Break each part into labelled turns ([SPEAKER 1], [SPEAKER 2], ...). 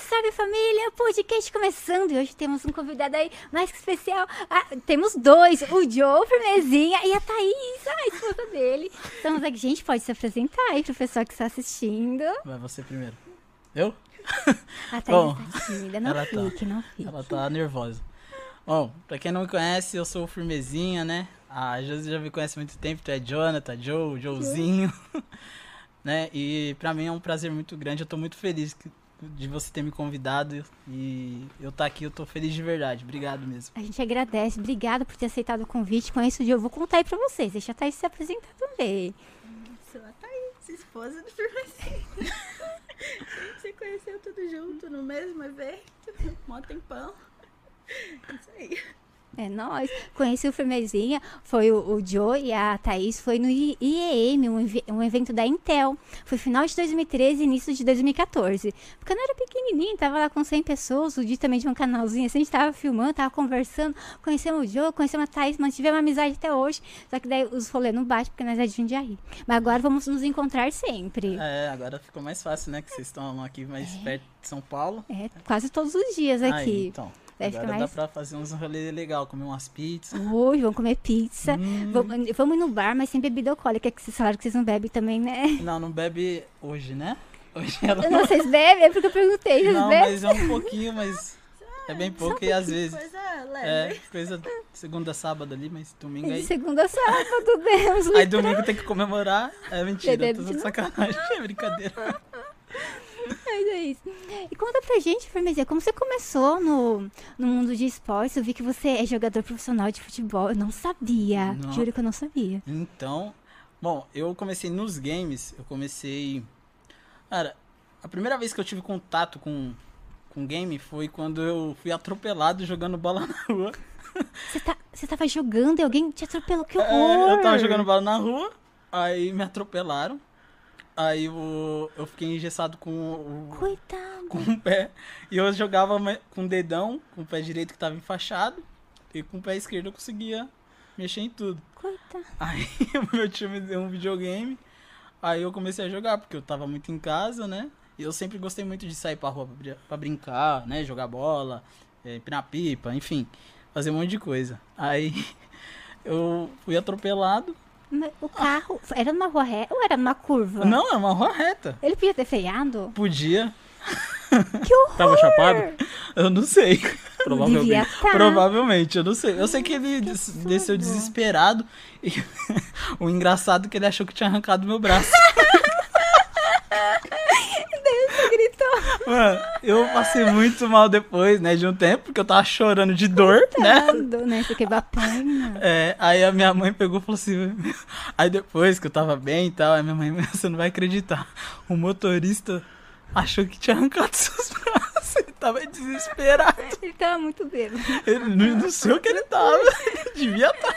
[SPEAKER 1] Salve família, podcast começando e hoje temos um convidado aí mais que especial. Ah, temos dois, o Joe Firmezinha e a Thaís, a esposa dele. Estamos aqui, gente, pode se apresentar aí pro pessoal que está assistindo.
[SPEAKER 2] Vai você primeiro. Eu?
[SPEAKER 1] A Thaís
[SPEAKER 2] Bom,
[SPEAKER 1] tá tímida, não
[SPEAKER 2] ela tá.
[SPEAKER 1] fique, não fique.
[SPEAKER 2] Ela tá nervosa. Bom, pra quem não me conhece, eu sou o Firmezinha, né? A Josi já me conhece há muito tempo, tu é Jonathan, Joe, Joezinho. né? E pra mim é um prazer muito grande, eu tô muito feliz que- de você ter me convidado e eu tá aqui, eu tô feliz de verdade. Obrigado mesmo.
[SPEAKER 1] A gente agradece, obrigada por ter aceitado o convite. Conheço o Joe, vou contar aí pra vocês, deixa a Thaís se apresentar também.
[SPEAKER 3] Sou a Thaís, tá esposa do Firmacinho. Você conheceu tudo junto no mesmo evento, mó tempão. É Isso aí.
[SPEAKER 1] É nóis. Conheci o Firmezinha, foi o, o Joe e a Thaís, foi no I- IEM, um, ev- um evento da Intel. Foi final de 2013 início de 2014. Porque eu não era pequenininho, tava lá com 100 pessoas, o Di também de um canalzinho assim, a gente tava filmando, tava conversando, conhecemos o Joe, conhecemos a Thaís, mantivemos uma amizade até hoje. Só que daí os rolês não batem, porque nós é de Jundiaí. Mas agora vamos nos encontrar sempre.
[SPEAKER 2] É, agora ficou mais fácil, né? Que vocês estão aqui mais perto de São Paulo.
[SPEAKER 1] É, quase todos os dias É. aqui.
[SPEAKER 2] Aí, então.
[SPEAKER 1] Vai ficar
[SPEAKER 2] agora dá
[SPEAKER 1] mais-
[SPEAKER 2] pra fazer uns rolê legal, comer umas pizzas.
[SPEAKER 1] Hoje vamos comer pizza. Vamos, vamos ir no bar, mas sem bebida alcoólica, que vocês falaram que vocês não bebem também, né?
[SPEAKER 2] Não, não bebe hoje, né? Hoje ela
[SPEAKER 1] Não, vocês bebem? É porque eu perguntei. Vocês
[SPEAKER 2] Não,
[SPEAKER 1] bebem?
[SPEAKER 2] mas é um pouquinho, mas é bem pouco e às vezes.
[SPEAKER 3] Coisa leve.
[SPEAKER 2] É, coisa segunda, sábado ali, mas domingo
[SPEAKER 1] É De
[SPEAKER 2] aí.
[SPEAKER 1] segunda a sábado, bebemos.
[SPEAKER 2] Aí domingo tem que comemorar. É mentira,
[SPEAKER 1] Bebê,
[SPEAKER 2] tô
[SPEAKER 1] mentira.
[SPEAKER 2] de sacanagem, é brincadeira.
[SPEAKER 1] Mas é isso. E conta pra gente, Firmezia, como você começou no, no mundo de esportes? Eu vi que você é jogador profissional de futebol. Eu não sabia.
[SPEAKER 2] Não.
[SPEAKER 1] Juro que eu não sabia.
[SPEAKER 2] Então, bom, eu comecei nos games, eu comecei. Cara, a primeira vez que eu tive contato com, com game foi quando eu fui atropelado jogando bola na rua.
[SPEAKER 1] Você, tá, você tava jogando e alguém te atropelou. Que horror!
[SPEAKER 2] É, eu tava jogando bola na rua, aí me atropelaram. Aí eu, eu fiquei engessado com o,
[SPEAKER 1] Coitado.
[SPEAKER 2] com o pé. E eu jogava me- com o dedão, com o pé direito que tava enfaixado. E com o pé esquerdo eu conseguia mexer em tudo.
[SPEAKER 1] Coitado.
[SPEAKER 2] Aí o meu tio me deu um videogame. Aí eu comecei a jogar, porque eu tava muito em casa, né? E eu sempre gostei muito de sair pra rua pra, brin- pra brincar, né? Jogar bola, eh, empinar pipa, enfim. Fazer um monte de coisa. Aí eu fui atropelado.
[SPEAKER 1] Mas O carro era numa rua ré ou era numa curva?
[SPEAKER 2] Ah. Não, é uma rua reta.
[SPEAKER 1] Ele podia ter freado?
[SPEAKER 2] Podia.
[SPEAKER 1] Que horror!
[SPEAKER 2] Tava chapado? Eu não sei.
[SPEAKER 1] Devia
[SPEAKER 2] Provavelmente.
[SPEAKER 1] tá.
[SPEAKER 2] Provavelmente, eu não sei. Eu sei que ele des- desceu
[SPEAKER 1] absurdo.
[SPEAKER 2] desesperado. E o engraçado é que ele achou que tinha arrancado meu braço.
[SPEAKER 1] Você gritou.
[SPEAKER 2] Mano, eu passei muito mal depois, né? De um tempo, porque eu tava chorando de dor, né?
[SPEAKER 1] Ando, né? Você quebrou a perna.
[SPEAKER 2] É, aí a minha mãe pegou e falou assim. Aí depois que eu tava bem e tal, aí minha mãe, você não vai acreditar. O motorista achou que tinha arrancado seus braços. Ele tava desesperado.
[SPEAKER 1] Ele tava muito bêbado.
[SPEAKER 2] Ele não, não sei o que ele tava. Ele devia estar.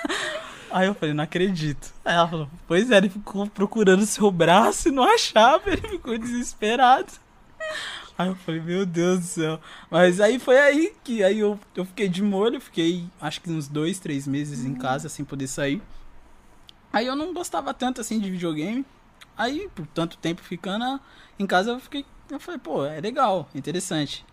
[SPEAKER 2] Aí eu falei, não acredito. Aí ela falou, pois é, ele ficou procurando seu braço e não achava, ele ficou desesperado. Aí eu falei, meu Deus do céu. Mas aí foi aí que aí eu, eu fiquei de molho, fiquei acho que uns dois, três meses em casa sem poder sair. Aí eu não gostava tanto assim de videogame. Aí, por tanto tempo ficando ah, em casa, eu fiquei. Eu falei, pô, é legal, interessante.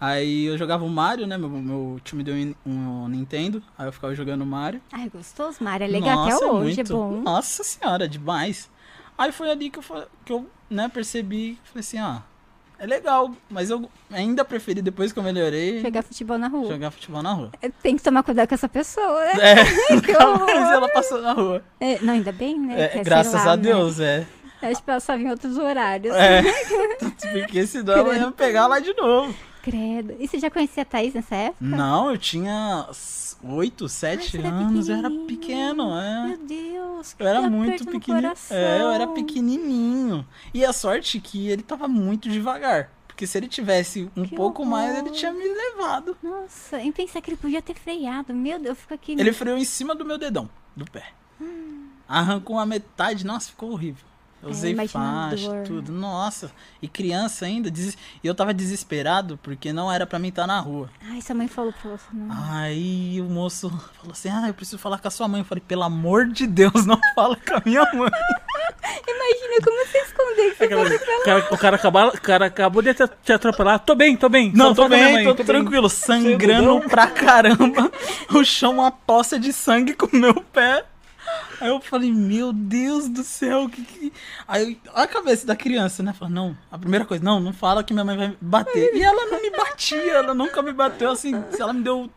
[SPEAKER 2] Aí eu jogava o Mario, né? Meu, meu time deu um, um Nintendo. Aí eu ficava jogando Mario.
[SPEAKER 1] Ai, gostoso, Mara. É legal até
[SPEAKER 2] Nossa,
[SPEAKER 1] hoje, é
[SPEAKER 2] muito.
[SPEAKER 1] bom.
[SPEAKER 2] Nossa senhora, demais. Aí foi ali que eu, fa- que eu né, percebi, falei assim, ah, é legal, mas eu ainda preferi, depois que eu melhorei,
[SPEAKER 1] Jogar futebol na rua.
[SPEAKER 2] jogar futebol na rua.
[SPEAKER 1] Tem que tomar cuidado com essa pessoa, né?
[SPEAKER 2] É,
[SPEAKER 1] que
[SPEAKER 2] mas
[SPEAKER 1] horror.
[SPEAKER 2] ela passou na rua.
[SPEAKER 1] É, não, ainda bem, né?
[SPEAKER 2] É,
[SPEAKER 1] Que é, sei
[SPEAKER 2] graças
[SPEAKER 1] lá,
[SPEAKER 2] a
[SPEAKER 1] né?
[SPEAKER 2] Deus, é.
[SPEAKER 1] Acho que ela só vinha em outros horários.
[SPEAKER 2] É, porque senão ela ia pegar lá de novo.
[SPEAKER 1] Credo. E você já conhecia a Thaís nessa época?
[SPEAKER 2] Não, eu tinha 8,
[SPEAKER 1] você
[SPEAKER 2] 7
[SPEAKER 1] era
[SPEAKER 2] anos, eu era pequeno,
[SPEAKER 1] pequenininho.
[SPEAKER 2] é.
[SPEAKER 1] Meu Deus.
[SPEAKER 2] Eu era
[SPEAKER 1] que
[SPEAKER 2] muito
[SPEAKER 1] aperto no
[SPEAKER 2] pequenininho.
[SPEAKER 1] coração.
[SPEAKER 2] É, eu era pequenininho. E a sorte que ele tava muito devagar. Porque se ele tivesse um
[SPEAKER 1] Que
[SPEAKER 2] pouco
[SPEAKER 1] horror.
[SPEAKER 2] mais, ele tinha me levado.
[SPEAKER 1] Nossa, em pensar que ele podia ter freado. Meu Deus, eu fico aqui.
[SPEAKER 2] Ele freou em cima do meu dedão, do pé. Arrancou a metade, nossa, ficou horrível. Eu
[SPEAKER 1] Hum. É,
[SPEAKER 2] usei
[SPEAKER 1] imagina a
[SPEAKER 2] faixa,
[SPEAKER 1] dor. né?
[SPEAKER 2] tudo. Nossa, e criança ainda. deses- E eu tava desesperado porque não era pra mim estar na rua.
[SPEAKER 1] Ai, sua mãe falou pra você. Não.
[SPEAKER 2] Aí o moço falou assim: Ah, eu preciso falar com a sua mãe. Eu falei: Pelo amor de Deus, não fala com a minha mãe.
[SPEAKER 1] Imagina como você esconder que você
[SPEAKER 2] Aquela-
[SPEAKER 1] foi
[SPEAKER 2] o,
[SPEAKER 1] atropelado.
[SPEAKER 2] cara, o cara acaba- o cara acabou de te- te atropelar. Tô bem, tô bem.
[SPEAKER 4] Não,
[SPEAKER 2] Só
[SPEAKER 4] tô
[SPEAKER 2] toca minha
[SPEAKER 4] bem,
[SPEAKER 2] mãe,
[SPEAKER 4] tô, tranquilo. Sangrando
[SPEAKER 2] Você
[SPEAKER 4] pra caramba. O chão, uma poça de sangue com o meu pé.
[SPEAKER 2] Aí eu falei, meu Deus do céu, que que. Aí olha a cabeça da criança, né? Falou, não, a primeira coisa, não, não fala que minha mãe vai me bater. E ela não me batia, ela nunca me bateu assim. Se ela me deu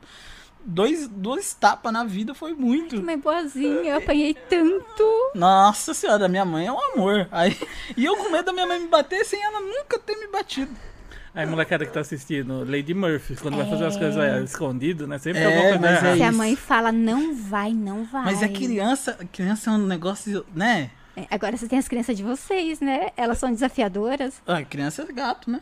[SPEAKER 2] dois, dois tapas na vida, foi muito.
[SPEAKER 1] Mãe boazinha, eu apanhei tanto.
[SPEAKER 2] Nossa senhora, minha mãe é um amor. Aí, e eu com medo da minha mãe me bater sem ela nunca ter me batido.
[SPEAKER 4] Aí, molecada que tá assistindo, Lady Murphy, quando vai fazer as
[SPEAKER 1] É.
[SPEAKER 4] coisas é, escondido, né? Sempre
[SPEAKER 2] É,
[SPEAKER 4] é, alguma coisa
[SPEAKER 2] mas é
[SPEAKER 4] errada.
[SPEAKER 1] Se a
[SPEAKER 2] isso.
[SPEAKER 1] mãe fala, não vai, não vai.
[SPEAKER 2] Mas é criança, criança é um negócio, né?
[SPEAKER 1] É, Agora você tem as crianças de vocês, né? Elas são desafiadoras.
[SPEAKER 2] Ah, criança é gato, né?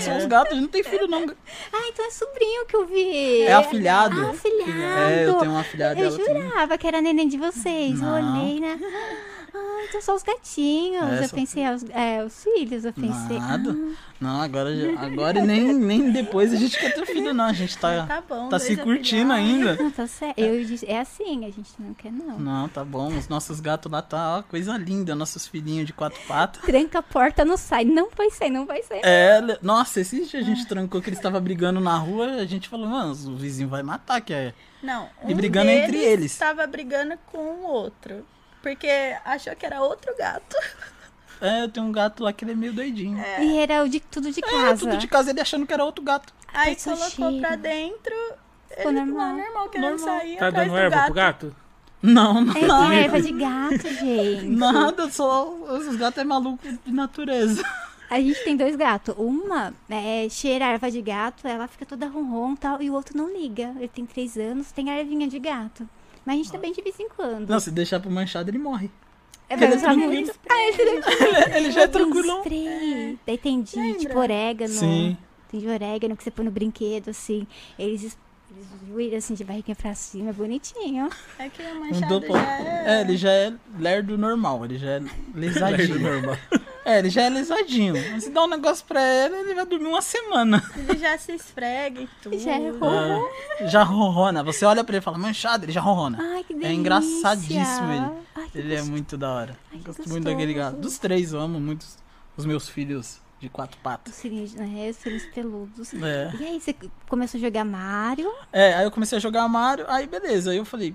[SPEAKER 2] São os gatos, não tem filho não.
[SPEAKER 1] Ah, então é sobrinho que eu vi.
[SPEAKER 2] É afilhado.
[SPEAKER 1] Ah, afilhado.
[SPEAKER 2] É, eu tenho um afilhado
[SPEAKER 1] Eu
[SPEAKER 2] ela tem um-
[SPEAKER 1] jurava que era neném de vocês. Eu
[SPEAKER 2] Não.
[SPEAKER 1] olhei, né? Ah, então só os gatinhos.
[SPEAKER 2] É,
[SPEAKER 1] eu
[SPEAKER 2] só-
[SPEAKER 1] pensei, ah, os, é, os filhos, eu pensei.
[SPEAKER 2] Nada. Não, agora, já- agora e nem, nem depois a gente quer ter filho, não. A gente tá,
[SPEAKER 3] Tá bom,
[SPEAKER 2] tá
[SPEAKER 3] dois
[SPEAKER 2] se curtindo
[SPEAKER 3] afilhados.
[SPEAKER 2] ainda.
[SPEAKER 1] Não, tá certo. Eu disse, é assim, a gente não quer, não.
[SPEAKER 2] Não, tá bom. Os nossos gatos lá tá, ó, coisa linda. Nossos filhinhos de quatro patas.
[SPEAKER 1] Tranca a porta, não sai. Não vai sair, não vai sair.
[SPEAKER 2] É, le- nossa, esse dia a gente trancou que eles estavam brigando na rua. A gente falou, mano, o vizinho vai matar, que é.
[SPEAKER 3] Não, um
[SPEAKER 2] E brigando entre
[SPEAKER 3] deles
[SPEAKER 2] eles.
[SPEAKER 3] Tava brigando com o outro. Porque achou que era outro gato.
[SPEAKER 2] É, eu tenho um gato lá que ele é meio doidinho. É,
[SPEAKER 1] E era o de tudo de casa.
[SPEAKER 2] tudo de casa ele achando que era outro gato.
[SPEAKER 3] Aí
[SPEAKER 1] pessoa
[SPEAKER 3] colocou
[SPEAKER 1] chega.
[SPEAKER 3] pra dentro.
[SPEAKER 1] Ficou
[SPEAKER 3] ele
[SPEAKER 1] normal.
[SPEAKER 3] lá, normal, querendo sair
[SPEAKER 4] Tá
[SPEAKER 3] atrás
[SPEAKER 4] dando
[SPEAKER 3] do
[SPEAKER 4] erva
[SPEAKER 3] gato.
[SPEAKER 4] pro gato?
[SPEAKER 2] Não, não.
[SPEAKER 1] É, tem erva de gato, gente.
[SPEAKER 2] Nada, só os gatos é maluco de natureza.
[SPEAKER 1] A gente tem dois gatos. Uma é, cheira a erva de gato, ela fica toda ronron e tal, e o outro não liga. Ele tem três anos, tem a ervinha de gato. Mas a gente também de vez em quando.
[SPEAKER 2] Não, se deixar pro manchado, ele morre.
[SPEAKER 1] é
[SPEAKER 2] ele é
[SPEAKER 1] mas ela não-
[SPEAKER 2] tranquilo.
[SPEAKER 1] Ah, ele é tranquilo.
[SPEAKER 2] Ele já é
[SPEAKER 1] Tem
[SPEAKER 2] tranquilão.
[SPEAKER 1] spray. Daí tem de
[SPEAKER 3] Lembra?
[SPEAKER 1] tipo orégano.
[SPEAKER 2] Sim.
[SPEAKER 1] Tem de orégano que você põe no brinquedo, assim. Eles, es- eles viram assim de barriguinha pra cima, é bonitinho.
[SPEAKER 3] É que a
[SPEAKER 2] Mudou
[SPEAKER 3] manchada
[SPEAKER 2] pouco.
[SPEAKER 3] já é...
[SPEAKER 2] É, Um ele já é lerdo normal, ele já é
[SPEAKER 4] Lerdo
[SPEAKER 2] lisadinho.
[SPEAKER 4] normal.
[SPEAKER 2] é, ele já é lisadinho. Mas Se dá um negócio pra ele, ele vai dormir uma semana.
[SPEAKER 3] Ele já se esfrega e tudo.
[SPEAKER 1] Já é ronron.
[SPEAKER 2] É, já ronrona. Você olha pra ele e fala, manchado, ele já ronrona.
[SPEAKER 1] Ai, que delícia.
[SPEAKER 2] É engraçadíssimo ele.
[SPEAKER 1] Ai, que
[SPEAKER 2] Ele é
[SPEAKER 1] gostoso.
[SPEAKER 2] muito da hora.
[SPEAKER 1] Ai, que
[SPEAKER 2] Gosto muito daquele gato.
[SPEAKER 1] gostoso.
[SPEAKER 2] Dos três, eu amo muito os- os meus filhos de quatro patas.
[SPEAKER 1] Os filhinhos, né? Os filhos peludos.
[SPEAKER 2] É.
[SPEAKER 1] E aí, você começou a jogar Mario?
[SPEAKER 2] É, aí eu comecei a jogar Mario, aí beleza, aí eu falei.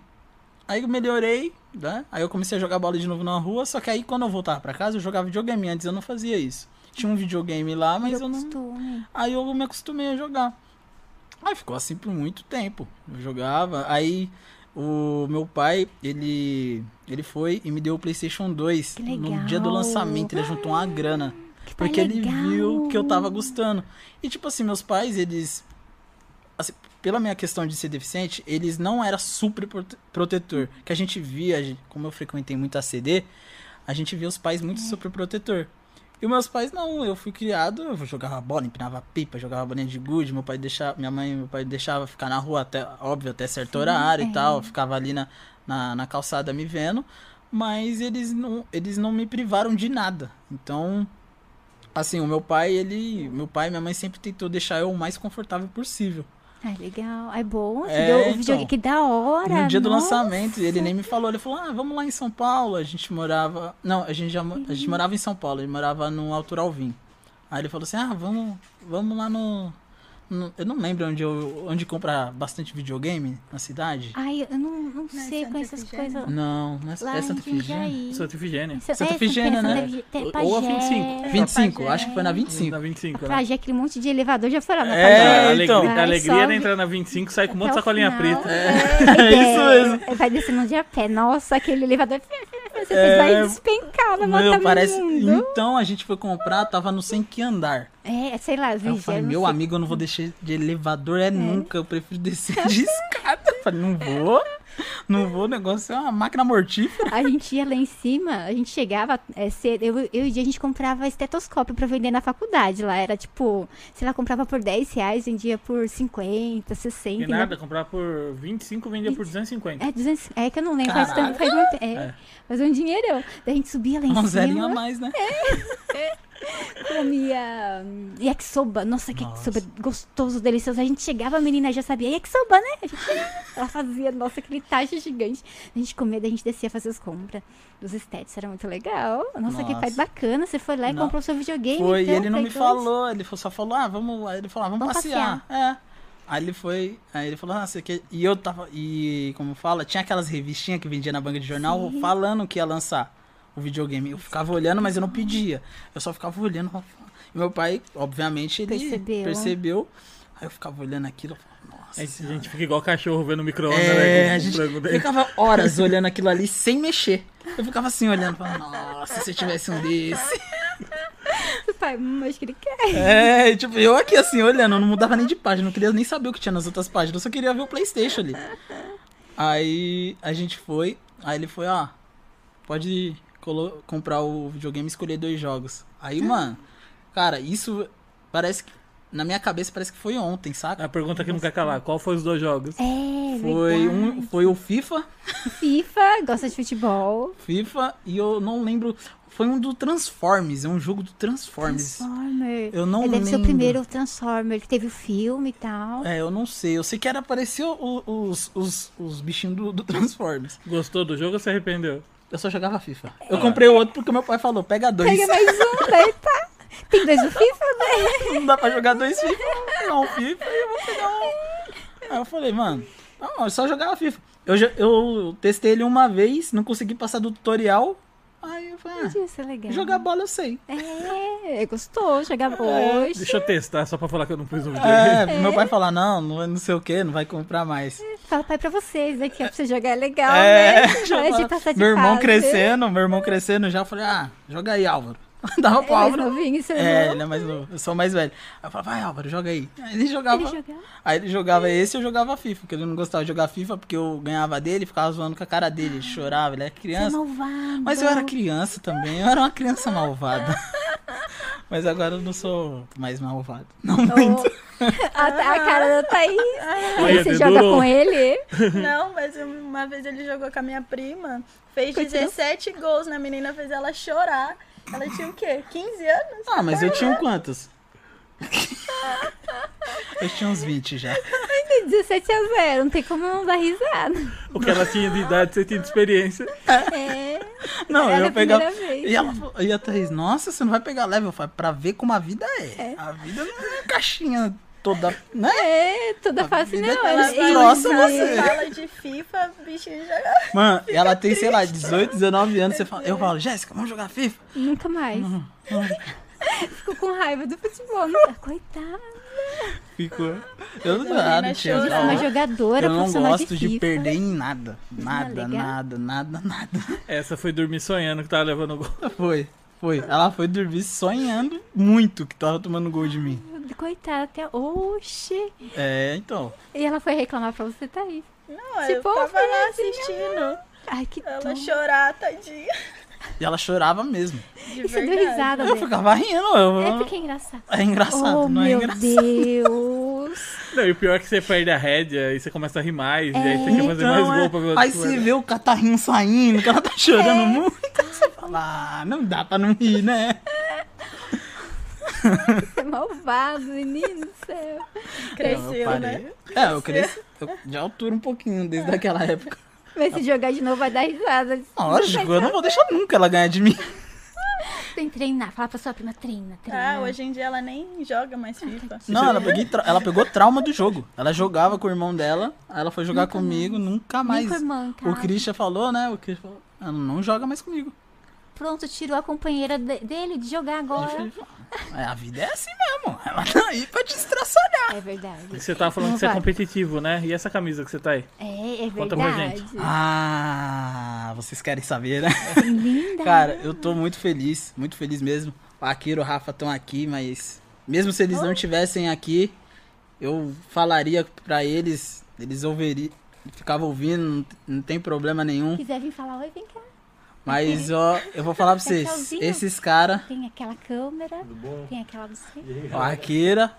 [SPEAKER 2] Aí eu melhorei, né? Aí eu comecei a jogar bola de novo na rua, só que aí quando eu voltava pra casa eu jogava videogame, antes eu não fazia isso. Tinha um videogame lá, mas
[SPEAKER 1] Virou
[SPEAKER 2] eu não.
[SPEAKER 1] costume.
[SPEAKER 2] Aí eu me acostumei a jogar. Aí ficou assim por muito tempo. Eu jogava, aí o meu pai, ele ele foi e me deu o PlayStation 2
[SPEAKER 1] Que
[SPEAKER 2] no dia do
[SPEAKER 1] legal.
[SPEAKER 2] lançamento, ele juntou uma grana.
[SPEAKER 1] Que tá
[SPEAKER 2] Porque ele
[SPEAKER 1] legal.
[SPEAKER 2] viu que eu tava gostando. E tipo assim, meus pais, eles. assim, pela minha questão de ser deficiente, eles não eram super prote- protetor. Que a gente via, a gente- como eu frequentei muito a CD, a gente via os pais muito super protetor. E meus pais não, eu fui criado, eu jogava bola, empinava pipa, jogava bolinha de gude, meu pai deixava, minha mãe, e meu pai deixava ficar na rua até, óbvio, até certo horário
[SPEAKER 1] é.
[SPEAKER 2] e tal, eu ficava ali na, na, na calçada me vendo, mas eles não, eles não me privaram de nada. Então, assim, o meu pai, ele, meu pai e minha mãe sempre tentou deixar eu o mais confortável possível.
[SPEAKER 1] Ai, legal. Ai, bom. Você
[SPEAKER 2] É,
[SPEAKER 1] deu o
[SPEAKER 2] então.
[SPEAKER 1] videogame. Que da hora.
[SPEAKER 2] No dia do
[SPEAKER 1] nossa.
[SPEAKER 2] lançamento, ele nem me falou. Ele falou: Ah, vamos lá em São Paulo. A gente morava. Não, a gente já mo-
[SPEAKER 1] Uhum.
[SPEAKER 2] a gente morava em São Paulo, ele morava no Alto Alvim. Aí ele falou assim: Ah, vamos, vamos lá no. no- eu não lembro onde, eu, onde compra bastante videogame na cidade.
[SPEAKER 1] Ai, eu não, não
[SPEAKER 3] Não é
[SPEAKER 1] sei com
[SPEAKER 3] Santa
[SPEAKER 1] essas
[SPEAKER 3] Efigênia?
[SPEAKER 1] coisas.
[SPEAKER 2] Não, não é,
[SPEAKER 1] Ah, Lá
[SPEAKER 2] é Santa
[SPEAKER 1] em
[SPEAKER 2] Efigênia.
[SPEAKER 1] Jundiaí.
[SPEAKER 4] Santa Efigênia.
[SPEAKER 1] Sa-
[SPEAKER 2] Santa
[SPEAKER 1] é,
[SPEAKER 2] Efigênia,
[SPEAKER 1] Santa
[SPEAKER 2] né?
[SPEAKER 1] Efigênia, tem
[SPEAKER 4] Ou-
[SPEAKER 1] Pagé.
[SPEAKER 4] ou a 25.
[SPEAKER 2] 25, acho que foi na 25.
[SPEAKER 4] Na 25, né?
[SPEAKER 1] Pagé, aquele monte de elevador já foram na
[SPEAKER 2] É,
[SPEAKER 4] a
[SPEAKER 1] Pagé.
[SPEAKER 4] alegria,
[SPEAKER 2] então.
[SPEAKER 4] a alegria
[SPEAKER 1] Sobe
[SPEAKER 4] era entrar na 25 e sair com um monte de
[SPEAKER 1] até o
[SPEAKER 4] sacolinha
[SPEAKER 1] final.
[SPEAKER 4] preta.
[SPEAKER 1] É,
[SPEAKER 2] isso
[SPEAKER 1] mesmo. Vai descendo um dia a pé. Nossa, aquele elevador. Você vai despencar no
[SPEAKER 2] É. Meu, parece.
[SPEAKER 1] mundo.
[SPEAKER 2] Então a gente foi comprar, tava no sem que andar.
[SPEAKER 1] É, sei lá,
[SPEAKER 2] Aí eu
[SPEAKER 1] vigia.
[SPEAKER 2] falei,
[SPEAKER 1] não
[SPEAKER 2] meu
[SPEAKER 1] sei.
[SPEAKER 2] amigo, eu não vou deixar de elevador é, nunca. Eu prefiro descer de escada. Eu falei, não vou. Não vou, o negócio é uma máquina mortífera.
[SPEAKER 1] A gente ia lá em cima, a gente chegava é, cedo. Eu, eu e o dia a gente comprava estetoscópio pra vender na faculdade lá. Era tipo, sei lá, comprava por 10 reais, vendia por 50, 60.
[SPEAKER 4] E nada, comprar por 25 vendia por 250.
[SPEAKER 1] É, 200, é que eu não lembro, faz, é tanto, faz muito tempo. É, Mas um dinheirão. Daí a gente subia lá em
[SPEAKER 2] Um zerinho a
[SPEAKER 1] cima.
[SPEAKER 2] mais, né?
[SPEAKER 1] Comia hum, yakisoba. Nossa, que
[SPEAKER 2] Nossa.
[SPEAKER 1] yakisoba gostoso, delicioso. A gente chegava, a menina já sabia yakisoba, né? A gente- ela fazia, nossa, aquele tacho gigante. A gente comia, daí a gente descia fazer as compras dos estéticos. Era muito legal. Nossa, que
[SPEAKER 2] Nossa.
[SPEAKER 1] pai bacana. Você foi lá e
[SPEAKER 2] Não.
[SPEAKER 1] comprou seu videogame.
[SPEAKER 2] Foi, e
[SPEAKER 1] então,
[SPEAKER 2] ele não
[SPEAKER 1] Play
[SPEAKER 2] me
[SPEAKER 1] 2.
[SPEAKER 2] falou, ele só falou, ah, vamos. Aí ele falou, ah, vamos,
[SPEAKER 1] Vamos
[SPEAKER 2] passear. É. Aí ele foi, aí ele falou, ah, você quer. E eu tava. E como fala, tinha aquelas revistinhas que vendia na banca de jornal falando que ia lançar o videogame. Eu ficava olhando, mas eu não pedia. Eu só ficava olhando. E meu pai, obviamente, ele
[SPEAKER 1] Percebeu.
[SPEAKER 2] percebeu. Aí eu ficava olhando aquilo, eu falava, nossa.
[SPEAKER 4] A gente fica igual cachorro vendo micro-ondas,
[SPEAKER 2] É,
[SPEAKER 4] né?
[SPEAKER 2] a
[SPEAKER 4] com o
[SPEAKER 2] gente
[SPEAKER 4] frango dentro.
[SPEAKER 2] ficava horas olhando aquilo ali sem mexer. Eu ficava assim olhando, falando, nossa, se eu tivesse um desse.
[SPEAKER 1] Seu pai, hum, acho que ele quer.
[SPEAKER 2] É, e, tipo, eu aqui assim olhando, eu não mudava nem de página, não queria nem saber o que tinha nas outras páginas, eu só queria ver o PlayStation ali. Aí a gente foi, aí ele foi, ó, pode colo- comprar o videogame e escolher dois jogos. Aí, mano, cara, isso parece que, na minha cabeça parece que foi ontem, saca?
[SPEAKER 4] A pergunta que não quer calar, qual foi os dois jogos?
[SPEAKER 1] É,
[SPEAKER 2] Foi
[SPEAKER 1] verdade.
[SPEAKER 2] um, foi o FIFA
[SPEAKER 1] FIFA, gosta de futebol.
[SPEAKER 2] FIFA e eu não lembro. Foi um do Transformers, é um jogo do Transformers.
[SPEAKER 1] Transformer.
[SPEAKER 2] Eu não
[SPEAKER 1] Ele né? deve ser o
[SPEAKER 2] lembro.
[SPEAKER 1] primeiro Transformer que teve o filme e tal.
[SPEAKER 2] É, eu não sei. Eu sei que era apareceu o- os, os, os bichinhos do, do Transformers.
[SPEAKER 4] Gostou do jogo ou se arrependeu?
[SPEAKER 2] Eu só jogava FIFA. Eu comprei outro porque meu pai falou: pega dois.
[SPEAKER 1] Pega mais um, daí tá. Tem dois no FIFA, né?
[SPEAKER 2] Não dá pra jogar dois FIFA. Eu vou pegar um FIFA e eu vou pegar um. Aí eu falei, mano, não, eu só jogava FIFA. Eu, já- eu testei ele uma vez, não consegui passar do tutorial. Aí eu falei, ah,
[SPEAKER 1] Podia ser é legal.
[SPEAKER 2] jogar bola eu sei.
[SPEAKER 1] É, gostou, jogar hoje.
[SPEAKER 4] Deixa eu testar, só pra falar que eu não pus um no videogame.
[SPEAKER 2] É, meu pai falar, não, não vai- não sei o que, não vai comprar mais.
[SPEAKER 1] Fala pai pra vocês, né? Que é pra você jogar é legal,
[SPEAKER 2] É,
[SPEAKER 1] né?
[SPEAKER 2] já
[SPEAKER 1] Parece
[SPEAKER 2] fala-
[SPEAKER 1] passar de
[SPEAKER 2] meu irmão
[SPEAKER 1] fase.
[SPEAKER 2] crescendo, meu irmão crescendo já, eu falei, ah, joga aí, Álvaro. Dava
[SPEAKER 1] É
[SPEAKER 2] pro
[SPEAKER 1] mais
[SPEAKER 2] Álvaro.
[SPEAKER 1] novinho, seu
[SPEAKER 2] É,
[SPEAKER 1] irmão.
[SPEAKER 2] ele é mais novo, eu sou mais velho. Aí eu falava, vai, Álvaro, joga aí. Aí ele jogava.
[SPEAKER 1] Ele jogava.
[SPEAKER 2] Aí ele jogava esse e eu jogava FIFA, porque ele não gostava de jogar FIFA, porque eu ganhava dele, ficava zoando com a cara dele, chorava, ele era
[SPEAKER 1] Você é
[SPEAKER 2] criança.
[SPEAKER 1] malvado.
[SPEAKER 2] assim. Mas eu era criança também, eu era uma criança malvada. Mas agora eu não sou mais malvado. Não muito.
[SPEAKER 1] a,
[SPEAKER 2] Ah.
[SPEAKER 1] a cara da Thaís.
[SPEAKER 4] Olha,
[SPEAKER 1] Aí você
[SPEAKER 4] Dedu.
[SPEAKER 1] joga com ele.
[SPEAKER 3] Não, mas uma vez ele jogou com a minha prima, fez
[SPEAKER 1] Coitada.
[SPEAKER 3] 17 gols na menina, fez ela chorar. Ela tinha o quê? 15 anos?
[SPEAKER 2] Ah, mas eu tinha um quantos? Eu tinha uns 20 já.
[SPEAKER 1] Tem 17 a 0, não tem como não dar risada.
[SPEAKER 4] O que ela tinha de idade, você tinha de experiência.
[SPEAKER 1] É.
[SPEAKER 2] Não,
[SPEAKER 1] Era a
[SPEAKER 2] eu pegava.
[SPEAKER 1] primeira vez.
[SPEAKER 2] E, ela, falou- e a Thaís, nossa, você não vai pegar leve. Eu falei, pra ver como a vida é. A vida não é uma caixinha toda. Né?
[SPEAKER 1] É, toda fácil
[SPEAKER 2] vida
[SPEAKER 1] não.
[SPEAKER 2] tá
[SPEAKER 1] é
[SPEAKER 2] nas
[SPEAKER 1] difícil.
[SPEAKER 2] Nossa,
[SPEAKER 3] Ela assim,
[SPEAKER 2] você-
[SPEAKER 3] fala de FIFA, bichinho já.
[SPEAKER 2] Mano,
[SPEAKER 1] É
[SPEAKER 2] ela tem, sei lá, 18, 19 anos. Você fala, eu falo, Jéssica, vamos jogar FIFA?
[SPEAKER 1] Nunca mais. Ficou com raiva do futebol. né? Coitada.
[SPEAKER 2] Ficou. Eu não,
[SPEAKER 3] Menina
[SPEAKER 2] ah, não tinha
[SPEAKER 3] chorando.
[SPEAKER 1] Ela é uma
[SPEAKER 2] não.
[SPEAKER 1] jogadora
[SPEAKER 2] Eu não
[SPEAKER 1] profissional
[SPEAKER 2] gosto de,
[SPEAKER 1] FIFA. é
[SPEAKER 2] perder em nada. Nada,
[SPEAKER 1] legal.
[SPEAKER 2] nada, nada, nada.
[SPEAKER 4] Essa foi dormir sonhando que tava levando o gol.
[SPEAKER 2] Foi, foi. Ela foi dormir sonhando muito que tava tomando gol de mim.
[SPEAKER 1] Coitada, até. Oxi.
[SPEAKER 2] É, então.
[SPEAKER 1] E ela foi reclamar pra você, tá Thaís.
[SPEAKER 3] Não,
[SPEAKER 1] Esse
[SPEAKER 3] Ah, eu
[SPEAKER 1] povo
[SPEAKER 3] tava
[SPEAKER 1] é
[SPEAKER 3] lá
[SPEAKER 1] assim,
[SPEAKER 3] assistindo.
[SPEAKER 2] né?
[SPEAKER 1] Ai, que
[SPEAKER 3] Ela
[SPEAKER 2] Então.
[SPEAKER 1] dó.
[SPEAKER 3] chorar, tadinha.
[SPEAKER 2] E ela chorava mesmo.
[SPEAKER 3] De
[SPEAKER 1] E você é deu
[SPEAKER 3] verdade.
[SPEAKER 1] risada
[SPEAKER 2] Eu
[SPEAKER 1] dele.
[SPEAKER 2] ficava rindo. eu-
[SPEAKER 1] É porque é engraçado.
[SPEAKER 2] É engraçado,
[SPEAKER 1] oh,
[SPEAKER 2] não é
[SPEAKER 1] meu
[SPEAKER 2] engraçado.
[SPEAKER 1] Deus.
[SPEAKER 4] Não, e o pior é que você perde a rédea e você começa a rir mais. E aí você
[SPEAKER 1] É.
[SPEAKER 4] quer fazer mais
[SPEAKER 2] Então,
[SPEAKER 4] gol
[SPEAKER 2] é.
[SPEAKER 4] pra ver o
[SPEAKER 2] Aí
[SPEAKER 4] outro
[SPEAKER 2] você
[SPEAKER 4] lado.
[SPEAKER 2] vê o catarrinho saindo, que ela tá chorando muito. Você fala, ah, não dá pra não rir, né?
[SPEAKER 1] Você é malvado, menino do céu.
[SPEAKER 2] Não, eu
[SPEAKER 3] Cresceu,
[SPEAKER 2] parei.
[SPEAKER 3] né?
[SPEAKER 2] É, eu cresci eu de altura um pouquinho desde aquela época.
[SPEAKER 1] Mas se jogar de novo, vai dar risada.
[SPEAKER 2] Lógico, eu não vou deixar nunca ela ganhar de mim.
[SPEAKER 1] Tem que treinar. Fala pra sua prima, treina, treina.
[SPEAKER 3] Ah, hoje em dia ela nem joga mais FIFA.
[SPEAKER 2] Não, ela, peguei tra- ela pegou trauma do jogo. Ela jogava com o irmão dela, aí ela foi jogar comigo, nunca mais.
[SPEAKER 1] com a irmã, cara.
[SPEAKER 2] o Christian falou, né? O Christian falou, ela não joga mais comigo.
[SPEAKER 1] Pronto, tirou a companheira de- dele de jogar agora.
[SPEAKER 2] É, A vida é assim mesmo. Ela tá aí pra te estraçalhar.
[SPEAKER 1] É verdade.
[SPEAKER 4] Você tava falando
[SPEAKER 1] Não
[SPEAKER 4] que você é
[SPEAKER 1] vai.
[SPEAKER 4] competitivo, né? E essa camisa que você tá aí?
[SPEAKER 1] É, é verdade.
[SPEAKER 4] Conta pra gente.
[SPEAKER 2] Ah, vocês querem saber, né?
[SPEAKER 1] Linda.
[SPEAKER 2] Cara, eu tô muito feliz, muito feliz mesmo. O Akira e o Rafa estão aqui, mas mesmo se eles
[SPEAKER 1] Oh.
[SPEAKER 2] não tivessem aqui, eu falaria pra eles, eles ouviriam, ficavam ouvindo, não, t- não tem problema nenhum.
[SPEAKER 1] quiser vir falar, oi, vem cá.
[SPEAKER 2] Mas ó, eu vou falar pra vocês,
[SPEAKER 1] Tá Tchauzinho.
[SPEAKER 2] esses caras,
[SPEAKER 1] Tem aquela câmera, tem aquela do C.
[SPEAKER 2] o Akira,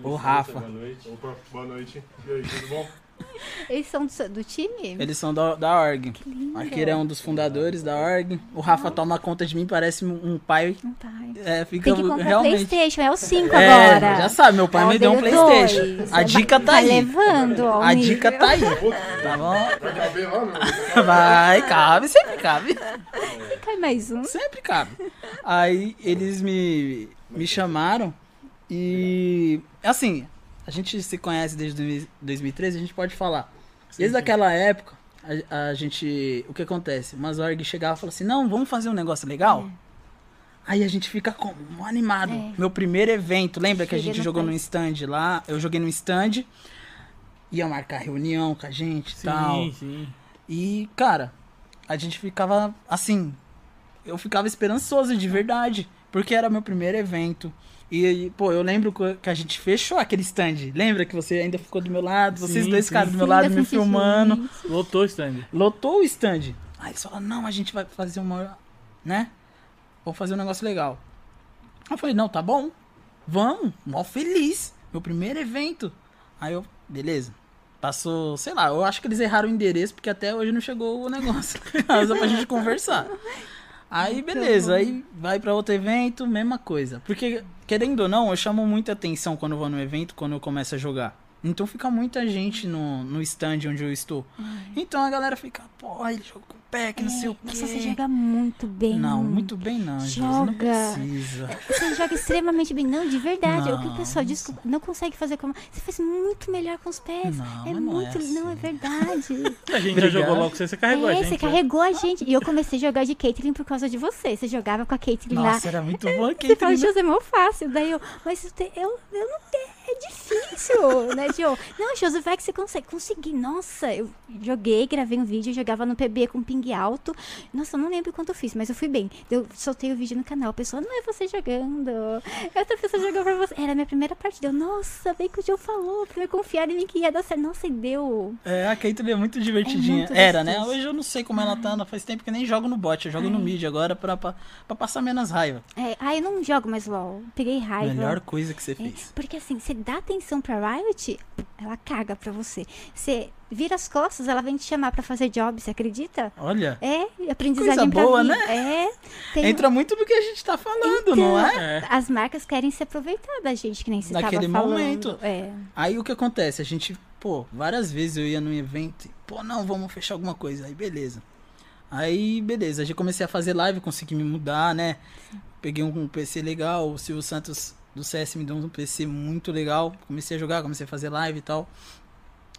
[SPEAKER 2] o Rafa.
[SPEAKER 5] Boa noite. Opa, boa noite. E aí, tudo bom?
[SPEAKER 1] Eles são do, seu- do time?
[SPEAKER 2] Eles são da, da org.
[SPEAKER 1] Lindo.
[SPEAKER 2] Akira é um dos fundadores da org. O Rafa toma conta de mim, parece um um pai.
[SPEAKER 1] Não tá.
[SPEAKER 2] É,
[SPEAKER 1] Tem
[SPEAKER 2] fica
[SPEAKER 1] que comprar
[SPEAKER 2] realmente.
[SPEAKER 1] Playstation, é o 5
[SPEAKER 2] É,
[SPEAKER 1] agora.
[SPEAKER 2] já sabe, meu pai
[SPEAKER 1] Ela
[SPEAKER 2] me deu um
[SPEAKER 1] veio dois.
[SPEAKER 2] Playstation. A dica tá
[SPEAKER 1] Tá
[SPEAKER 2] aí.
[SPEAKER 1] levando ao
[SPEAKER 2] A dica
[SPEAKER 1] nível.
[SPEAKER 2] tá aí. Tá bom?
[SPEAKER 6] Vai caber lá, não.
[SPEAKER 2] Vai, cabe, sempre cabe.
[SPEAKER 1] Cai mais um.
[SPEAKER 2] Sempre cabe. Aí eles me, me chamaram e. Assim, a gente se conhece desde 2000 2013, a gente pode falar. Desde aquela época, a, a gente. O que acontece? Umas org chegava e falava assim: não, vamos fazer um negócio legal? Aí a gente fica como? Mó animado.
[SPEAKER 1] É.
[SPEAKER 2] Meu primeiro evento, lembra que a
[SPEAKER 1] Chega
[SPEAKER 2] gente
[SPEAKER 1] no
[SPEAKER 2] jogou
[SPEAKER 1] país.
[SPEAKER 2] num stand lá? Eu joguei num stand, ia marcar reunião com a gente e
[SPEAKER 4] Sim,
[SPEAKER 2] tal.
[SPEAKER 4] sim.
[SPEAKER 2] E, cara, a gente ficava assim. Eu ficava esperançoso de verdade. Porque era meu primeiro evento. E, e, pô, eu lembro co- que a gente fechou aquele stand. Lembra que você ainda ficou do meu lado? Vocês
[SPEAKER 4] Sim,
[SPEAKER 2] dois
[SPEAKER 4] sim.
[SPEAKER 2] ficaram do meu
[SPEAKER 1] Sim, um-
[SPEAKER 2] lado
[SPEAKER 1] dessa
[SPEAKER 2] me filmando.
[SPEAKER 1] gente.
[SPEAKER 4] Lotou o stand.
[SPEAKER 2] Lotou o stand. Aí eles falaram, não, a gente vai fazer uma. Né? Vamos fazer um negócio legal. Eu falei, não, tá bom. Vamos, mó feliz. Meu primeiro evento. Aí eu, beleza. Passou, sei lá, eu acho que eles erraram o endereço, porque até hoje não chegou o negócio. Só pra gente conversar. Aí, beleza, aí vai pra outro evento, mesma coisa. Porque, querendo ou não, eu chamo muita atenção quando eu vou no evento, quando eu começo a jogar. Então fica muita gente no, no stand onde eu estou. Então a galera fica, pô, ele joga com o pé, que não
[SPEAKER 1] É,
[SPEAKER 2] sei o quê.
[SPEAKER 1] Nossa, você joga muito bem.
[SPEAKER 2] Não, muito bem não, Jesus, não
[SPEAKER 1] Hum. Joga.
[SPEAKER 2] precisa.
[SPEAKER 1] Você joga extremamente bem. Não, de verdade. É O que o pessoal
[SPEAKER 2] Não.
[SPEAKER 1] desculpa, não consegue fazer com a mão. Você fez muito melhor com os pés.
[SPEAKER 2] Não,
[SPEAKER 1] é
[SPEAKER 2] mas não é
[SPEAKER 1] muito.
[SPEAKER 2] assim.
[SPEAKER 1] Não, é verdade.
[SPEAKER 4] A gente
[SPEAKER 2] Obrigado.
[SPEAKER 4] já jogou logo com você, você carregou a
[SPEAKER 1] é,
[SPEAKER 4] gente.
[SPEAKER 1] você
[SPEAKER 4] né?
[SPEAKER 1] carregou a gente. E eu comecei a jogar de Caitlyn por causa de você. Você jogava com a Caitlyn lá.
[SPEAKER 2] Nossa, era muito bom aqui.
[SPEAKER 1] Você fala, José, é mó fácil. Daí eu, mas eu, te- eu, eu não tenho, é difícil, né, Jô? Não, José, vai que você consegue. Consegui, nossa, eu joguei, gravei um vídeo, jogava no PB com ping alto. Nossa, eu não lembro quanto eu fiz, mas eu fui bem. Eu soltei o vídeo no canal, a pessoa, não é você jogando, é outra pessoa jogando pra você. Era a minha primeira partida, eu, nossa, bem que o Jô falou, pra eu confiar em mim que ia dar certo. Nossa, e deu.
[SPEAKER 2] É, a Caitlyn é muito divertidinha.
[SPEAKER 1] É muito
[SPEAKER 2] Era, né?
[SPEAKER 1] gostoso.
[SPEAKER 2] Hoje eu não sei como ela tá, não faz tempo que eu nem jogo no bot, eu jogo no mid agora pra, pra, pra passar menos raiva.
[SPEAKER 1] É, ah, eu não jogo mais LOL, peguei raiva.
[SPEAKER 2] Melhor coisa que você
[SPEAKER 1] É,
[SPEAKER 2] fez.
[SPEAKER 1] porque assim, você dá atenção pra Riot, ela caga pra você. Você vira as costas, ela vem te chamar pra fazer job, você acredita?
[SPEAKER 2] Olha,
[SPEAKER 1] É, aprendizagem
[SPEAKER 2] Coisa
[SPEAKER 1] pra
[SPEAKER 2] boa,
[SPEAKER 1] mim.
[SPEAKER 2] né?
[SPEAKER 1] É, tem-
[SPEAKER 2] entra muito do que a gente tá falando, não é?
[SPEAKER 1] As marcas querem se aproveitar da gente, que nem você
[SPEAKER 2] Naquele
[SPEAKER 1] tava falando.
[SPEAKER 2] momento.
[SPEAKER 1] É.
[SPEAKER 2] Aí o que acontece? A gente, pô, várias vezes eu ia num evento e, pô, não, vamos fechar alguma coisa. Aí, beleza. Aí, beleza, a gente comecei a fazer live, consegui me mudar, né? Peguei um, um PC legal, o Silvio Santos do CS me deu um PC muito legal. Comecei a jogar, comecei a fazer live e tal.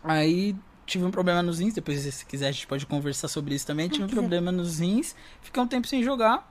[SPEAKER 2] Aí tive um problema nos rins, depois se quiser a gente pode conversar sobre isso também. Tive um
[SPEAKER 1] quiser.
[SPEAKER 2] problema nos rins, fiquei um tempo sem jogar.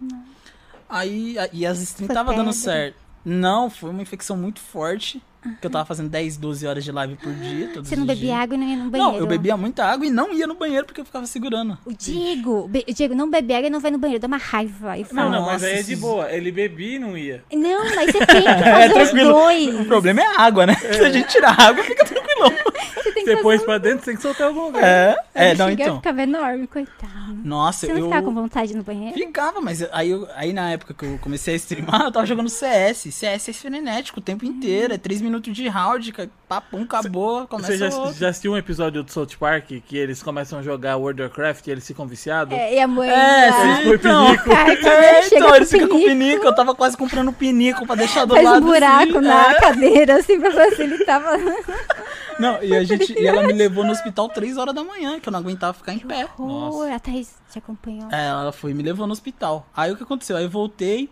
[SPEAKER 2] Aí, a- e as streams
[SPEAKER 1] Foi
[SPEAKER 2] tava dando
[SPEAKER 1] pedra.
[SPEAKER 2] certo. Não, foi uma infecção muito forte, que eu tava fazendo 10, 12 horas de live por dia, todos
[SPEAKER 1] Você não
[SPEAKER 2] os
[SPEAKER 1] bebia
[SPEAKER 2] dias.
[SPEAKER 1] água e não ia no banheiro.
[SPEAKER 2] Não, eu bebia muita água e não ia no banheiro porque eu ficava segurando.
[SPEAKER 1] O Diego, be- o Diego não bebe água e não vai no banheiro, dá uma raiva. Eu
[SPEAKER 4] Não,
[SPEAKER 1] falo,
[SPEAKER 4] não,
[SPEAKER 2] Nossa,
[SPEAKER 4] mas aí é de
[SPEAKER 2] esses-
[SPEAKER 4] boa. Ele bebia e não ia.
[SPEAKER 1] não, mas você tem que fazer os
[SPEAKER 2] É tranquilo. O
[SPEAKER 1] dois.
[SPEAKER 2] problema é a água, né? Se a gente tirar a água, fica tranquilão.
[SPEAKER 1] Você tem que
[SPEAKER 4] Você
[SPEAKER 1] fazer
[SPEAKER 4] põe
[SPEAKER 1] os-
[SPEAKER 4] pra dentro, tem que soltar algum lugar.
[SPEAKER 2] É, é,
[SPEAKER 1] Ele
[SPEAKER 2] não,
[SPEAKER 1] chega e
[SPEAKER 2] então.
[SPEAKER 1] ficava enorme, coitado.
[SPEAKER 2] Nossa,
[SPEAKER 1] Você não
[SPEAKER 2] eu...
[SPEAKER 1] ficava com vontade no banheiro?
[SPEAKER 2] Ficava, mas aí, eu- aí na época que eu comecei a streamar, eu tava jogando CS. CS é frenético o
[SPEAKER 1] Uhum.
[SPEAKER 2] tempo inteiro, é 3 minutos de round, ca- papum, acabou,
[SPEAKER 4] Você
[SPEAKER 2] começa
[SPEAKER 4] já,
[SPEAKER 2] outro.
[SPEAKER 4] já assistiu um episódio do South Park que eles começam a jogar World of Warcraft e eles ficam viciados?
[SPEAKER 1] É, e a mãe.
[SPEAKER 2] É,
[SPEAKER 1] da-
[SPEAKER 2] sim,
[SPEAKER 4] Foi
[SPEAKER 2] então,
[SPEAKER 4] pinico.
[SPEAKER 1] Caraca,
[SPEAKER 2] é,
[SPEAKER 1] chega
[SPEAKER 2] então
[SPEAKER 1] com
[SPEAKER 2] eles ficam com
[SPEAKER 1] pinico.
[SPEAKER 2] pinico, eu tava quase comprando pinico pra deixar do
[SPEAKER 1] Faz
[SPEAKER 2] lado.
[SPEAKER 1] um buraco
[SPEAKER 2] assim,
[SPEAKER 1] na
[SPEAKER 2] é.
[SPEAKER 1] cadeira, assim, pra facilitar.
[SPEAKER 2] Não, e a gente, e ela me levou no hospital 3 horas da manhã, que eu não aguentava ficar em pé.
[SPEAKER 1] É Horror, a Thaís te acompanhou.
[SPEAKER 2] É, ela foi e me levou no hospital. Aí o que aconteceu? Aí eu voltei,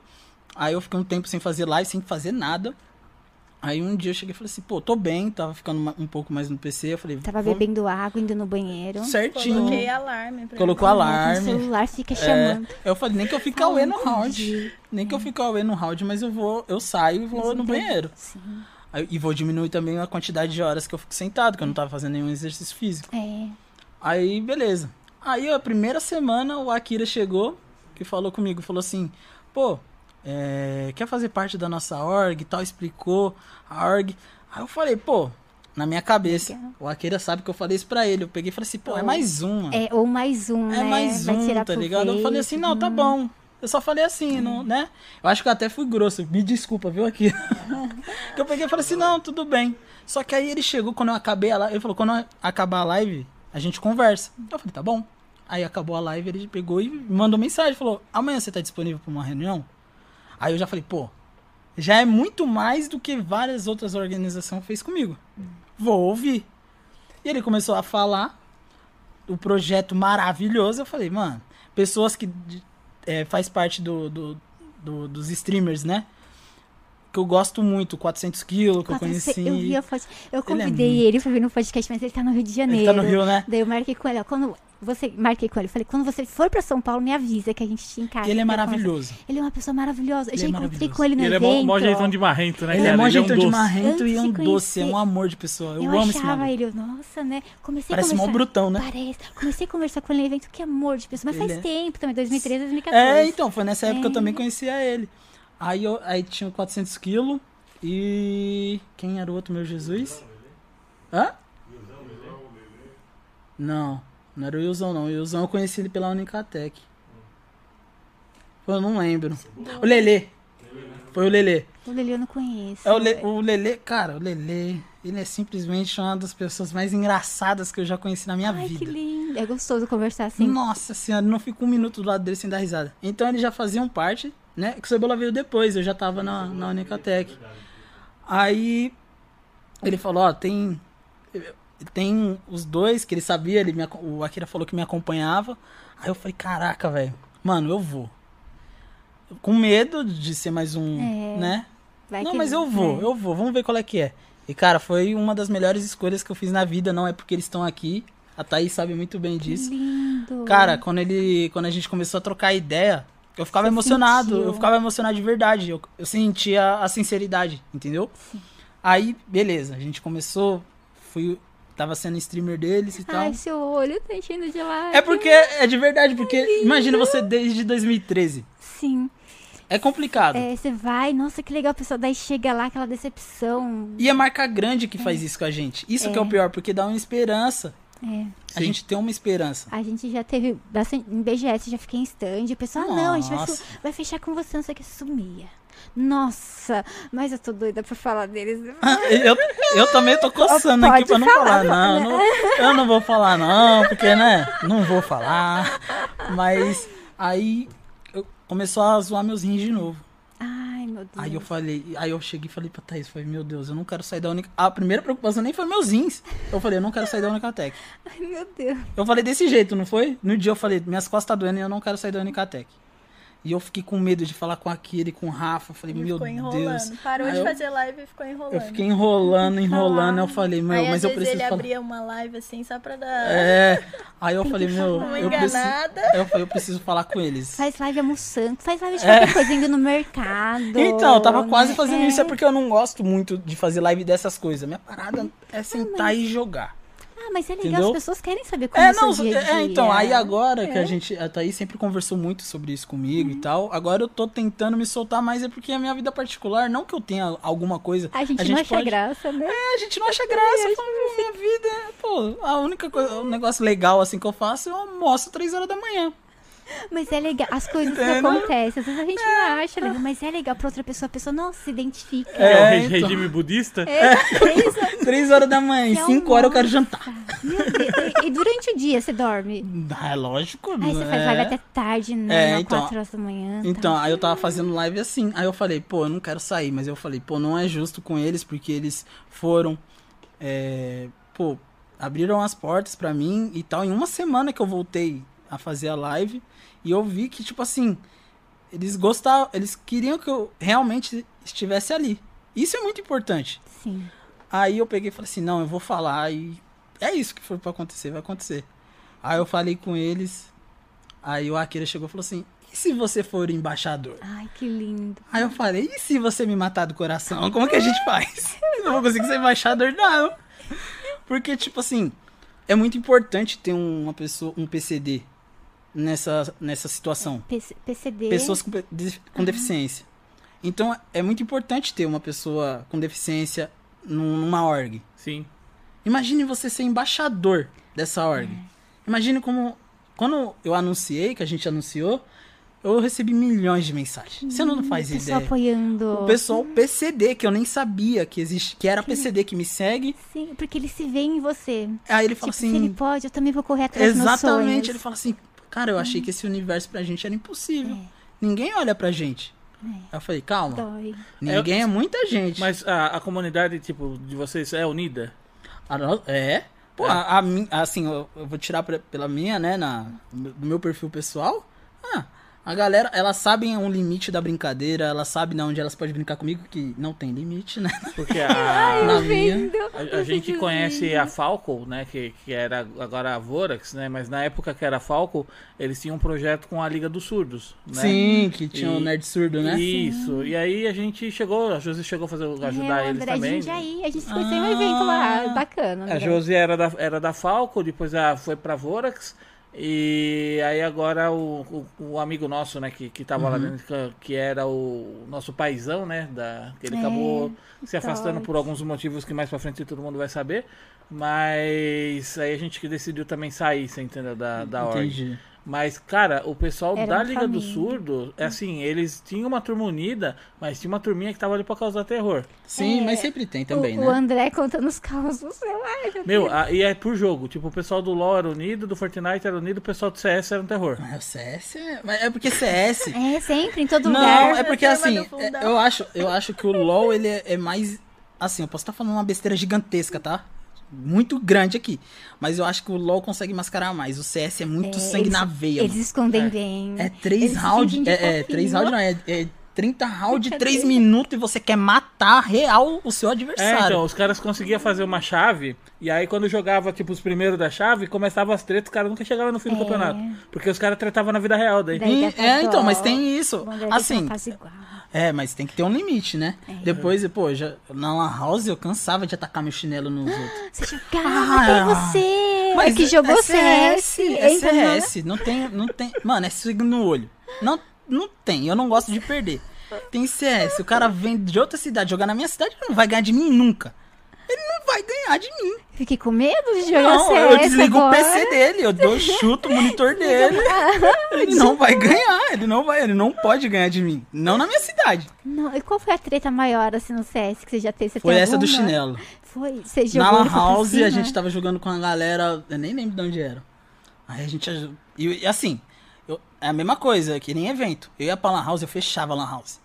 [SPEAKER 2] aí eu fiquei um tempo sem fazer live, sem fazer nada. Aí um dia eu cheguei e falei assim, pô, tô bem, tava ficando ma- um pouco mais no PC. Eu falei,
[SPEAKER 1] Tava
[SPEAKER 2] vamos-
[SPEAKER 1] bebendo água, indo no banheiro.
[SPEAKER 2] certinho.
[SPEAKER 3] Coloquei alarme pra
[SPEAKER 2] Colocou
[SPEAKER 1] Ela tá no
[SPEAKER 2] alarme.
[SPEAKER 1] celular, fica
[SPEAKER 2] É,
[SPEAKER 1] chamando.
[SPEAKER 2] eu falei, nem que eu fique away no
[SPEAKER 1] Ai,
[SPEAKER 2] round.
[SPEAKER 1] entendi.
[SPEAKER 2] Nem que eu fique away no round, mas eu vou, eu saio e vou no banheiro.
[SPEAKER 1] Sim.
[SPEAKER 2] Aí- e vou diminuir também a quantidade de horas que eu fico sentado, que eu não tava fazendo nenhum exercício físico.
[SPEAKER 1] É.
[SPEAKER 2] Aí, beleza. Aí, a primeira semana, o Akira chegou e falou comigo, falou assim, pô, é, quer fazer parte da nossa org e tal, explicou a org. Aí eu falei, pô, na minha cabeça, o Akira sabe que eu falei isso pra ele. Eu peguei e falei assim, pô, é mais uma.
[SPEAKER 1] é, ou mais um,
[SPEAKER 2] É
[SPEAKER 1] né?
[SPEAKER 2] mais
[SPEAKER 1] Vai
[SPEAKER 2] um,
[SPEAKER 1] tirar
[SPEAKER 2] tá
[SPEAKER 1] proveito.
[SPEAKER 2] ligado? Eu falei assim, não, tá
[SPEAKER 1] Hum.
[SPEAKER 2] bom. Eu só falei assim, não, né? Eu acho que eu até fui grosso. Me desculpa, viu, aqui. que eu peguei e falei assim, não, tudo bem. Só que aí ele chegou, quando eu acabei a live, ele falou, quando eu acabar a live, a gente conversa. Eu falei, tá bom. Aí acabou a live, ele pegou e me mandou mensagem, falou, amanhã você tá disponível pra uma reunião? Aí eu já falei, pô, já é muito mais do que várias outras organizações fez comigo. Vou ouvir. E ele começou a falar o projeto maravilhoso. Eu falei, mano, pessoas que de- é, faz parte do, do- do- dos streamers, né? Que eu gosto muito, 400 kg que eu
[SPEAKER 1] Quatrocentos-
[SPEAKER 2] conheci.
[SPEAKER 1] Eu vi a foto. Eu
[SPEAKER 2] Ele é
[SPEAKER 1] convidei
[SPEAKER 2] muito-
[SPEAKER 1] ele pra vir no podcast, mas ele tá no Rio de Janeiro.
[SPEAKER 2] Ele tá no Rio, né?
[SPEAKER 1] Daí eu marquei com ele, ó, quando você marquei com ele, falei, quando você for pra São Paulo, me avisa que a gente te encaixa.
[SPEAKER 2] E ele é
[SPEAKER 1] pra conversar.
[SPEAKER 2] maravilhoso.
[SPEAKER 1] Ele é uma pessoa maravilhosa. Eu
[SPEAKER 2] Ele
[SPEAKER 1] já
[SPEAKER 2] é
[SPEAKER 1] encontrei
[SPEAKER 2] maravilhoso.
[SPEAKER 1] com ele no
[SPEAKER 4] E ele é
[SPEAKER 1] evento.
[SPEAKER 4] mó, mó jeitão de marrento, né?
[SPEAKER 2] Ele é
[SPEAKER 4] cara?
[SPEAKER 2] mó
[SPEAKER 4] um
[SPEAKER 2] jeitão de
[SPEAKER 4] doce.
[SPEAKER 2] marrento
[SPEAKER 1] Antes
[SPEAKER 2] e
[SPEAKER 1] de
[SPEAKER 2] é um doce, é um
[SPEAKER 1] conhecer-
[SPEAKER 2] amor de pessoa. Eu,
[SPEAKER 1] Eu,
[SPEAKER 2] amo esse
[SPEAKER 1] achava
[SPEAKER 2] maluco.
[SPEAKER 1] ele, eu, nossa, né? Comecei
[SPEAKER 2] Parece
[SPEAKER 1] a
[SPEAKER 2] mó
[SPEAKER 1] conversar.
[SPEAKER 2] brutão, né?
[SPEAKER 1] Parece. Comecei a conversar com ele no evento, que amor de pessoa. Mas
[SPEAKER 2] Ele
[SPEAKER 1] faz
[SPEAKER 2] é.
[SPEAKER 1] tempo também, 2013, 2014.
[SPEAKER 2] É, então, foi nessa época que eu
[SPEAKER 1] É.
[SPEAKER 2] também conhecia ele. Aí, eu, aí tinha 400 quilos e... Quem era o outro, meu Jesus? Hã? Não, não era o Wilson, não. O Wilson eu conheci ele pela Unicatec. Pô, eu não lembro. O Lelê. Foi o Lelê.
[SPEAKER 1] O Lelê eu não conheço.
[SPEAKER 2] É o, Le, o Lelê, cara, o Lelê, ele é simplesmente uma das pessoas mais engraçadas que eu já conheci na minha
[SPEAKER 1] Ai,
[SPEAKER 2] vida.
[SPEAKER 1] que lindo. É gostoso conversar assim.
[SPEAKER 2] Nossa senhora, não fico um minuto do lado dele sem dar risada. Então eles já faziam parte, né? Que o Cebola veio depois, eu já tava na, na Unicatec. Aí ele falou, ó, tem. Tem os dois que ele sabia, ele me, aco- o Akira falou que me acompanhava. Aí eu falei, caraca, velho, mano, eu vou. Com medo de ser mais um,
[SPEAKER 1] É.
[SPEAKER 2] né?
[SPEAKER 1] Vai
[SPEAKER 2] não,
[SPEAKER 1] que- é. né?"
[SPEAKER 2] mas eu vou, eu vou, vamos ver qual é que é. E, cara, foi uma das melhores escolhas que eu fiz na vida, não é porque eles estão aqui. A Thaís sabe muito bem
[SPEAKER 1] Que
[SPEAKER 2] disso.
[SPEAKER 1] lindo.
[SPEAKER 2] Cara, quando ele. Quando a gente começou a trocar ideia, eu ficava
[SPEAKER 1] Você
[SPEAKER 2] emocionado.
[SPEAKER 1] sentiu.
[SPEAKER 2] Eu ficava emocionado de verdade. Eu, eu sentia a sinceridade, entendeu? Aí, beleza, a gente começou. Fui. Tava sendo streamer deles e tal.
[SPEAKER 1] Ai, seu olho tá enchendo de lágrimas.
[SPEAKER 2] então. É porque é de verdade, porque imagina você desde 2013.
[SPEAKER 1] Sim.
[SPEAKER 2] É complicado.
[SPEAKER 1] É, você vai, nossa, que legal, pessoal. Daí chega lá aquela decepção.
[SPEAKER 2] E é marca grande que faz isso com a gente. Isso que é o pior, porque dá uma esperança.
[SPEAKER 1] É.
[SPEAKER 2] A gente tem uma esperança.
[SPEAKER 1] A gente já teve bastante. Em BGS já fiquei em stand. O pessoal, ah, não, a gente vai, su- vai fechar com você, não sei o que, sumia. Nossa, mas eu tô doida pra falar deles.
[SPEAKER 2] Eu, eu também tô coçando
[SPEAKER 1] Pode
[SPEAKER 2] aqui pra não falar,
[SPEAKER 1] falar, né?
[SPEAKER 2] não, não. Eu não vou falar, não, porque, né? Não vou falar. Mas aí eu- começou a zoar meus rins de novo.
[SPEAKER 1] Ai, meu Deus.
[SPEAKER 2] Aí eu falei, aí eu cheguei e falei pra Thaís, falei, meu Deus, eu não quero sair da única. A primeira preocupação nem foi meus rins. Eu falei, eu não quero sair da única tech.
[SPEAKER 1] Ai, meu Deus.
[SPEAKER 2] Eu falei desse jeito, não foi? No dia eu falei, minhas costas tá doendo e eu não quero sair da Unicatec. E eu fiquei com medo de falar com aquele, com o Rafa. Eu Falei,
[SPEAKER 3] Ele
[SPEAKER 2] meu
[SPEAKER 3] ficou enrolando.
[SPEAKER 2] Deus.
[SPEAKER 3] Parou
[SPEAKER 2] Aí
[SPEAKER 3] de
[SPEAKER 2] eu-
[SPEAKER 3] fazer live e ficou enrolando.
[SPEAKER 2] Eu fiquei enrolando, enrolando. Eu falei, meu,
[SPEAKER 3] Aí,
[SPEAKER 2] mas eu
[SPEAKER 3] às vezes
[SPEAKER 2] preciso
[SPEAKER 3] ele
[SPEAKER 2] falar.
[SPEAKER 3] abria uma live assim só pra dar
[SPEAKER 2] É. Aí eu falei,
[SPEAKER 1] que
[SPEAKER 2] meu,
[SPEAKER 1] falar.
[SPEAKER 3] uma
[SPEAKER 2] eu preciso,
[SPEAKER 3] enganada.
[SPEAKER 2] eu falei, eu preciso falar com eles.
[SPEAKER 1] Faz live almoçando, faz live de qualquer coisa indo no mercado.
[SPEAKER 2] É. Então, eu tava
[SPEAKER 1] né?
[SPEAKER 2] quase fazendo
[SPEAKER 1] É.
[SPEAKER 2] isso, é porque eu não gosto muito de fazer live dessas coisas. Minha parada é sentar e jogar.
[SPEAKER 1] Ah, mas é legal,
[SPEAKER 2] Entendeu?
[SPEAKER 1] as pessoas querem saber como é,
[SPEAKER 2] É,
[SPEAKER 1] o seu
[SPEAKER 2] não,
[SPEAKER 1] dia a
[SPEAKER 2] é,
[SPEAKER 1] dia. É.
[SPEAKER 2] então, aí agora que a gente, a Thaís sempre conversou muito sobre isso comigo
[SPEAKER 1] Uhum.
[SPEAKER 2] e tal, agora eu tô tentando me soltar mais, é porque a minha vida particular, não que eu tenha alguma coisa...
[SPEAKER 1] A gente não acha
[SPEAKER 2] pode-
[SPEAKER 1] graça, né?
[SPEAKER 2] É, a gente não acha graça, eu falo, "Meu, minha vida, é, pô, a única coisa, um negócio legal assim que eu faço, eu almoço três horas da manhã.
[SPEAKER 1] Mas é legal, as coisas que
[SPEAKER 2] Entendeu?
[SPEAKER 1] acontecem, às vezes a gente não acha, legal, mas é legal pra outra pessoa, a pessoa não se identifica.
[SPEAKER 4] Que é o
[SPEAKER 2] É,
[SPEAKER 4] re-
[SPEAKER 2] então.
[SPEAKER 4] regime budista?
[SPEAKER 2] Três horas da manhã, e
[SPEAKER 1] Que
[SPEAKER 2] cinco horas eu quero jantar.
[SPEAKER 1] Meu Deus, e, e durante o dia você dorme?
[SPEAKER 2] Ah, é lógico,
[SPEAKER 1] Aí você faz
[SPEAKER 2] é.
[SPEAKER 1] live até tarde,
[SPEAKER 2] É,
[SPEAKER 1] né?
[SPEAKER 2] então.
[SPEAKER 1] 4 horas da manhã. tá?
[SPEAKER 2] Então, aí eu tava fazendo live assim. Aí eu falei, pô, eu não quero sair. Mas eu falei, pô, não é justo com eles, porque eles foram. é, pô, abriram as portas pra mim e tal. Em uma semana que eu voltei a fazer a live. E eu vi que, tipo assim, eles gostavam. Eles queriam que eu realmente estivesse ali. Isso é muito importante.
[SPEAKER 1] Sim.
[SPEAKER 2] Aí eu peguei e falei assim, não, eu vou falar e é isso que foi pra acontecer, vai acontecer. Aí eu falei com eles, aí o Akira chegou e falou assim, e se você for embaixador?
[SPEAKER 1] Ai, que lindo.
[SPEAKER 2] Aí eu falei, e se você me matar do coração? Como que a gente faz? Eu não vou conseguir ser embaixador, não. Porque, tipo assim, é muito importante ter uma pessoa, um PCD nessa, nessa situação.
[SPEAKER 1] PC- PCD.
[SPEAKER 2] Pessoas com, pe- de- com deficiência. Então, é muito importante ter uma pessoa com deficiência num- numa org.
[SPEAKER 4] Sim.
[SPEAKER 2] Imagine você ser embaixador
[SPEAKER 1] É.
[SPEAKER 2] dessa org. Imagine como. Quando eu anunciei, que a gente anunciou, Eu recebi milhões de mensagens. Você não faz
[SPEAKER 1] Hum, Pessoal
[SPEAKER 2] ideia.
[SPEAKER 1] apoiando.
[SPEAKER 2] O pessoal PCD, que eu nem sabia que existe, que era PCD que me segue.
[SPEAKER 1] Sim, porque ele se vê em você.
[SPEAKER 2] Aí ele
[SPEAKER 1] Tipo,
[SPEAKER 2] fala
[SPEAKER 1] se ele
[SPEAKER 2] assim.
[SPEAKER 1] pode, eu também vou correr atrás dos meus sonhos.
[SPEAKER 2] Exatamente. Ele fala assim, cara, eu achei que esse universo pra gente era impossível.
[SPEAKER 1] É.
[SPEAKER 2] Ninguém olha pra gente. Aí eu falei, calma.
[SPEAKER 1] Dói.
[SPEAKER 2] Ninguém é muita gente.
[SPEAKER 4] Mas a, a comunidade, tipo, de vocês é unida?
[SPEAKER 2] A no- É. Pô, A, a mi- assim, eu, eu vou tirar pra- pela minha, né, na, do meu perfil pessoal. Ah, a galera, elas sabem um limite da brincadeira, elas sabem de onde elas podem brincar comigo, que não tem limite, né?
[SPEAKER 4] Porque a,
[SPEAKER 2] Na né?
[SPEAKER 1] Vendo
[SPEAKER 4] a, a
[SPEAKER 1] os
[SPEAKER 4] gente
[SPEAKER 1] videozinhos.
[SPEAKER 4] conhece a Falco, né? Que, que era agora a Vorax, né? Mas na época que era a Falco, eles tinham um projeto com a Liga dos Surdos, né?
[SPEAKER 2] Sim, que tinha um
[SPEAKER 4] E-
[SPEAKER 2] nerd surdo, né?
[SPEAKER 4] Isso. E aí a gente chegou, a Josi chegou a fazer, ajudar
[SPEAKER 1] é, o
[SPEAKER 4] eles
[SPEAKER 1] André de
[SPEAKER 4] também. né?
[SPEAKER 1] Jundiaí, a gente se conheceu em um evento lá, bacana.
[SPEAKER 4] A
[SPEAKER 1] André.
[SPEAKER 4] Josi era da, era da Falco, depois ela foi pra Vorax. E aí agora o, o, o amigo nosso, né, que, que tava lá
[SPEAKER 1] Uhum.
[SPEAKER 4] dentro, que- que era o nosso paizão, né? Da, que ele
[SPEAKER 1] É,
[SPEAKER 4] acabou se afastando
[SPEAKER 1] Todd.
[SPEAKER 4] por alguns motivos que mais pra frente todo mundo vai saber. Mas aí a gente que decidiu também sair, você entendeu? Da, da org.
[SPEAKER 2] Entendi.
[SPEAKER 4] Mas, cara, o pessoal
[SPEAKER 1] Era
[SPEAKER 4] da
[SPEAKER 1] uma
[SPEAKER 4] Liga do
[SPEAKER 1] família.
[SPEAKER 4] Surdo, é assim, eles tinham uma turma unida, mas tinha uma turminha que tava ali pra causar terror.
[SPEAKER 2] Sim,
[SPEAKER 1] É,
[SPEAKER 2] mas sempre tem também,
[SPEAKER 1] o,
[SPEAKER 2] né?
[SPEAKER 1] o André contando os causos. Eu, ai, meu
[SPEAKER 4] Meu, a- e é por jogo. Tipo, o pessoal do LoL era unido, do Fortnite era unido, o pessoal do CS era um terror.
[SPEAKER 2] Ah, o CS é... mas é porque CS...
[SPEAKER 1] É, sempre, em todo
[SPEAKER 2] Não,
[SPEAKER 1] lugar.
[SPEAKER 2] é porque
[SPEAKER 3] Turma do
[SPEAKER 2] assim,
[SPEAKER 1] né?
[SPEAKER 3] fundão.
[SPEAKER 2] é- eu acho, eu acho que o LoL ele é, é mais assim, eu posso estar falando uma besteira gigantesca, tá? Muito grande aqui, mas eu acho que o LoL consegue mascarar mais. O CS é muito
[SPEAKER 1] É,
[SPEAKER 2] sangue
[SPEAKER 1] eles-
[SPEAKER 2] na veia.
[SPEAKER 1] Eles escondem
[SPEAKER 4] É.
[SPEAKER 1] bem.
[SPEAKER 2] mano. É três
[SPEAKER 1] eles fingem
[SPEAKER 2] rounds,
[SPEAKER 1] de
[SPEAKER 2] é, é três
[SPEAKER 1] fofinho.
[SPEAKER 2] rounds não é, é 30 rounds de 3 minutos e você quer matar real o seu
[SPEAKER 4] É,
[SPEAKER 2] adversário.
[SPEAKER 4] então, os caras conseguiam fazer uma chave, e aí quando jogava, tipo, os primeiros da chave, começava as tretas, os caras nunca chegavam no fim do
[SPEAKER 1] É.
[SPEAKER 4] campeonato. Porque os caras tretavam na vida real daí.
[SPEAKER 1] Daí-
[SPEAKER 2] E-
[SPEAKER 1] dá pra
[SPEAKER 2] é, então,
[SPEAKER 1] dó.
[SPEAKER 2] mas tem isso.
[SPEAKER 1] O André
[SPEAKER 2] Assim,
[SPEAKER 1] faz igual.
[SPEAKER 2] É, mas tem que ter um limite, né?
[SPEAKER 1] É.
[SPEAKER 2] Depois, pô, já, na Lan House eu cansava de atacar meu chinelo nos outros.
[SPEAKER 1] Você jogava, tem você! Mas que
[SPEAKER 2] é-
[SPEAKER 1] jogou
[SPEAKER 2] Ah, é
[SPEAKER 1] CS.
[SPEAKER 2] É
[SPEAKER 1] entra no-
[SPEAKER 2] CS. Não tem, não tem. Mano, é sangue no olho. Não, não tem. Eu não gosto de perder. Tem CS. O cara vem de outra cidade jogar na minha cidade ele não vai ganhar de mim nunca. Ele não vai ganhar de mim.
[SPEAKER 1] Fiquei com medo de jogar
[SPEAKER 2] Não,
[SPEAKER 1] CS
[SPEAKER 2] eu desligo
[SPEAKER 1] agora.
[SPEAKER 2] o PC dele, eu dou chuto o monitor dele. Ele não vai ganhar, ele não vai, ele não pode ganhar de mim. Não na minha cidade.
[SPEAKER 1] Não, e qual foi a treta maior, assim, no CS que você já teve? Você
[SPEAKER 2] Foi
[SPEAKER 1] tem
[SPEAKER 2] essa do
[SPEAKER 1] alguma?
[SPEAKER 2] chinelo.
[SPEAKER 1] Foi. Você jogou é.
[SPEAKER 2] Na Lan
[SPEAKER 1] ele foi pra
[SPEAKER 2] House, a
[SPEAKER 1] cima?
[SPEAKER 2] gente tá tava jogando com a galera, eu nem lembro de onde era. Aí a gente. aj- E, e assim, eu- é a mesma coisa, que nem evento. Eu ia pra Lan House, eu fechava a Lan House.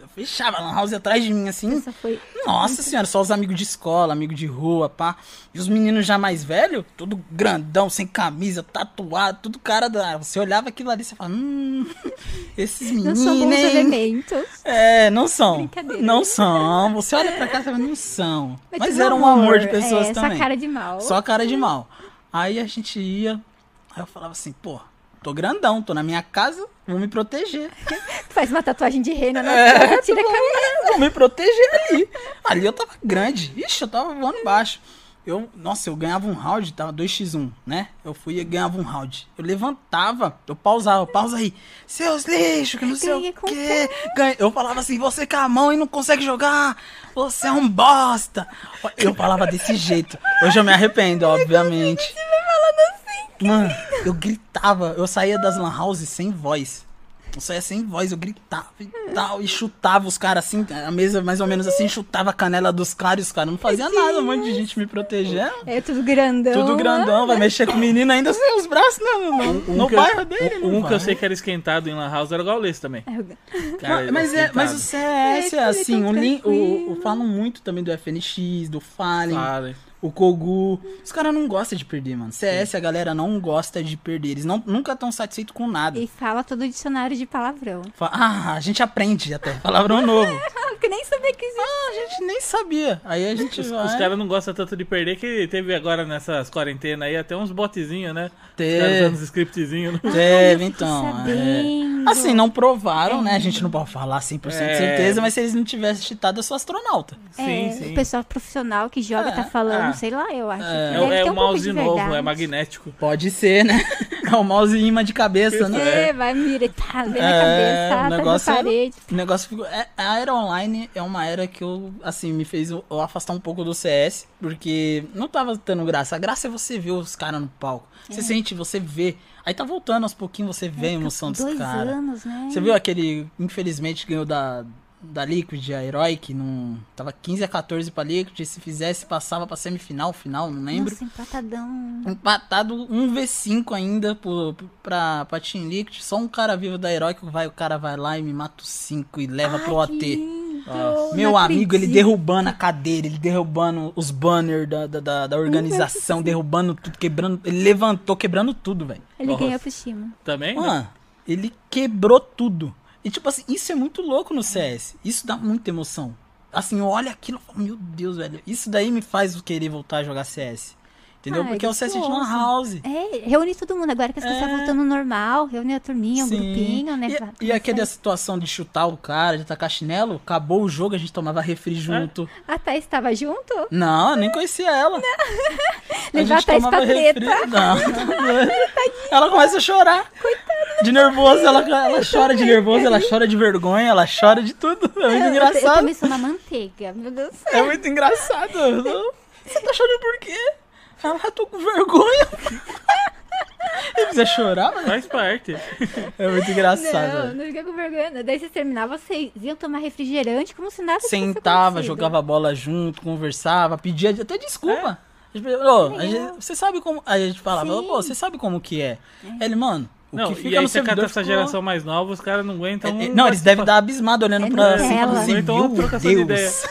[SPEAKER 2] Eu fechava a Lan House atrás de mim, assim.
[SPEAKER 1] Essa foi...
[SPEAKER 2] Nossa senhora, só os amigos de escola, amigo de rua, pá. E os meninos já mais velhos, tudo grandão, sem camisa, tatuado, tudo cara da. Você olhava aquilo ali e você falava, hum, esses
[SPEAKER 1] Não
[SPEAKER 2] meninos.
[SPEAKER 1] são bons
[SPEAKER 2] hein?"
[SPEAKER 1] elementos.
[SPEAKER 2] É, não são.
[SPEAKER 1] Brincadeira.
[SPEAKER 2] Não são. Você olha pra cá e fala, não são. Mas,
[SPEAKER 1] tudo
[SPEAKER 2] era um amor de pessoas
[SPEAKER 1] é,
[SPEAKER 2] também.
[SPEAKER 1] Essa cara de mal.
[SPEAKER 2] Só cara de mal. Aí a gente ia, aí eu falava assim, pô, tô grandão, tô na minha casa, vou me proteger.
[SPEAKER 1] Faz uma tatuagem de rena na
[SPEAKER 2] É,
[SPEAKER 1] cara, tira a camisa.
[SPEAKER 2] Vou me proteger ali. Ali eu tava grande. Ixi, eu tava voando baixo. Eu, nossa, eu ganhava um round, tava 2x1, né? Eu fui e ganhava um round. Eu levantava, eu pausava, pausa aí. Seus lixos, que não sei
[SPEAKER 1] Ganhei
[SPEAKER 2] o
[SPEAKER 1] com
[SPEAKER 2] quê. Ganhei. Eu falava assim, você com a mão e não consegue jogar. Você é um bosta. Eu falava desse jeito. Hoje eu me arrependo, obviamente. Mano, eu gritava, eu saía das lan houses sem voz. Eu saía sem voz, eu gritava e tal, e chutava os caras assim, a mesa mais ou menos assim, chutava a canela dos caras, e os caras não faziam nada, um monte de gente me protegendo.
[SPEAKER 1] É tudo grandão.
[SPEAKER 2] Tudo grandão, vai mexer com o menino ainda sem os braços não, não, não, no
[SPEAKER 4] que eu-
[SPEAKER 2] bairro dele.
[SPEAKER 4] um
[SPEAKER 2] não
[SPEAKER 4] que
[SPEAKER 2] vai.
[SPEAKER 4] eu sei tá que era esquentado em La House era o Gaules também. Cara,
[SPEAKER 2] Mas,
[SPEAKER 4] ele
[SPEAKER 2] mas é, mas o
[SPEAKER 4] esquentado.
[SPEAKER 2] CS é
[SPEAKER 1] É,
[SPEAKER 2] assim,
[SPEAKER 1] tão
[SPEAKER 2] o, lin, o, o
[SPEAKER 1] tranquilo.
[SPEAKER 2] falam muito também do FNX, do Fallen,
[SPEAKER 4] Fala, hein?
[SPEAKER 2] o Kogu. Os caras não gostam de perder, mano. CS, a galera não gosta de perder. Eles não, nunca estão satisfeitos com nada.
[SPEAKER 1] E fala todo o dicionário de palavrão.
[SPEAKER 2] Fala, Ah, a gente aprende até. Palavrão novo.
[SPEAKER 1] Ah, que nem sabia que existia.
[SPEAKER 2] Ah, a gente nem sabia. Aí a gente
[SPEAKER 4] Os,
[SPEAKER 2] vai.
[SPEAKER 4] os caras não gostam tanto de perder que teve agora nessas quarentenas aí até uns botezinhos, né? Os caras usando
[SPEAKER 2] Teve,
[SPEAKER 4] uns scriptzinhos. né?
[SPEAKER 2] teve,
[SPEAKER 1] Tô
[SPEAKER 2] então. é.
[SPEAKER 1] sabendo.
[SPEAKER 2] Assim, não provaram, né? A gente não pode falar 100% de
[SPEAKER 4] É.
[SPEAKER 2] certeza, mas se eles não tivessem chitado, eu sou astronauta.
[SPEAKER 1] É, O pessoal profissional que joga
[SPEAKER 2] É,
[SPEAKER 1] tá falando,
[SPEAKER 4] ah.
[SPEAKER 1] sei lá, eu acho. que
[SPEAKER 4] É,
[SPEAKER 1] deve
[SPEAKER 4] é
[SPEAKER 1] ter
[SPEAKER 4] o
[SPEAKER 1] um pouco
[SPEAKER 4] mouse
[SPEAKER 1] de
[SPEAKER 4] novo,
[SPEAKER 1] verdade.
[SPEAKER 4] é magnético.
[SPEAKER 2] Pode ser, né? Dá o mouse imã de cabeça, né?
[SPEAKER 1] É, vai, mira, tá, vem na
[SPEAKER 2] É,
[SPEAKER 1] cabeça,
[SPEAKER 2] o
[SPEAKER 1] tá
[SPEAKER 2] negócio
[SPEAKER 1] na
[SPEAKER 2] é-
[SPEAKER 1] parede.
[SPEAKER 2] O negócio ficou. é, A era online é uma era que eu, assim, me fez eu eu afastar um pouco do CS, porque não tava tendo graça. A graça é você ver os caras no palco.
[SPEAKER 1] É.
[SPEAKER 2] Você sente, você vê. Aí tá voltando aos pouquinhos, você vê a emoção dos
[SPEAKER 1] Dois
[SPEAKER 2] caras.
[SPEAKER 1] anos, né?
[SPEAKER 2] Você viu aquele, infelizmente, ganhou da, da Liquid, a Herói, que não. Tava 15 a 14 pra Liquid. Se fizesse, passava pra semifinal, final, não lembro.
[SPEAKER 1] Nossa, empatadão.
[SPEAKER 2] Empatado 1v5 ainda pro, pra, pra Team Liquid. Só um cara vivo da Heroic vai, o cara vai lá e me mata os 5 e leva pro
[SPEAKER 1] Ai,
[SPEAKER 2] OT.
[SPEAKER 1] que lindo,
[SPEAKER 4] Nossa.
[SPEAKER 2] Meu
[SPEAKER 1] não
[SPEAKER 2] amigo, ele
[SPEAKER 1] acredito.
[SPEAKER 2] derrubando a cadeira, ele derrubando os banners da, da, da, da organização, derrubando tudo, quebrando. Ele levantou, quebrando tudo, velho.
[SPEAKER 1] Ele
[SPEAKER 4] Nossa.
[SPEAKER 1] ganhou pro Shima.
[SPEAKER 4] Também? né?
[SPEAKER 2] Mano, ele quebrou tudo. E tipo assim, isso é muito louco no CS. Isso dá muita emoção. Assim, eu olho aquilo e falo, meu Deus, velho. Isso daí me faz querer voltar a jogar CS. Entendeu?
[SPEAKER 1] Ai,
[SPEAKER 2] Porque é o CS de
[SPEAKER 1] Ah, gostoso.
[SPEAKER 2] Lan House.
[SPEAKER 1] É, reúne todo mundo agora que as coisas
[SPEAKER 2] É.
[SPEAKER 1] estão voltando ao normal, reúne a turminha, um
[SPEAKER 2] Sim.
[SPEAKER 1] grupinho, né?
[SPEAKER 2] E-
[SPEAKER 1] pra-
[SPEAKER 2] E, aquela situação de chutar o cara, de tacar chinelo, acabou o jogo, a gente tomava refri junto.
[SPEAKER 1] A Thaís estava junto?
[SPEAKER 2] Não, eu nem conhecia ela.
[SPEAKER 1] Levar a Thaís pra treta.
[SPEAKER 2] Não, tá doido. ela começa a chorar. De nervoso, ela, ela chora de nervoso, ela chora de vergonha, ela chora de tudo. É muito
[SPEAKER 1] Eu- Eu, eu
[SPEAKER 2] engraçado.
[SPEAKER 1] tomei só uma manteiga, meu Deus do céu.
[SPEAKER 2] É muito engraçado. Você tá chorando por quê? Ela, eu tô com vergonha. Ele precisa chorar, mas
[SPEAKER 4] Faz parte.
[SPEAKER 2] é muito engraçado.
[SPEAKER 1] Não, não fica com vergonha. não. Daí vocês terminavam, vocês iam tomar refrigerante como se nada tivesse
[SPEAKER 2] sentava,
[SPEAKER 1] acontecido.
[SPEAKER 2] jogava bola junto, conversava, pedia até desculpa. A gente, "Ô, a gente- você sabe como. A gente falava,
[SPEAKER 1] É? Sim.
[SPEAKER 2] pô, você sabe como que é. Ele, mano, o
[SPEAKER 4] Não,
[SPEAKER 2] que fica
[SPEAKER 4] e aí
[SPEAKER 2] no
[SPEAKER 4] você cata
[SPEAKER 2] servidor
[SPEAKER 4] essa
[SPEAKER 2] ficou-
[SPEAKER 4] geração mais nova, os caras não
[SPEAKER 2] É,
[SPEAKER 4] aguentam.
[SPEAKER 2] é,
[SPEAKER 4] um-
[SPEAKER 2] não, eles devem dar abismado olhando pra
[SPEAKER 1] Nutella.
[SPEAKER 2] assim, assim,
[SPEAKER 4] Então,
[SPEAKER 2] meu
[SPEAKER 4] trocação de
[SPEAKER 2] Deus.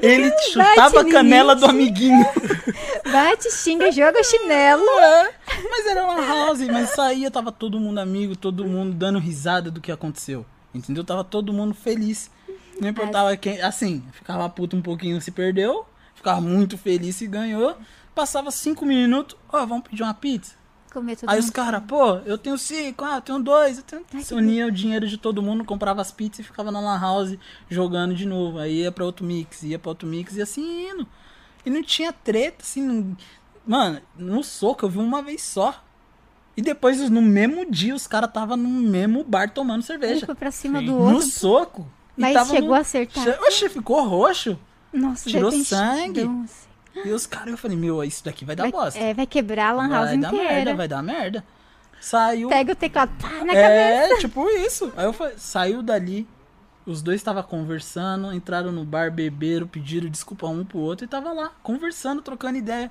[SPEAKER 2] Ele chutava a
[SPEAKER 1] limite.
[SPEAKER 2] canela do amiguinho.
[SPEAKER 1] Bate, xinga, joga chinelo.
[SPEAKER 2] É. Mas era uma house, mas saía, tava todo mundo amigo, todo mundo dando risada do que aconteceu. Entendeu? Tava todo mundo feliz. Não importava quem. Assim, ficava puto um pouquinho se perdeu, ficava muito feliz se ganhou. Passava cinco minutos, ó, vamos pedir uma pizza.
[SPEAKER 1] Comer tudo. um
[SPEAKER 2] Aí os caras, pô, eu tenho cinco, ah, eu tenho dois, eu tenho.
[SPEAKER 1] Uhum. Ai,
[SPEAKER 2] Se
[SPEAKER 1] que
[SPEAKER 2] unia o dinheiro de todo mundo, comprava as pizzas e ficava na Lan House jogando de novo. Aí ia pra outro mix, ia pra outro mix e assim indo. E não tinha treta, assim. não- Mano, no soco eu vi uma vez só. E depois, no mesmo dia, os caras tava no mesmo bar tomando
[SPEAKER 1] um
[SPEAKER 2] cerveja.
[SPEAKER 1] foi pra cima
[SPEAKER 4] Sim.
[SPEAKER 1] do
[SPEAKER 2] No
[SPEAKER 1] outro.
[SPEAKER 2] soco. E
[SPEAKER 1] Uhum. Mas
[SPEAKER 2] tava
[SPEAKER 1] chegou
[SPEAKER 2] no-
[SPEAKER 1] a acertar. assim?
[SPEAKER 2] Che- Oxe, ficou roxo.
[SPEAKER 1] Nossa, daí
[SPEAKER 2] tirou
[SPEAKER 1] tem
[SPEAKER 2] sangue.
[SPEAKER 1] xingão, assim.
[SPEAKER 2] E os caras, eu falei, meu, isso daqui vai dar
[SPEAKER 1] Vai,
[SPEAKER 2] bosta.
[SPEAKER 1] é, vai quebrar a lan house
[SPEAKER 2] vai dar merda,
[SPEAKER 1] inteira.
[SPEAKER 2] vai dar merda. Saiu.
[SPEAKER 1] Pega o teclado, pá, na cabeça.
[SPEAKER 2] É, tipo isso. Aí eu falei, saiu dali, os dois estavam conversando, entraram no bar, beberam, pediram desculpa um pro outro e tava lá, conversando, trocando ideia.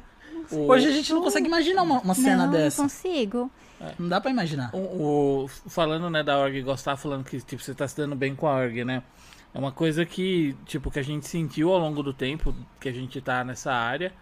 [SPEAKER 2] Hoje a gente não consegue imaginar uma, uma cena
[SPEAKER 1] não,
[SPEAKER 2] dessa.
[SPEAKER 1] não
[SPEAKER 2] Não,
[SPEAKER 1] consigo.
[SPEAKER 2] dá pra imaginar.
[SPEAKER 4] O, o- falando, né, da org, gostar falando que tipo, você tá se dando bem com a org, né? É uma coisa que, tipo, que a gente sentiu ao longo do tempo que a gente tá nessa área,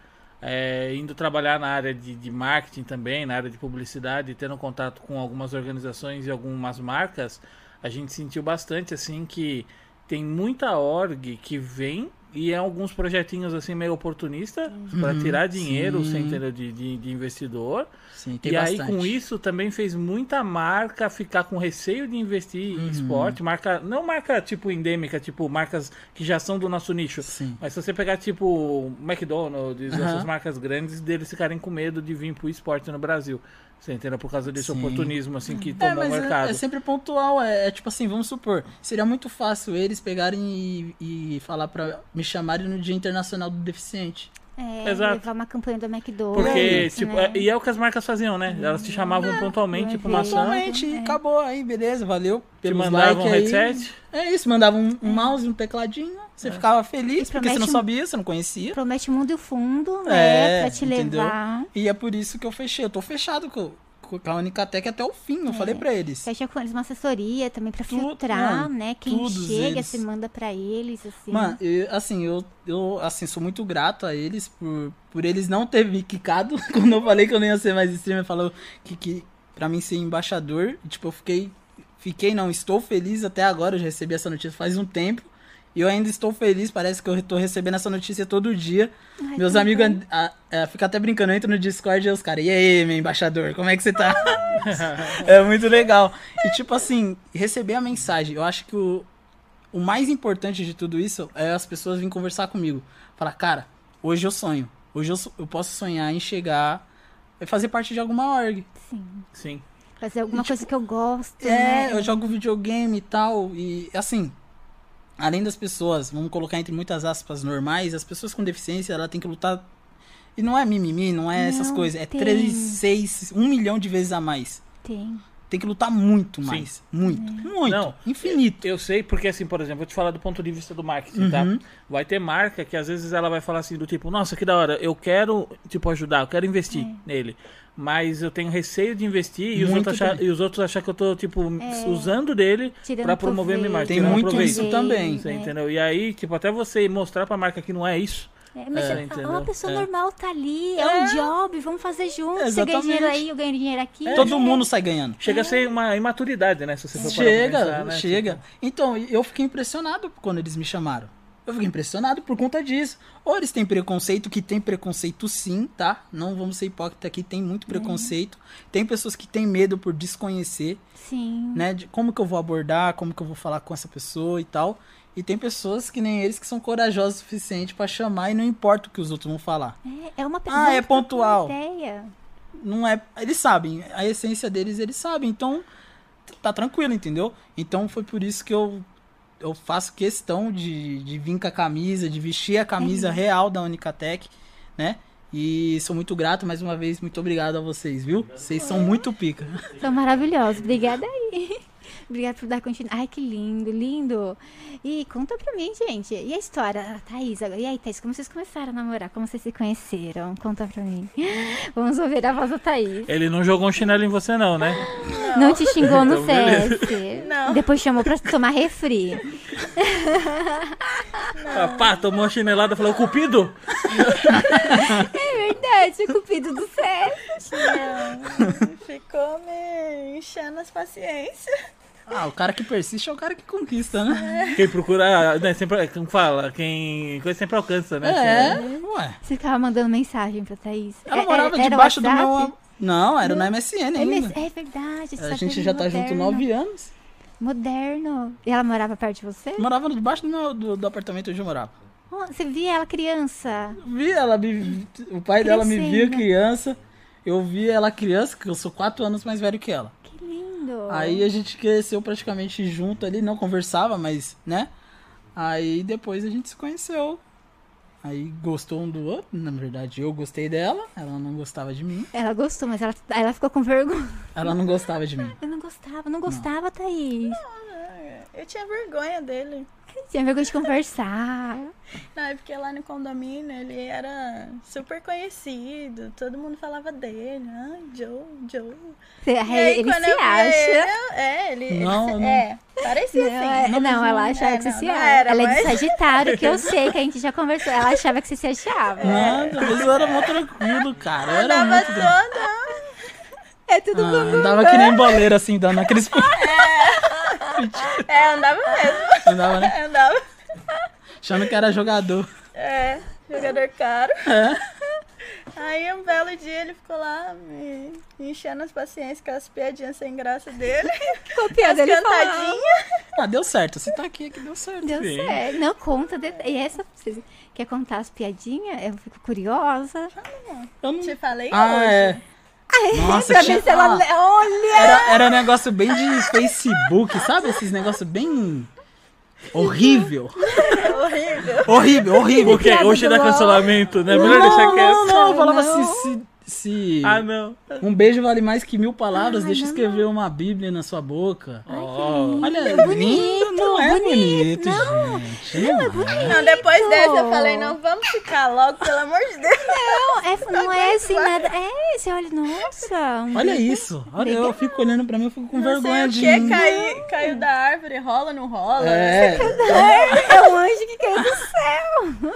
[SPEAKER 4] é, indo trabalhar na área de, de marketing também, na área de publicidade, tendo contato com algumas organizações e algumas marcas, a gente sentiu bastante, assim, que tem muita org que vem e é alguns projetinhos, assim, meio oportunista, pra tirar dinheiro,
[SPEAKER 2] sim.
[SPEAKER 4] você entendeu, de- de, de investidor.
[SPEAKER 2] Sim, tem
[SPEAKER 4] E aí,
[SPEAKER 2] bastante.
[SPEAKER 4] com isso, também fez muita marca ficar com receio de investir
[SPEAKER 2] Uhum.
[SPEAKER 4] em esporte. Marca, não marca tipo endêmica, tipo marcas que já são do nosso nicho.
[SPEAKER 2] Sim.
[SPEAKER 4] Mas se você pegar tipo McDonald's,
[SPEAKER 2] Aham.
[SPEAKER 4] essas marcas grandes, deles ficarem com medo de vir pro esporte no Brasil. Você entendeu? Por causa desse
[SPEAKER 2] Sim.
[SPEAKER 4] oportunismo assim que
[SPEAKER 2] É,
[SPEAKER 4] tomou o
[SPEAKER 2] mas é,
[SPEAKER 4] mercado.
[SPEAKER 2] é sempre pontual, é, é tipo assim, vamos supor, seria muito fácil eles pegarem e, e falar para me chamarem no Dia Internacional do Deficiente.
[SPEAKER 1] É,
[SPEAKER 4] Exato.
[SPEAKER 1] levar uma campanha do McDonald's.
[SPEAKER 4] Porque,
[SPEAKER 1] isso,
[SPEAKER 4] tipo,
[SPEAKER 1] né?
[SPEAKER 4] é- e é o que as marcas faziam, né? Elas te chamavam pontualmente, tipo, uma ação,
[SPEAKER 2] Totalmente, acabou aí, beleza, valeu
[SPEAKER 4] te
[SPEAKER 2] pelos
[SPEAKER 4] mandavam
[SPEAKER 2] like
[SPEAKER 4] um
[SPEAKER 2] aí.
[SPEAKER 4] headset.
[SPEAKER 2] É isso, mandava um, um mouse, um tecladinho, você ficava feliz
[SPEAKER 1] E
[SPEAKER 2] porque você não
[SPEAKER 1] promete um-
[SPEAKER 2] sabia, você não conhecia.
[SPEAKER 1] Promete mundo e o fundo, né?
[SPEAKER 2] É,
[SPEAKER 1] pra te
[SPEAKER 2] entendeu?
[SPEAKER 1] levar.
[SPEAKER 2] E é por isso que eu fechei. Eu tô fechado com, com a Unicatec até o fim, eu falei pra eles.
[SPEAKER 1] Fecha com eles uma assessoria também pra
[SPEAKER 2] Tudo,
[SPEAKER 1] filtrar,
[SPEAKER 2] mano,
[SPEAKER 1] né? Quem
[SPEAKER 2] todos
[SPEAKER 1] chega,
[SPEAKER 2] eles.
[SPEAKER 1] se manda pra eles, assim.
[SPEAKER 2] Mano, eu- assim, eu, eu assim, sou muito grato a eles por, por eles não terem me quicado. Quando eu falei que eu não ia ser mais streamer, falou que, que pra mim ser embaixador, tipo, eu fiquei. Fiquei, não, estou feliz até agora, eu já recebi essa notícia faz um tempo. E eu ainda estou feliz, parece que eu tô recebendo essa notícia todo dia.
[SPEAKER 1] Ai, tá
[SPEAKER 2] Meus
[SPEAKER 1] que
[SPEAKER 2] amigos
[SPEAKER 1] bom.
[SPEAKER 2] a, a- ficam até brincando, eu entro no Discord e os caras, e aí, meu embaixador, como é que você tá? é muito legal. E tipo assim, receber a mensagem, eu acho que o, o mais importante de tudo isso é as pessoas virem conversar comigo. Falar, cara, hoje eu sonho. Hoje eu, so- eu posso sonhar em chegar Eu fazia parte de alguma org.
[SPEAKER 1] Sim.
[SPEAKER 4] Sim.
[SPEAKER 1] Fazer alguma coisa que eu gosto,
[SPEAKER 2] É,
[SPEAKER 1] né?
[SPEAKER 2] eu jogo videogame e tal. E assim, além das pessoas, vamos colocar entre muitas aspas normais, as pessoas com deficiência, ela tem que lutar. E não é mimimi, não é essas
[SPEAKER 1] Não,
[SPEAKER 2] coisas. É
[SPEAKER 1] tem.
[SPEAKER 2] 3, 6, 1 milhão de vezes a mais.
[SPEAKER 1] Tem.
[SPEAKER 2] Tem que lutar muito
[SPEAKER 4] Sim.
[SPEAKER 2] mais. Muito.
[SPEAKER 1] Hum.
[SPEAKER 2] Muito.
[SPEAKER 4] Não,
[SPEAKER 2] infinito.
[SPEAKER 4] Eu sei, porque assim, por exemplo, vou te falar do ponto de vista do marketing, tá?
[SPEAKER 2] Uhum.
[SPEAKER 4] Vai ter marca que às vezes ela vai falar assim, do tipo, nossa, que da hora, eu quero, tipo, ajudar, eu quero investir nele. Mas eu tenho receio de investir e os,
[SPEAKER 2] Muito
[SPEAKER 4] outros achar,
[SPEAKER 2] também.
[SPEAKER 4] e os outros achar que eu tô, tipo, usando dele
[SPEAKER 1] Tirando
[SPEAKER 4] pra promover a minha
[SPEAKER 1] proveito,
[SPEAKER 4] imagem.
[SPEAKER 2] Tem
[SPEAKER 4] tirando
[SPEAKER 2] muito
[SPEAKER 4] proveito.
[SPEAKER 2] isso também.
[SPEAKER 4] Você
[SPEAKER 1] né?
[SPEAKER 4] entendeu? E aí, tipo, até você mostrar pra marca que não é isso.
[SPEAKER 1] É, mas
[SPEAKER 4] É,
[SPEAKER 1] é
[SPEAKER 4] entendeu?
[SPEAKER 1] uma pessoa
[SPEAKER 4] É.
[SPEAKER 1] normal tá ali, é, um job, vamos fazer junto. Você ganha
[SPEAKER 2] Exatamente. É.
[SPEAKER 1] dinheiro aí, eu ganho dinheiro
[SPEAKER 4] é,
[SPEAKER 1] aqui. É.
[SPEAKER 2] Todo mundo sai ganhando.
[SPEAKER 4] Chega a ser uma imaturidade, né? Se você for parar pra
[SPEAKER 2] Chega,
[SPEAKER 4] pensar, né?
[SPEAKER 2] chega.
[SPEAKER 4] Tipo,
[SPEAKER 2] Então, eu fiquei impressionado quando eles me chamaram. Eu fiquei impressionado por conta disso. Ou eles têm preconceito, que tem preconceito sim, tá? Não vamos ser hipócritas aqui, tem
[SPEAKER 4] Uhum.
[SPEAKER 2] muito preconceito. Tem pessoas que têm medo por desconhecer,
[SPEAKER 1] Sim.
[SPEAKER 2] né? De como que eu vou abordar, como que eu vou falar com essa pessoa e tal. E tem pessoas que nem eles que são corajosos o suficiente pra chamar e não importa o que os outros vão falar.
[SPEAKER 1] É, é uma pessoa.
[SPEAKER 2] Ah, é
[SPEAKER 1] que tá com
[SPEAKER 2] pontual.
[SPEAKER 1] Ideia.
[SPEAKER 2] não é. Eles sabem, a essência deles eles sabem, então tá tranquilo, entendeu? Então foi por isso que eu, eu faço questão de, de vir com a camisa, de vestir a
[SPEAKER 1] Uhum.
[SPEAKER 2] camisa real da Unicatec, né? E sou muito grato mais uma vez, muito obrigado a vocês, viu? Vocês são muito pica.
[SPEAKER 1] São maravilhosos. Obrigada aí. Obrigada por dar continuidade. Ai, que lindo, lindo. E conta pra mim, gente. E a história, a Thaís? agora- E aí, Thaís, como vocês começaram a namorar? Como vocês se conheceram? Conta pra mim. Vamos ouvir a voz da Thaís.
[SPEAKER 4] Ele não jogou um chinelo em você, não, né?
[SPEAKER 1] Não te xingou no
[SPEAKER 4] Então, beleza.
[SPEAKER 1] CS.
[SPEAKER 3] Não.
[SPEAKER 1] Depois chamou pra tomar refri.
[SPEAKER 4] Ah, pá, tomou a chinelada e falou, Cupido?
[SPEAKER 1] É verdade, o cupido do CS.
[SPEAKER 3] Não, ficou me enchendo as paciências.
[SPEAKER 2] Ah, o cara que persiste é o cara que conquista, né?
[SPEAKER 4] Quem procura, né, sempre, como fala, quem coisa sempre alcança, né?
[SPEAKER 2] É, ué.
[SPEAKER 1] Você ficava mandando mensagem pra Thaís.
[SPEAKER 2] Ela
[SPEAKER 1] É-
[SPEAKER 2] morava
[SPEAKER 1] era- era
[SPEAKER 2] debaixo do
[SPEAKER 1] WhatsApp?
[SPEAKER 2] meu. Não, era no MSN
[SPEAKER 1] É, mas-
[SPEAKER 2] ainda.
[SPEAKER 1] é verdade.
[SPEAKER 2] A gente já tá junto
[SPEAKER 1] nove
[SPEAKER 2] nove anos.
[SPEAKER 1] Moderno. E ela morava perto de você?
[SPEAKER 2] Morava debaixo do, meu, do, do apartamento onde eu morava.
[SPEAKER 1] Oh, Você via ela criança?
[SPEAKER 2] vi ela me, o pai dela me via
[SPEAKER 1] Crescendo.
[SPEAKER 2] criança, eu vi ela criança, que eu sou quatro anos mais velho que ela.
[SPEAKER 1] Que lindo.
[SPEAKER 2] Aí a gente cresceu praticamente junto ali, não conversava, mas, né? Aí depois a gente se conheceu. Aí gostou um do outro, na verdade eu gostei dela, ela não gostava de mim,
[SPEAKER 1] Ela gostou, mas ela, ela ficou com vergonha.
[SPEAKER 2] ela não gostava de mim.
[SPEAKER 1] Eu não gostava, não gostava, Thaís.
[SPEAKER 3] Ah, Eu tinha vergonha dele.
[SPEAKER 1] Tinha vergonha de conversar.
[SPEAKER 3] Não, é porque lá no condomínio ele era super conhecido, todo mundo falava dele, ah, Joe, Joe.
[SPEAKER 1] Você-
[SPEAKER 3] E aí,
[SPEAKER 1] É, ele
[SPEAKER 3] quando
[SPEAKER 1] se
[SPEAKER 3] eu vi
[SPEAKER 1] acha.
[SPEAKER 3] ele, eu- é, ele. ele
[SPEAKER 2] Não,
[SPEAKER 3] se-
[SPEAKER 2] não.
[SPEAKER 3] É, parecia
[SPEAKER 1] Não, é-
[SPEAKER 3] assim.
[SPEAKER 1] não, ela achava
[SPEAKER 3] é,
[SPEAKER 1] que você
[SPEAKER 3] não,
[SPEAKER 1] se
[SPEAKER 3] não
[SPEAKER 1] acha.
[SPEAKER 3] era,
[SPEAKER 1] ela é de
[SPEAKER 3] mas-
[SPEAKER 1] Sagitário, que eu sei que a gente já conversou. Ela achava que você se achava.
[SPEAKER 3] É.
[SPEAKER 2] Nada, mas eu era mó tranquilo, cara. Eu era
[SPEAKER 3] Andava
[SPEAKER 2] muito tranquilo.
[SPEAKER 3] toda.
[SPEAKER 1] É assim, tudo
[SPEAKER 2] Ah, andava que nem boleira, assim, dando aqueles...
[SPEAKER 3] É, andava mesmo.
[SPEAKER 2] andava, né?
[SPEAKER 3] Andava.
[SPEAKER 2] Achando que era jogador.
[SPEAKER 3] É, jogador caro.
[SPEAKER 2] É?
[SPEAKER 3] Aí um belo dia ele ficou lá me me enchendo as paciências com as piadinhas sem graça dele.
[SPEAKER 1] copiando ele falava.
[SPEAKER 3] Cantadinha.
[SPEAKER 2] Ah, deu certo, você tá aqui, aqui deu certo.
[SPEAKER 1] Deu
[SPEAKER 4] Sim.
[SPEAKER 1] certo. Não, conta. de- E essa, você quer contar as piadinhas? Eu fico curiosa.
[SPEAKER 2] Eu não
[SPEAKER 3] Te falei
[SPEAKER 2] Ah,
[SPEAKER 3] hoje.
[SPEAKER 2] é. Nossa,
[SPEAKER 1] pra
[SPEAKER 2] tinha-
[SPEAKER 1] ver se ela...
[SPEAKER 2] ah,
[SPEAKER 1] le- Olha!
[SPEAKER 2] era, era um negócio bem de Facebook, sabe? Esses negócios bem. Horrível.
[SPEAKER 3] Horrível.
[SPEAKER 2] Horrível, horrível.
[SPEAKER 4] Porque
[SPEAKER 1] piada
[SPEAKER 4] né? hoje
[SPEAKER 1] do
[SPEAKER 4] dá
[SPEAKER 1] LOL.
[SPEAKER 4] cancelamento, né? Melhor
[SPEAKER 2] não,
[SPEAKER 4] deixar quieto.
[SPEAKER 2] não, não, eu falava
[SPEAKER 1] Não.
[SPEAKER 2] assim: se, se
[SPEAKER 4] Ah, não.
[SPEAKER 2] um beijo vale mais que mil palavras,
[SPEAKER 1] Ah,
[SPEAKER 2] deixa eu
[SPEAKER 1] não.
[SPEAKER 2] escrever uma bíblia na sua boca.
[SPEAKER 4] Ó,
[SPEAKER 2] Olha,
[SPEAKER 1] bonito,
[SPEAKER 2] lindo, não é
[SPEAKER 1] bonito,
[SPEAKER 2] bonito,
[SPEAKER 1] não.
[SPEAKER 2] gente. Não, é bonito.
[SPEAKER 3] Não, depois dessa eu falei, não, vamos ficar logo, pelo amor de Deus.
[SPEAKER 1] Não, é, não é assim nada. É, você olha, nossa. um
[SPEAKER 2] Olha
[SPEAKER 1] beijo.
[SPEAKER 2] isso. Olha, eu fico olhando pra mim, eu fico com
[SPEAKER 3] Não sei
[SPEAKER 2] vergonha
[SPEAKER 3] o
[SPEAKER 2] de.
[SPEAKER 3] que, é
[SPEAKER 2] mim.
[SPEAKER 3] cai, caiu da árvore, rola, não rola.
[SPEAKER 2] É.
[SPEAKER 1] É um anjo que caiu do céu.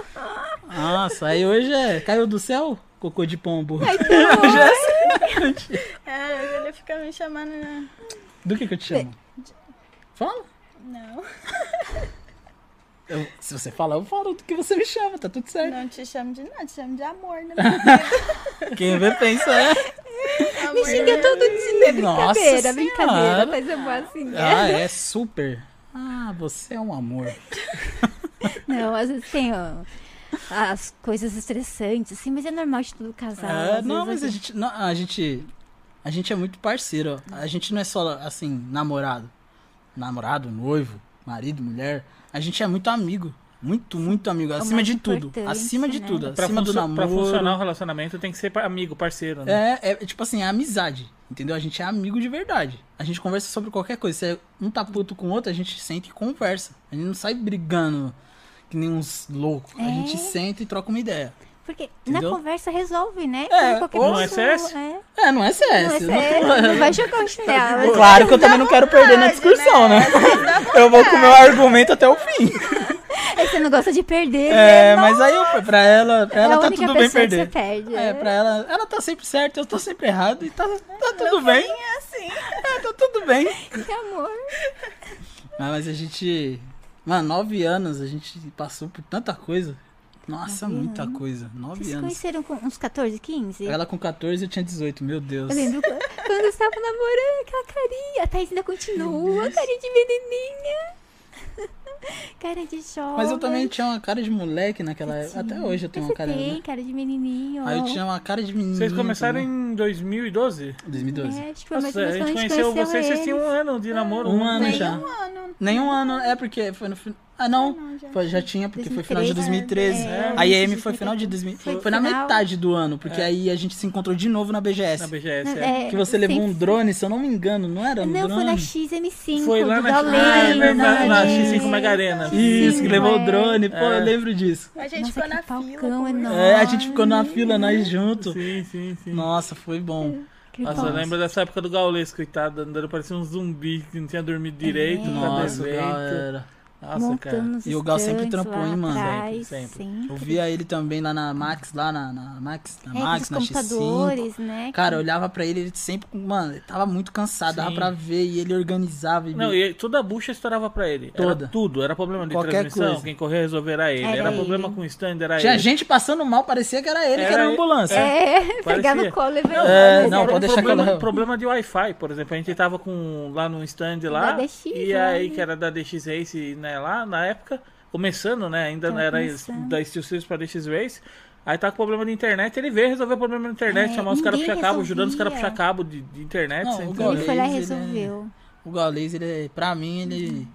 [SPEAKER 2] Nossa, aí hoje é. Caiu do céu? Cocô de pombo.
[SPEAKER 3] É, ele fica me chamando. né?
[SPEAKER 2] Do que que eu te chamo? Fala.
[SPEAKER 3] Não,
[SPEAKER 2] Eu- se você falar, eu falo do que você me chama, tá tudo certo.
[SPEAKER 3] não te chamo de nada, te chamo de amor, né?
[SPEAKER 2] Quem vê pensa, é.
[SPEAKER 1] Me
[SPEAKER 3] né?
[SPEAKER 1] xinga todo dia. É
[SPEAKER 2] Nossa
[SPEAKER 1] brincadeira,
[SPEAKER 2] Senhora.
[SPEAKER 1] brincadeira. Mas eu vou assim.
[SPEAKER 2] Ah, é super. Ah, você é um amor.
[SPEAKER 1] Não, às vezes tem ó, as coisas estressantes, assim, mas é normal de tudo casal.
[SPEAKER 2] É,
[SPEAKER 1] às
[SPEAKER 2] não,
[SPEAKER 1] vezes
[SPEAKER 2] mas a gente, não, a gente. A gente é muito parceiro. ó. A gente não é só, assim, namorado. Namorado, noivo, marido, mulher. A gente é muito amigo. Muito, muito amigo. Acima
[SPEAKER 1] mais
[SPEAKER 2] de tudo.
[SPEAKER 1] importante,
[SPEAKER 2] Acima de
[SPEAKER 1] né?
[SPEAKER 2] tudo.
[SPEAKER 4] Pra,
[SPEAKER 2] Acima do
[SPEAKER 4] funcio- pra funcionar o
[SPEAKER 2] namoro.
[SPEAKER 4] relacionamento tem que ser pa- amigo, parceiro, né?
[SPEAKER 2] É, é tipo assim, é amizade. Entendeu? A gente é amigo de verdade. A gente conversa sobre qualquer coisa. Se é um tá puto com o outro, a gente senta e conversa. A gente não sai brigando que nem uns loucos. A
[SPEAKER 1] É.
[SPEAKER 2] gente senta e troca uma ideia.
[SPEAKER 1] Porque
[SPEAKER 2] Entendeu?
[SPEAKER 1] na conversa resolve, né?
[SPEAKER 2] É,
[SPEAKER 1] Pra qualquer
[SPEAKER 4] ou- Não é
[SPEAKER 1] pessoa,
[SPEAKER 4] CS?
[SPEAKER 1] é.
[SPEAKER 2] É, não é
[SPEAKER 1] Não, é
[SPEAKER 2] CS.
[SPEAKER 1] sério, é não vai jogar o chinelo.
[SPEAKER 2] Claro que eu também não quero perder na discussão, né?
[SPEAKER 1] é
[SPEAKER 2] Eu vou com o meu argumento até o fim.
[SPEAKER 1] Aí É Você não gosta de perder, né?
[SPEAKER 2] É, mas aí eu, pra ela, pra
[SPEAKER 1] é
[SPEAKER 2] ela
[SPEAKER 1] a
[SPEAKER 2] tá
[SPEAKER 1] única
[SPEAKER 2] tudo
[SPEAKER 1] pessoa
[SPEAKER 2] bem
[SPEAKER 1] que você
[SPEAKER 2] perder.
[SPEAKER 1] perde.
[SPEAKER 2] É, pra ela, ela tá sempre certa, eu tô sempre errado e tá, tá tudo bem.
[SPEAKER 3] É assim.
[SPEAKER 2] É, tá tudo bem.
[SPEAKER 1] Que amor.
[SPEAKER 2] Ah, mas a gente. Mano, nove anos, a gente passou por tanta coisa. Nossa,
[SPEAKER 1] Nove
[SPEAKER 2] muita
[SPEAKER 1] anos.
[SPEAKER 2] coisa. Nove
[SPEAKER 1] Vocês se
[SPEAKER 2] anos.
[SPEAKER 1] conheceram com uns 14, 15?
[SPEAKER 2] Ela com 14, eu tinha 18, meu Deus.
[SPEAKER 1] Eu lembro quando quando eu estava namorando, aquela carinha. A Thaís ainda continua, carinha de menininha. Cara de jovem.
[SPEAKER 2] Mas eu também tinha uma cara de moleque naquela época. Até hoje eu tenho
[SPEAKER 1] Mas
[SPEAKER 2] uma né?
[SPEAKER 1] você
[SPEAKER 2] cara.
[SPEAKER 1] tem, cara de menininho.
[SPEAKER 2] Aí eu tinha uma cara de menino.
[SPEAKER 4] Vocês começaram
[SPEAKER 2] também.
[SPEAKER 4] em 2012?
[SPEAKER 2] 2012.
[SPEAKER 1] É, acho que foi mais
[SPEAKER 4] Nossa,
[SPEAKER 1] ou
[SPEAKER 4] a
[SPEAKER 1] menos quando
[SPEAKER 4] gente conheceu vocês, vocês tinham
[SPEAKER 1] eles.
[SPEAKER 4] um ano de namoro.
[SPEAKER 2] Um ano
[SPEAKER 3] Nem
[SPEAKER 2] já.
[SPEAKER 3] um ano.
[SPEAKER 2] Nenhum ano, é porque foi no final. Ah, não. Foi- já tinha, porque foi final
[SPEAKER 1] né?
[SPEAKER 2] de
[SPEAKER 1] 2013.
[SPEAKER 2] 2013.
[SPEAKER 4] É,
[SPEAKER 2] né? Aí a
[SPEAKER 1] antes
[SPEAKER 2] M
[SPEAKER 1] de
[SPEAKER 2] foi final de 2013. Foi,
[SPEAKER 1] Foi
[SPEAKER 2] na
[SPEAKER 1] final.
[SPEAKER 2] metade do ano, porque aí a gente se encontrou de novo na BGS.
[SPEAKER 4] Na BGS. é.
[SPEAKER 1] É,
[SPEAKER 2] Que você levou um drone, se eu não me engano, não era um
[SPEAKER 1] Não,
[SPEAKER 2] drone?
[SPEAKER 1] foi na XM5.
[SPEAKER 4] Foi lá
[SPEAKER 1] do
[SPEAKER 4] na,
[SPEAKER 1] Dalena.
[SPEAKER 4] ah, é
[SPEAKER 2] né?
[SPEAKER 4] verdade, na
[SPEAKER 1] É.
[SPEAKER 4] X5 Mega Arena.
[SPEAKER 2] Isso,
[SPEAKER 1] Sim,
[SPEAKER 2] que levou
[SPEAKER 1] é.
[SPEAKER 2] o drone, pô,
[SPEAKER 4] É.
[SPEAKER 2] eu lembro disso.
[SPEAKER 3] A gente
[SPEAKER 1] Nossa,
[SPEAKER 3] ficou
[SPEAKER 1] que
[SPEAKER 3] na
[SPEAKER 1] palcão
[SPEAKER 3] fila. conversando.
[SPEAKER 1] enorme.
[SPEAKER 2] É, a gente ficou na fila, nós junto.
[SPEAKER 4] Sim, sim, sim.
[SPEAKER 2] Nossa, foi bom.
[SPEAKER 1] Que
[SPEAKER 4] Nossa,
[SPEAKER 1] bom.
[SPEAKER 2] né?
[SPEAKER 4] eu lembro dessa época do Gaules, coitado, andando parecia um zumbi que não tinha dormido direito, tá nada
[SPEAKER 2] É. Nossa, é.
[SPEAKER 4] evento.
[SPEAKER 2] galera.
[SPEAKER 4] Nossa, cara.
[SPEAKER 1] Montando os
[SPEAKER 2] E o Gal sempre
[SPEAKER 1] estantes
[SPEAKER 2] trampou,
[SPEAKER 1] lá
[SPEAKER 2] hein, mano?
[SPEAKER 1] atrás,
[SPEAKER 4] Sempre,
[SPEAKER 2] Eu via ele também lá na Max, lá na, na Max, na
[SPEAKER 1] É, com
[SPEAKER 2] Max,
[SPEAKER 1] os
[SPEAKER 2] na X5.
[SPEAKER 1] computadores, né?
[SPEAKER 2] Cara, eu olhava pra ele, ele sempre, com- mano, ele tava muito cansado, dava
[SPEAKER 4] Sim.
[SPEAKER 2] pra ver, e ele organizava. E...
[SPEAKER 4] Não, e toda a bucha estourava pra ele.
[SPEAKER 2] Toda.
[SPEAKER 4] Era tudo, era problema de
[SPEAKER 2] Qualquer
[SPEAKER 4] transmissão,
[SPEAKER 2] coisa.
[SPEAKER 4] quem corria resolver era ele.
[SPEAKER 1] Era
[SPEAKER 4] Era,
[SPEAKER 1] ele.
[SPEAKER 4] problema com o stand, era
[SPEAKER 2] Tinha
[SPEAKER 4] ele.
[SPEAKER 2] gente passando mal, parecia que era ele que
[SPEAKER 4] Era
[SPEAKER 2] era a
[SPEAKER 4] ele.
[SPEAKER 2] ambulância.
[SPEAKER 1] É, pegar no
[SPEAKER 4] parecia.
[SPEAKER 1] colo e
[SPEAKER 4] Não,
[SPEAKER 1] levar.
[SPEAKER 2] É,
[SPEAKER 4] um
[SPEAKER 2] não,
[SPEAKER 4] pro-
[SPEAKER 2] pode
[SPEAKER 4] um
[SPEAKER 2] deixar que
[SPEAKER 4] problema,
[SPEAKER 2] ela-
[SPEAKER 4] problema de Wi-Fi, por exemplo. A gente tava com, lá no stand
[SPEAKER 1] Da
[SPEAKER 4] lá.
[SPEAKER 1] DX,
[SPEAKER 4] e
[SPEAKER 1] lá,
[SPEAKER 4] aí,
[SPEAKER 1] né?
[SPEAKER 4] que era da DX Race, né, lá na época, começando, né? Ainda
[SPEAKER 1] Tava
[SPEAKER 4] não era
[SPEAKER 1] começando.
[SPEAKER 4] da Steel Series pra DX Race. Aí tá com problema de internet, ele veio resolver o problema de internet,
[SPEAKER 1] É,
[SPEAKER 4] chamar os caras
[SPEAKER 1] ninguém
[SPEAKER 4] puxar cabo, ajudando os caras a
[SPEAKER 1] resolvia.
[SPEAKER 4] puxar cabo de, de internet. então,
[SPEAKER 2] Não,
[SPEAKER 4] sem
[SPEAKER 2] o
[SPEAKER 4] internet.
[SPEAKER 1] Ele foi lá e
[SPEAKER 2] Talvez ele-
[SPEAKER 1] resolveu.
[SPEAKER 2] O Gaules, ele, é- pra mim, ele.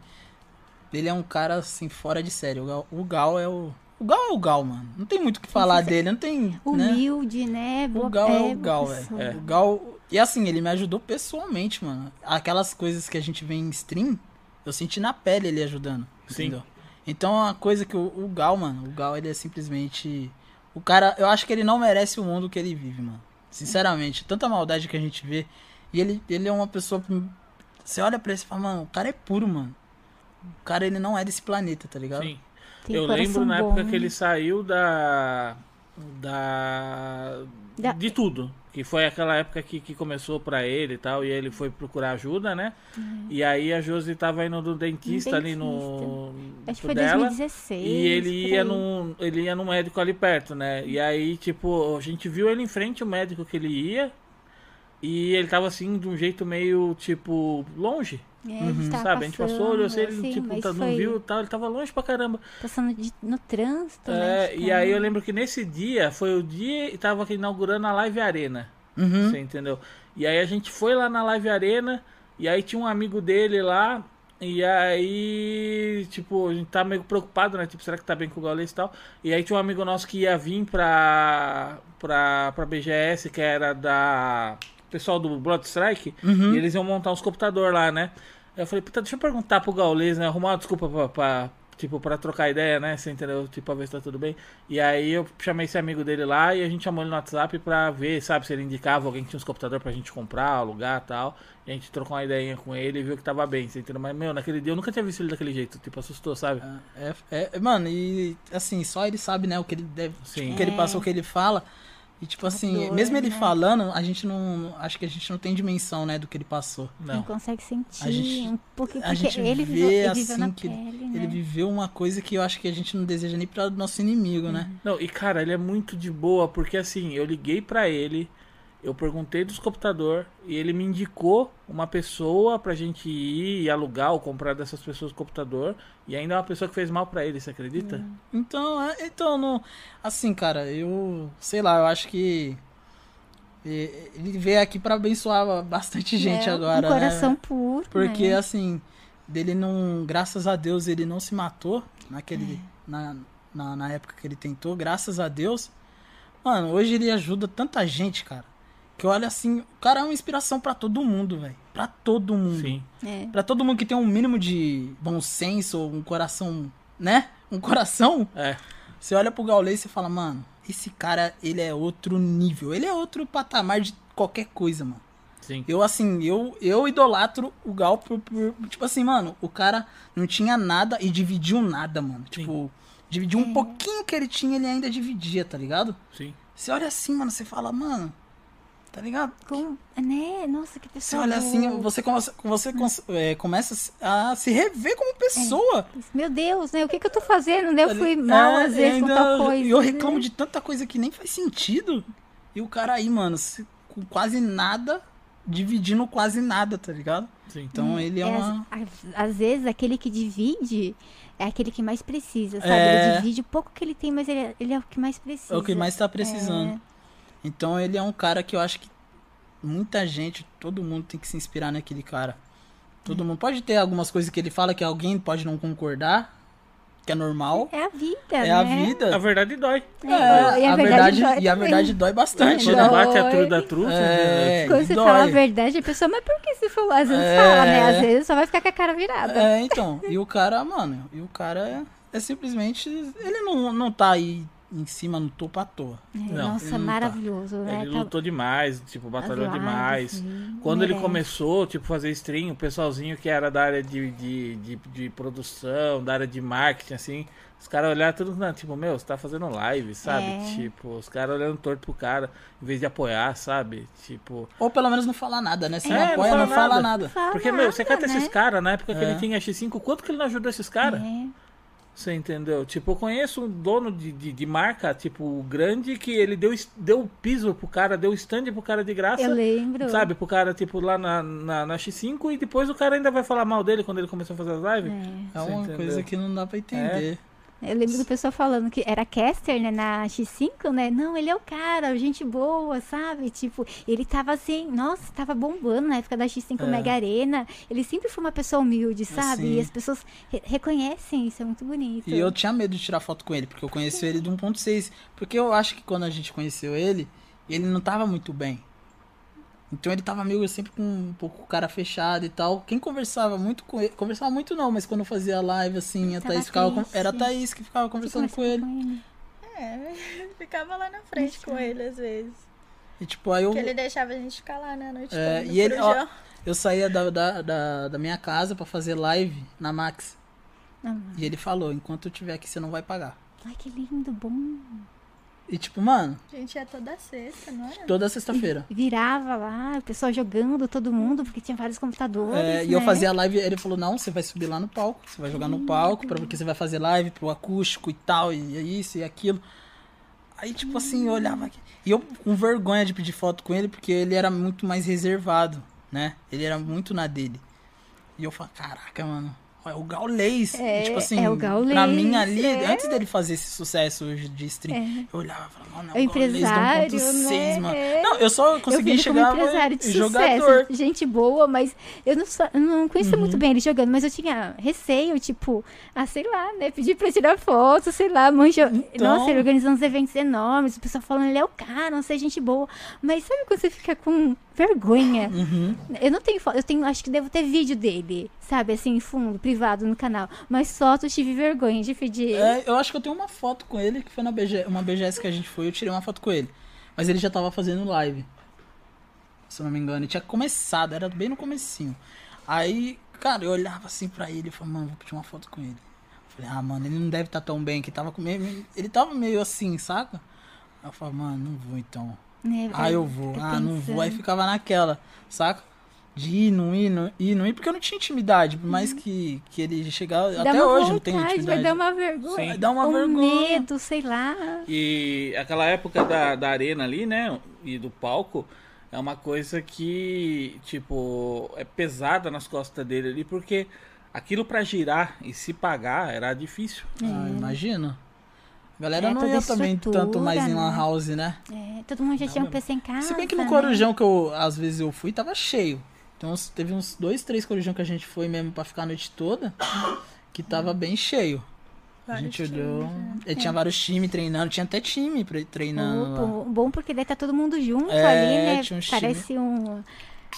[SPEAKER 2] Ele é um cara, assim, fora de série. O Gal, o Gal é o. O Gal é o Gal, mano. Não tem muito o que falar dele, não tem. né?
[SPEAKER 1] Humilde, né?
[SPEAKER 2] O
[SPEAKER 1] Boa-
[SPEAKER 2] Gal é,
[SPEAKER 1] boa
[SPEAKER 2] o Gal,
[SPEAKER 1] pessoa.
[SPEAKER 2] velho. O Gal. E assim, ele me ajudou pessoalmente, mano. Aquelas coisas que a gente vê em stream, eu senti na pele ele ajudando.
[SPEAKER 4] Sim.
[SPEAKER 2] Entendeu? Então a coisa que o, o Gal, mano, o Gal, ele é simplesmente. O cara, eu acho que ele não merece o mundo que ele vive, mano. Sinceramente, tanta maldade que a gente vê. E ele, ele é uma pessoa. Você olha pra ele e fala, mano, o cara é puro, mano. O cara, ele não é desse planeta, tá ligado?
[SPEAKER 4] Sim.
[SPEAKER 1] Tem
[SPEAKER 4] eu
[SPEAKER 1] coração
[SPEAKER 4] lembro na
[SPEAKER 1] bom. né?
[SPEAKER 4] época que ele saiu da. da.
[SPEAKER 1] Da-
[SPEAKER 4] de tudo. Que foi aquela época que, que começou pra ele e tal, e ele foi procurar ajuda, né?
[SPEAKER 1] Uhum.
[SPEAKER 4] E aí a Josi tava indo do dentista, ali no.
[SPEAKER 1] Acho que foi
[SPEAKER 4] dela.
[SPEAKER 1] 2016.
[SPEAKER 4] E ele
[SPEAKER 1] por
[SPEAKER 4] ia,
[SPEAKER 1] aí.
[SPEAKER 4] num, ele ia num médico ali perto, né? E aí, tipo, a gente viu ele em frente, o médico que ele ia. E ele tava assim, de um jeito meio, tipo, longe.
[SPEAKER 1] É,
[SPEAKER 2] Uhum.
[SPEAKER 1] a gente tava
[SPEAKER 4] sabe? A gente passou,
[SPEAKER 1] passando,
[SPEAKER 4] olhou assim, ele
[SPEAKER 1] assim,
[SPEAKER 4] tipo,
[SPEAKER 1] mas
[SPEAKER 4] tá- não
[SPEAKER 1] foi
[SPEAKER 4] viu e tal. Ele tava longe pra caramba.
[SPEAKER 1] Passando de- no trânsito, né?
[SPEAKER 4] É,
[SPEAKER 1] acho que
[SPEAKER 4] e
[SPEAKER 1] era.
[SPEAKER 4] aí eu lembro que nesse dia foi o dia e tava inaugurando a Live Arena.
[SPEAKER 2] Uhum.
[SPEAKER 4] Você entendeu? E aí a gente foi lá na Live Arena e aí tinha um amigo dele lá. E aí, tipo, a gente tá meio preocupado, né? Tipo, será que tá bem com o Gaules e tal? E aí tinha um amigo nosso que ia vir pra, pra, pra BGS, que era da pessoal do Blood Strike, e eles iam montar uns computadores lá, né? Aí Eu falei, puta, deixa eu perguntar pro Gaules, né? Arrumar uma desculpa pra, pra- tipo, pra trocar ideia, né? Você entendeu? Tipo, pra ver se tá tudo bem. E aí eu chamei esse amigo dele lá e a gente chamou ele no WhatsApp pra ver, sabe, se ele indicava alguém que tinha uns computadores pra gente comprar, alugar e tal. E a gente trocou uma ideinha com ele e viu que tava bem, você entendeu? Mas, meu, naquele dia eu nunca tinha visto ele daquele jeito, tipo, assustou, sabe?
[SPEAKER 2] É, é- é- mano, e assim, só ele sabe, né, o que ele deve,
[SPEAKER 4] Sim.
[SPEAKER 2] o que ele passou, o que ele fala. E tipo assim,
[SPEAKER 1] Dor,
[SPEAKER 2] mesmo ele
[SPEAKER 1] É. né?
[SPEAKER 2] falando, a gente não, acho que a gente não tem dimensão, né, do que ele passou.
[SPEAKER 1] Não
[SPEAKER 4] Não.
[SPEAKER 1] consegue sentir
[SPEAKER 2] A gente-
[SPEAKER 1] um pouquinho.
[SPEAKER 2] a
[SPEAKER 1] porque
[SPEAKER 2] gente
[SPEAKER 1] ele
[SPEAKER 2] vê
[SPEAKER 1] viveu, ele
[SPEAKER 2] assim
[SPEAKER 1] viveu na
[SPEAKER 2] que ele-
[SPEAKER 1] pele, né?
[SPEAKER 2] Ele viveu uma coisa que eu acho que a gente não deseja nem
[SPEAKER 1] Uhum.
[SPEAKER 2] para nosso inimigo, né?
[SPEAKER 4] Não, e cara, ele é muito de boa, porque assim, eu liguei pra ele, Eu perguntei dos computador e ele me indicou uma pessoa pra gente ir e alugar ou comprar dessas pessoas computador. E ainda é uma pessoa que fez mal pra ele, você acredita?
[SPEAKER 2] Então, é- então não, assim, cara, eu sei lá, eu acho que e- ele veio aqui pra abençoar bastante gente
[SPEAKER 1] É,
[SPEAKER 2] agora,
[SPEAKER 1] Um
[SPEAKER 2] né?
[SPEAKER 1] coração puro.
[SPEAKER 2] Porque
[SPEAKER 1] né?
[SPEAKER 2] assim, dele não, graças a Deus, ele não se matou naquele na, na, na época que ele tentou, graças a Deus. Mano, hoje ele ajuda tanta gente, cara. Que olha assim, o cara é uma inspiração pra todo mundo, velho. Pra todo mundo.
[SPEAKER 4] Sim.
[SPEAKER 1] É.
[SPEAKER 2] Pra todo mundo que tem um mínimo de bom senso, ou um coração, né? Um coração,
[SPEAKER 4] É.
[SPEAKER 2] você olha pro Gaulês e fala, mano, esse cara, ele é outro nível. Ele é outro patamar de qualquer coisa, mano.
[SPEAKER 4] Sim.
[SPEAKER 2] Eu, assim, eu, eu idolatro o Gal por, por- Tipo assim, mano, o cara não tinha nada e dividiu nada, mano. Tipo, dividiu um pouquinho que ele tinha, ele ainda dividia, tá ligado?
[SPEAKER 4] Sim.
[SPEAKER 2] Você olha assim, mano, você fala, mano, tá ligado?
[SPEAKER 1] Com- né? Nossa, que
[SPEAKER 2] Você
[SPEAKER 1] pessoa.
[SPEAKER 2] olha assim,
[SPEAKER 1] boa.
[SPEAKER 2] você, come- você
[SPEAKER 1] Hum.
[SPEAKER 2] cons- é, começa a se rever como pessoa.
[SPEAKER 1] Meu Deus, né? O que, que eu tô fazendo? Né? Eu fui
[SPEAKER 2] É,
[SPEAKER 1] mal às
[SPEAKER 2] e
[SPEAKER 1] vezes com
[SPEAKER 2] ainda
[SPEAKER 1] tal coisa. né?
[SPEAKER 2] E eu reclamo de tanta coisa que nem faz sentido. E o cara aí, mano, se- com quase nada, dividindo quase nada, tá ligado?
[SPEAKER 4] Sim.
[SPEAKER 2] Então ele é,
[SPEAKER 1] É,
[SPEAKER 2] uma.
[SPEAKER 1] às, às- às vezes aquele que divide é aquele que mais precisa, sabe?
[SPEAKER 2] É.
[SPEAKER 1] Ele divide o pouco que ele tem, mas ele é, ele é o que mais precisa.
[SPEAKER 2] É o que mais tá precisando.
[SPEAKER 1] É.
[SPEAKER 2] Então ele é um cara que eu acho que muita gente, todo mundo tem que se inspirar naquele cara. Todo mundo pode ter algumas coisas que ele fala que alguém pode não concordar, que é normal.
[SPEAKER 1] É a vida,
[SPEAKER 2] É,
[SPEAKER 1] né?
[SPEAKER 2] a
[SPEAKER 4] A
[SPEAKER 2] vida.
[SPEAKER 4] verdade dói.
[SPEAKER 1] É,
[SPEAKER 2] É,
[SPEAKER 1] e a verdade, dói
[SPEAKER 2] e a
[SPEAKER 1] também.
[SPEAKER 2] verdade dói bastante,
[SPEAKER 1] É,
[SPEAKER 2] né?
[SPEAKER 4] Quando bate a
[SPEAKER 1] Dói.
[SPEAKER 4] tru da né? tru,
[SPEAKER 2] É,
[SPEAKER 1] Quando você
[SPEAKER 2] dói.
[SPEAKER 1] fala a verdade, a pessoa, mas por que você falou? Às vezes
[SPEAKER 2] É.
[SPEAKER 1] fala, né? Às vezes só vai ficar com a cara virada.
[SPEAKER 2] É, então. E o cara, mano, e o cara é, é simplesmente. Ele não, não tá aí em cima, no topo à toa.
[SPEAKER 1] É,
[SPEAKER 4] Não,
[SPEAKER 1] Nossa,
[SPEAKER 2] não tá.
[SPEAKER 1] maravilhoso, né?
[SPEAKER 4] Ele
[SPEAKER 1] Tá-
[SPEAKER 4] lutou demais, tipo, batalhou
[SPEAKER 1] as lives,
[SPEAKER 4] demais.
[SPEAKER 1] sim,
[SPEAKER 4] Quando ele
[SPEAKER 1] merece.
[SPEAKER 4] começou, tipo, fazer stream, o pessoalzinho que era da área de, de, de, de produção, da área de marketing, assim, os caras olharam tudo, né, tipo, meu, você tá fazendo live, sabe?
[SPEAKER 1] É.
[SPEAKER 4] Tipo, os caras olhando torto pro cara, em vez de apoiar, sabe? Tipo.
[SPEAKER 2] Ou pelo menos não falar nada, né? Se
[SPEAKER 4] É,
[SPEAKER 2] não
[SPEAKER 4] não
[SPEAKER 2] apoia,
[SPEAKER 4] fala
[SPEAKER 2] não fala
[SPEAKER 4] nada.
[SPEAKER 2] nada.
[SPEAKER 1] Fala
[SPEAKER 4] Porque, meu, você
[SPEAKER 1] nada,
[SPEAKER 4] cata
[SPEAKER 1] né?
[SPEAKER 4] esses caras, na época que
[SPEAKER 2] É.
[SPEAKER 4] ele tinha X5, quanto que ele não ajudou esses caras?
[SPEAKER 1] É.
[SPEAKER 4] Você entendeu? Tipo, eu conheço um dono de, de, de marca, tipo, grande, que ele deu, es- deu piso pro cara, deu stand pro cara de graça.
[SPEAKER 1] Eu lembro.
[SPEAKER 4] Sabe, pro cara, tipo, lá na, na, na X5 e depois o cara ainda vai falar mal dele quando ele começou a fazer as lives.
[SPEAKER 2] É
[SPEAKER 4] Você
[SPEAKER 2] uma
[SPEAKER 4] entendeu?
[SPEAKER 2] coisa que não dá pra entender.
[SPEAKER 1] É, Eu lembro do pessoal falando que era caster, né, na X5, né? Não, ele é o cara, gente boa, sabe? Tipo, ele tava assim, nossa, tava bombando na época da X5 Mega Arena. Ele sempre foi uma pessoa humilde, sabe?
[SPEAKER 2] É. Sim.
[SPEAKER 1] E as pessoas re- reconhecem, isso é muito bonito.
[SPEAKER 2] E eu tinha medo de tirar foto com ele, porque eu conheci ele de 1.6. Porque eu acho que quando a gente conheceu ele, ele não tava muito bem. Então ele tava meio sempre com um pouco o cara fechado e tal. Quem conversava muito com ele. Conversava muito não, mas quando eu fazia live, assim, a
[SPEAKER 1] Tava
[SPEAKER 2] Thaís ficava. com-
[SPEAKER 1] triste.
[SPEAKER 2] Era a Thaís que ficava
[SPEAKER 1] Você
[SPEAKER 2] conversando com
[SPEAKER 1] conversava
[SPEAKER 2] ele.
[SPEAKER 3] É, ficava lá na frente com ele às vezes.
[SPEAKER 2] E tipo, aí eu,
[SPEAKER 3] Porque ele deixava a gente ficar lá, né? A noite
[SPEAKER 2] É,
[SPEAKER 3] toda no
[SPEAKER 2] e ele- ó,
[SPEAKER 3] corujão.
[SPEAKER 2] eu saía da, da, da, da minha casa pra fazer live na Max.
[SPEAKER 1] Ah.
[SPEAKER 2] E ele falou, enquanto eu tiver aqui, você não vai pagar.
[SPEAKER 1] Ai, que lindo, bom.
[SPEAKER 2] E tipo, mano,
[SPEAKER 3] A gente ia toda sexta, não era?
[SPEAKER 2] toda sexta-feira.
[SPEAKER 1] Virava lá, o pessoal jogando, todo mundo, porque tinha vários computadores.
[SPEAKER 2] É, e eu
[SPEAKER 1] né?
[SPEAKER 2] fazia live, ele falou, não, você vai subir lá no palco, você vai jogar no palco, pra, porque você vai fazer live pro acústico e tal, e é isso e aquilo. Aí, tipo assim, eu olhava aqui. E eu com vergonha de pedir foto com ele, porque ele era muito mais reservado, né? Ele era muito na dele. E eu falava, caraca, mano, ó, é o Gaulês.
[SPEAKER 1] É,
[SPEAKER 2] E, tipo assim,
[SPEAKER 1] é o Gaulês,
[SPEAKER 2] pra mim ali,
[SPEAKER 1] é.
[SPEAKER 2] antes dele fazer esse sucesso hoje de stream, eu olhava e falava, mano, é o,
[SPEAKER 1] É o
[SPEAKER 2] Gaulês do
[SPEAKER 1] empresário,
[SPEAKER 2] 1.6,
[SPEAKER 1] né?
[SPEAKER 2] mano.
[SPEAKER 1] É.
[SPEAKER 2] Não, eu só
[SPEAKER 1] Eu vi
[SPEAKER 2] consegui
[SPEAKER 1] ele como
[SPEAKER 2] chegar
[SPEAKER 1] empresário de
[SPEAKER 2] em
[SPEAKER 1] sucesso, assim,
[SPEAKER 2] jogador. Uhum.
[SPEAKER 1] gente boa, mas eu não, sa- eu não conheço muito bem ele jogando, mas eu tinha receio, tipo, ah, sei lá, né? Pedir pra tirar foto, sei lá, manja.
[SPEAKER 2] Então.
[SPEAKER 1] Nossa, ele organizando uns eventos enormes, o pessoal falando, ele é o cara, não sei, gente boa. Mas sabe quando você fica com vergonha?
[SPEAKER 2] Uhum.
[SPEAKER 1] Eu não tenho foto, eu tenho, acho que devo ter vídeo dele, sabe, assim, em fundo, privado no canal. Mas foto eu tive vergonha de pedir.
[SPEAKER 2] É, eu acho que eu tenho uma foto com ele, que foi na BG, uma BGS que a gente foi, eu tirei uma foto com ele. Mas ele já tava fazendo live. Se eu não me engano, ele tinha começado, era bem no comecinho. Aí, cara, eu olhava assim pra ele e falava, mano, vou pedir uma foto com ele. Eu falei, ah, mano, ele não deve estar tão bem, que tava com meio, ele tava meio assim, saca? Aí eu falava, mano, não vou então.
[SPEAKER 1] né?
[SPEAKER 2] Ah, eu vou,
[SPEAKER 1] fica
[SPEAKER 2] ah, não vou. Aí
[SPEAKER 1] pensando.
[SPEAKER 2] ficava naquela, saca? De ir, não ir, não ir, não ir, porque eu não tinha intimidade, por mais que, que ele chegava.
[SPEAKER 1] Uhum. Dá
[SPEAKER 2] até
[SPEAKER 1] uma
[SPEAKER 2] hoje eu não tenho
[SPEAKER 1] vontade,
[SPEAKER 2] intimidade.
[SPEAKER 1] Vai dar uma vergonha.
[SPEAKER 2] Sim. Dá uma
[SPEAKER 1] um
[SPEAKER 2] vergonha.
[SPEAKER 1] medo, sei lá.
[SPEAKER 4] E aquela época da, da arena ali, né? E do palco, É uma coisa que, tipo, é pesada nas costas dele ali, porque aquilo pra girar e se pagar era difícil.
[SPEAKER 2] Ah, imagina. A galera
[SPEAKER 1] É,
[SPEAKER 2] não
[SPEAKER 1] toda
[SPEAKER 2] ia também
[SPEAKER 1] estrutura,
[SPEAKER 2] tanto mais em Lan
[SPEAKER 1] né?
[SPEAKER 2] House, né?
[SPEAKER 1] É, todo mundo já tinha um PC em casa.
[SPEAKER 2] Se bem que no
[SPEAKER 1] né?
[SPEAKER 2] Corujão que eu, às vezes eu fui, tava cheio. Então uns- teve uns dois, três Corujão que a gente foi mesmo pra ficar a noite toda, que tava bem cheio. a
[SPEAKER 3] Vários
[SPEAKER 2] gente olhou.
[SPEAKER 3] times, né?
[SPEAKER 2] E
[SPEAKER 1] É.
[SPEAKER 2] tinha vários times treinando, tinha até time pre- treinando. lá.
[SPEAKER 1] O, o bom porque daí tá todo mundo junto
[SPEAKER 2] É,
[SPEAKER 1] ali, né?
[SPEAKER 2] tinha uns
[SPEAKER 1] Parece um
[SPEAKER 2] É um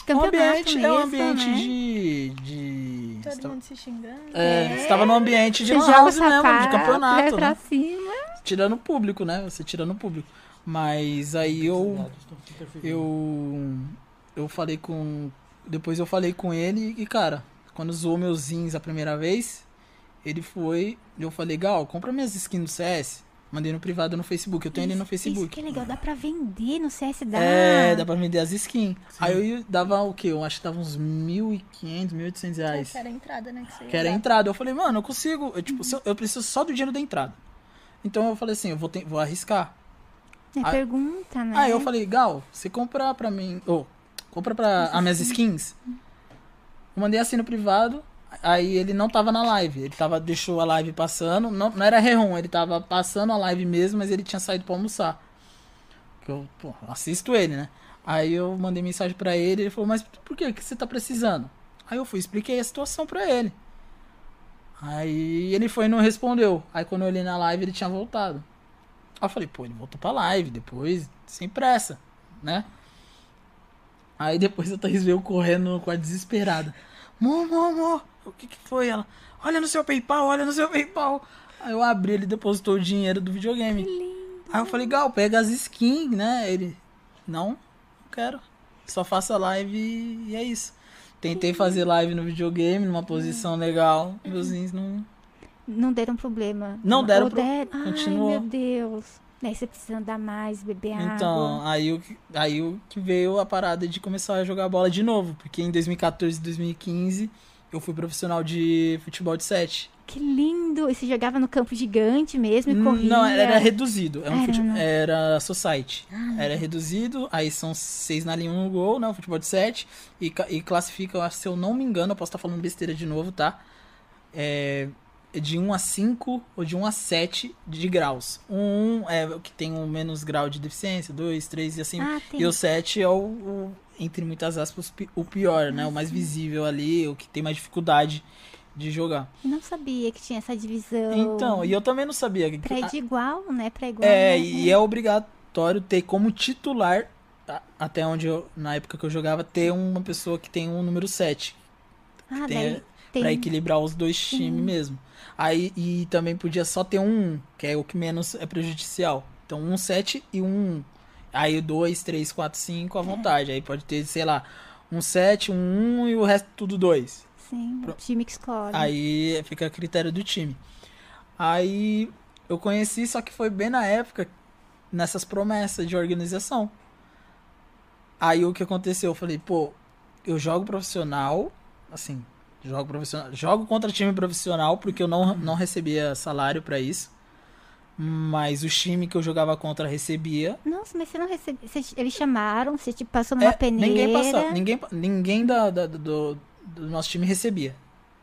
[SPEAKER 1] campeonato
[SPEAKER 2] ambiente,
[SPEAKER 1] mesmo,
[SPEAKER 2] é um ambiente
[SPEAKER 1] né?
[SPEAKER 2] de. de... você
[SPEAKER 3] Todo
[SPEAKER 2] tava-
[SPEAKER 3] mundo se xingando.
[SPEAKER 2] É, você tava num ambiente de
[SPEAKER 1] Você
[SPEAKER 2] lan
[SPEAKER 1] joga o
[SPEAKER 2] house
[SPEAKER 1] sapato,
[SPEAKER 2] mesmo, de
[SPEAKER 1] vai
[SPEAKER 2] campeonato,
[SPEAKER 1] pra
[SPEAKER 2] né?
[SPEAKER 1] cima.
[SPEAKER 2] Tirando o público, né? Você tirando o público. Mas aí eu. Eu. Eu falei com. Depois eu falei com ele e, cara, quando zoou meus zins a primeira vez, ele foi. Eu falei, Gal, compra minhas skins do CS. Mandei no privado no Facebook. Eu tenho ele no Facebook.
[SPEAKER 1] Isso que é legal, dá pra vender no CS da.
[SPEAKER 2] É, dá pra vender as skins. Aí eu dava o quê? Eu acho que dava uns 1.500, 1.800
[SPEAKER 3] Ah,
[SPEAKER 2] reais.
[SPEAKER 3] que era a entrada, né? Que você ia
[SPEAKER 2] Que era a
[SPEAKER 3] dar.
[SPEAKER 2] entrada. Eu falei, mano, eu consigo. Eu, tipo, se
[SPEAKER 1] Uhum.
[SPEAKER 2] eu, eu preciso só do dinheiro da entrada. Então eu falei assim, eu vou, te- vou arriscar.
[SPEAKER 1] É
[SPEAKER 2] Aí-
[SPEAKER 1] pergunta, né?
[SPEAKER 2] Aí Ah, eu falei, Gal, se comprar pra mim. Ou, compra pra as minhas skins. Eu mandei assim no privado. Aí ele não tava na live. Ele tava, deixou a live passando. Não, não era Rehon, ele tava passando a live mesmo, mas ele tinha saído pra almoçar. Que eu, pô, assisto ele, né? Aí eu mandei mensagem pra ele, ele falou, mas por que? O que você tá precisando? Aí eu fui, expliquei a situação pra ele. Aí ele foi e não respondeu. Aí quando eu olhei na live, ele tinha voltado. Aí eu falei, pô, ele voltou pra live depois, sem pressa, né? Aí depois a Thaís veio correndo no quarto desesperada. Mô, mô, mô, o que que foi? Ela, olha no seu PayPal, olha no seu PayPal. Aí eu abri, ele depositou o dinheiro do videogame. Aí eu falei, Gal, pega as skins, né? Ele, não, não quero. Só faça live e é isso. Tentei fazer live no videogame, numa posição legal. Meus zins não.
[SPEAKER 1] Não deram problema.
[SPEAKER 2] Não deram
[SPEAKER 1] Ou
[SPEAKER 2] pro-
[SPEAKER 1] Ai,
[SPEAKER 2] continuou.
[SPEAKER 1] meu Deus. Daí você precisa andar mais, beber água.
[SPEAKER 2] Então, aí o, que- aí o que veio a parada de começar a jogar bola de novo. Porque em 2014, 2015, eu fui profissional de futebol de 7.
[SPEAKER 1] Que lindo. E você jogava no campo gigante mesmo e corria.
[SPEAKER 2] Hum,
[SPEAKER 1] Ah,
[SPEAKER 2] Não, era reduzido. Era, um
[SPEAKER 1] Era,
[SPEAKER 2] fute-
[SPEAKER 1] né?
[SPEAKER 2] era society. Era reduzido, aí são seis na linha, um no gol, né? O futebol de sete. E, ca- e classifica, eu acho, se eu não me engano, eu posso estar falando besteira de novo, tá? É, de 1 a 5 ou de 1 a 7 de graus. Um, um é o que tem um menos grau de deficiência, dois, três e assim.
[SPEAKER 1] Ah, tem.
[SPEAKER 2] E o 7 é o, o- entre muitas aspas, pi- o pior, né? O mais visível ali, o que tem mais dificuldade de jogar.
[SPEAKER 1] Não sabia que tinha essa divisão.
[SPEAKER 2] Então, e eu também não sabia. que-
[SPEAKER 1] Pra de igual, né? Pra igual.
[SPEAKER 2] Ah. é,
[SPEAKER 1] né?
[SPEAKER 2] e é obrigatório ter como titular, a- até onde eu, na época que eu jogava, ter uma pessoa que tem um número 7.
[SPEAKER 1] Ah,
[SPEAKER 2] tem- né?
[SPEAKER 1] daí tem.
[SPEAKER 2] Pra equilibrar os dois times mesmo. Aí, e também podia só ter um, 1, que é o que menos é prejudicial. Então, um 7 e um 1. Aí o 2, 3, 4, 5 à vontade. Aí pode ter, sei lá, um 7, um 1 e o resto tudo 2.
[SPEAKER 1] Sim, o time que escolhe.
[SPEAKER 2] Aí fica a critério do time. Aí eu conheci, só que foi bem na época, nessas promessas de organização. Aí o que aconteceu? Eu falei, pô, eu jogo profissional, assim, jogo profissional, jogo contra time profissional, porque eu não, não recebia salário pra isso. Mas o time que eu jogava contra recebia.
[SPEAKER 1] Nossa, mas você não recebeu. Eles chamaram, você te passou numa
[SPEAKER 2] É,
[SPEAKER 1] peneira.
[SPEAKER 2] Ninguém passava, ninguém, pa- ninguém da, da- do, do nosso time recebia.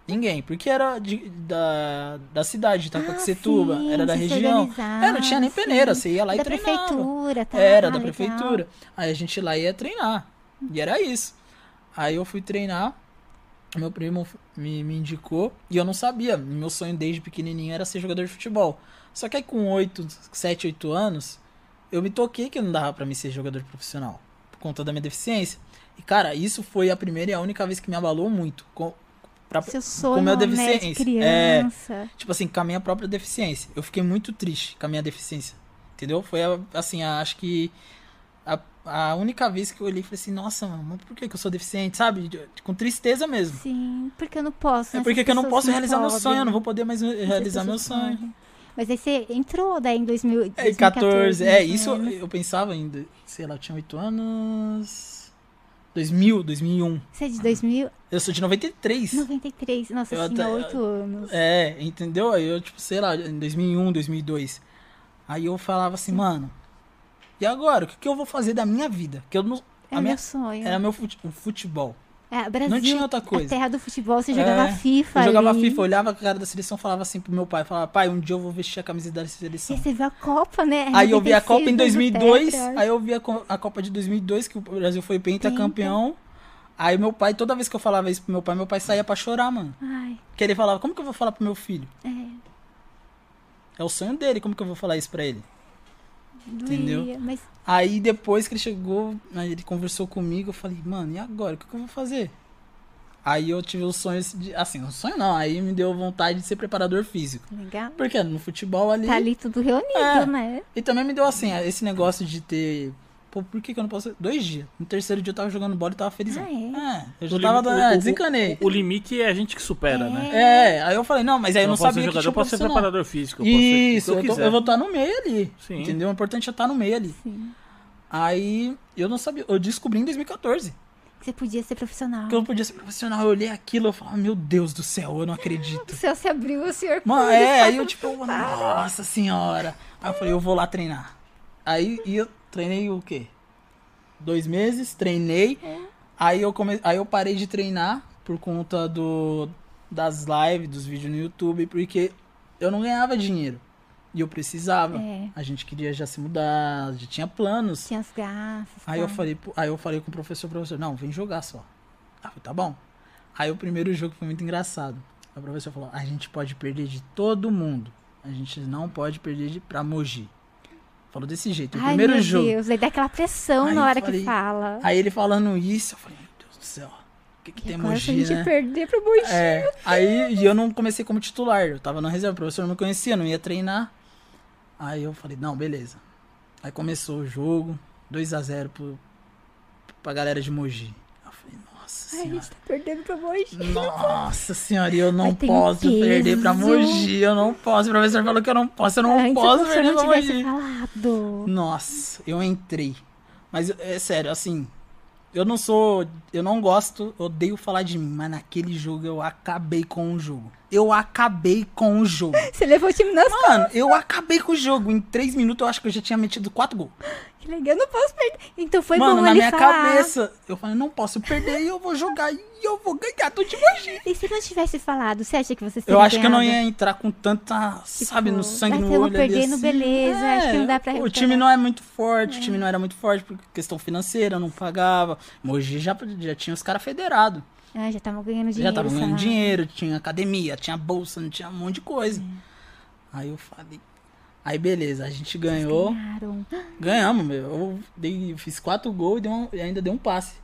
[SPEAKER 2] Ninguém, porque era de- da, da cidade, tá? Itacoaxetuba,
[SPEAKER 1] Ah, sim,
[SPEAKER 2] era da
[SPEAKER 1] se
[SPEAKER 2] região.
[SPEAKER 1] organizar,
[SPEAKER 2] É, não tinha nem
[SPEAKER 1] sim.
[SPEAKER 2] peneira, você ia lá e
[SPEAKER 1] da
[SPEAKER 2] treinava.
[SPEAKER 1] prefeitura, tá?
[SPEAKER 2] Era da
[SPEAKER 1] legal.
[SPEAKER 2] prefeitura. Aí a gente lá ia treinar. E era isso. Aí eu fui treinar. Meu primo me, me indicou. E eu não sabia. Meu sonho desde pequenininho era ser jogador de futebol. Só que aí com 8, 7, 8 anos, eu me toquei que não dava pra mim ser jogador profissional. Por conta da minha deficiência. E cara, isso foi a primeira e a única vez que me abalou muito. Com, pra,
[SPEAKER 1] Seu sonho
[SPEAKER 2] como eu devo
[SPEAKER 1] né,
[SPEAKER 2] ser
[SPEAKER 1] de
[SPEAKER 2] esse.
[SPEAKER 1] criança.
[SPEAKER 2] tipo assim, com a minha própria deficiência. Eu fiquei muito triste com a minha deficiência. Entendeu? Foi a- assim, a- acho que a, a única vez que eu olhei e falei assim, nossa, mano, mas por que, que eu sou deficiente? Sabe? De- de- Com tristeza mesmo.
[SPEAKER 1] Sim, porque eu não posso.
[SPEAKER 2] É
[SPEAKER 1] né?
[SPEAKER 2] porque
[SPEAKER 1] Essas
[SPEAKER 2] que eu não
[SPEAKER 1] pessoas
[SPEAKER 2] posso
[SPEAKER 1] não
[SPEAKER 2] realizar meu
[SPEAKER 1] podem.
[SPEAKER 2] sonho, eu não vou poder mais eh,
[SPEAKER 1] Essas
[SPEAKER 2] realizar meu
[SPEAKER 1] pessoas
[SPEAKER 2] sonho.
[SPEAKER 1] podem. Mas aí você entrou daí em 2000,
[SPEAKER 2] É, 14, é,
[SPEAKER 1] né?
[SPEAKER 2] isso eu, eu pensava ainda, sei lá, eu tinha 8 anos. 2000, 2001.
[SPEAKER 1] Você é de 2093.
[SPEAKER 2] Eu sou de 93.
[SPEAKER 1] Nossa,
[SPEAKER 2] Eu
[SPEAKER 1] eu tinha
[SPEAKER 2] até-
[SPEAKER 1] 8 anos.
[SPEAKER 2] É, entendeu? Aí eu, tipo, sei lá, em 2001, 2002. Aí eu falava assim, mano, e agora? O que, que eu vou fazer da minha vida? Que eu não,
[SPEAKER 1] É
[SPEAKER 2] A minha-
[SPEAKER 1] meu sonho.
[SPEAKER 2] Era meu fute- o futebol.
[SPEAKER 1] É, Brasil,
[SPEAKER 2] Não tinha outra
[SPEAKER 1] a
[SPEAKER 2] coisa.
[SPEAKER 1] terra do futebol, você
[SPEAKER 2] É,
[SPEAKER 1] jogava FIFA
[SPEAKER 2] Eu jogava
[SPEAKER 1] ali.
[SPEAKER 2] FIFA, olhava a cara da seleção, falava assim pro meu pai, falava, pai, um dia eu vou vestir a camiseta da seleção.
[SPEAKER 1] E você viu a Copa, né?
[SPEAKER 2] Aí eu vi a Copa em
[SPEAKER 1] 96 do
[SPEAKER 2] 2002,
[SPEAKER 1] Pepe,
[SPEAKER 2] aí eu vi a, co- a Copa de 2002, que o Brasil foi pentacampeão. Aí meu pai, toda vez que eu falava isso pro meu pai, meu pai saía pra chorar, mano.
[SPEAKER 1] Ai,
[SPEAKER 2] Porque ele falava, como que eu vou falar pro meu filho?
[SPEAKER 1] é,
[SPEAKER 2] É o sonho dele, como que eu vou falar isso pra ele?
[SPEAKER 1] doía,
[SPEAKER 2] Entendeu?
[SPEAKER 1] mas
[SPEAKER 2] Aí depois que ele chegou, aí ele conversou comigo, eu falei, mano, e agora? O que que eu vou fazer? Aí eu tive o sonho, de, assim, um sonho não, aí me deu vontade de ser preparador físico.
[SPEAKER 1] legal.
[SPEAKER 2] Porque no futebol ali.
[SPEAKER 1] Tá ali tudo reunido,
[SPEAKER 2] É.
[SPEAKER 1] né?
[SPEAKER 2] E também me deu assim, esse negócio de ter. Pô, por que, que eu não posso. Dois dias. No terceiro dia eu tava jogando bola e tava felizão.
[SPEAKER 1] Ah,
[SPEAKER 2] é? eu já
[SPEAKER 4] O
[SPEAKER 2] tava.
[SPEAKER 4] lim-
[SPEAKER 2] dando-
[SPEAKER 4] o-
[SPEAKER 2] é,
[SPEAKER 4] o-
[SPEAKER 2] desencanei.
[SPEAKER 4] O limite é a gente que supera, né?
[SPEAKER 2] É, aí eu falei, não, mas aí eu não,
[SPEAKER 4] eu posso
[SPEAKER 2] sabia
[SPEAKER 4] ser
[SPEAKER 2] que
[SPEAKER 4] jogador,
[SPEAKER 2] tinha
[SPEAKER 4] eu posso ser
[SPEAKER 2] profissional.
[SPEAKER 4] preparador físico. eu posso ser o
[SPEAKER 2] Isso, eu,
[SPEAKER 4] que
[SPEAKER 2] tô-
[SPEAKER 4] eu,
[SPEAKER 2] eu
[SPEAKER 4] quiser.
[SPEAKER 2] vou estar no meio ali.
[SPEAKER 4] Sim.
[SPEAKER 2] Entendeu? O importante é estar no meio ali.
[SPEAKER 1] Sim.
[SPEAKER 2] Aí eu não sabia, eu descobri em 2014
[SPEAKER 1] Você podia ser profissional.
[SPEAKER 2] que eu podia ser profissional. Eu olhei aquilo, eu falava, meu Deus do céu, eu não acredito.
[SPEAKER 1] O céu se abriu, o senhor.
[SPEAKER 2] Mano, é, aí eu tipo, nossa senhora. Aí eu falei, eu vou lá treinar. Aí e eu treinei o quê? Dois meses, treinei. Aí eu, come... aí eu parei de treinar por conta do... das lives, dos vídeos no YouTube, porque eu não ganhava dinheiro. E eu precisava.
[SPEAKER 1] É.
[SPEAKER 2] A gente queria já se mudar, já tinha planos.
[SPEAKER 1] Tinha as garças.
[SPEAKER 2] Aí
[SPEAKER 1] tá.
[SPEAKER 2] eu falei, pro- aí eu falei com o professor, professor, não, vem jogar só. Ah, tá bom. Aí o primeiro jogo foi muito engraçado. Aí O professor falou, a gente pode perder de todo mundo. A gente não pode perder de, pra Mogi. Falou desse jeito. O
[SPEAKER 1] Ai,
[SPEAKER 2] primeiro
[SPEAKER 1] meu
[SPEAKER 2] jogo.
[SPEAKER 1] Deus, aí dá aquela pressão
[SPEAKER 2] Aí eu
[SPEAKER 1] na hora
[SPEAKER 2] falei,
[SPEAKER 1] que fala.
[SPEAKER 2] Aí ele falando isso, eu falei, meu Deus do céu, o que, que
[SPEAKER 1] E
[SPEAKER 2] tem
[SPEAKER 1] agora se a
[SPEAKER 2] Mogi,
[SPEAKER 1] gente
[SPEAKER 2] né?
[SPEAKER 1] perder pro Mogi.
[SPEAKER 2] É, aí e eu não comecei como titular, eu tava na reserva, o professor não me conhecia, não ia treinar. Aí eu falei, não, beleza. Aí começou o jogo, 2 a 0 pro, pra galera de Mogi. Eu falei, nossa
[SPEAKER 1] Ai, a
[SPEAKER 2] senhora.
[SPEAKER 1] gente tá perdendo pro Mogi.
[SPEAKER 2] Nossa senhora, e eu não
[SPEAKER 1] Mas tem um
[SPEAKER 2] posso perder pra
[SPEAKER 1] peso.
[SPEAKER 2] Mogi, eu não posso. O professor falou que eu não posso, eu não
[SPEAKER 1] Antes,
[SPEAKER 2] posso
[SPEAKER 1] se eu
[SPEAKER 2] perder
[SPEAKER 1] não
[SPEAKER 2] pra
[SPEAKER 1] tivesse
[SPEAKER 2] Mogi.
[SPEAKER 1] falado.
[SPEAKER 2] Nossa, eu entrei. Mas é sério, assim, eu não sou, eu não gosto, odeio falar de mim, mas naquele jogo eu acabei com o jogo. Eu acabei com o jogo.
[SPEAKER 1] Você levou o time nas
[SPEAKER 2] Mano, eu acabei com o jogo. Em três minutos eu acho que eu já tinha metido quatro gols.
[SPEAKER 1] Que legal, eu não posso perder. Então foi
[SPEAKER 2] Mano,
[SPEAKER 1] bom
[SPEAKER 2] na
[SPEAKER 1] ele
[SPEAKER 2] minha
[SPEAKER 1] falar.
[SPEAKER 2] cabeça, eu falei, não posso perder e eu vou jogar e eu vou ganhar do time hoje.
[SPEAKER 1] E se não tivesse falado, você acha que você
[SPEAKER 2] Eu
[SPEAKER 1] teria
[SPEAKER 2] acho que eu não
[SPEAKER 1] ganhado?
[SPEAKER 2] ia entrar com tanta, sabe, no
[SPEAKER 1] Tipo,
[SPEAKER 2] sangue
[SPEAKER 1] vai
[SPEAKER 2] no
[SPEAKER 1] ter
[SPEAKER 2] olho
[SPEAKER 1] uma
[SPEAKER 2] ali
[SPEAKER 1] perdendo,
[SPEAKER 2] assim.
[SPEAKER 1] beleza, acho que não dá pra
[SPEAKER 2] O
[SPEAKER 1] recuperar.
[SPEAKER 2] time não é muito forte, o time não era muito forte por questão financeira, não pagava. Mogi já, já tinha os caras federados.
[SPEAKER 1] Ah, já estavam ganhando dinheiro.
[SPEAKER 2] Já estavam ganhando
[SPEAKER 1] sabe?
[SPEAKER 2] dinheiro, tinha academia, tinha bolsa, não tinha um monte de
[SPEAKER 1] É.
[SPEAKER 2] coisa. Aí eu falei. Aí beleza, a gente ganhou.
[SPEAKER 1] Ganharam.
[SPEAKER 2] Ganhamos, meu. Eu dei, fiz quatro gols e, dei uma- e ainda dei um passe.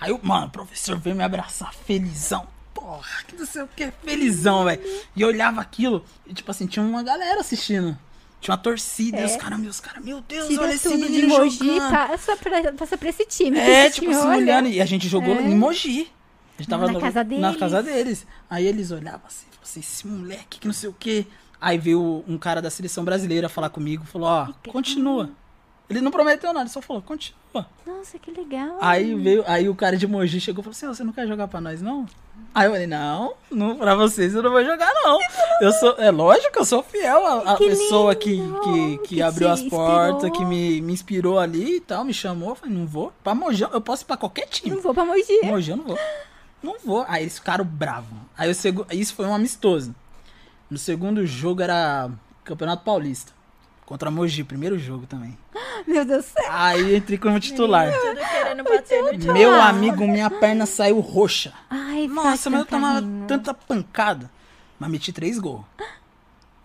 [SPEAKER 2] Aí, eu, mano, o professor veio me abraçar, felizão. Porra, que não sei o que, felizão, velho. E eu olhava aquilo e, tipo assim, tinha uma galera assistindo. Tinha uma torcida, e os caras, meu, os caras, meu Deus,
[SPEAKER 1] É. Tira
[SPEAKER 2] olha Ah, esse
[SPEAKER 1] tudo de tá
[SPEAKER 2] menino
[SPEAKER 1] Mogi,
[SPEAKER 2] jogando.
[SPEAKER 1] passa pra, passa pra esse time.
[SPEAKER 2] É,
[SPEAKER 1] esse
[SPEAKER 2] tipo
[SPEAKER 1] time
[SPEAKER 2] assim,
[SPEAKER 1] olha.
[SPEAKER 2] olhando. E a gente jogou
[SPEAKER 1] É.
[SPEAKER 2] em Mogi. A gente tava
[SPEAKER 1] Na casa
[SPEAKER 2] na
[SPEAKER 1] deles.
[SPEAKER 2] casa deles. Aí eles olhavam assim, falavam assim, esse moleque que não sei o quê. Aí veio um cara da seleção brasileira falar comigo, falou, ó, continua. Ele não prometeu nada, ele só falou, continua.
[SPEAKER 1] Nossa, que legal.
[SPEAKER 2] Aí veio, aí o cara de Mogi chegou e falou assim, ó, você não quer jogar pra nós, não? Aí eu falei, não, não, pra vocês eu não vou jogar, não. Eu sou, é lógico que eu sou fiel à, à
[SPEAKER 1] Que
[SPEAKER 2] pessoa que,
[SPEAKER 1] lindo,
[SPEAKER 2] que, que
[SPEAKER 1] que
[SPEAKER 2] abriu
[SPEAKER 1] te
[SPEAKER 2] as portas,
[SPEAKER 1] inspirou.
[SPEAKER 2] que me, me inspirou ali e tal, me chamou. Eu falei, não vou. Pra Mogi, eu posso ir pra qualquer time.
[SPEAKER 1] Não vou pra Mogi.
[SPEAKER 2] Mogi, eu não vou. Não vou. Aí eles ficaram bravos. Aí o segu... isso foi um amistoso. No segundo jogo era Campeonato Paulista. Contra Mogi, primeiro jogo também.
[SPEAKER 1] Meu Deus do céu.
[SPEAKER 2] Aí eu entrei como titular.
[SPEAKER 3] Tudo querendo bater no time.
[SPEAKER 1] Ah.
[SPEAKER 2] Meu amigo, minha perna saiu roxa.
[SPEAKER 1] Ai,
[SPEAKER 2] Nossa, mas eu tomava
[SPEAKER 1] tanto.
[SPEAKER 2] tanta pancada. Mas meti três gols.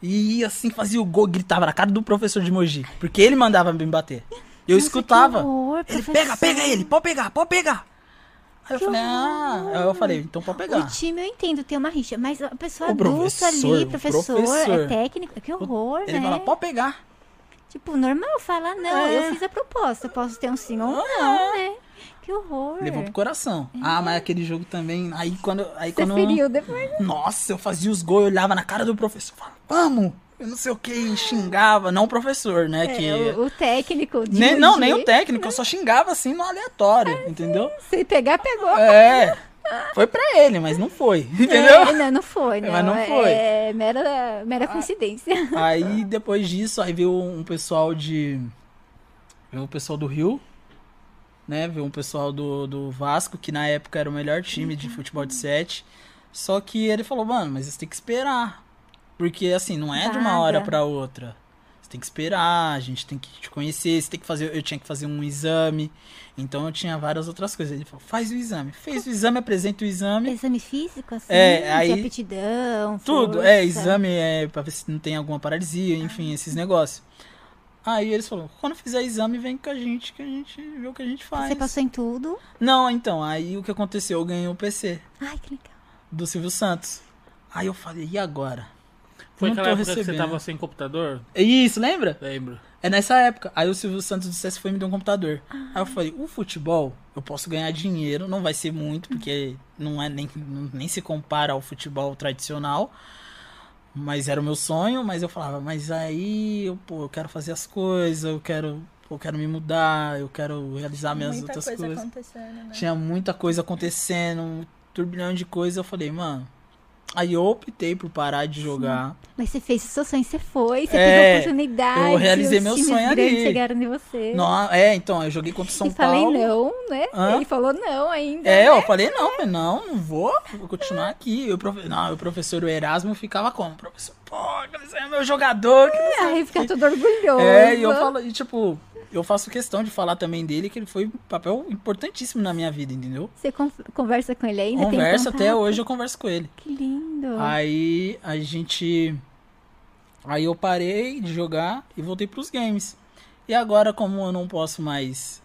[SPEAKER 2] E assim fazia o gol, gritava na cara do professor de Mogi. Porque ele mandava me bater. Eu escutava.
[SPEAKER 1] horror,
[SPEAKER 2] ele pega,
[SPEAKER 1] professor."
[SPEAKER 2] pega ele, pode pegar, pode pegar. Aí eu
[SPEAKER 1] Que
[SPEAKER 2] falei, ah. Aí eu falei, então pode
[SPEAKER 1] O
[SPEAKER 2] pegar.
[SPEAKER 1] time eu entendo, tem uma rixa, mas a pessoa
[SPEAKER 2] O
[SPEAKER 1] adulta ali,
[SPEAKER 2] professor, o
[SPEAKER 1] professor,
[SPEAKER 2] professor.
[SPEAKER 1] é técnico, que horror,
[SPEAKER 2] Ele
[SPEAKER 1] né?
[SPEAKER 2] fala, pode pegar.
[SPEAKER 1] Tipo, normal falar, não,
[SPEAKER 2] É.
[SPEAKER 1] eu fiz a proposta, posso ter um sim ou um não, né? Que horror. é.
[SPEAKER 2] Levou pro coração. Ah, mas aquele jogo também. Aí quando. Aí
[SPEAKER 1] Você
[SPEAKER 2] quando.
[SPEAKER 1] feriu depois.
[SPEAKER 2] Nossa, eu fazia os gols, eu olhava na cara do professor, falava, vamos! Eu não sei o que, e xingava, não o professor, né? que...
[SPEAKER 1] É, O, o técnico. de É,
[SPEAKER 2] Nem- não, nem
[SPEAKER 1] Mogi,
[SPEAKER 2] o técnico, eu só xingava assim no aleatório, entendeu?
[SPEAKER 1] Se pegar, pegou.
[SPEAKER 2] É. Foi pra ele, mas não foi,
[SPEAKER 1] É,
[SPEAKER 2] entendeu?
[SPEAKER 1] não, não foi, não.
[SPEAKER 2] Mas não foi.
[SPEAKER 1] É mera, mera coincidência.
[SPEAKER 2] Aí um depois disso, aí veio um pessoal de. Veio o pessoal do Rio. né? Ver um pessoal do, do Vasco, que na época era o melhor time de futebol de sete. Só que ele falou, mano, mas você tem que esperar. Porque, assim, não é de uma
[SPEAKER 1] Vaga.
[SPEAKER 2] hora pra outra. Você tem que esperar, a gente tem que te conhecer, você tem que fazer. Eu tinha que fazer um exame. Então eu tinha várias outras coisas. Ele falou, faz o exame. Fez o exame, apresenta o exame.
[SPEAKER 1] Um Exame físico, assim,
[SPEAKER 2] É, aí-
[SPEAKER 1] de aptidão,
[SPEAKER 2] Tudo,
[SPEAKER 1] força.
[SPEAKER 2] é, exame é pra ver se não tem alguma paralisia,
[SPEAKER 1] Ah.
[SPEAKER 2] enfim, esses negócios. Aí eles falaram, quando fizer exame, vem com a gente, que a gente vê o que a gente faz.
[SPEAKER 1] Você passou em tudo.
[SPEAKER 2] Não, então, aí o que aconteceu? Eu ganhei o PC
[SPEAKER 1] Ai, que legal.
[SPEAKER 2] do Silvio Santos. Aí eu falei, e agora?
[SPEAKER 4] Foi
[SPEAKER 2] Não
[SPEAKER 4] aquela
[SPEAKER 2] tô
[SPEAKER 4] época que você
[SPEAKER 2] recebendo.
[SPEAKER 4] tava sem computador?
[SPEAKER 2] É Isso, lembra?
[SPEAKER 4] Lembro.
[SPEAKER 2] É nessa época. Aí o Silvio Santos do CSF me deu um computador. Aí eu falei, o futebol, eu posso ganhar dinheiro, não vai ser muito, porque não é nem, não- nem se compara ao futebol tradicional. Mas era o meu sonho, mas eu falava, mas aí, eu, pô, eu quero fazer as coisas, eu quero, pô, eu quero me mudar, eu quero realizar minhas
[SPEAKER 3] Muita
[SPEAKER 2] outras
[SPEAKER 3] coisa
[SPEAKER 2] coisas.
[SPEAKER 3] acontecendo, né?
[SPEAKER 2] Tinha muita coisa acontecendo, um turbilhão de coisa. Eu falei, mano. Aí eu optei por parar de jogar.
[SPEAKER 1] Mas você fez o seu sonho, você foi, você
[SPEAKER 2] É,
[SPEAKER 1] teve a oportunidade.
[SPEAKER 2] eu realizei
[SPEAKER 1] os
[SPEAKER 2] meu
[SPEAKER 1] times
[SPEAKER 2] sonho
[SPEAKER 1] grandes
[SPEAKER 2] ali.
[SPEAKER 1] chegaram em você.
[SPEAKER 2] Não, é, então, eu joguei contra o São
[SPEAKER 1] e falei
[SPEAKER 2] Paulo.
[SPEAKER 1] não, né?
[SPEAKER 2] Hã?
[SPEAKER 1] Ele falou não ainda.
[SPEAKER 2] É, eu falei, não, mas não, não vou, vou continuar aqui. Eu, profe- não, o professor Erasmo ficava como? Professor, pô, você é meu jogador. que não sei o
[SPEAKER 1] Ai, ficar
[SPEAKER 2] quê."
[SPEAKER 1] todo orgulhoso.
[SPEAKER 2] É, e eu falo, e tipo, eu faço questão de falar também dele, que ele foi um papel importantíssimo na minha vida, entendeu?
[SPEAKER 1] Você con- conversa com ele ainda? tem Uhum.
[SPEAKER 2] Converso, até
[SPEAKER 1] contato?
[SPEAKER 2] hoje Ah, eu converso com ele.
[SPEAKER 1] Que lindo.
[SPEAKER 2] Aí a gente. Aí eu parei de jogar e voltei pros games. E agora, como eu não posso mais.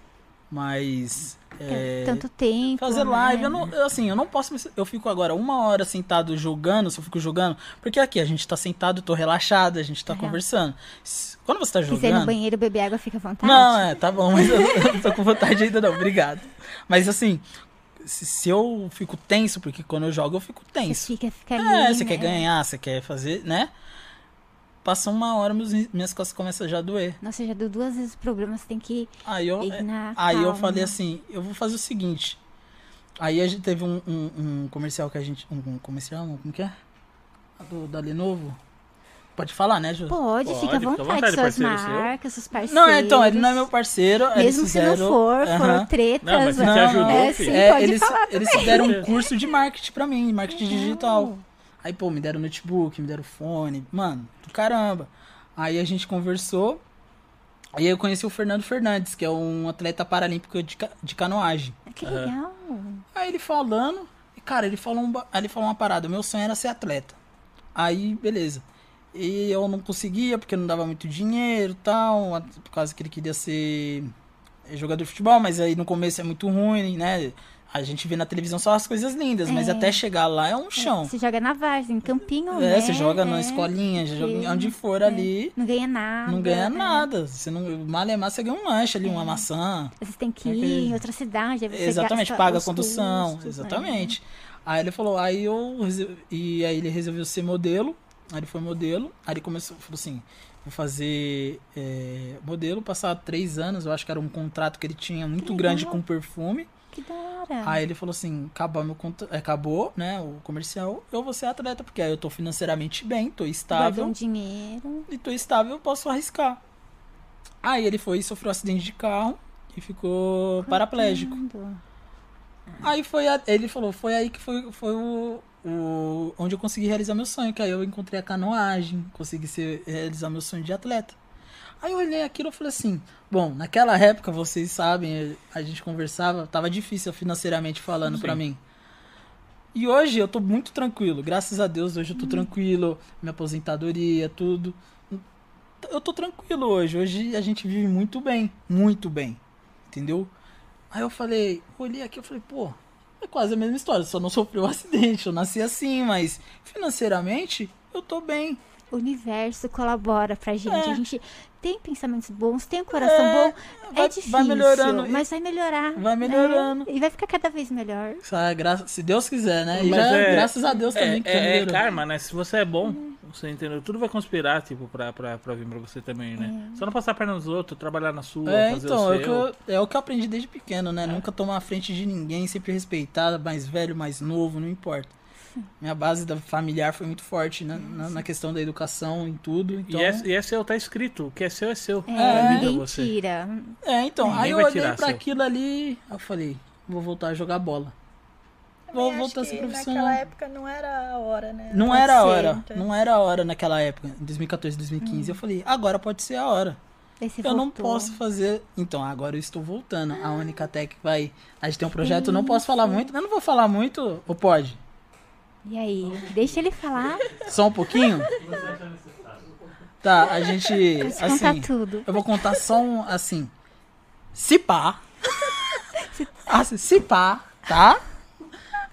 [SPEAKER 2] Mais. é,
[SPEAKER 1] Tanto tempo.
[SPEAKER 2] fazer
[SPEAKER 1] né?
[SPEAKER 2] live, eu não, eu, assim, eu não posso. me- Eu fico agora uma hora sentado jogando, se eu fico jogando. Porque aqui a gente tá sentado, eu tô relaxado, a gente tá
[SPEAKER 1] Aham.
[SPEAKER 2] conversando. S- Quando você tá
[SPEAKER 1] Se quiser ir É. no
[SPEAKER 2] jogando.
[SPEAKER 1] banheiro beber água, fica à vontade.
[SPEAKER 2] Não, é, tá bom, mas eu, eu não tô com vontade ainda não, obrigado. Mas assim, se, se eu fico tenso, porque quando eu jogo eu fico
[SPEAKER 1] Você
[SPEAKER 2] tenso.
[SPEAKER 1] fica, fica
[SPEAKER 2] É,
[SPEAKER 1] ali,
[SPEAKER 2] você
[SPEAKER 1] né?
[SPEAKER 2] quer ganhar, você quer fazer, né? Passa uma hora, meus, minhas costas começam já a doer.
[SPEAKER 1] Nossa, já deu duas vezes o problema, você tem que
[SPEAKER 2] Aí eu, é,
[SPEAKER 1] ir na
[SPEAKER 2] aí eu
[SPEAKER 1] calma.
[SPEAKER 2] falei assim, eu vou fazer o seguinte. Aí a gente teve um, um- um comercial que a gente. Um, um comercial, não, como que é? Do, da Lenovo. Pode falar, né, Ju?
[SPEAKER 1] Pode,
[SPEAKER 4] Pode,
[SPEAKER 1] fica à vontade, suas
[SPEAKER 4] parceiro seu.
[SPEAKER 1] marcas, seus parceiros.
[SPEAKER 2] não, é, então, ele não é meu parceiro. eles
[SPEAKER 1] Mesmo se não
[SPEAKER 2] fizeram-
[SPEAKER 1] for,
[SPEAKER 2] Aham.
[SPEAKER 1] foram tretas.
[SPEAKER 4] Não, mas você
[SPEAKER 1] vamos-
[SPEAKER 4] ajudou,
[SPEAKER 1] é,
[SPEAKER 4] filho.
[SPEAKER 1] sim,
[SPEAKER 2] É,
[SPEAKER 1] pode
[SPEAKER 2] eles,
[SPEAKER 1] falar. Uhum.
[SPEAKER 2] eles deram um curso de marketing pra mim, marketing digital. Aí, pô, me deram notebook, me deram fone, mano, do caramba. Aí a gente conversou, aí eu conheci o Fernando Fernandes, que é um atleta paralímpico de, ca- de canoagem.
[SPEAKER 1] É, Que legal.
[SPEAKER 2] Aí ele falando, e cara, ele falou, um, ba- aí ele falou uma parada, meu sonho era ser atleta. Aí, beleza. E eu não conseguia, porque não dava muito dinheiro e tal, a- por causa que ele queria ser eh, jogador de futebol, mas aí no começo é muito ruim, né? A gente vê na televisão só as coisas lindas, mas
[SPEAKER 1] É.
[SPEAKER 2] até chegar lá é um chão.
[SPEAKER 1] Você joga na várzea, em campinho,
[SPEAKER 2] É,
[SPEAKER 1] né?
[SPEAKER 2] você joga na
[SPEAKER 1] É.
[SPEAKER 2] escolinha, já joga
[SPEAKER 1] Sim,
[SPEAKER 2] onde for
[SPEAKER 1] é.
[SPEAKER 2] ali,
[SPEAKER 1] Não ganha nada. É.
[SPEAKER 2] não ganha
[SPEAKER 1] né?
[SPEAKER 2] nada. Você não, malemar, você ganha um lanche ali, uma maçã.
[SPEAKER 1] Vocês têm que
[SPEAKER 2] É que-
[SPEAKER 1] ir em outra cidade. aí você
[SPEAKER 2] Exatamente,
[SPEAKER 1] gasta
[SPEAKER 2] paga a
[SPEAKER 1] os
[SPEAKER 2] condução,
[SPEAKER 1] custos, né?
[SPEAKER 2] exatamente. Aí ele falou, aí eu resol- e aí ele resolveu ser modelo, aí ele foi modelo, aí ele começou, falou assim, vou fazer é, modelo, passar três anos, eu acho que era um contrato que ele tinha muito grande
[SPEAKER 1] legal. Tá.
[SPEAKER 2] com perfume.
[SPEAKER 1] Que da hora.
[SPEAKER 2] Aí ele falou assim, acabou meu contra- acabou, né, o comercial, eu vou ser atleta, porque aí eu tô financeiramente bem, tô
[SPEAKER 1] Guardou
[SPEAKER 2] estável
[SPEAKER 1] um dinheiro.
[SPEAKER 2] e tô estável, eu posso arriscar. Aí ele foi e sofreu um acidente de carro e ficou paraplégico.
[SPEAKER 1] Tudo.
[SPEAKER 2] Aí foi a- ele falou, foi aí que foi, foi o, o- onde eu consegui realizar meu sonho, que aí eu encontrei a canoagem, consegui ser- realizar meu sonho de atleta. Aí eu olhei aquilo e falei assim, bom, naquela época, vocês sabem, a gente conversava, tava difícil financeiramente falando pra mim. E hoje eu tô muito tranquilo, graças a Deus, hoje eu tô tranquilo, minha aposentadoria, tudo. Eu tô tranquilo hoje, hoje a gente vive muito bem, muito bem, entendeu? Aí eu falei, olhei aqui, eu falei, pô, é quase a mesma história, só não sofri um acidente, eu nasci assim, mas financeiramente eu tô bem.
[SPEAKER 1] O universo colabora pra gente.
[SPEAKER 2] É.
[SPEAKER 1] A gente tem pensamentos bons, tem um coração bom.
[SPEAKER 2] vai- vai
[SPEAKER 1] é difícil,
[SPEAKER 2] melhorando.
[SPEAKER 1] mas vai melhorar.
[SPEAKER 2] Vai melhorando.
[SPEAKER 1] É, e vai ficar cada vez melhor.
[SPEAKER 2] Sabe, graça, é se Deus quiser, né? E
[SPEAKER 4] Mas
[SPEAKER 2] já,
[SPEAKER 4] é-
[SPEAKER 2] graças a Deus
[SPEAKER 4] É,
[SPEAKER 2] também que tá
[SPEAKER 4] é, é
[SPEAKER 2] melhorando.
[SPEAKER 4] karma, né? Se você é bom, você entendeu? Tudo vai conspirar, tipo, pra, pra, pra vir pra você também, né? Só não passar a perna nos outros, trabalhar na sua,
[SPEAKER 2] É,
[SPEAKER 4] fazer
[SPEAKER 2] então,
[SPEAKER 4] o
[SPEAKER 2] é o,
[SPEAKER 4] seu.
[SPEAKER 2] que eu, é o que eu aprendi desde pequeno, né? Nunca tomar a frente de ninguém, sempre respeitar, mais velho, mais novo, não importa. Minha base da familiar foi muito forte na, na, na questão da educação, em tudo. Então...
[SPEAKER 4] E, é, e é seu, tá escrito. O que é seu é seu.
[SPEAKER 1] É,
[SPEAKER 4] vida
[SPEAKER 1] ninguém tira.
[SPEAKER 2] É, então,
[SPEAKER 4] Ninguém
[SPEAKER 2] aí eu
[SPEAKER 4] vai
[SPEAKER 2] olhei
[SPEAKER 4] tirar
[SPEAKER 2] pra
[SPEAKER 4] seu.
[SPEAKER 2] aquilo ali, eu falei, vou voltar a jogar bola.
[SPEAKER 3] Também
[SPEAKER 2] Vou
[SPEAKER 3] acho
[SPEAKER 2] voltar a ser
[SPEAKER 3] que
[SPEAKER 2] profissional.
[SPEAKER 3] Naquela época não era a hora, né?
[SPEAKER 2] Não
[SPEAKER 3] Pode
[SPEAKER 2] era a
[SPEAKER 3] ser,
[SPEAKER 2] hora,
[SPEAKER 3] então.
[SPEAKER 2] não era a hora naquela época, em 2014, 2015. Eu falei, agora pode ser a hora.
[SPEAKER 1] Esse
[SPEAKER 2] Eu não
[SPEAKER 1] voltou.
[SPEAKER 2] posso fazer. Então, agora eu estou voltando. A Única Tech vai. A gente tem um projeto, eu não posso falar muito. Eu não vou falar muito, ou pode?
[SPEAKER 1] E aí? Deixa ele falar,
[SPEAKER 2] Só um pouquinho? Tá, a gente.
[SPEAKER 1] contar
[SPEAKER 2] Assim,
[SPEAKER 1] tudo.
[SPEAKER 2] eu vou contar só um. Assim. Se pá. Assim, se pá, tá?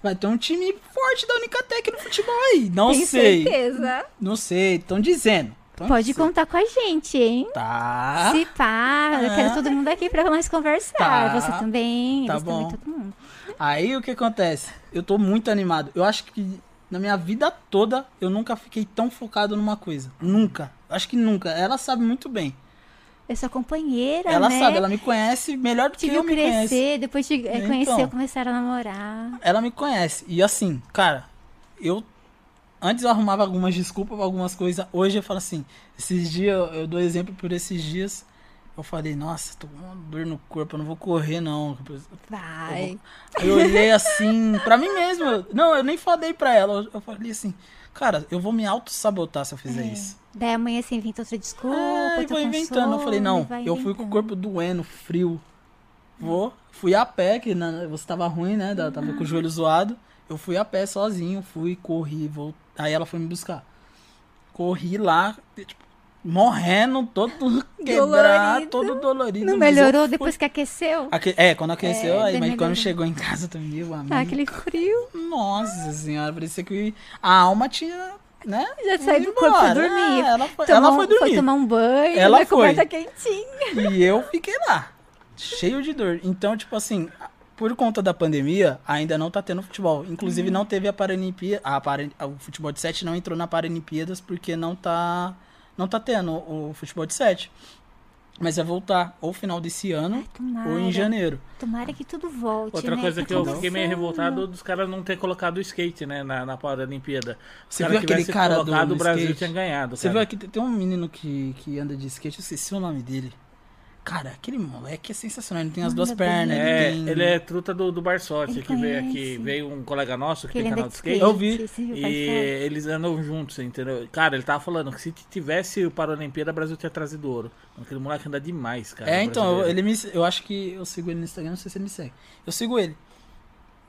[SPEAKER 2] Vai ter um time forte da Unicatec no futebol aí. Não
[SPEAKER 1] Tenho
[SPEAKER 2] sei.
[SPEAKER 1] certeza.
[SPEAKER 2] Não sei. Estão dizendo. Tão
[SPEAKER 1] Pode
[SPEAKER 2] dizendo.
[SPEAKER 1] contar com a gente, hein?
[SPEAKER 2] Tá.
[SPEAKER 1] Se pá, eu quero todo mundo aqui pra nós conversar.
[SPEAKER 2] Tá.
[SPEAKER 1] Você também,
[SPEAKER 2] Tá
[SPEAKER 1] eles também,
[SPEAKER 2] bom.
[SPEAKER 1] todo mundo.
[SPEAKER 2] Aí o que acontece? Eu tô muito animado. Eu acho que na minha vida toda eu nunca fiquei tão focado numa coisa. Nunca. Acho que nunca. Ela sabe muito bem.
[SPEAKER 1] Eu sou companheira,
[SPEAKER 2] Ela
[SPEAKER 1] né?
[SPEAKER 2] sabe, ela me conhece melhor do
[SPEAKER 1] Te
[SPEAKER 2] que
[SPEAKER 1] viu
[SPEAKER 2] eu me conheço.
[SPEAKER 1] crescer, depois te eh,
[SPEAKER 2] Então. Tá
[SPEAKER 1] conheceu, começaram a namorar.
[SPEAKER 2] Ela me conhece. E assim, cara, eu. Antes eu arrumava algumas desculpas pra algumas coisas. Hoje eu falo assim. Esses dias, eu- eu dou exemplo por esses dias. Eu falei, nossa, tô com uma dor no corpo, eu não vou correr não.
[SPEAKER 1] Vai.
[SPEAKER 2] Aí Eu olhei assim, pra mim mesmo. eu- Não, eu nem falei pra ela. Eu falei assim, cara, eu vou me auto-sabotar se eu fizer isso.
[SPEAKER 1] Daí amanhã você inventa outra desculpa.
[SPEAKER 2] Ah,
[SPEAKER 1] eu
[SPEAKER 2] e
[SPEAKER 1] tô
[SPEAKER 2] vou
[SPEAKER 1] com
[SPEAKER 2] inventando. eu
[SPEAKER 1] sono,
[SPEAKER 2] falei, não,
[SPEAKER 1] tá vai
[SPEAKER 2] eu fui com o
[SPEAKER 1] inventando.
[SPEAKER 2] corpo doendo, frio. Vou. Fui a pé, que na- você tava ruim, né? da- Tava com o joelho zoado. Eu fui a pé sozinho, fui, corri, voltei. Aí ela foi me buscar. Corri lá, tipo, morrendo, todo quebrado,
[SPEAKER 1] Dolorido.
[SPEAKER 2] todo dolorido.
[SPEAKER 1] Não
[SPEAKER 2] mas eu
[SPEAKER 1] melhorou
[SPEAKER 2] fui.
[SPEAKER 1] depois que aqueceu?
[SPEAKER 2] Aque- É, quando aqueceu,
[SPEAKER 1] É,
[SPEAKER 2] aí, mas
[SPEAKER 1] daí
[SPEAKER 2] quando
[SPEAKER 1] melhorou.
[SPEAKER 2] chegou em casa também, o amigo.
[SPEAKER 1] Ah, aquele frio.
[SPEAKER 2] Nossa senhora, parecia que a alma tinha, né?
[SPEAKER 1] Já
[SPEAKER 2] ido
[SPEAKER 1] saiu do corpo, foi
[SPEAKER 2] embora.
[SPEAKER 1] dormir.
[SPEAKER 2] É, ela foi,
[SPEAKER 1] Tomou-
[SPEAKER 2] ela foi dormir.
[SPEAKER 1] tomar um banho,
[SPEAKER 2] Ela
[SPEAKER 1] na
[SPEAKER 2] foi.
[SPEAKER 1] coberta quentinha.
[SPEAKER 2] E eu fiquei lá, cheio de dor. Então, tipo assim, por conta da pandemia, ainda não tá tendo futebol. Inclusive, não teve a Paralimpíada. A Paran- O futebol de 7 não entrou na Paralimpíadas porque não tá. Não tá tendo o futebol de 7. Mas vai voltar ou final desse ano
[SPEAKER 1] Tomara.
[SPEAKER 2] ou em janeiro.
[SPEAKER 1] Tomara que tudo volte.
[SPEAKER 4] Outra
[SPEAKER 1] né?
[SPEAKER 4] coisa
[SPEAKER 1] Tá
[SPEAKER 4] que eu
[SPEAKER 1] todo
[SPEAKER 4] fiquei meio
[SPEAKER 1] sono.
[SPEAKER 4] revoltado é dos caras não ter colocado o skate, né, na, na Paralimpíada. Se
[SPEAKER 2] Você
[SPEAKER 4] o cara
[SPEAKER 2] viu aquele
[SPEAKER 4] tivesse
[SPEAKER 2] cara do-
[SPEAKER 4] colocado,
[SPEAKER 2] do
[SPEAKER 4] o Brasil
[SPEAKER 2] skate?
[SPEAKER 4] tinha ganhado.
[SPEAKER 2] Você
[SPEAKER 4] cara.
[SPEAKER 2] viu aqui, tem tem um menino que, que anda de skate, eu esqueci o nome dele. Cara, aquele moleque é sensacional. Ele tem as duas
[SPEAKER 1] Anda bem.
[SPEAKER 2] pernas.
[SPEAKER 4] É,
[SPEAKER 2] ele tem...
[SPEAKER 4] ele é truta do, do Barsotti,
[SPEAKER 1] Ele
[SPEAKER 4] que veio aqui,
[SPEAKER 1] conhece.
[SPEAKER 4] veio um colega nosso que,
[SPEAKER 1] Que ele
[SPEAKER 4] tem
[SPEAKER 1] anda
[SPEAKER 4] canal de
[SPEAKER 1] de
[SPEAKER 4] skate.
[SPEAKER 1] skate.
[SPEAKER 2] Eu vi.
[SPEAKER 1] Você viu,
[SPEAKER 4] E
[SPEAKER 1] parceiro?
[SPEAKER 4] eles andam juntos, entendeu? Cara, ele tava falando que se tivesse o Paralimpíada, o Brasil tinha trazido ouro. Aquele moleque anda demais, cara.
[SPEAKER 2] É, então, eu,
[SPEAKER 4] brasileiro.
[SPEAKER 2] ele me, eu acho que eu sigo ele no Instagram, não sei se ele me segue. Eu sigo ele.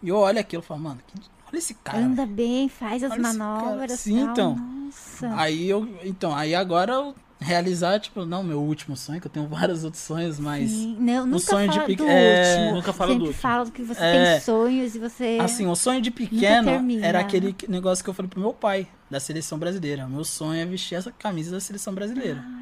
[SPEAKER 2] E eu olho aquilo e falo, mano, que- olha esse cara.
[SPEAKER 1] Anda bem, faz as
[SPEAKER 2] Tá. Olha esse cara.
[SPEAKER 1] manobras.
[SPEAKER 2] Sim,
[SPEAKER 1] tal.
[SPEAKER 2] então. velho.
[SPEAKER 1] Nossa.
[SPEAKER 2] Aí eu, então, aí agora eu realizar, tipo, não, meu último sonho, que eu tenho vários outros sonhos, mas
[SPEAKER 1] Sim. Não,
[SPEAKER 2] o
[SPEAKER 1] nunca
[SPEAKER 2] sonho de
[SPEAKER 1] fala
[SPEAKER 2] pique-
[SPEAKER 1] do
[SPEAKER 2] é,
[SPEAKER 1] último.
[SPEAKER 4] nunca fala do
[SPEAKER 1] Sempre
[SPEAKER 4] último.
[SPEAKER 1] fala que você
[SPEAKER 2] É.
[SPEAKER 1] tem sonhos e você.
[SPEAKER 2] assim, o sonho de pequeno
[SPEAKER 1] termina,
[SPEAKER 2] era
[SPEAKER 1] né?
[SPEAKER 2] aquele que- negócio que eu falei pro meu pai, da seleção brasileira. Meu sonho é vestir essa camisa da seleção brasileira.
[SPEAKER 1] Ai, Ah,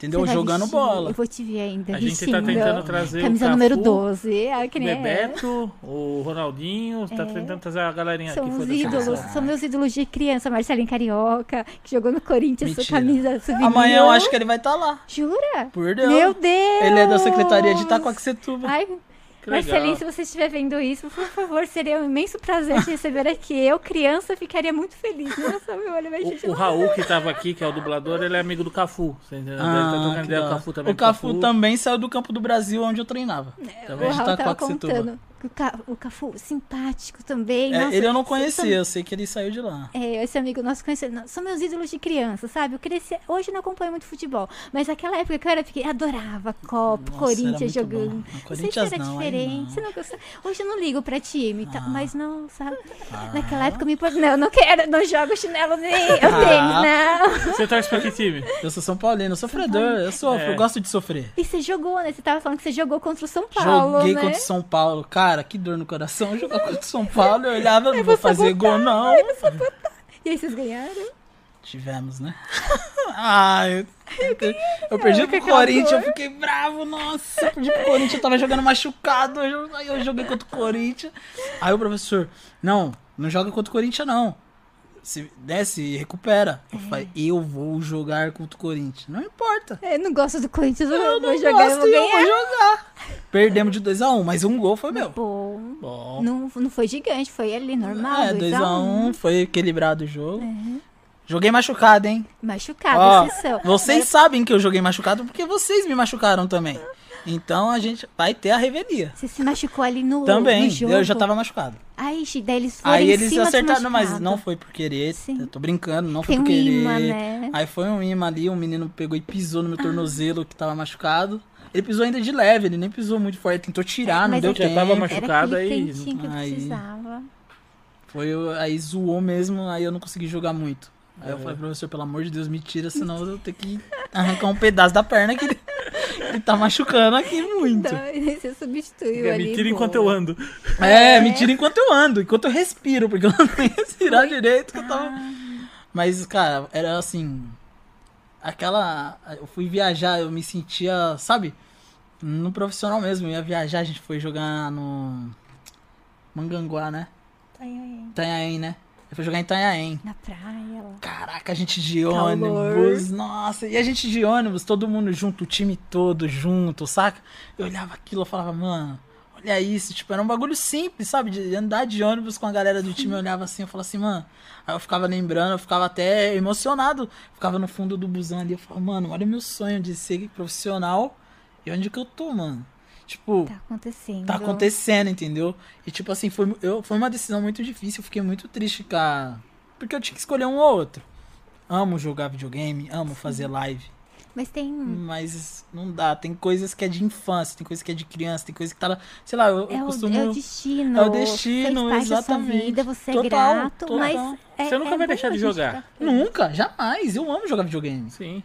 [SPEAKER 1] você
[SPEAKER 2] entendeu?
[SPEAKER 1] vai
[SPEAKER 2] Jogando
[SPEAKER 1] vestir.
[SPEAKER 2] bola.
[SPEAKER 1] Eu vou te ver ainda.
[SPEAKER 4] A gente tá
[SPEAKER 1] vestindo.
[SPEAKER 4] tentando trazer
[SPEAKER 1] Camisa
[SPEAKER 4] o Cafu,
[SPEAKER 1] número 12. Ah, que
[SPEAKER 4] o
[SPEAKER 1] nem é.
[SPEAKER 4] Bebeto, o Ronaldinho, tá tentando trazer a
[SPEAKER 2] né?
[SPEAKER 4] galerinha
[SPEAKER 1] São
[SPEAKER 4] aqui.
[SPEAKER 1] os
[SPEAKER 4] foi da seleção.
[SPEAKER 1] ídolos, são meus ídolos de criança, Marcelinho Carioca, que jogou no Corinthians, sua
[SPEAKER 2] Mentira.
[SPEAKER 1] camisa subindo.
[SPEAKER 2] Amanhã eu acho que ele vai estar lá.
[SPEAKER 1] Jura?
[SPEAKER 2] Por Deus.
[SPEAKER 1] Meu Deus!
[SPEAKER 2] Ele é da Secretaria de Itacoaxetuba.
[SPEAKER 1] Ai,
[SPEAKER 4] Que legal.
[SPEAKER 1] Marcelinho, se você estiver vendo isso, por favor, seria um imenso prazer te receber aqui. Eu, criança, ficaria muito feliz. Nossa, meu olho vai gente.
[SPEAKER 4] O, o Raul, que tava aqui, que é o dublador, ele é amigo do Cafu. Você entendeu? ele tá
[SPEAKER 2] Ah,
[SPEAKER 4] trocando
[SPEAKER 2] que
[SPEAKER 4] ideia
[SPEAKER 2] da
[SPEAKER 4] com
[SPEAKER 2] hora.
[SPEAKER 4] o Cafu também.
[SPEAKER 2] O
[SPEAKER 4] com
[SPEAKER 2] Cafu também saiu do campo do Brasil onde eu treinava.
[SPEAKER 1] É,
[SPEAKER 2] Então,
[SPEAKER 1] O
[SPEAKER 2] Também tá de
[SPEAKER 1] Raul tava
[SPEAKER 2] Itacoaxetuba.
[SPEAKER 1] contando que o, Ca... o Cafu, simpático também.
[SPEAKER 2] É,
[SPEAKER 1] nossa, tá
[SPEAKER 2] ele eu não
[SPEAKER 1] vocês são-
[SPEAKER 2] conhecia, eu sei que ele saiu de lá.
[SPEAKER 1] É, esse amigo nosso conheceu. não, São meus ídolos de criança, sabe? Eu cresci. Hoje eu não acompanho muito futebol, mas naquela época que eu era pequena, eu adorava Copa,
[SPEAKER 2] Nossa,
[SPEAKER 1] Corinthians
[SPEAKER 2] era muito
[SPEAKER 1] jogando.
[SPEAKER 2] bom. No
[SPEAKER 1] Não sei se
[SPEAKER 2] Corinthians
[SPEAKER 1] era
[SPEAKER 2] não, aí
[SPEAKER 1] diferente.
[SPEAKER 2] não. Ah.
[SPEAKER 1] Você não gostava. Hoje eu não ligo pra time, tá? mas não, sabe? Naquela época eu me importava. Não, eu não quero, não jogo chinelo nem. Eu
[SPEAKER 2] Ah.
[SPEAKER 1] tenho, não.
[SPEAKER 4] Você torce pra que time?
[SPEAKER 2] Eu sou São Paulino, eu sofredor, eu sofro,
[SPEAKER 4] É.
[SPEAKER 2] eu gosto de sofrer.
[SPEAKER 1] E você jogou, né? Você tava falando que você jogou contra o São Paulo,
[SPEAKER 2] Joguei
[SPEAKER 1] né?
[SPEAKER 2] contra o São Paulo, cara, que dor no coração jogar contra o São Paulo. Eu olhava, não vou
[SPEAKER 1] vou
[SPEAKER 2] fazer gol, não.
[SPEAKER 1] E aí vocês ganharam?
[SPEAKER 2] Tivemos, né? ah, eu, eu, perdi pro
[SPEAKER 1] aquela
[SPEAKER 2] Corinthians,
[SPEAKER 1] dor.
[SPEAKER 2] eu fiquei bravo, nossa, eu perdi pro Corinthians, eu tava jogando machucado, aí eu, aí eu joguei contra o Corinthians. Aí o professor, não, não joga contra o Corinthians, não. se, né, se recupera.
[SPEAKER 1] É.
[SPEAKER 2] Eu falei, eu vou jogar contra o Corinthians. Não importa.
[SPEAKER 1] Eu É, não gosto do Corinthians, eu,
[SPEAKER 2] Eu não
[SPEAKER 1] vou jogar, eu
[SPEAKER 2] gosto
[SPEAKER 1] vou
[SPEAKER 2] e eu
[SPEAKER 1] ganhar.
[SPEAKER 2] vou jogar. Perdemos de 2x1, mas um gol foi meu.
[SPEAKER 1] Bom,
[SPEAKER 4] Bom,
[SPEAKER 1] não, não foi gigante, foi ali, normal,
[SPEAKER 2] É,
[SPEAKER 1] 2 a É. 1
[SPEAKER 2] 2x1, foi equilibrado o jogo. Joguei machucado, hein?
[SPEAKER 1] Machucado,
[SPEAKER 2] Ó,
[SPEAKER 1] exceção.
[SPEAKER 2] Vocês sabem que eu joguei machucado porque vocês me machucaram também. Então a gente vai ter a revelia.
[SPEAKER 1] Você se machucou ali no,
[SPEAKER 2] Também,
[SPEAKER 1] no jogo.
[SPEAKER 2] eu já tava machucado.
[SPEAKER 1] Ai, Gi, daí eles foram
[SPEAKER 2] Aí
[SPEAKER 1] em
[SPEAKER 2] eles
[SPEAKER 1] cima do
[SPEAKER 2] acertaram, não, mas
[SPEAKER 1] machucado.
[SPEAKER 2] não foi por querer.
[SPEAKER 1] Sim.
[SPEAKER 2] Eu tô brincando, não
[SPEAKER 1] Tem
[SPEAKER 2] foi
[SPEAKER 1] um
[SPEAKER 2] por querer.
[SPEAKER 1] imã, né?
[SPEAKER 2] Aí foi um imã ali, um menino pegou e pisou no meu tornozelo que tava machucado. Ele pisou ainda de leve, ele nem pisou muito forte, tentou tirar, não
[SPEAKER 1] Mas
[SPEAKER 2] deu
[SPEAKER 1] é que-
[SPEAKER 2] tempo.
[SPEAKER 4] Já tava machu-
[SPEAKER 1] Era
[SPEAKER 4] machucado,
[SPEAKER 1] aquele
[SPEAKER 4] aí-
[SPEAKER 1] tantinho que eu
[SPEAKER 2] aí-
[SPEAKER 1] precisava.
[SPEAKER 2] Foi, eu- aí zoou mesmo, aí eu não consegui jogar muito. Aí eu falei, professor, pelo amor de Deus, me tira, senão eu vou ter que arrancar um pedaço da perna que que tá machucando aqui muito.
[SPEAKER 1] Então, você substituiu ali.
[SPEAKER 4] me tira
[SPEAKER 1] boa.
[SPEAKER 4] enquanto eu ando.
[SPEAKER 2] É, me tira enquanto eu ando, enquanto eu respiro, porque eu não tenho respirar direito que eu tava. Mas, cara, era assim. Aquela. Eu fui viajar, eu me sentia, sabe? No profissional mesmo. Eu ia viajar, a gente foi jogar no. Manganguá, né?
[SPEAKER 3] Tá aí, aí.
[SPEAKER 2] Itanhaém, né? Eu fui jogar em Itanhaém.
[SPEAKER 1] Na praia, lá.
[SPEAKER 2] Caraca, a gente de
[SPEAKER 1] Calor.
[SPEAKER 2] ônibus, nossa, e a gente de ônibus, todo mundo junto, o time todo junto, saca? Eu olhava aquilo, eu falava, mano, olha isso, tipo, era um bagulho simples, sabe? De andar de ônibus com a galera do time, eu olhava assim, eu falava assim, mano. Aí eu ficava lembrando, eu ficava até emocionado, ficava no fundo do busão ali, eu falava, mano, olha meu sonho de ser profissional e onde que eu tô, mano? Tipo,
[SPEAKER 1] Tá acontecendo.
[SPEAKER 2] tá acontecendo, entendeu? E tipo assim, foi, eu, foi uma decisão muito difícil, eu fiquei muito triste, cara. Porque eu tinha que escolher um ou outro. Amo jogar videogame, amo fazer live.
[SPEAKER 1] Mas tem. um,
[SPEAKER 2] Mas não dá. Tem coisas que é de infância, tem coisa que é de criança, tem coisa que tá lá. Sei lá, eu, eu
[SPEAKER 1] É o,
[SPEAKER 2] costumo.
[SPEAKER 1] é o destino.
[SPEAKER 2] É o destino,
[SPEAKER 1] Fez parte da sua
[SPEAKER 2] exatamente.
[SPEAKER 1] vida, você é
[SPEAKER 2] Total,
[SPEAKER 1] grato,
[SPEAKER 2] total.
[SPEAKER 1] mas. é-
[SPEAKER 4] Você nunca
[SPEAKER 1] é tá?
[SPEAKER 4] vai
[SPEAKER 1] bom
[SPEAKER 4] deixar de
[SPEAKER 1] a gente
[SPEAKER 4] jogar.
[SPEAKER 1] ficar-
[SPEAKER 2] Nunca, jamais. Eu amo jogar videogame.
[SPEAKER 4] Sim.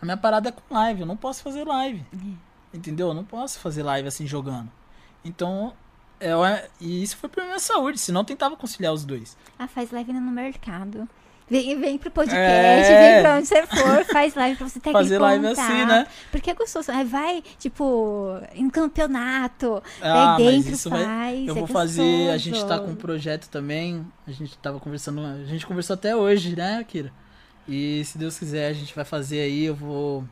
[SPEAKER 2] A minha parada é com live, eu não posso fazer live.
[SPEAKER 1] É.
[SPEAKER 2] Entendeu? Eu não posso fazer live assim jogando. Então, é, e isso foi pra minha saúde, senão eu tentava conciliar os dois.
[SPEAKER 1] Ah, faz live no mercado. Vem, vem pro podcast,
[SPEAKER 2] É.
[SPEAKER 1] vem pra onde você for, faz live pra você ter
[SPEAKER 2] Fazer
[SPEAKER 1] aquele
[SPEAKER 2] live
[SPEAKER 1] contato.
[SPEAKER 2] assim, né?
[SPEAKER 1] Porque é gostoso. Aí vai, tipo, em campeonato,
[SPEAKER 2] Ah,
[SPEAKER 1] vai
[SPEAKER 2] mas
[SPEAKER 1] dentro,
[SPEAKER 2] isso vai-
[SPEAKER 1] faz.
[SPEAKER 2] Eu
[SPEAKER 1] é
[SPEAKER 2] vou fazer, a
[SPEAKER 1] gostoso.
[SPEAKER 2] gente tá com um projeto também, a gente tava conversando, a gente conversou até hoje, né, Kira? E se Deus quiser, a gente vai fazer aí, eu vou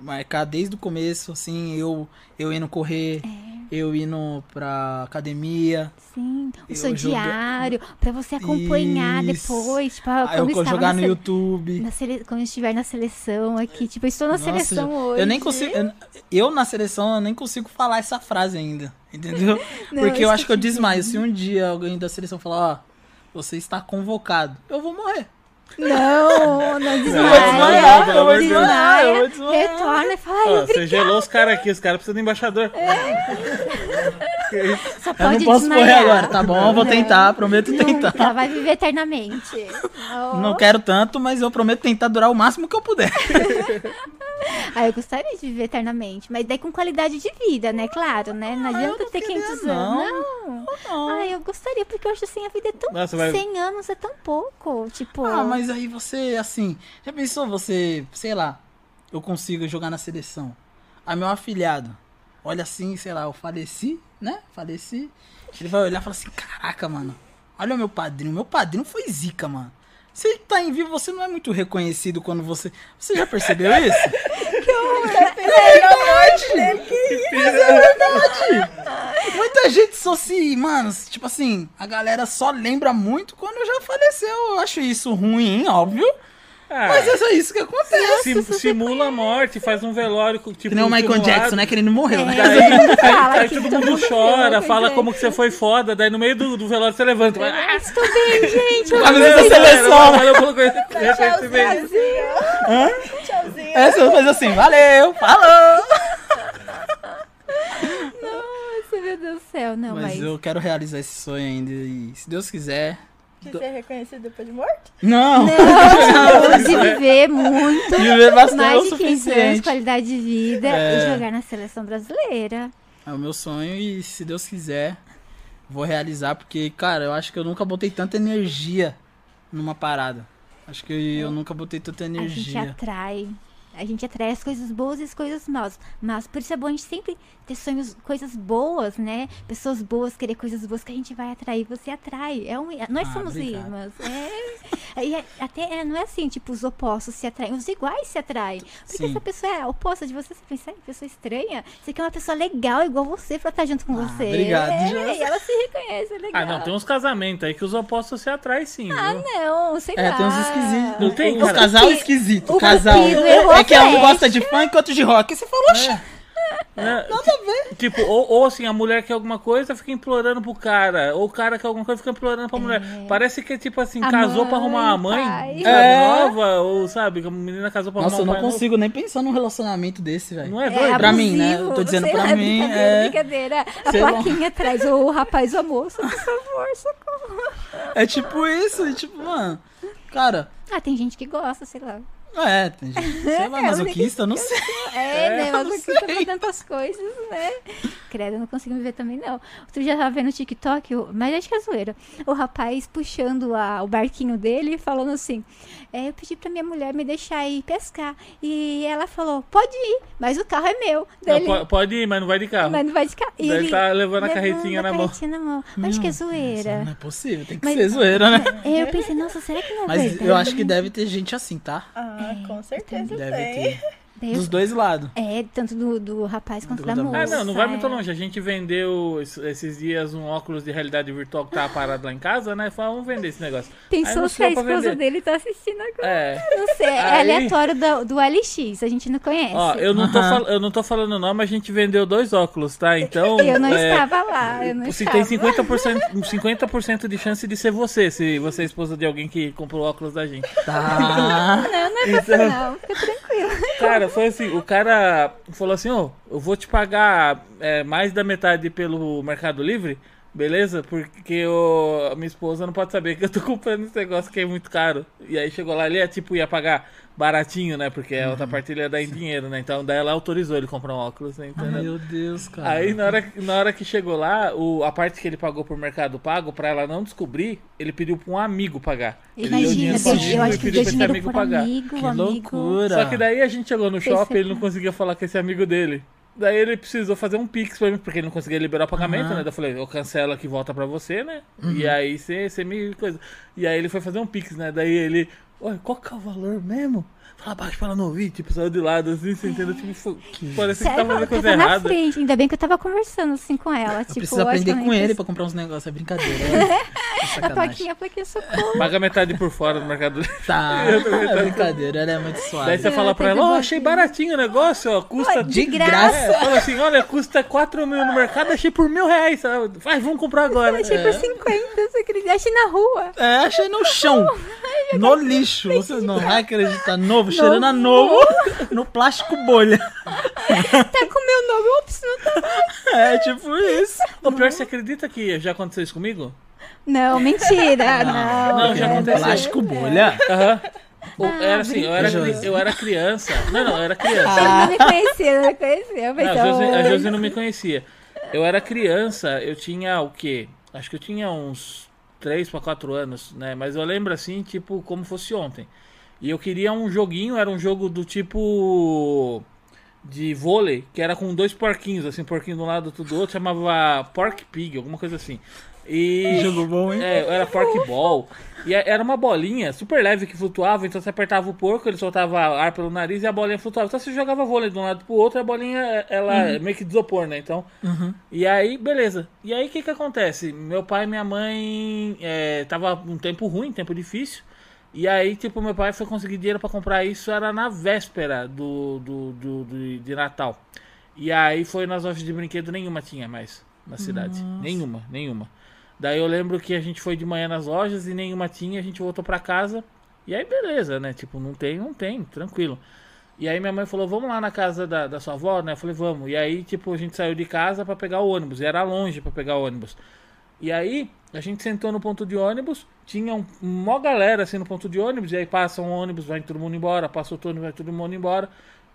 [SPEAKER 2] marcar desde o começo, assim, eu eu indo
[SPEAKER 1] É.
[SPEAKER 2] correr, eu indo pra academia,
[SPEAKER 1] Sim, o
[SPEAKER 2] Eu
[SPEAKER 1] seu
[SPEAKER 2] joga-
[SPEAKER 1] diário, pra você acompanhar
[SPEAKER 2] Isso.
[SPEAKER 1] depois. Tipo,
[SPEAKER 2] aí eu
[SPEAKER 1] como
[SPEAKER 2] vou
[SPEAKER 1] estava
[SPEAKER 2] jogar
[SPEAKER 1] na
[SPEAKER 2] no
[SPEAKER 1] sele-
[SPEAKER 2] YouTube.
[SPEAKER 1] na sele... Quando estiver na seleção aqui. Tipo, eu estou na
[SPEAKER 2] Nossa,
[SPEAKER 1] seleção
[SPEAKER 2] eu-
[SPEAKER 1] hoje.
[SPEAKER 2] Eu nem consigo. Eu, eu, na seleção eu nem consigo falar essa frase ainda. Entendeu?
[SPEAKER 1] Não,
[SPEAKER 2] Porque eu
[SPEAKER 1] isso
[SPEAKER 2] acho que eu
[SPEAKER 1] que eu te
[SPEAKER 2] desmaio. Se um dia alguém da seleção falar, ó, você está convocado, eu vou morrer.
[SPEAKER 1] Não, não
[SPEAKER 2] desmaiar,
[SPEAKER 1] desmaia.
[SPEAKER 2] eu vou
[SPEAKER 1] desmaia,
[SPEAKER 2] desmaiar, eu vou desmaiar.
[SPEAKER 1] Retorna e fala, ai,
[SPEAKER 4] Ó, você gelou os caras aqui, os caras precisam de embaixador.
[SPEAKER 1] É. só
[SPEAKER 2] Eu
[SPEAKER 1] pode
[SPEAKER 2] não posso correr
[SPEAKER 1] desmaiar. É.
[SPEAKER 2] agora, tá bom? Eu vou
[SPEAKER 1] Não.
[SPEAKER 2] tentar, prometo tentar.
[SPEAKER 1] Ela vai viver eternamente. Não.
[SPEAKER 2] Então. Não quero tanto, mas eu prometo tentar durar o máximo que eu puder.
[SPEAKER 1] Ah, eu gostaria de viver eternamente, mas daí com qualidade de vida, né? Claro, né? Não adianta ter 500 anos. Não. Ah, eu gostaria, porque eu acho assim, a vida é tão...
[SPEAKER 4] Nossa, vai-
[SPEAKER 1] 100 anos é tão pouco, tipo...
[SPEAKER 2] Ah, mas aí você, assim, já pensou você, sei lá, eu consigo jogar na seleção. Aí meu afilhado, olha assim, sei lá, eu faleci, né? Faleci. Ele vai olhar e fala assim, caraca, mano, olha o meu padrinho. Meu padrinho foi zica, mano. Você tá em vivo, você não é muito reconhecido quando você. Você já percebeu isso? É Muita gente só se. Mano, tipo assim, a galera só lembra muito quando já faleceu. Eu acho isso ruim, óbvio.
[SPEAKER 4] Ah,
[SPEAKER 2] Mas é só isso que acontece.
[SPEAKER 4] sim- simula a morte, faz um velório com- tipo.
[SPEAKER 2] Que nem o Michael
[SPEAKER 4] simulado.
[SPEAKER 2] Jackson, né? Que ele não morreu, né?
[SPEAKER 4] Daí, aí-
[SPEAKER 1] Fala
[SPEAKER 4] aí
[SPEAKER 1] que
[SPEAKER 4] todo
[SPEAKER 1] todo
[SPEAKER 4] mundo
[SPEAKER 1] mundo
[SPEAKER 4] chora,
[SPEAKER 1] chora,
[SPEAKER 4] fala
[SPEAKER 1] gente.
[SPEAKER 4] como que você foi foda, daí no meio do, do velório você levanta. vai, "Ah,
[SPEAKER 1] Ah, Estou bem, gente. eu
[SPEAKER 2] Camisa da
[SPEAKER 1] tô bem."
[SPEAKER 2] seleção.
[SPEAKER 4] valeu pelo conhe-
[SPEAKER 3] assim,
[SPEAKER 4] reconhecimento.
[SPEAKER 3] Tchauzinho. Tchauzinho.
[SPEAKER 2] É, você faz assim, valeu, falou.
[SPEAKER 1] Nossa, meu Deus do céu. Não, mas...
[SPEAKER 2] Mas eu quero realizar esse sonho ainda e, se Deus quiser...
[SPEAKER 3] Quer ser é reconhecido depois de morto?
[SPEAKER 2] Não!
[SPEAKER 1] Não, de viver muito.
[SPEAKER 2] Viver bastante é o
[SPEAKER 1] Mais de 15 anos,
[SPEAKER 2] suficiente.
[SPEAKER 1] qualidade de vida
[SPEAKER 2] É.
[SPEAKER 1] e jogar na seleção brasileira.
[SPEAKER 2] É o meu sonho e, se Deus quiser, vou realizar. Porque, cara, eu acho que eu nunca botei tanta energia numa parada. Acho que eu, eu nunca botei tanta
[SPEAKER 1] É. A gente
[SPEAKER 2] energia.
[SPEAKER 1] atrai. A gente atrai as coisas boas e as coisas maus. Mas por isso é bom a gente sempre ter sonhos, coisas boas, né? Pessoas boas, querer coisas boas que a gente vai atrair. Você atrai. É um, nós
[SPEAKER 2] Ah,
[SPEAKER 1] somos
[SPEAKER 2] obrigado.
[SPEAKER 1] imãs. É, e é- até é, não é assim, tipo, os opostos se atraem, os iguais se atraem. Porque
[SPEAKER 2] Sim.
[SPEAKER 1] se a pessoa é oposta de você, você pensa, "Ai, que pessoa estranha. Você quer uma pessoa legal igual você pra estar junto com
[SPEAKER 2] Ah,
[SPEAKER 1] você.
[SPEAKER 2] obrigado,
[SPEAKER 1] É,
[SPEAKER 2] já-
[SPEAKER 1] e ela se reconhece, é legal.
[SPEAKER 4] Ah,
[SPEAKER 2] um
[SPEAKER 4] não, tem uns casamentos aí que os opostos se atraem sim,
[SPEAKER 1] Ah,
[SPEAKER 4] viu?
[SPEAKER 1] não, sei
[SPEAKER 2] É,
[SPEAKER 1] lá.
[SPEAKER 2] tem uns esquisitos.
[SPEAKER 4] Não tem,
[SPEAKER 2] o
[SPEAKER 4] cara?
[SPEAKER 2] casal
[SPEAKER 1] Ah. O
[SPEAKER 2] é esquisito.
[SPEAKER 1] o
[SPEAKER 2] casal.
[SPEAKER 1] cupido errou
[SPEAKER 2] É que
[SPEAKER 1] a
[SPEAKER 2] um
[SPEAKER 1] flecha.
[SPEAKER 2] gosta de funk, outro de rock. Você
[SPEAKER 4] É,
[SPEAKER 2] falou, "Oxe,
[SPEAKER 4] Né? Tipo, ou, ou assim, a mulher quer alguma coisa, fica implorando pro cara. Ou o cara quer alguma coisa, fica implorando pra mulher. Parece que é tipo assim,
[SPEAKER 1] A
[SPEAKER 4] casou pra
[SPEAKER 1] mãe,
[SPEAKER 4] arrumar a
[SPEAKER 1] pai.
[SPEAKER 4] mãe, sabe,
[SPEAKER 2] É.
[SPEAKER 4] nova, ou sabe, que a menina casou pra
[SPEAKER 2] Nossa, eu
[SPEAKER 4] arrumar
[SPEAKER 2] não
[SPEAKER 4] um pai
[SPEAKER 2] consigo nem pensar num relacionamento desse,
[SPEAKER 4] novo.
[SPEAKER 2] velho.
[SPEAKER 4] Não é doido?
[SPEAKER 1] É,
[SPEAKER 2] pra mim, né?
[SPEAKER 1] abusivo,
[SPEAKER 2] Eu tô dizendo
[SPEAKER 1] sei
[SPEAKER 2] pra
[SPEAKER 1] lá,
[SPEAKER 2] mim,
[SPEAKER 1] Brincadeira,
[SPEAKER 2] é.
[SPEAKER 1] brincadeira. A
[SPEAKER 2] Sei lá.
[SPEAKER 1] plaquinha atrás, ou o rapaz ou a moça, por favor, socorro.
[SPEAKER 2] É tipo isso, e tipo, mano. Cara,
[SPEAKER 1] Ah, tem gente que gosta, sei lá.
[SPEAKER 2] é, tem gente. Sei lá,
[SPEAKER 1] É, eu
[SPEAKER 2] masoquista, eu não sei.
[SPEAKER 1] É, né?
[SPEAKER 2] eu
[SPEAKER 1] Mas
[SPEAKER 2] não
[SPEAKER 1] o que tá
[SPEAKER 2] sei.
[SPEAKER 1] fazendo as coisas, né? Credo, eu não consigo me ver também, não. Tu já tava vendo no TikTok, o- mas acho que é zoeira. O rapaz puxando a- o barquinho dele e falando assim: é, Eu pedi pra minha mulher me deixar ir pescar. E ela falou: Pode ir, mas o carro é meu.
[SPEAKER 4] Não,
[SPEAKER 1] Daí ele-
[SPEAKER 4] po- pode ir, mas não vai de carro.
[SPEAKER 1] Mas não vai ficar. E
[SPEAKER 4] Daí
[SPEAKER 1] ele
[SPEAKER 4] tá levando a
[SPEAKER 1] levando
[SPEAKER 4] carretinha na mão.
[SPEAKER 1] carretinha na mão. Mas acho que é zoeira.
[SPEAKER 2] Não é possível, tem que
[SPEAKER 1] Mas-
[SPEAKER 2] ser zoeira, né?
[SPEAKER 1] É, eu pensei, nossa, será que não é
[SPEAKER 2] Mas
[SPEAKER 1] verdade?
[SPEAKER 2] eu acho que deve ter gente assim, tá?
[SPEAKER 3] Ah, com certeza
[SPEAKER 2] Deve
[SPEAKER 3] tem.
[SPEAKER 2] ter.
[SPEAKER 1] Daí eu-
[SPEAKER 2] Dos dois lados.
[SPEAKER 1] É, tanto do, do rapaz quanto
[SPEAKER 2] Do-
[SPEAKER 1] da
[SPEAKER 2] da-
[SPEAKER 1] moça.
[SPEAKER 4] Ah, não, não vai
[SPEAKER 1] é.
[SPEAKER 4] muito longe. A gente vendeu es- esses dias um óculos de realidade virtual que tava parado lá em casa, né? Falei, vamos vender esse negócio. Aí
[SPEAKER 1] Pensou
[SPEAKER 4] não
[SPEAKER 1] se a
[SPEAKER 4] saiu pra
[SPEAKER 1] esposa
[SPEAKER 4] vender.
[SPEAKER 1] dele tá assistindo agora.
[SPEAKER 4] É.
[SPEAKER 1] Não sei, é
[SPEAKER 4] Aí-
[SPEAKER 1] aleatório do, do LX, a gente não conhece.
[SPEAKER 4] Ó, eu não, tô
[SPEAKER 2] Aham.
[SPEAKER 4] fal- eu não tô falando o nome, a gente vendeu dois óculos, tá? Então.
[SPEAKER 1] Eu não
[SPEAKER 4] é,
[SPEAKER 1] estava lá, eu não
[SPEAKER 4] se
[SPEAKER 1] estava.
[SPEAKER 4] tem 50%, 50 de chance de ser você, se você é esposa de alguém que comprou óculos da gente.
[SPEAKER 2] Tá.
[SPEAKER 1] Não, não é você não, fica tranquilo.
[SPEAKER 4] Cara, foi assim, o cara falou assim, ó, eu vou te pagar é, mais da metade pelo Mercado Livre, beleza? Porque eu, a minha esposa não pode saber que eu tô comprando esse negócio que é muito caro. E aí chegou lá, ele ia, tipo, ia pagar baratinho, né? Porque a
[SPEAKER 2] Uhum.
[SPEAKER 4] outra parte ele ia dar em dinheiro, né? Então daí ela autorizou ele comprar um óculos, né? Entendeu?
[SPEAKER 2] Ah, Meu Deus, cara.
[SPEAKER 4] Aí na hora, na hora que chegou lá, o, a parte que ele pagou pro Mercado Pago, pra ela não descobrir, ele pediu pra um amigo pagar. Ele deu
[SPEAKER 1] Imagina, assim,
[SPEAKER 4] dinheiro
[SPEAKER 1] eu, eu
[SPEAKER 2] Deus,
[SPEAKER 4] pro amigo e
[SPEAKER 1] acho que
[SPEAKER 4] pediu
[SPEAKER 1] deu
[SPEAKER 4] pra esse
[SPEAKER 1] dinheiro
[SPEAKER 4] amigo
[SPEAKER 1] por
[SPEAKER 4] pagar.
[SPEAKER 1] Um amigo,
[SPEAKER 2] Que
[SPEAKER 1] amigo.
[SPEAKER 2] loucura.
[SPEAKER 4] Só que daí a gente chegou no
[SPEAKER 1] Percebeu.
[SPEAKER 4] shopping, ele não conseguia falar com esse amigo dele. Daí ele precisou fazer um pix pra mim, porque ele não conseguia liberar o pagamento,
[SPEAKER 2] Aham.
[SPEAKER 4] né? Daí eu falei, eu cancelo aqui, volta pra você, né? E
[SPEAKER 1] Uhum.
[SPEAKER 4] aí você você me... coisa. E aí ele foi fazer um pix, né? Daí ele... Oi, qual que é o valor mesmo? Fala baixo pra ela não ouvir. Tipo, saiu de lado, assim, você entendeu? Tipo, foi- parece que tá
[SPEAKER 1] Sério,
[SPEAKER 4] fazendo
[SPEAKER 1] eu
[SPEAKER 4] coisa
[SPEAKER 1] tava na
[SPEAKER 4] errada.
[SPEAKER 1] frente, ainda bem que eu tava conversando assim com ela.
[SPEAKER 2] Eu
[SPEAKER 1] tipo,
[SPEAKER 2] preciso aprender
[SPEAKER 1] acho que
[SPEAKER 2] com
[SPEAKER 1] eu
[SPEAKER 2] ele
[SPEAKER 1] nem
[SPEAKER 2] pra comprar uns negócios. É brincadeira. É
[SPEAKER 1] A
[SPEAKER 2] sacanagem.
[SPEAKER 1] plaquinha, a plaquinha, socorro.
[SPEAKER 4] Paga metade por fora do Mercado Livre.
[SPEAKER 2] Tá. É brincadeira, ela é muito
[SPEAKER 4] Daí
[SPEAKER 2] suave.
[SPEAKER 4] você
[SPEAKER 1] Ah, tem
[SPEAKER 4] fala pra
[SPEAKER 1] que
[SPEAKER 4] ela, ó,
[SPEAKER 1] botar.
[SPEAKER 4] achei baratinho o negócio, ó, custa...
[SPEAKER 1] De
[SPEAKER 4] É, fala assim, olha, custa 4 mil no mercado, achei por mil reais, sabe? Vai, vamos comprar agora.
[SPEAKER 1] Achei por 50, você acredita? Achei na rua.
[SPEAKER 2] É, achei no chão. No lixo. Você não vai acreditar. Novo, cheirando a novo. No plástico bolha.
[SPEAKER 1] Tá com meu nome, ops, não tá.
[SPEAKER 2] É tipo isso.
[SPEAKER 4] O pior, você acredita que já aconteceu isso comigo?
[SPEAKER 1] Não, mentira, não.
[SPEAKER 4] Ah, Não, já
[SPEAKER 1] cara.
[SPEAKER 4] aconteceu.
[SPEAKER 2] Plástico bolha.
[SPEAKER 4] Aham. O- era assim, eu era,
[SPEAKER 2] brincadeira.
[SPEAKER 4] cri- eu era criança. Não, não, eu era criança.
[SPEAKER 1] Ele não me conhecia, não me conhecia.
[SPEAKER 4] Não,
[SPEAKER 1] Mas
[SPEAKER 4] a,
[SPEAKER 1] Ah, então,
[SPEAKER 4] Josi, a Josi não me conhecia. Eu era criança, eu tinha o quê? Acho que eu tinha uns 3 pra 4 anos, né? Mas eu lembro assim, tipo, como fosse ontem. E eu queria um joguinho, era um jogo do tipo. De vôlei, que era com dois porquinhos, assim, um porquinho de um lado, outro do outro, chamava Pork Pig, alguma coisa assim. E.
[SPEAKER 2] Jogo bom, hein?
[SPEAKER 4] É, era pork ball. E é- era uma bolinha super leve que flutuava, então você apertava o porco, ele soltava ar pelo nariz e a bolinha flutuava. Então você jogava vôlei de um lado pro outro, a bolinha, ela
[SPEAKER 2] Uhum.
[SPEAKER 4] é meio que desopor, né? Então. E aí, beleza. E aí, o que que acontece? Meu pai e minha mãe é, tava um tempo ruim, tempo difícil. E aí, tipo, meu pai foi conseguir dinheiro pra comprar isso, era na véspera do, do, do- do- de Natal. E aí foi nas lojas de brinquedo, nenhuma tinha mais na cidade. Nenhuma, nenhuma. Daí eu lembro que a gente foi de manhã nas lojas e nenhuma tinha, a gente voltou pra casa. E aí, beleza, né? Tipo, não tem, não tem, tranquilo. E aí minha mãe falou, vamos lá na casa da, da sua avó, né? Eu falei, vamos. E aí, tipo, a gente saiu de casa pra pegar o ônibus. E era longe pra pegar o ônibus. E aí, a gente sentou no ponto de ônibus, tinha um, mó galera assim no ponto de ônibus, e aí passa um ônibus, vai todo mundo embora, passa outro ônibus, vai todo mundo embora.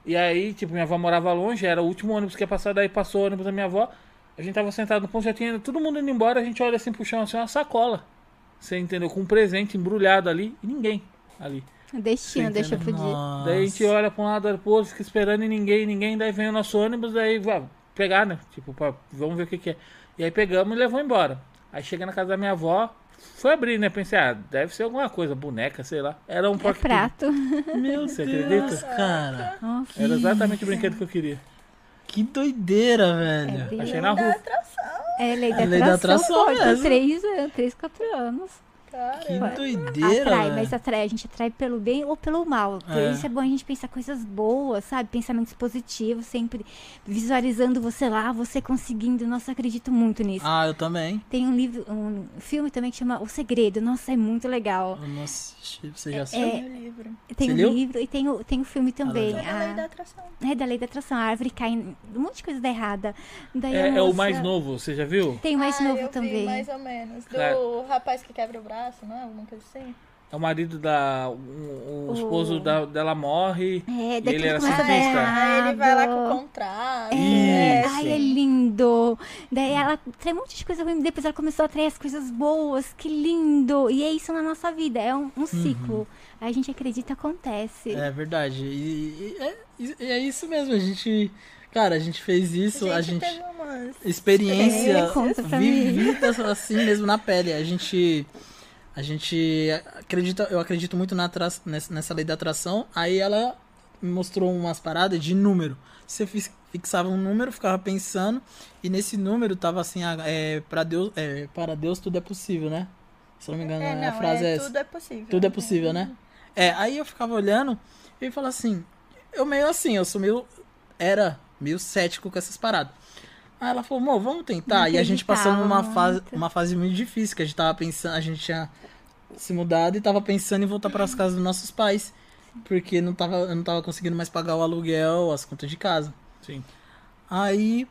[SPEAKER 4] E aí, tipo, minha avó morava longe, era o último ônibus que ia passar, daí passou o ônibus da minha avó. A gente tava sentado no ponto, já tinha todo mundo indo embora, a gente olha assim pro chão, assim, uma sacola. Você entendeu? Com um presente embrulhado ali, e ninguém ali.
[SPEAKER 1] O destino deixou pro dia.
[SPEAKER 7] Nossa.
[SPEAKER 4] Daí a gente olha pra um lado, olha pro outro, fica esperando e ninguém, ninguém. Daí vem o nosso ônibus, daí vamos pegar, né? Tipo, pra- vamos ver o que que é. E aí pegamos e levou embora. Aí chega na casa da minha avó, foi abrir, né? Pensei, ah, deve ser alguma coisa, boneca, sei lá. Era um
[SPEAKER 1] É
[SPEAKER 4] porco
[SPEAKER 1] prato.
[SPEAKER 7] Meu
[SPEAKER 4] Você
[SPEAKER 7] Deus,
[SPEAKER 4] acredita?
[SPEAKER 7] cara.
[SPEAKER 1] Nossa,
[SPEAKER 4] Era exatamente o brinquedo que eu queria.
[SPEAKER 7] Que doideira,
[SPEAKER 1] é,
[SPEAKER 7] velho.
[SPEAKER 1] bem-
[SPEAKER 4] Achei na rua.
[SPEAKER 1] é lei
[SPEAKER 7] É lei
[SPEAKER 1] da
[SPEAKER 7] da
[SPEAKER 1] atração.
[SPEAKER 7] atração
[SPEAKER 1] pô,
[SPEAKER 7] mesmo.
[SPEAKER 1] com três anos, três, quatro anos.
[SPEAKER 7] Que
[SPEAKER 1] Ué.
[SPEAKER 7] doideira,
[SPEAKER 1] atrai,
[SPEAKER 7] velho.
[SPEAKER 1] mas é atrai, a gente atrai pelo bem ou pelo mal. Por
[SPEAKER 7] É.
[SPEAKER 1] isso é bom a gente pensar coisas boas, sabe? Pensamentos positivos, sempre visualizando você lá, você conseguindo. Nossa, eu acredito muito nisso.
[SPEAKER 2] Ah, eu também.
[SPEAKER 1] Tem um livro, um filme também que chama O Segredo. Nossa, é muito legal.
[SPEAKER 2] Eu não assisti, você já
[SPEAKER 1] É,
[SPEAKER 2] assistiu?
[SPEAKER 3] Tem o livro.
[SPEAKER 1] Tem
[SPEAKER 2] Você
[SPEAKER 1] um
[SPEAKER 2] leu?
[SPEAKER 1] livro e tem o, tem o filme também.
[SPEAKER 3] Toda a lei da
[SPEAKER 1] A,
[SPEAKER 3] atração.
[SPEAKER 1] é da lei da atração. A árvore cai, em- um monte de coisa dá errada. Daí a
[SPEAKER 4] É, é o
[SPEAKER 1] moça-
[SPEAKER 4] mais novo, você já viu?
[SPEAKER 1] Tem o mais
[SPEAKER 3] Ah,
[SPEAKER 1] novo
[SPEAKER 3] eu vi,
[SPEAKER 1] também.
[SPEAKER 3] mais ou menos. Do
[SPEAKER 4] Claro.
[SPEAKER 3] rapaz que quebra o braço, não é? Alguma coisa assim.
[SPEAKER 4] É o marido da. O, o esposo
[SPEAKER 1] O-
[SPEAKER 4] da- dela morre.
[SPEAKER 1] É,
[SPEAKER 4] E
[SPEAKER 1] daí
[SPEAKER 4] ele
[SPEAKER 1] tudo
[SPEAKER 4] era
[SPEAKER 1] começa a dar
[SPEAKER 4] surfista.
[SPEAKER 3] Aí Ah, ele vai lá com
[SPEAKER 1] errado.
[SPEAKER 3] o contrato.
[SPEAKER 1] É,
[SPEAKER 3] né?
[SPEAKER 1] ai, é lindo. Daí ela trai um monte de coisa ruim, depois ela começou a atrair as coisas boas, que lindo. E é isso na nossa vida, é um, um ciclo. A gente acredita, acontece.
[SPEAKER 2] É verdade. E, e- é, e é isso mesmo, a gente. Cara, a gente fez isso, a gente.
[SPEAKER 3] É. teve um umas.
[SPEAKER 2] experiência
[SPEAKER 1] É, conta pra mim.
[SPEAKER 2] vivida assim mesmo na pele. A gente. A gente acredita. Eu acredito muito na atra- nessa nessa lei da atração. Aí ela me mostrou umas paradas de número. Você fix- fixava um número, ficava pensando, e nesse número tava assim, ah, é, para Deus, é, para Deus tudo é possível, né? Se eu não me engano,
[SPEAKER 3] É, não,
[SPEAKER 2] a frase é,
[SPEAKER 3] é,
[SPEAKER 2] essa.
[SPEAKER 3] tudo é possível.
[SPEAKER 2] Tudo é possível, né? É, aí eu ficava olhando e falava assim, eu meio assim, eu sou meio. Era meio cético com essas paradas. Aí ela falou, amor, vamos tentar.
[SPEAKER 1] Não
[SPEAKER 2] E a gente passou
[SPEAKER 1] acreditava
[SPEAKER 2] numa fase,
[SPEAKER 1] muito.
[SPEAKER 2] uma fase muito difícil, que a gente tava pensando, a gente tinha se mudado e tava pensando em voltar para as casas dos nossos pais. Porque não tava, eu não tava conseguindo mais pagar o aluguel, as contas de casa.
[SPEAKER 4] Sim.
[SPEAKER 2] Aí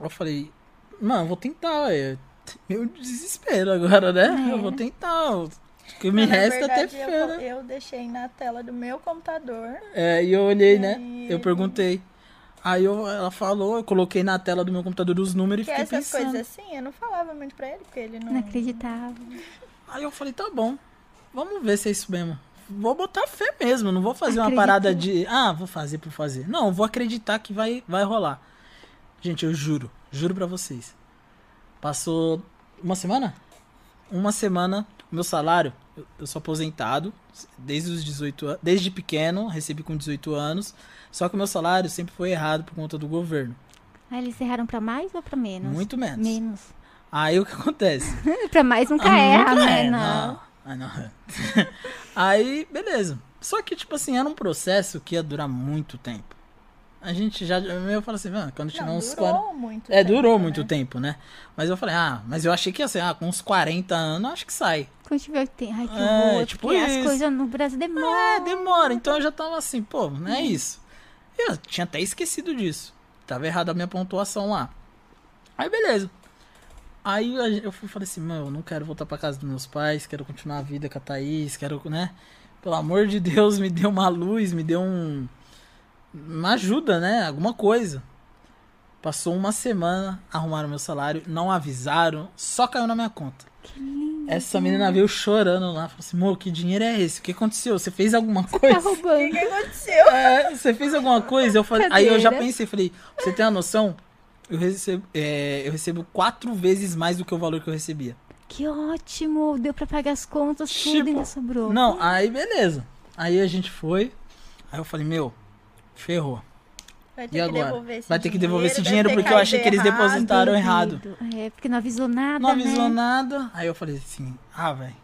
[SPEAKER 2] eu falei, mano, eu vou tentar, ué. Meu desespero agora, né? Eu vou tentar. O que me
[SPEAKER 3] É. Não, na
[SPEAKER 2] resta é né? até
[SPEAKER 3] verdade,
[SPEAKER 2] feira.
[SPEAKER 3] eu, co- eu deixei na tela do meu computador.
[SPEAKER 2] É, e eu olhei, né?
[SPEAKER 3] aí
[SPEAKER 2] Eu perguntei. Aí eu, ela falou, eu coloquei na tela do meu computador os números
[SPEAKER 3] Que
[SPEAKER 2] e fiquei
[SPEAKER 3] essas
[SPEAKER 2] pensando.
[SPEAKER 3] coisas assim, eu não falava muito pra ele, porque ele não.
[SPEAKER 1] Não acreditava.
[SPEAKER 2] Aí eu falei, tá bom, vamos ver se é isso mesmo. Vou botar fé mesmo, não vou fazer uma
[SPEAKER 1] Acredito.
[SPEAKER 2] parada de, ah, vou fazer por fazer. Não, eu vou acreditar que vai, vai rolar. Gente, eu juro, juro pra vocês. Passou uma semana? Uma semana, o meu salário, eu, eu sou aposentado, desde os 18 anos, desde pequeno, recebi com 18 anos. Só que o meu salário sempre foi errado por conta do governo.
[SPEAKER 1] Ah, eles erraram pra mais ou pra menos?
[SPEAKER 2] Muito menos.
[SPEAKER 1] Menos.
[SPEAKER 2] Aí o que acontece?
[SPEAKER 1] pra mais nunca
[SPEAKER 2] Ah,
[SPEAKER 1] erra,
[SPEAKER 2] nunca
[SPEAKER 1] né?
[SPEAKER 2] é,
[SPEAKER 1] Não.
[SPEAKER 2] Ah, não. Aí, beleza. Só que, tipo assim, era um processo que ia durar muito tempo. A gente já. Eu falo assim, mano, quando
[SPEAKER 3] Não,
[SPEAKER 2] tiver
[SPEAKER 3] durou
[SPEAKER 2] uns 40.
[SPEAKER 3] muito.
[SPEAKER 2] É, durou
[SPEAKER 3] tempo,
[SPEAKER 2] muito
[SPEAKER 3] né?
[SPEAKER 2] tempo, né? Mas eu falei, ah, mas eu achei que ia ser, ah, com uns 40 anos, acho que sai.
[SPEAKER 1] Quando tiver tem. Ai, que
[SPEAKER 2] É,
[SPEAKER 1] horror.
[SPEAKER 2] tipo
[SPEAKER 1] porque as
[SPEAKER 2] isso.
[SPEAKER 1] coisas no Brasil demoram.
[SPEAKER 2] É, demora. Então eu já tava assim, pô, não é isso. Eu tinha até esquecido disso. Tava errada a minha pontuação lá. Aí beleza. Aí a gen- eu fui, falei assim, mano, eu não quero voltar pra casa dos meus pais, quero continuar a vida com a Thaís, quero, né? Pelo amor de Deus, me dê uma luz, me dê um. Uma ajuda, né? Alguma coisa. Passou uma semana, arrumaram meu salário, não avisaram, só caiu na minha conta. Essa menina veio chorando lá, falou assim, amor, que dinheiro é esse? O que aconteceu? Você fez alguma
[SPEAKER 1] Tá
[SPEAKER 2] coisa?
[SPEAKER 1] roubando.
[SPEAKER 3] O que aconteceu?
[SPEAKER 2] É, você fez alguma coisa? Eu falei, aí eu já
[SPEAKER 1] Cadeira.
[SPEAKER 2] pensei, falei, você tem uma noção? Eu recebo, é, eu recebo quatro vezes mais do que o valor que eu recebia.
[SPEAKER 1] Que ótimo. Deu pra pagar as contas, tudo
[SPEAKER 2] Tipo,
[SPEAKER 1] ainda sobrou.
[SPEAKER 2] Não, aí beleza. Aí a gente foi, aí eu falei, meu, ferrou.
[SPEAKER 3] Vai
[SPEAKER 2] E agora?
[SPEAKER 3] devolver esse
[SPEAKER 2] Vai ter que devolver esse
[SPEAKER 3] deve
[SPEAKER 2] dinheiro
[SPEAKER 3] ter
[SPEAKER 2] porque eu achei que
[SPEAKER 3] caído
[SPEAKER 2] eles depositaram tá errado.
[SPEAKER 1] É, porque não avisou nada.
[SPEAKER 2] Não avisou
[SPEAKER 1] né?
[SPEAKER 2] nada. Aí eu falei assim, ah, velho.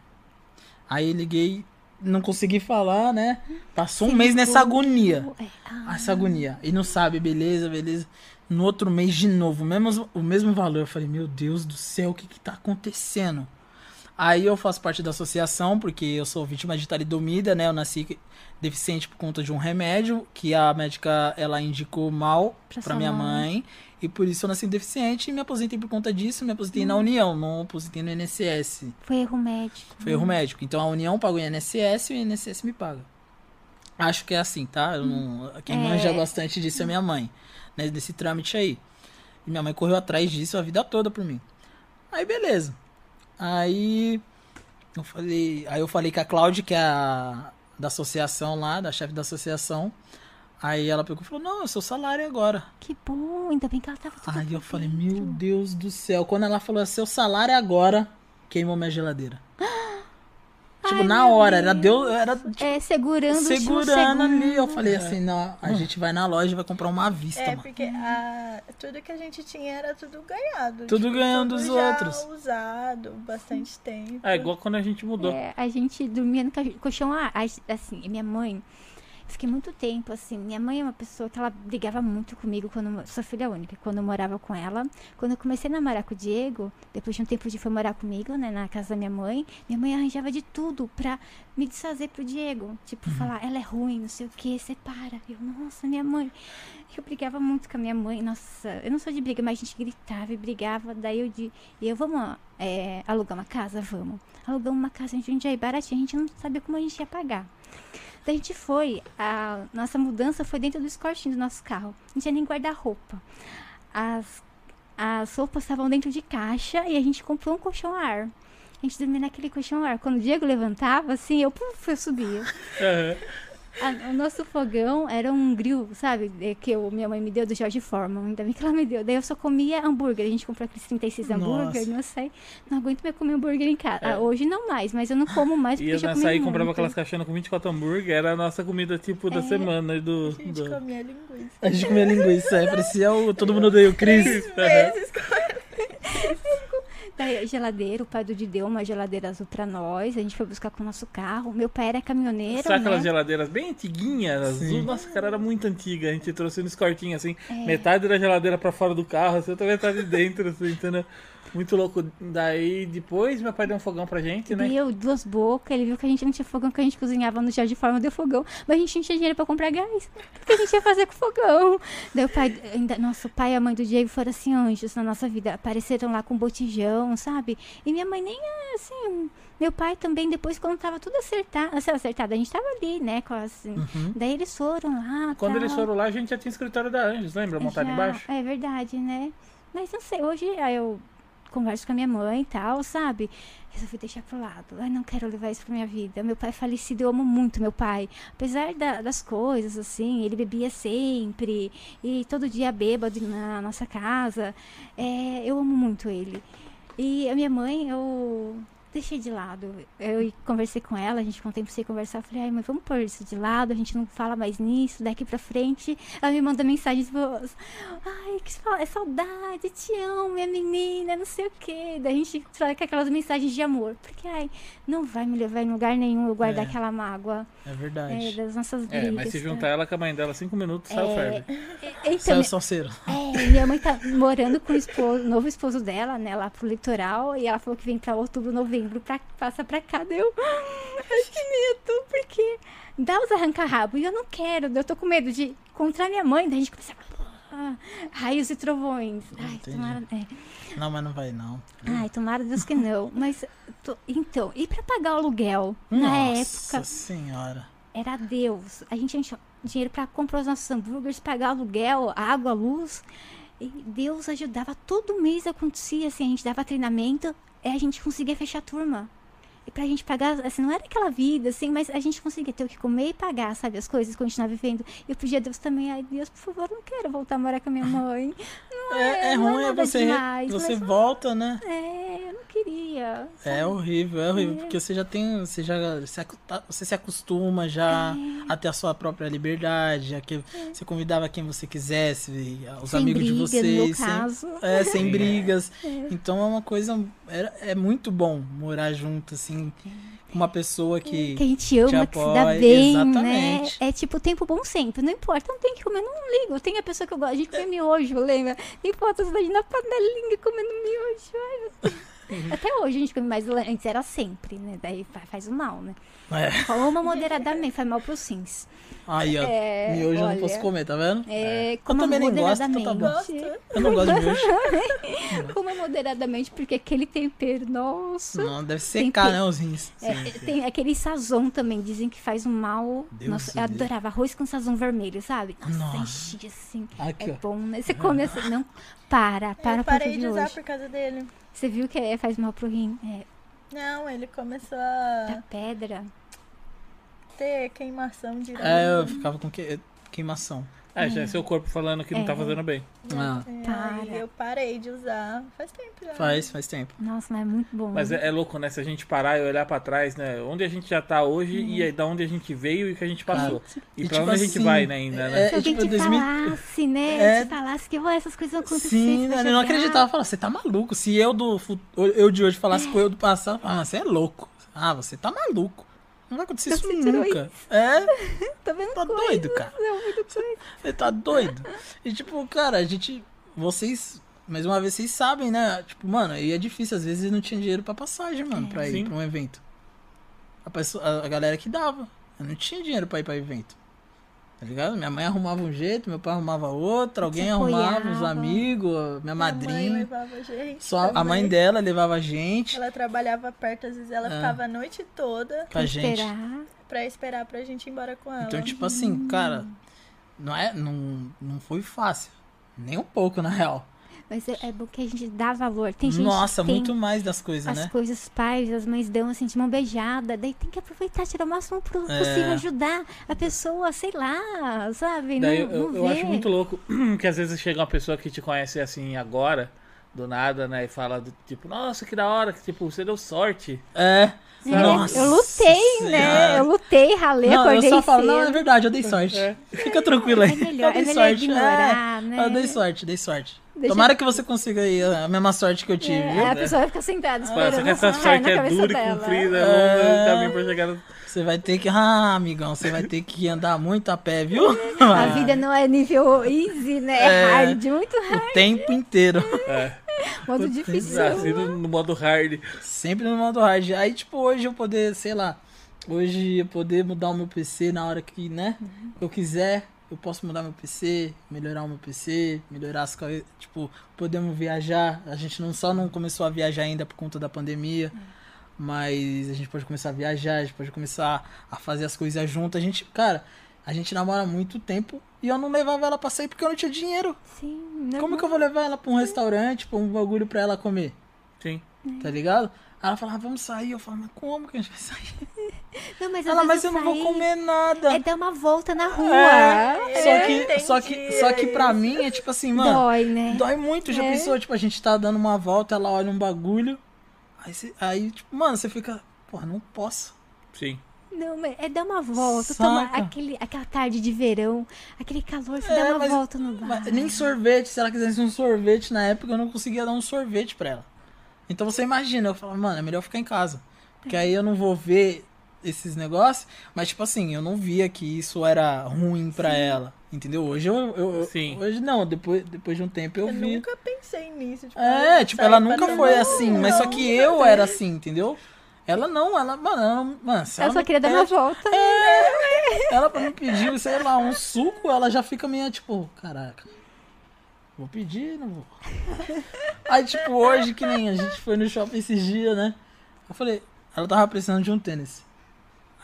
[SPEAKER 2] Aí liguei, não consegui falar, né? Passou um mês nessa agonia.
[SPEAKER 1] É, ah,
[SPEAKER 2] Essa agonia. E não sabe, beleza, beleza. No outro mês, de novo, o mesmo, o mesmo valor. Eu falei, meu Deus do céu, o que que tá acontecendo? Aí eu faço parte da associação, porque eu sou vítima de talidomida, né? Eu nasci deficiente por conta de um remédio que a médica, ela indicou mal
[SPEAKER 1] Pra
[SPEAKER 2] pra
[SPEAKER 1] sua
[SPEAKER 2] minha
[SPEAKER 1] mãe.
[SPEAKER 2] mãe. E por isso eu nasci deficiente e me aposentei por conta disso. Me aposentei
[SPEAKER 1] Hum.
[SPEAKER 2] na União, não aposentei no INSS.
[SPEAKER 1] foi erro médico.
[SPEAKER 2] Foi erro médico. Então a União paga o INSS e o INSS me paga. Acho que é assim, tá? Eu não- Quem
[SPEAKER 1] É.
[SPEAKER 2] manja bastante disso é minha mãe, né? Desse trâmite aí. E minha mãe correu atrás disso a vida toda por mim. Aí beleza. Aí eu falei, aí eu falei com a Cláudia, que é a, da associação lá, da chefe da associação. Aí ela pegou e falou: Não, é o seu salário agora.
[SPEAKER 1] Que bom, ainda bem que ela tava tudo
[SPEAKER 2] Aí eu falei: Meu Deus do céu. Quando ela falou: "É Seu salário agora, queimou minha geladeira. tipo,
[SPEAKER 1] Ai,
[SPEAKER 2] na
[SPEAKER 1] meu
[SPEAKER 2] hora, era,
[SPEAKER 1] Deus.
[SPEAKER 2] deu, era tipo,
[SPEAKER 1] né? é, segurando, o último
[SPEAKER 2] segurando ali. Eu
[SPEAKER 1] segundo.
[SPEAKER 2] falei assim: Não,
[SPEAKER 1] Hum.
[SPEAKER 2] a gente vai na loja e vai comprar uma à vista,
[SPEAKER 3] É,
[SPEAKER 2] mano.
[SPEAKER 3] porque a- tudo que a gente tinha era tudo ganhado. tipo,
[SPEAKER 2] Tudo ganhando dos
[SPEAKER 3] já
[SPEAKER 2] outros.
[SPEAKER 3] usado bastante tempo.
[SPEAKER 4] É igual quando a gente mudou.
[SPEAKER 1] É, a gente dormia no ca- colchão, ah, a- assim, e minha mãe, eu fiquei muito tempo, assim, minha mãe é uma pessoa que ela brigava muito comigo quando, eu- sou filha única, quando eu morava com ela, quando eu comecei a namorar com o Diego, depois de um tempo de foi morar comigo, né, na casa da minha mãe, minha mãe arranjava de tudo pra me desfazer pro Diego, tipo, falar, ela é ruim, não sei o que, separa, eu, nossa, minha mãe, eu brigava muito com a minha mãe, nossa, eu não sou de briga, mas a gente gritava e brigava, daí eu de, e eu, vamos é, alugar uma casa, vamos, alugamos uma casa em Jundiaí baratinha, a gente não sabia como a gente ia pagar. Daí a gente foi, a nossa mudança foi dentro do escortinho do nosso carro. Não tinha nem guarda-roupa. As, as roupas estavam dentro de caixa e a gente comprou um colchão a ar. A gente dormia naquele colchão a ar. Quando o Diego levantava, assim, eu, puf, eu subia.
[SPEAKER 4] Aham.
[SPEAKER 1] A- o nosso fogão era um grill, sabe? é, Que eu, minha mãe me deu do George Foreman. Ainda bem que ela me deu. Daí eu só comia hambúrguer. A gente comprou aqueles 36 hambúrguer,
[SPEAKER 2] Nossa.
[SPEAKER 1] não sei. Não aguento mais comer hambúrguer em casa.
[SPEAKER 4] É.
[SPEAKER 1] Ah, Hoje não mais, mas eu não como mais porque
[SPEAKER 4] Ia
[SPEAKER 1] já
[SPEAKER 4] nessa
[SPEAKER 1] comi
[SPEAKER 4] aí,
[SPEAKER 1] muito.
[SPEAKER 4] comprava aquelas caixonas com 24 hambúrguer, era a nossa comida tipo da
[SPEAKER 1] É.
[SPEAKER 4] semana. Do,
[SPEAKER 3] A gente
[SPEAKER 4] do...
[SPEAKER 3] comia linguiça.
[SPEAKER 2] A gente comia linguiça, é, parecia o Todo Mundo Odeia o
[SPEAKER 1] É
[SPEAKER 2] Cris.
[SPEAKER 3] Vezes com
[SPEAKER 1] Daí, a geladeira, o pai do Didi deu uma geladeira azul pra nós. A gente foi buscar com o nosso carro. Meu pai era caminhoneiro,
[SPEAKER 4] Sabe aquelas
[SPEAKER 1] né?
[SPEAKER 4] geladeiras bem antiguinhas, azul? Nossa, cara, era muito antiga. A gente trouxe nos cortinhos assim,
[SPEAKER 1] É.
[SPEAKER 4] metade da geladeira pra fora do carro, assim, outra metade dentro, assim, entendeu? Muito louco. Daí depois meu pai deu um fogão pra gente, né?
[SPEAKER 1] Deu duas bocas, ele viu que a gente não tinha fogão, que a gente cozinhava no George Foreman, deu fogão, mas a gente não tinha dinheiro pra comprar gás. O que a gente ia fazer com fogão? Daí o pai, ainda, nosso pai e a mãe do Diego foram assim anjos na nossa vida, apareceram lá com um botijão, sabe? E minha mãe nem é, assim, meu pai também, depois quando tava tudo acertado, assim, acertado, a gente tava ali, né, com assim. Daí eles foram lá,
[SPEAKER 4] Uhum. Quando
[SPEAKER 1] tal.
[SPEAKER 4] eles foram lá, a gente já tinha escritório da Anjos, lembra? Montado
[SPEAKER 1] Já-
[SPEAKER 4] embaixo?
[SPEAKER 1] É verdade, né? Mas não sei, hoje aí eu converso com a minha mãe e tal, sabe? Resolvi deixar pro lado. Ai, não quero levar isso pra minha vida. Meu pai é falecido, eu amo muito meu pai. Apesar da- das coisas, assim, ele bebia sempre. E todo dia bêbado na nossa casa. É, eu amo muito ele. E a minha mãe, eu deixei de lado. Eu conversei com ela, a gente com o tempo sem conversar. Eu falei, ai, mãe, vamos pôr isso de lado, a gente não fala mais nisso, daqui pra frente. Ela me manda mensagem, tipo, ai, que fa- é saudade, te amo, minha menina, não sei o quê. Daí a gente fala com aquelas mensagens de amor. Porque, ai, não vai me levar em lugar nenhum eu guardar
[SPEAKER 2] É.
[SPEAKER 1] aquela mágoa
[SPEAKER 2] É
[SPEAKER 1] é,
[SPEAKER 2] verdade.
[SPEAKER 1] das nossas
[SPEAKER 4] É,
[SPEAKER 1] brigas.
[SPEAKER 4] mas se
[SPEAKER 1] tá?
[SPEAKER 4] juntar ela com a mãe dela cinco minutos, tá saiu
[SPEAKER 1] É,
[SPEAKER 4] ferro.
[SPEAKER 1] é, então,
[SPEAKER 2] Saiu salseiro.
[SPEAKER 1] é, minha mãe tá morando com o esposo- o novo esposo dela, né, lá pro litoral, e ela falou que vem pra outubro, novembro, pra, passa pra cá, daí eu, ai que medo, porque dá os arranca-rabo, e eu não quero, daí eu tô com medo de encontrar minha mãe, daí a gente começa a... Raios e trovões. Ai,
[SPEAKER 2] Entendi. Hum.
[SPEAKER 1] tomara, é.
[SPEAKER 2] Não, mas não vai não.
[SPEAKER 1] Ai, tomara Deus que não. Mas, tô- então, e pra pagar o aluguel? Na
[SPEAKER 2] Nossa
[SPEAKER 1] época,
[SPEAKER 2] senhora.
[SPEAKER 1] era Deus. A gente tinha dinheiro para comprar os nossos hambúrgueres, pagar aluguel, água, luz. E Deus ajudava. Todo mês acontecia assim, a gente dava treinamento e a gente conseguia fechar a turma. E pra gente pagar, assim, não era aquela vida, assim, mas a gente conseguia ter o que comer e pagar, sabe, as coisas, continuar vivendo. E eu pedi a Deus também, ai Deus, por favor, eu não quero voltar a morar com a minha mãe. Não
[SPEAKER 2] É,
[SPEAKER 1] é,
[SPEAKER 2] é
[SPEAKER 1] não
[SPEAKER 2] ruim,
[SPEAKER 1] é
[SPEAKER 2] é
[SPEAKER 1] nada
[SPEAKER 2] você,
[SPEAKER 1] demais,
[SPEAKER 2] você
[SPEAKER 1] mas-
[SPEAKER 2] volta, né?
[SPEAKER 1] É, eu não queria.
[SPEAKER 2] É horrível, é horrível, porque você já tem, você já se, acu- tá- você se acostuma já
[SPEAKER 1] É.
[SPEAKER 2] a ter a sua própria liberdade, a que você convidava quem você quisesse, e os
[SPEAKER 1] Sem
[SPEAKER 2] amigos
[SPEAKER 1] briga,
[SPEAKER 2] de
[SPEAKER 1] no meu
[SPEAKER 2] vocês, sem-
[SPEAKER 1] caso.
[SPEAKER 2] é, sem brigas. Então é uma coisa, é, é muito bom morar junto assim, com uma pessoa que
[SPEAKER 1] que a gente ama,
[SPEAKER 2] te
[SPEAKER 1] que se dá
[SPEAKER 2] apoia,
[SPEAKER 1] bem,
[SPEAKER 2] exatamente.
[SPEAKER 1] né? É tipo tempo bom sempre, não importa, não tem que comer, não ligo. Tem a pessoa que eu gosto, a gente come miojo, lembra? Tem fotos da gente na panelinha comendo miojo. Ai, meu
[SPEAKER 2] Uhum.
[SPEAKER 1] Deus. Até hoje a gente come mais, antes era sempre, né? Daí fa- faz o mal, né?
[SPEAKER 2] É.
[SPEAKER 1] Coma moderadamente, faz mal pros rins.
[SPEAKER 2] Aí, ó,
[SPEAKER 1] É,
[SPEAKER 2] miojo eu não
[SPEAKER 1] olha.
[SPEAKER 2] posso comer, tá vendo?
[SPEAKER 1] É,
[SPEAKER 2] Eu
[SPEAKER 1] coma
[SPEAKER 2] também nem gosto, então tá bom.
[SPEAKER 1] moderadamente.
[SPEAKER 2] Eu não gosto de miojo.
[SPEAKER 1] Coma moderadamente, porque aquele tempero, nossa.
[SPEAKER 2] Não, deve
[SPEAKER 1] Tem
[SPEAKER 2] secar,
[SPEAKER 1] que-
[SPEAKER 2] né, os rins.
[SPEAKER 1] É, tem aquele sazon também, dizem que faz um mal.
[SPEAKER 2] Deus
[SPEAKER 1] Nossa,
[SPEAKER 2] do
[SPEAKER 1] eu
[SPEAKER 2] céu.
[SPEAKER 1] adorava arroz com sazon vermelho, sabe? Nossa,
[SPEAKER 2] Nossa.
[SPEAKER 1] enchia assim.
[SPEAKER 2] Aqui,
[SPEAKER 1] é
[SPEAKER 2] ó.
[SPEAKER 1] bom, né? Você come assim, não. Para, para por conta
[SPEAKER 3] eu parei de
[SPEAKER 1] de
[SPEAKER 3] usar
[SPEAKER 1] hoje.
[SPEAKER 3] por causa dele.
[SPEAKER 1] Você viu que é- faz mal pro rim? É,
[SPEAKER 3] Ah.
[SPEAKER 1] Tá.
[SPEAKER 3] Não, ele começou
[SPEAKER 1] da
[SPEAKER 3] a.
[SPEAKER 1] pedra.
[SPEAKER 3] ter queimação direto.
[SPEAKER 2] É, eu ficava com que- queimação.
[SPEAKER 4] É, já é seu corpo falando que não tá
[SPEAKER 1] É.
[SPEAKER 4] fazendo bem.
[SPEAKER 2] Ah,
[SPEAKER 1] Para.
[SPEAKER 3] É, Aí eu parei de usar faz tempo já.
[SPEAKER 2] faz, faz tempo.
[SPEAKER 1] Nossa, mas é muito bom.
[SPEAKER 4] Mas é, é louco, né? Se a gente parar e olhar pra trás, né? Onde a gente já tá hoje
[SPEAKER 1] Uhum.
[SPEAKER 4] e aí da onde a gente veio e o que a gente passou. E,
[SPEAKER 2] E,
[SPEAKER 4] pra
[SPEAKER 2] tipo
[SPEAKER 4] onde a gente
[SPEAKER 2] assim,
[SPEAKER 4] vai, né, ainda, né?
[SPEAKER 2] é,
[SPEAKER 1] Se alguém
[SPEAKER 2] tipo,
[SPEAKER 1] te
[SPEAKER 2] 2000
[SPEAKER 1] falasse, né?
[SPEAKER 2] É.
[SPEAKER 1] Te falasse que ó, essas coisas vão acontecer.
[SPEAKER 2] Sim, né,
[SPEAKER 1] você vai
[SPEAKER 2] eu não
[SPEAKER 1] jogar.
[SPEAKER 2] acreditava. Falava, você tá maluco. Se eu do fu- eu de hoje falasse com eu do passado, eu falava, ah, você é louco. Ah, você tá maluco. Não vai acontecer isso
[SPEAKER 1] Você tirou
[SPEAKER 2] nunca. É,
[SPEAKER 1] Tô vendo
[SPEAKER 2] tá
[SPEAKER 1] coisas,
[SPEAKER 2] doido, cara.
[SPEAKER 1] não, muito coisa.
[SPEAKER 2] Você tá doido? E tipo, cara, a gente. Vocês. Mais uma vez, vocês sabem, né? Tipo, mano, e é difícil. Às vezes não tinha dinheiro pra passagem,
[SPEAKER 1] É.
[SPEAKER 2] mano, pra ir
[SPEAKER 4] Sim.
[SPEAKER 2] pra um evento. A, pessoa- a- a galera que dava. Eu não tinha dinheiro pra ir pra evento. Tá ligado? Minha mãe arrumava um jeito, meu pai arrumava outro, alguém arrumava, os
[SPEAKER 1] apoiava.
[SPEAKER 2] amigos, minha
[SPEAKER 3] Minha Mãe
[SPEAKER 2] madrinha. né?
[SPEAKER 3] levava a gente.
[SPEAKER 2] Só a
[SPEAKER 3] também.
[SPEAKER 2] mãe dela levava a gente
[SPEAKER 3] Ela trabalhava perto, às vezes ela
[SPEAKER 2] Ah.
[SPEAKER 3] ficava a noite toda
[SPEAKER 2] pra Tá, gente.
[SPEAKER 1] Esperar.
[SPEAKER 3] pra esperar pra gente ir embora com ela.
[SPEAKER 2] Então, tipo assim, cara, não é, não, não foi fácil. Nem um pouco, na real.
[SPEAKER 1] Mas é, é bom que a gente dá valor. Tem gente
[SPEAKER 2] Nossa,
[SPEAKER 1] que tem
[SPEAKER 2] muito mais das coisas,
[SPEAKER 1] as
[SPEAKER 2] né?
[SPEAKER 1] coisas, os pais, as mães dão assim, de mão beijada. Daí tem que aproveitar, tirar o máximo pro-
[SPEAKER 2] É.
[SPEAKER 1] possível, ajudar a pessoa, sei lá, sabe?
[SPEAKER 4] Daí
[SPEAKER 1] não,
[SPEAKER 4] eu,
[SPEAKER 1] não
[SPEAKER 4] eu
[SPEAKER 1] vê.
[SPEAKER 4] acho muito louco que às vezes chega uma pessoa que te conhece assim agora, do nada, né? E fala do tipo, nossa, que da hora, que tipo, você deu sorte.
[SPEAKER 2] É.
[SPEAKER 1] É,
[SPEAKER 2] Nossa
[SPEAKER 1] eu lutei,
[SPEAKER 2] Senhora.
[SPEAKER 1] né? Eu lutei, ralei,
[SPEAKER 2] Não, eu
[SPEAKER 1] acordei
[SPEAKER 2] só falo,
[SPEAKER 1] cedo.
[SPEAKER 2] não, é verdade, eu dei sorte.
[SPEAKER 4] É.
[SPEAKER 2] Fica tranquilo aí.
[SPEAKER 1] É melhor-
[SPEAKER 2] eu dei
[SPEAKER 1] é melhor
[SPEAKER 2] sorte.
[SPEAKER 1] ignorar,
[SPEAKER 2] é.
[SPEAKER 1] né?
[SPEAKER 2] Eu dei sorte, dei sorte.
[SPEAKER 1] Deixa-
[SPEAKER 2] Tomara que você consiga aí a mesma sorte que eu tive,
[SPEAKER 1] É,
[SPEAKER 2] viu? Ah,
[SPEAKER 1] a pessoa vai ficar sentada
[SPEAKER 4] Fala,
[SPEAKER 1] esperando
[SPEAKER 4] Só que essa
[SPEAKER 1] assim, vai
[SPEAKER 4] sorte
[SPEAKER 1] na
[SPEAKER 4] é
[SPEAKER 1] cabeça
[SPEAKER 4] dura e
[SPEAKER 1] dela. Ah.
[SPEAKER 4] comprida,
[SPEAKER 2] É.
[SPEAKER 4] é. caminho pra chegar. no-
[SPEAKER 2] Você vai ter que. Ah, amigão, você vai ter que andar muito a pé, viu?
[SPEAKER 1] A vida não é nível easy, né? É,
[SPEAKER 2] É.
[SPEAKER 1] hard, muito hard,
[SPEAKER 2] O tempo inteiro.
[SPEAKER 1] modo
[SPEAKER 4] Ah,
[SPEAKER 1] difícil.
[SPEAKER 4] assim, no, no modo hard.
[SPEAKER 2] Sempre no modo hard. Aí, tipo, hoje eu poder, sei lá, hoje eu poder mudar o meu PC na hora que, né, eu quiser. Eu posso mudar meu PC, melhorar o meu PC, melhorar as coisas. Tipo, podemos viajar. A gente não só não começou a viajar ainda por conta da pandemia, mas a gente pode começar a viajar, a gente pode começar a fazer as coisas junto. A gente, cara, a gente namora há muito tempo e eu não levava ela pra sair porque eu não tinha dinheiro.
[SPEAKER 1] Sim, normal.
[SPEAKER 2] Como que eu vou levar ela pra um restaurante, pra um bagulho pra ela comer?
[SPEAKER 4] Sim.
[SPEAKER 2] Tá ligado? Aí ela fala, ah, vamos sair. Eu falo, mas como que a gente vai sair?
[SPEAKER 1] Não, mas às
[SPEAKER 2] ela,
[SPEAKER 1] vezes
[SPEAKER 2] mas eu não vou
[SPEAKER 1] saí,
[SPEAKER 2] comer nada.
[SPEAKER 1] É dar uma volta na rua.
[SPEAKER 2] É,
[SPEAKER 3] entendi
[SPEAKER 2] Só que, só que, só que pra mim é tipo assim, mano,
[SPEAKER 1] Dói, né?
[SPEAKER 2] dói muito. Já
[SPEAKER 1] É.
[SPEAKER 2] pensou, tipo, a gente tá dando uma volta, ela olha um bagulho. Aí, você- aí tipo, mano, você fica, porra, não posso.
[SPEAKER 4] Sim.
[SPEAKER 1] Não, mas é dar uma volta,
[SPEAKER 2] Saca.
[SPEAKER 1] tomar aquele, aquela tarde de verão, aquele calor, você
[SPEAKER 2] É,
[SPEAKER 1] dá uma
[SPEAKER 2] mas-
[SPEAKER 1] volta no bar.
[SPEAKER 2] Mas nem sorvete, se ela quisesse um sorvete na época, eu não conseguia dar um sorvete pra ela. Então você imagina, eu falo, mano, é melhor ficar em casa. Porque aí eu não vou ver esses negócios, mas tipo assim, eu não via que isso era ruim pra ela. Entendeu? Hoje eu. eu- eu-
[SPEAKER 4] Sim.
[SPEAKER 2] Hoje não, depois, depois de um tempo eu,
[SPEAKER 3] Eu
[SPEAKER 2] vi.
[SPEAKER 3] nunca pensei nisso. Tipo,
[SPEAKER 2] É, tipo,
[SPEAKER 3] sair
[SPEAKER 2] ela
[SPEAKER 3] pra
[SPEAKER 2] nunca
[SPEAKER 3] tomar
[SPEAKER 2] foi
[SPEAKER 3] um-
[SPEAKER 2] assim, mas só
[SPEAKER 3] não,
[SPEAKER 2] que eu era assim, entendeu? Ela não, ela, mano, ela, não- é. mano, se
[SPEAKER 1] Ela só
[SPEAKER 2] me
[SPEAKER 1] queria dar
[SPEAKER 2] pede-
[SPEAKER 1] uma volta.
[SPEAKER 2] ela pra me pedir, sei lá, um suco, ela já fica meio tipo, caraca, vou pedir, não vou. Aí, tipo, hoje que nem a gente foi no shopping esses dias, né? Eu falei, ela tava precisando de um tênis.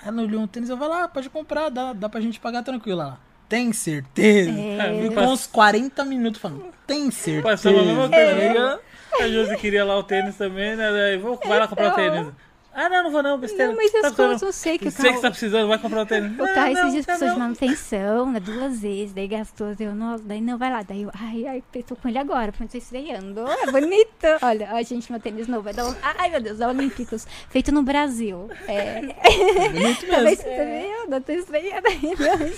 [SPEAKER 2] Aí ela olhou um tênis, eu falei, ah, pode comprar, dá, dá pra gente pagar tranquilo. Ela, tem certeza?
[SPEAKER 4] É,
[SPEAKER 2] Ficou uns 40 minutos falando, tem certeza?
[SPEAKER 4] Passava a mesma coisa. né?
[SPEAKER 2] tá ligado?
[SPEAKER 1] É.
[SPEAKER 4] A Josi queria lá o tênis também, né? Daí, vou, vai lá comprar o tênis. Ah, não, não vou não, besteira.
[SPEAKER 1] Não, né? mas
[SPEAKER 4] Tá
[SPEAKER 1] as contas,
[SPEAKER 4] precisando-
[SPEAKER 1] eu sei que o
[SPEAKER 4] Sei que
[SPEAKER 1] carro...
[SPEAKER 4] você tá precisando, vai comprar o tênis.
[SPEAKER 1] O
[SPEAKER 4] Ah,
[SPEAKER 1] carro esses
[SPEAKER 4] não,
[SPEAKER 1] dias
[SPEAKER 4] tá
[SPEAKER 1] precisou de
[SPEAKER 4] não.
[SPEAKER 1] manutenção, né? Duas vezes, daí gastou, daí eu não, daí não vai lá, daí eu, ai, ai, eu tô com ele agora, porque eu tô estreando, é bonito. Olha, ai, gente, meu tênis novo, é da, ai, meu Deus, da Olímpicos, feito no Brasil. É,
[SPEAKER 2] Bonito
[SPEAKER 1] tava
[SPEAKER 2] mesmo.
[SPEAKER 1] estreando, tô estreando ainda.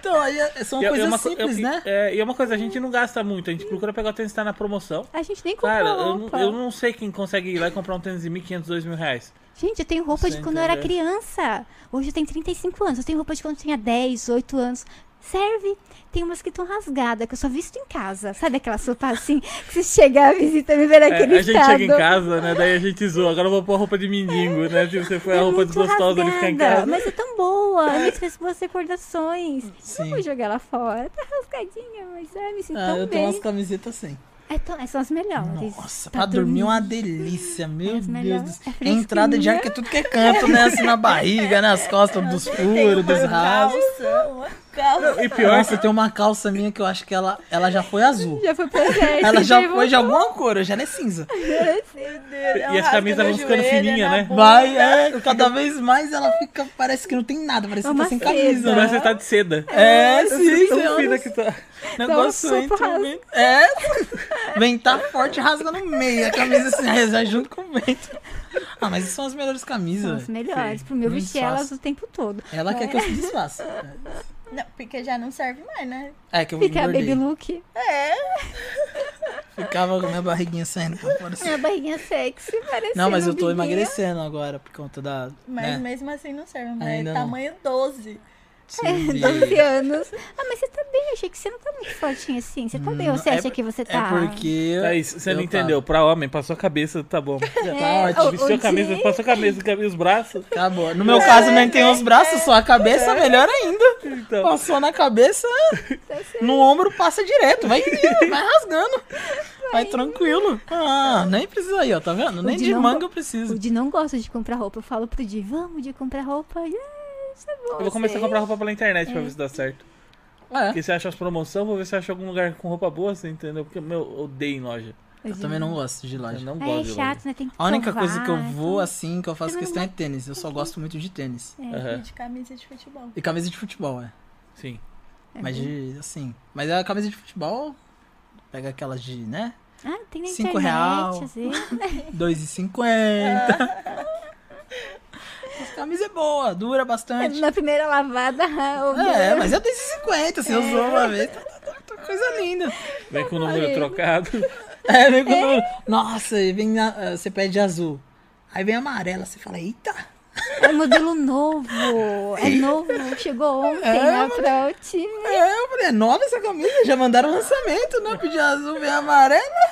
[SPEAKER 2] Então, aí é- são
[SPEAKER 4] E é
[SPEAKER 2] coisas
[SPEAKER 4] uma co-
[SPEAKER 2] simples,
[SPEAKER 4] eu-
[SPEAKER 2] né?
[SPEAKER 4] É, e é uma coisa, a gente não gasta muito, a gente procura pegar o tênis que tá na promoção.
[SPEAKER 1] A gente nem comprou
[SPEAKER 4] Cara, eu
[SPEAKER 1] roupa.
[SPEAKER 4] não, eu não sei quem consegue ir lá e comprar um tênis de 1.500, 2 mil reais.
[SPEAKER 1] Gente, eu tenho roupa de
[SPEAKER 4] Você
[SPEAKER 1] quando eu era
[SPEAKER 4] entendeu?
[SPEAKER 1] criança. Hoje eu tenho 35 anos. Eu tenho roupa de quando eu tinha 10, 8 anos. Serve. Tem umas que estão rasgadas, que eu só visto em casa. Sabe aquela sopa assim, que se chegar a visita me ver
[SPEAKER 4] É,
[SPEAKER 1] naquele
[SPEAKER 4] a gente
[SPEAKER 1] estado.
[SPEAKER 4] chega em casa, né? Daí a gente zoa. Agora eu vou pôr a roupa de mendigo, né? Tipo, você foi a
[SPEAKER 1] é
[SPEAKER 4] roupa
[SPEAKER 1] muito
[SPEAKER 4] desgostosa de ficar em
[SPEAKER 1] rasgada,
[SPEAKER 4] casa.
[SPEAKER 1] Mas é tão boa. Me fez boas recordações.
[SPEAKER 2] Sim.
[SPEAKER 1] Não vou jogar ela fora. Tá rasgadinha, mas é, me sinto
[SPEAKER 2] Ah,
[SPEAKER 1] tão
[SPEAKER 2] eu tenho
[SPEAKER 1] bem.
[SPEAKER 2] umas camisetas assim.
[SPEAKER 1] É tão- é, são as melhores.
[SPEAKER 2] Nossa,
[SPEAKER 1] Tá
[SPEAKER 2] pra dormir é uma delícia, meu
[SPEAKER 1] Mas melhor
[SPEAKER 2] Deus do
[SPEAKER 1] é
[SPEAKER 2] céu.
[SPEAKER 1] fresquinha.
[SPEAKER 2] Entrada de ar que é tudo que é canto, né? Assim na barriga, nas costas, dos
[SPEAKER 3] Tem
[SPEAKER 2] furos,
[SPEAKER 3] uma
[SPEAKER 2] dos rasgos.
[SPEAKER 3] calça, uma- calça.
[SPEAKER 4] E pior,
[SPEAKER 2] Nossa, tem uma calça minha que eu acho que ela, ela já foi azul.
[SPEAKER 1] Já foi pro exército.
[SPEAKER 2] Ela já
[SPEAKER 1] voltou.
[SPEAKER 2] foi de alguma cor, hoje ela é cinza.
[SPEAKER 3] Meu Deus, é um
[SPEAKER 4] E as
[SPEAKER 3] rasgo
[SPEAKER 4] camisas
[SPEAKER 3] no
[SPEAKER 4] vão ficando
[SPEAKER 3] joelho, é
[SPEAKER 4] fininha,
[SPEAKER 3] na
[SPEAKER 4] né?
[SPEAKER 3] bunda.
[SPEAKER 2] Vai, é, cada vez mais ela fica, parece que não tem nada, parece que
[SPEAKER 1] É uma
[SPEAKER 2] tá sem
[SPEAKER 1] seda.
[SPEAKER 2] camisa, né?
[SPEAKER 4] parece que tá de seda.
[SPEAKER 2] É, sim,
[SPEAKER 4] Tão
[SPEAKER 2] sim.
[SPEAKER 4] fina que tá.
[SPEAKER 2] Negócio
[SPEAKER 1] sopa
[SPEAKER 2] entra
[SPEAKER 1] rasga.
[SPEAKER 2] o vento. É, vem tá forte, rasga no meio. A camisa se reza junto com o vento. Ah, mas são as melhores
[SPEAKER 1] São
[SPEAKER 2] camisas.
[SPEAKER 1] as melhores. Pro meu
[SPEAKER 2] Muito
[SPEAKER 1] vestir elas
[SPEAKER 2] fácil.
[SPEAKER 1] o tempo todo.
[SPEAKER 2] Ela quer que eu
[SPEAKER 1] É.
[SPEAKER 2] se desfaça.
[SPEAKER 3] Não, porque já não serve mais, né?
[SPEAKER 2] É, que eu
[SPEAKER 1] Fica a
[SPEAKER 2] engordei.
[SPEAKER 1] baby look.
[SPEAKER 3] É.
[SPEAKER 2] Ficava com a minha barriguinha saindo pra fora. assim.
[SPEAKER 1] Minha barriguinha sexy um parece.
[SPEAKER 2] Não, mas eu tô emagrecendo agora por conta da.
[SPEAKER 3] Mas
[SPEAKER 2] né?
[SPEAKER 3] mesmo assim não serve mais.
[SPEAKER 2] Ainda não.
[SPEAKER 3] Tamanho 12.
[SPEAKER 1] é,
[SPEAKER 2] Sim, de-
[SPEAKER 1] 12 anos. Ah, mas você tá bem. Achei que você não tá muito fortinha assim. Você tá bem. Ou você
[SPEAKER 2] é
[SPEAKER 1] acha que você
[SPEAKER 2] É
[SPEAKER 1] tá?
[SPEAKER 2] porque.
[SPEAKER 4] É isso, você não
[SPEAKER 2] eu tá.
[SPEAKER 4] entendeu. Pra homem, passou a cabeça, tá bom.
[SPEAKER 2] Tava,
[SPEAKER 1] É,
[SPEAKER 2] tá ótimo.
[SPEAKER 1] o-
[SPEAKER 4] Vestiu a camisa,
[SPEAKER 1] dia-
[SPEAKER 4] passou a cabeça, cabe os braços.
[SPEAKER 2] Tá bom. No meu caso, nem tem os braços, só a
[SPEAKER 1] É.
[SPEAKER 2] cabeça, melhor ainda.
[SPEAKER 4] Então.
[SPEAKER 2] Passou na cabeça,
[SPEAKER 1] Tá
[SPEAKER 2] no ombro passa direto. Vai, vai rasgando. Vai tranquilo. Ah, nem precisa aí, ó, tá vendo? Nem
[SPEAKER 1] de
[SPEAKER 2] de
[SPEAKER 1] não-
[SPEAKER 2] manga eu
[SPEAKER 1] O
[SPEAKER 2] preciso.
[SPEAKER 1] Di não gosta de comprar roupa. Eu falo pro Di, vamos de comprar roupa. Ah, isso é bom,
[SPEAKER 4] Eu vou começar a
[SPEAKER 1] sei.
[SPEAKER 4] comprar roupa pela internet pra ver se dá certo.
[SPEAKER 2] É.
[SPEAKER 4] Porque você acha as promoções, vou ver se acha algum lugar com roupa boa, você entendeu? Porque meu, eu odeio em loja.
[SPEAKER 1] O
[SPEAKER 2] Eu
[SPEAKER 1] Di-
[SPEAKER 2] também não gosto de
[SPEAKER 4] Eu
[SPEAKER 2] loja.
[SPEAKER 4] não
[SPEAKER 1] Ah, É
[SPEAKER 4] gosto de loja.
[SPEAKER 1] chato, né? Tem que
[SPEAKER 2] A única
[SPEAKER 1] provar,
[SPEAKER 2] coisa que eu vou,
[SPEAKER 1] então-
[SPEAKER 2] assim, que eu faço
[SPEAKER 1] Também não
[SPEAKER 2] questão é tênis. Eu só gosto muito de tênis.
[SPEAKER 1] né?
[SPEAKER 4] Aham,
[SPEAKER 3] E
[SPEAKER 1] Uhum.
[SPEAKER 3] de camisa de futebol.
[SPEAKER 2] E camisa de futebol, é.
[SPEAKER 4] Sim.
[SPEAKER 2] Mas de, assim. Mas a camisa de futebol. Pega aquelas de, né?
[SPEAKER 1] Ah, tem na
[SPEAKER 2] Cinco
[SPEAKER 1] internet,
[SPEAKER 2] real.
[SPEAKER 1] às vezes.
[SPEAKER 2] 2,50. Essa camisa é boa, dura bastante.
[SPEAKER 1] Na primeira lavada, o
[SPEAKER 2] É, mas é 250, você usou uma vez. Tá, tá- tá- tá coisa linda.
[SPEAKER 1] Então
[SPEAKER 4] Vem com o número trocado.
[SPEAKER 2] É, vem com o- Nossa, e vem na- ah, você pede azul. Aí vem amarela, você fala, eita!
[SPEAKER 1] é um modelo novo. É novo, chegou ontem lá pra o time.
[SPEAKER 2] É, eu falei, é nova essa camisa, já mandaram o lançamento, né? Pedir azul, vem amarela.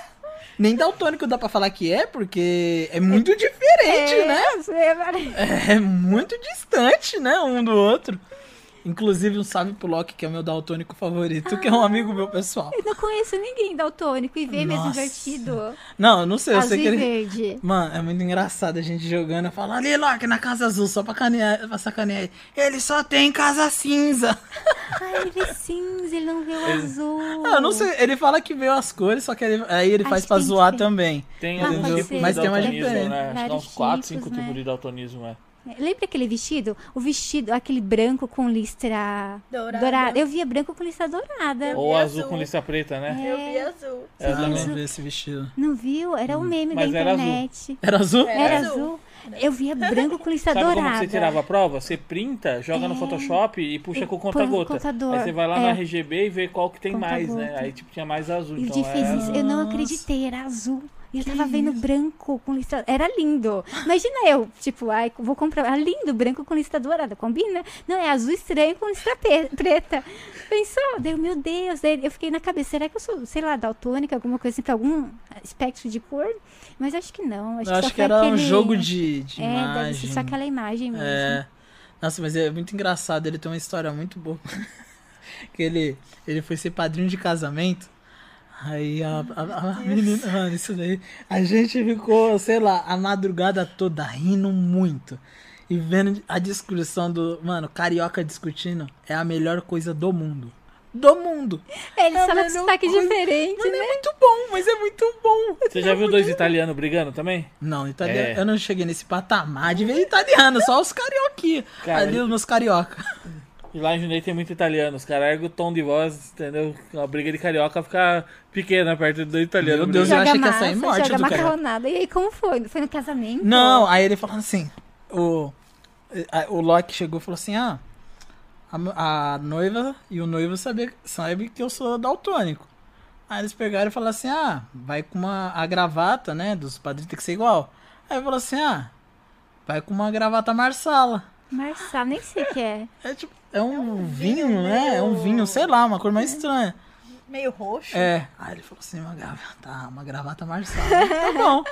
[SPEAKER 2] Nem daltônico dá pra falar que é, porque é muito diferente,
[SPEAKER 1] É,
[SPEAKER 2] né?
[SPEAKER 1] né?
[SPEAKER 2] É muito distante, né? Um do outro. Inclusive, um salve pro Loki, que é o meu daltônico favorito, que é um amigo meu pessoal.
[SPEAKER 1] Eu não conheço ninguém daltônico e vê mesmo
[SPEAKER 2] Nossa.
[SPEAKER 1] invertido.
[SPEAKER 2] Não, eu não sei, eu
[SPEAKER 1] Azul
[SPEAKER 2] sei que
[SPEAKER 1] e
[SPEAKER 2] ele.
[SPEAKER 1] verde.
[SPEAKER 2] Mano, é muito engraçado a gente jogando e falando, ali, Loki, na Casa Azul, só pra, canear, pra sacanear ele. Ele só tem Casa Cinza.
[SPEAKER 1] Ai, ele vê cinza, ele não vê o azul.
[SPEAKER 2] Ah, eu não sei, ele fala que veio as cores, só que ele- aí ele
[SPEAKER 1] Acho
[SPEAKER 2] faz
[SPEAKER 1] que
[SPEAKER 2] pra
[SPEAKER 1] tem
[SPEAKER 2] zoar
[SPEAKER 1] diferente.
[SPEAKER 2] também.
[SPEAKER 4] Tem
[SPEAKER 1] Ah,
[SPEAKER 4] alguns
[SPEAKER 1] pode
[SPEAKER 4] tipos
[SPEAKER 1] ser.
[SPEAKER 4] de
[SPEAKER 2] Mas tem uma
[SPEAKER 4] daltonismo,
[SPEAKER 2] diferente.
[SPEAKER 4] né? Acho que dá
[SPEAKER 1] Vários
[SPEAKER 4] uns 4,
[SPEAKER 1] tipos,
[SPEAKER 4] 5 tipos
[SPEAKER 1] né?
[SPEAKER 4] de daltonismo, é.
[SPEAKER 1] Lembra aquele vestido? O vestido, aquele branco com listra
[SPEAKER 3] Dourada.
[SPEAKER 1] Eu via branco com listra dourada.
[SPEAKER 4] Ou
[SPEAKER 3] vi
[SPEAKER 4] azul
[SPEAKER 3] azul.
[SPEAKER 4] com lista preta, né?
[SPEAKER 3] Eu vi azul.
[SPEAKER 4] É,
[SPEAKER 2] ah,
[SPEAKER 4] também.
[SPEAKER 2] não vi esse vestido.
[SPEAKER 1] Não viu? Era um meme
[SPEAKER 4] Mas
[SPEAKER 1] da
[SPEAKER 4] era azul.
[SPEAKER 1] internet.
[SPEAKER 2] Era azul?
[SPEAKER 3] É.
[SPEAKER 1] Era
[SPEAKER 3] Era
[SPEAKER 1] azul. Eu via branco com listra
[SPEAKER 4] Sabe
[SPEAKER 1] dourada.
[SPEAKER 4] como você tirava a prova? Você printa, joga no Photoshop e puxa
[SPEAKER 1] É. E
[SPEAKER 4] com o
[SPEAKER 1] põe no
[SPEAKER 4] conta-gota.
[SPEAKER 1] contador,
[SPEAKER 4] Aí você vai lá
[SPEAKER 1] é.
[SPEAKER 4] na RGB e vê qual que tem mais, né?
[SPEAKER 1] Conta-gota.
[SPEAKER 4] Aí tipo tinha mais azul.
[SPEAKER 1] E o
[SPEAKER 4] então
[SPEAKER 1] Di fez
[SPEAKER 4] é
[SPEAKER 1] isso.
[SPEAKER 4] azul.
[SPEAKER 1] Eu não
[SPEAKER 2] Nossa.
[SPEAKER 1] acreditei, era azul. E eu tava vendo branco com lista. Era lindo. Imagina eu, tipo, ai, vou comprar. Ah, lindo, branco com lista dourada. Combina? Não, é azul estranho com lista pe- preta. Pensou? Daí, eu, meu Deus. Daí eu fiquei na cabeça. Será que eu sou, sei lá, daltônica, alguma coisa assim, pra algum espectro de cor? Mas acho que não. Acho
[SPEAKER 2] Eu
[SPEAKER 1] que,
[SPEAKER 2] acho
[SPEAKER 1] só
[SPEAKER 2] que
[SPEAKER 1] foi
[SPEAKER 2] era um
[SPEAKER 1] aquele-
[SPEAKER 2] jogo de, de
[SPEAKER 1] É, deve ser
[SPEAKER 2] imagem.
[SPEAKER 1] só aquela imagem mesmo.
[SPEAKER 2] É. Nossa, mas é muito engraçado, ele tem uma história muito boa. que ele, ele foi ser padrinho de casamento. Aí a, a- a- a menina, mano, isso daí. A gente ficou, sei lá, a madrugada toda rindo muito. E vendo a discussão do. Mano, carioca discutindo é a melhor coisa do mundo. Do mundo!
[SPEAKER 1] É, Ele
[SPEAKER 2] É a
[SPEAKER 1] estava com
[SPEAKER 2] melhor
[SPEAKER 1] destaque
[SPEAKER 2] coisa.
[SPEAKER 1] diferente,
[SPEAKER 2] Mano,
[SPEAKER 1] né?
[SPEAKER 2] é muito bom, mas é muito bom.
[SPEAKER 4] Você já viu dois italianos brigando também?
[SPEAKER 2] Não, italiano,
[SPEAKER 4] É.
[SPEAKER 2] eu não cheguei nesse patamar de ver italiano, só os carioquinhos.
[SPEAKER 4] Cara,
[SPEAKER 2] Ali os meus carioca.
[SPEAKER 4] E lá em Jundiaí tem muito italiano. Os caras ergam o tom de voz, entendeu? A briga de carioca fica pequena perto né? de dois italianos.
[SPEAKER 2] Meu Deus, é- eu
[SPEAKER 4] brigando.
[SPEAKER 2] achei que ia sair morte
[SPEAKER 1] joga
[SPEAKER 2] do cara.
[SPEAKER 1] macarronada. E aí, como foi? Foi no casamento?
[SPEAKER 2] Não, aí ele falou assim: o, a- o Loki chegou e falou assim: ah, a, mo- a noiva e o noivo sabe, sabe que eu sou daltônico. Aí eles pegaram e falaram assim: ah, vai com uma, a gravata, né? Dos padrinhos tem que ser igual. Aí falou assim: ah, vai com uma gravata marsala.
[SPEAKER 1] Marçal, nem sei o que é.
[SPEAKER 2] É tipo, é um, vinho, É. né? É um vinho, sei lá, uma cor mais estranha.
[SPEAKER 3] Meio roxo.
[SPEAKER 2] É. Aí ele falou assim, uma gravata, uma gravata Marçal. tá bom.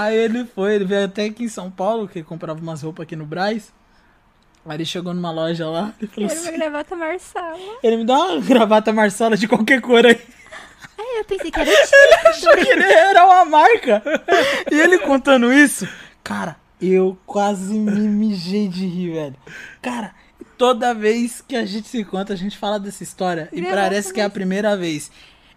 [SPEAKER 2] Aí ele foi, ele veio até aqui em São Paulo, que ele comprava umas roupas aqui no Braz. Aí ele chegou numa loja lá, ele falou
[SPEAKER 1] Era uma
[SPEAKER 2] assim,
[SPEAKER 1] gravata Marçal.
[SPEAKER 2] ele me dá uma gravata Marsala de qualquer cor aí.
[SPEAKER 1] Aí É, eu pensei que era tipo.
[SPEAKER 2] Achou que ele era uma marca. E ele contando isso, cara, eu quase me mijei de rir, velho. Cara, Toda vez que a gente se encontra, a gente fala dessa história. E
[SPEAKER 1] Graças
[SPEAKER 2] parece que é a primeira vez.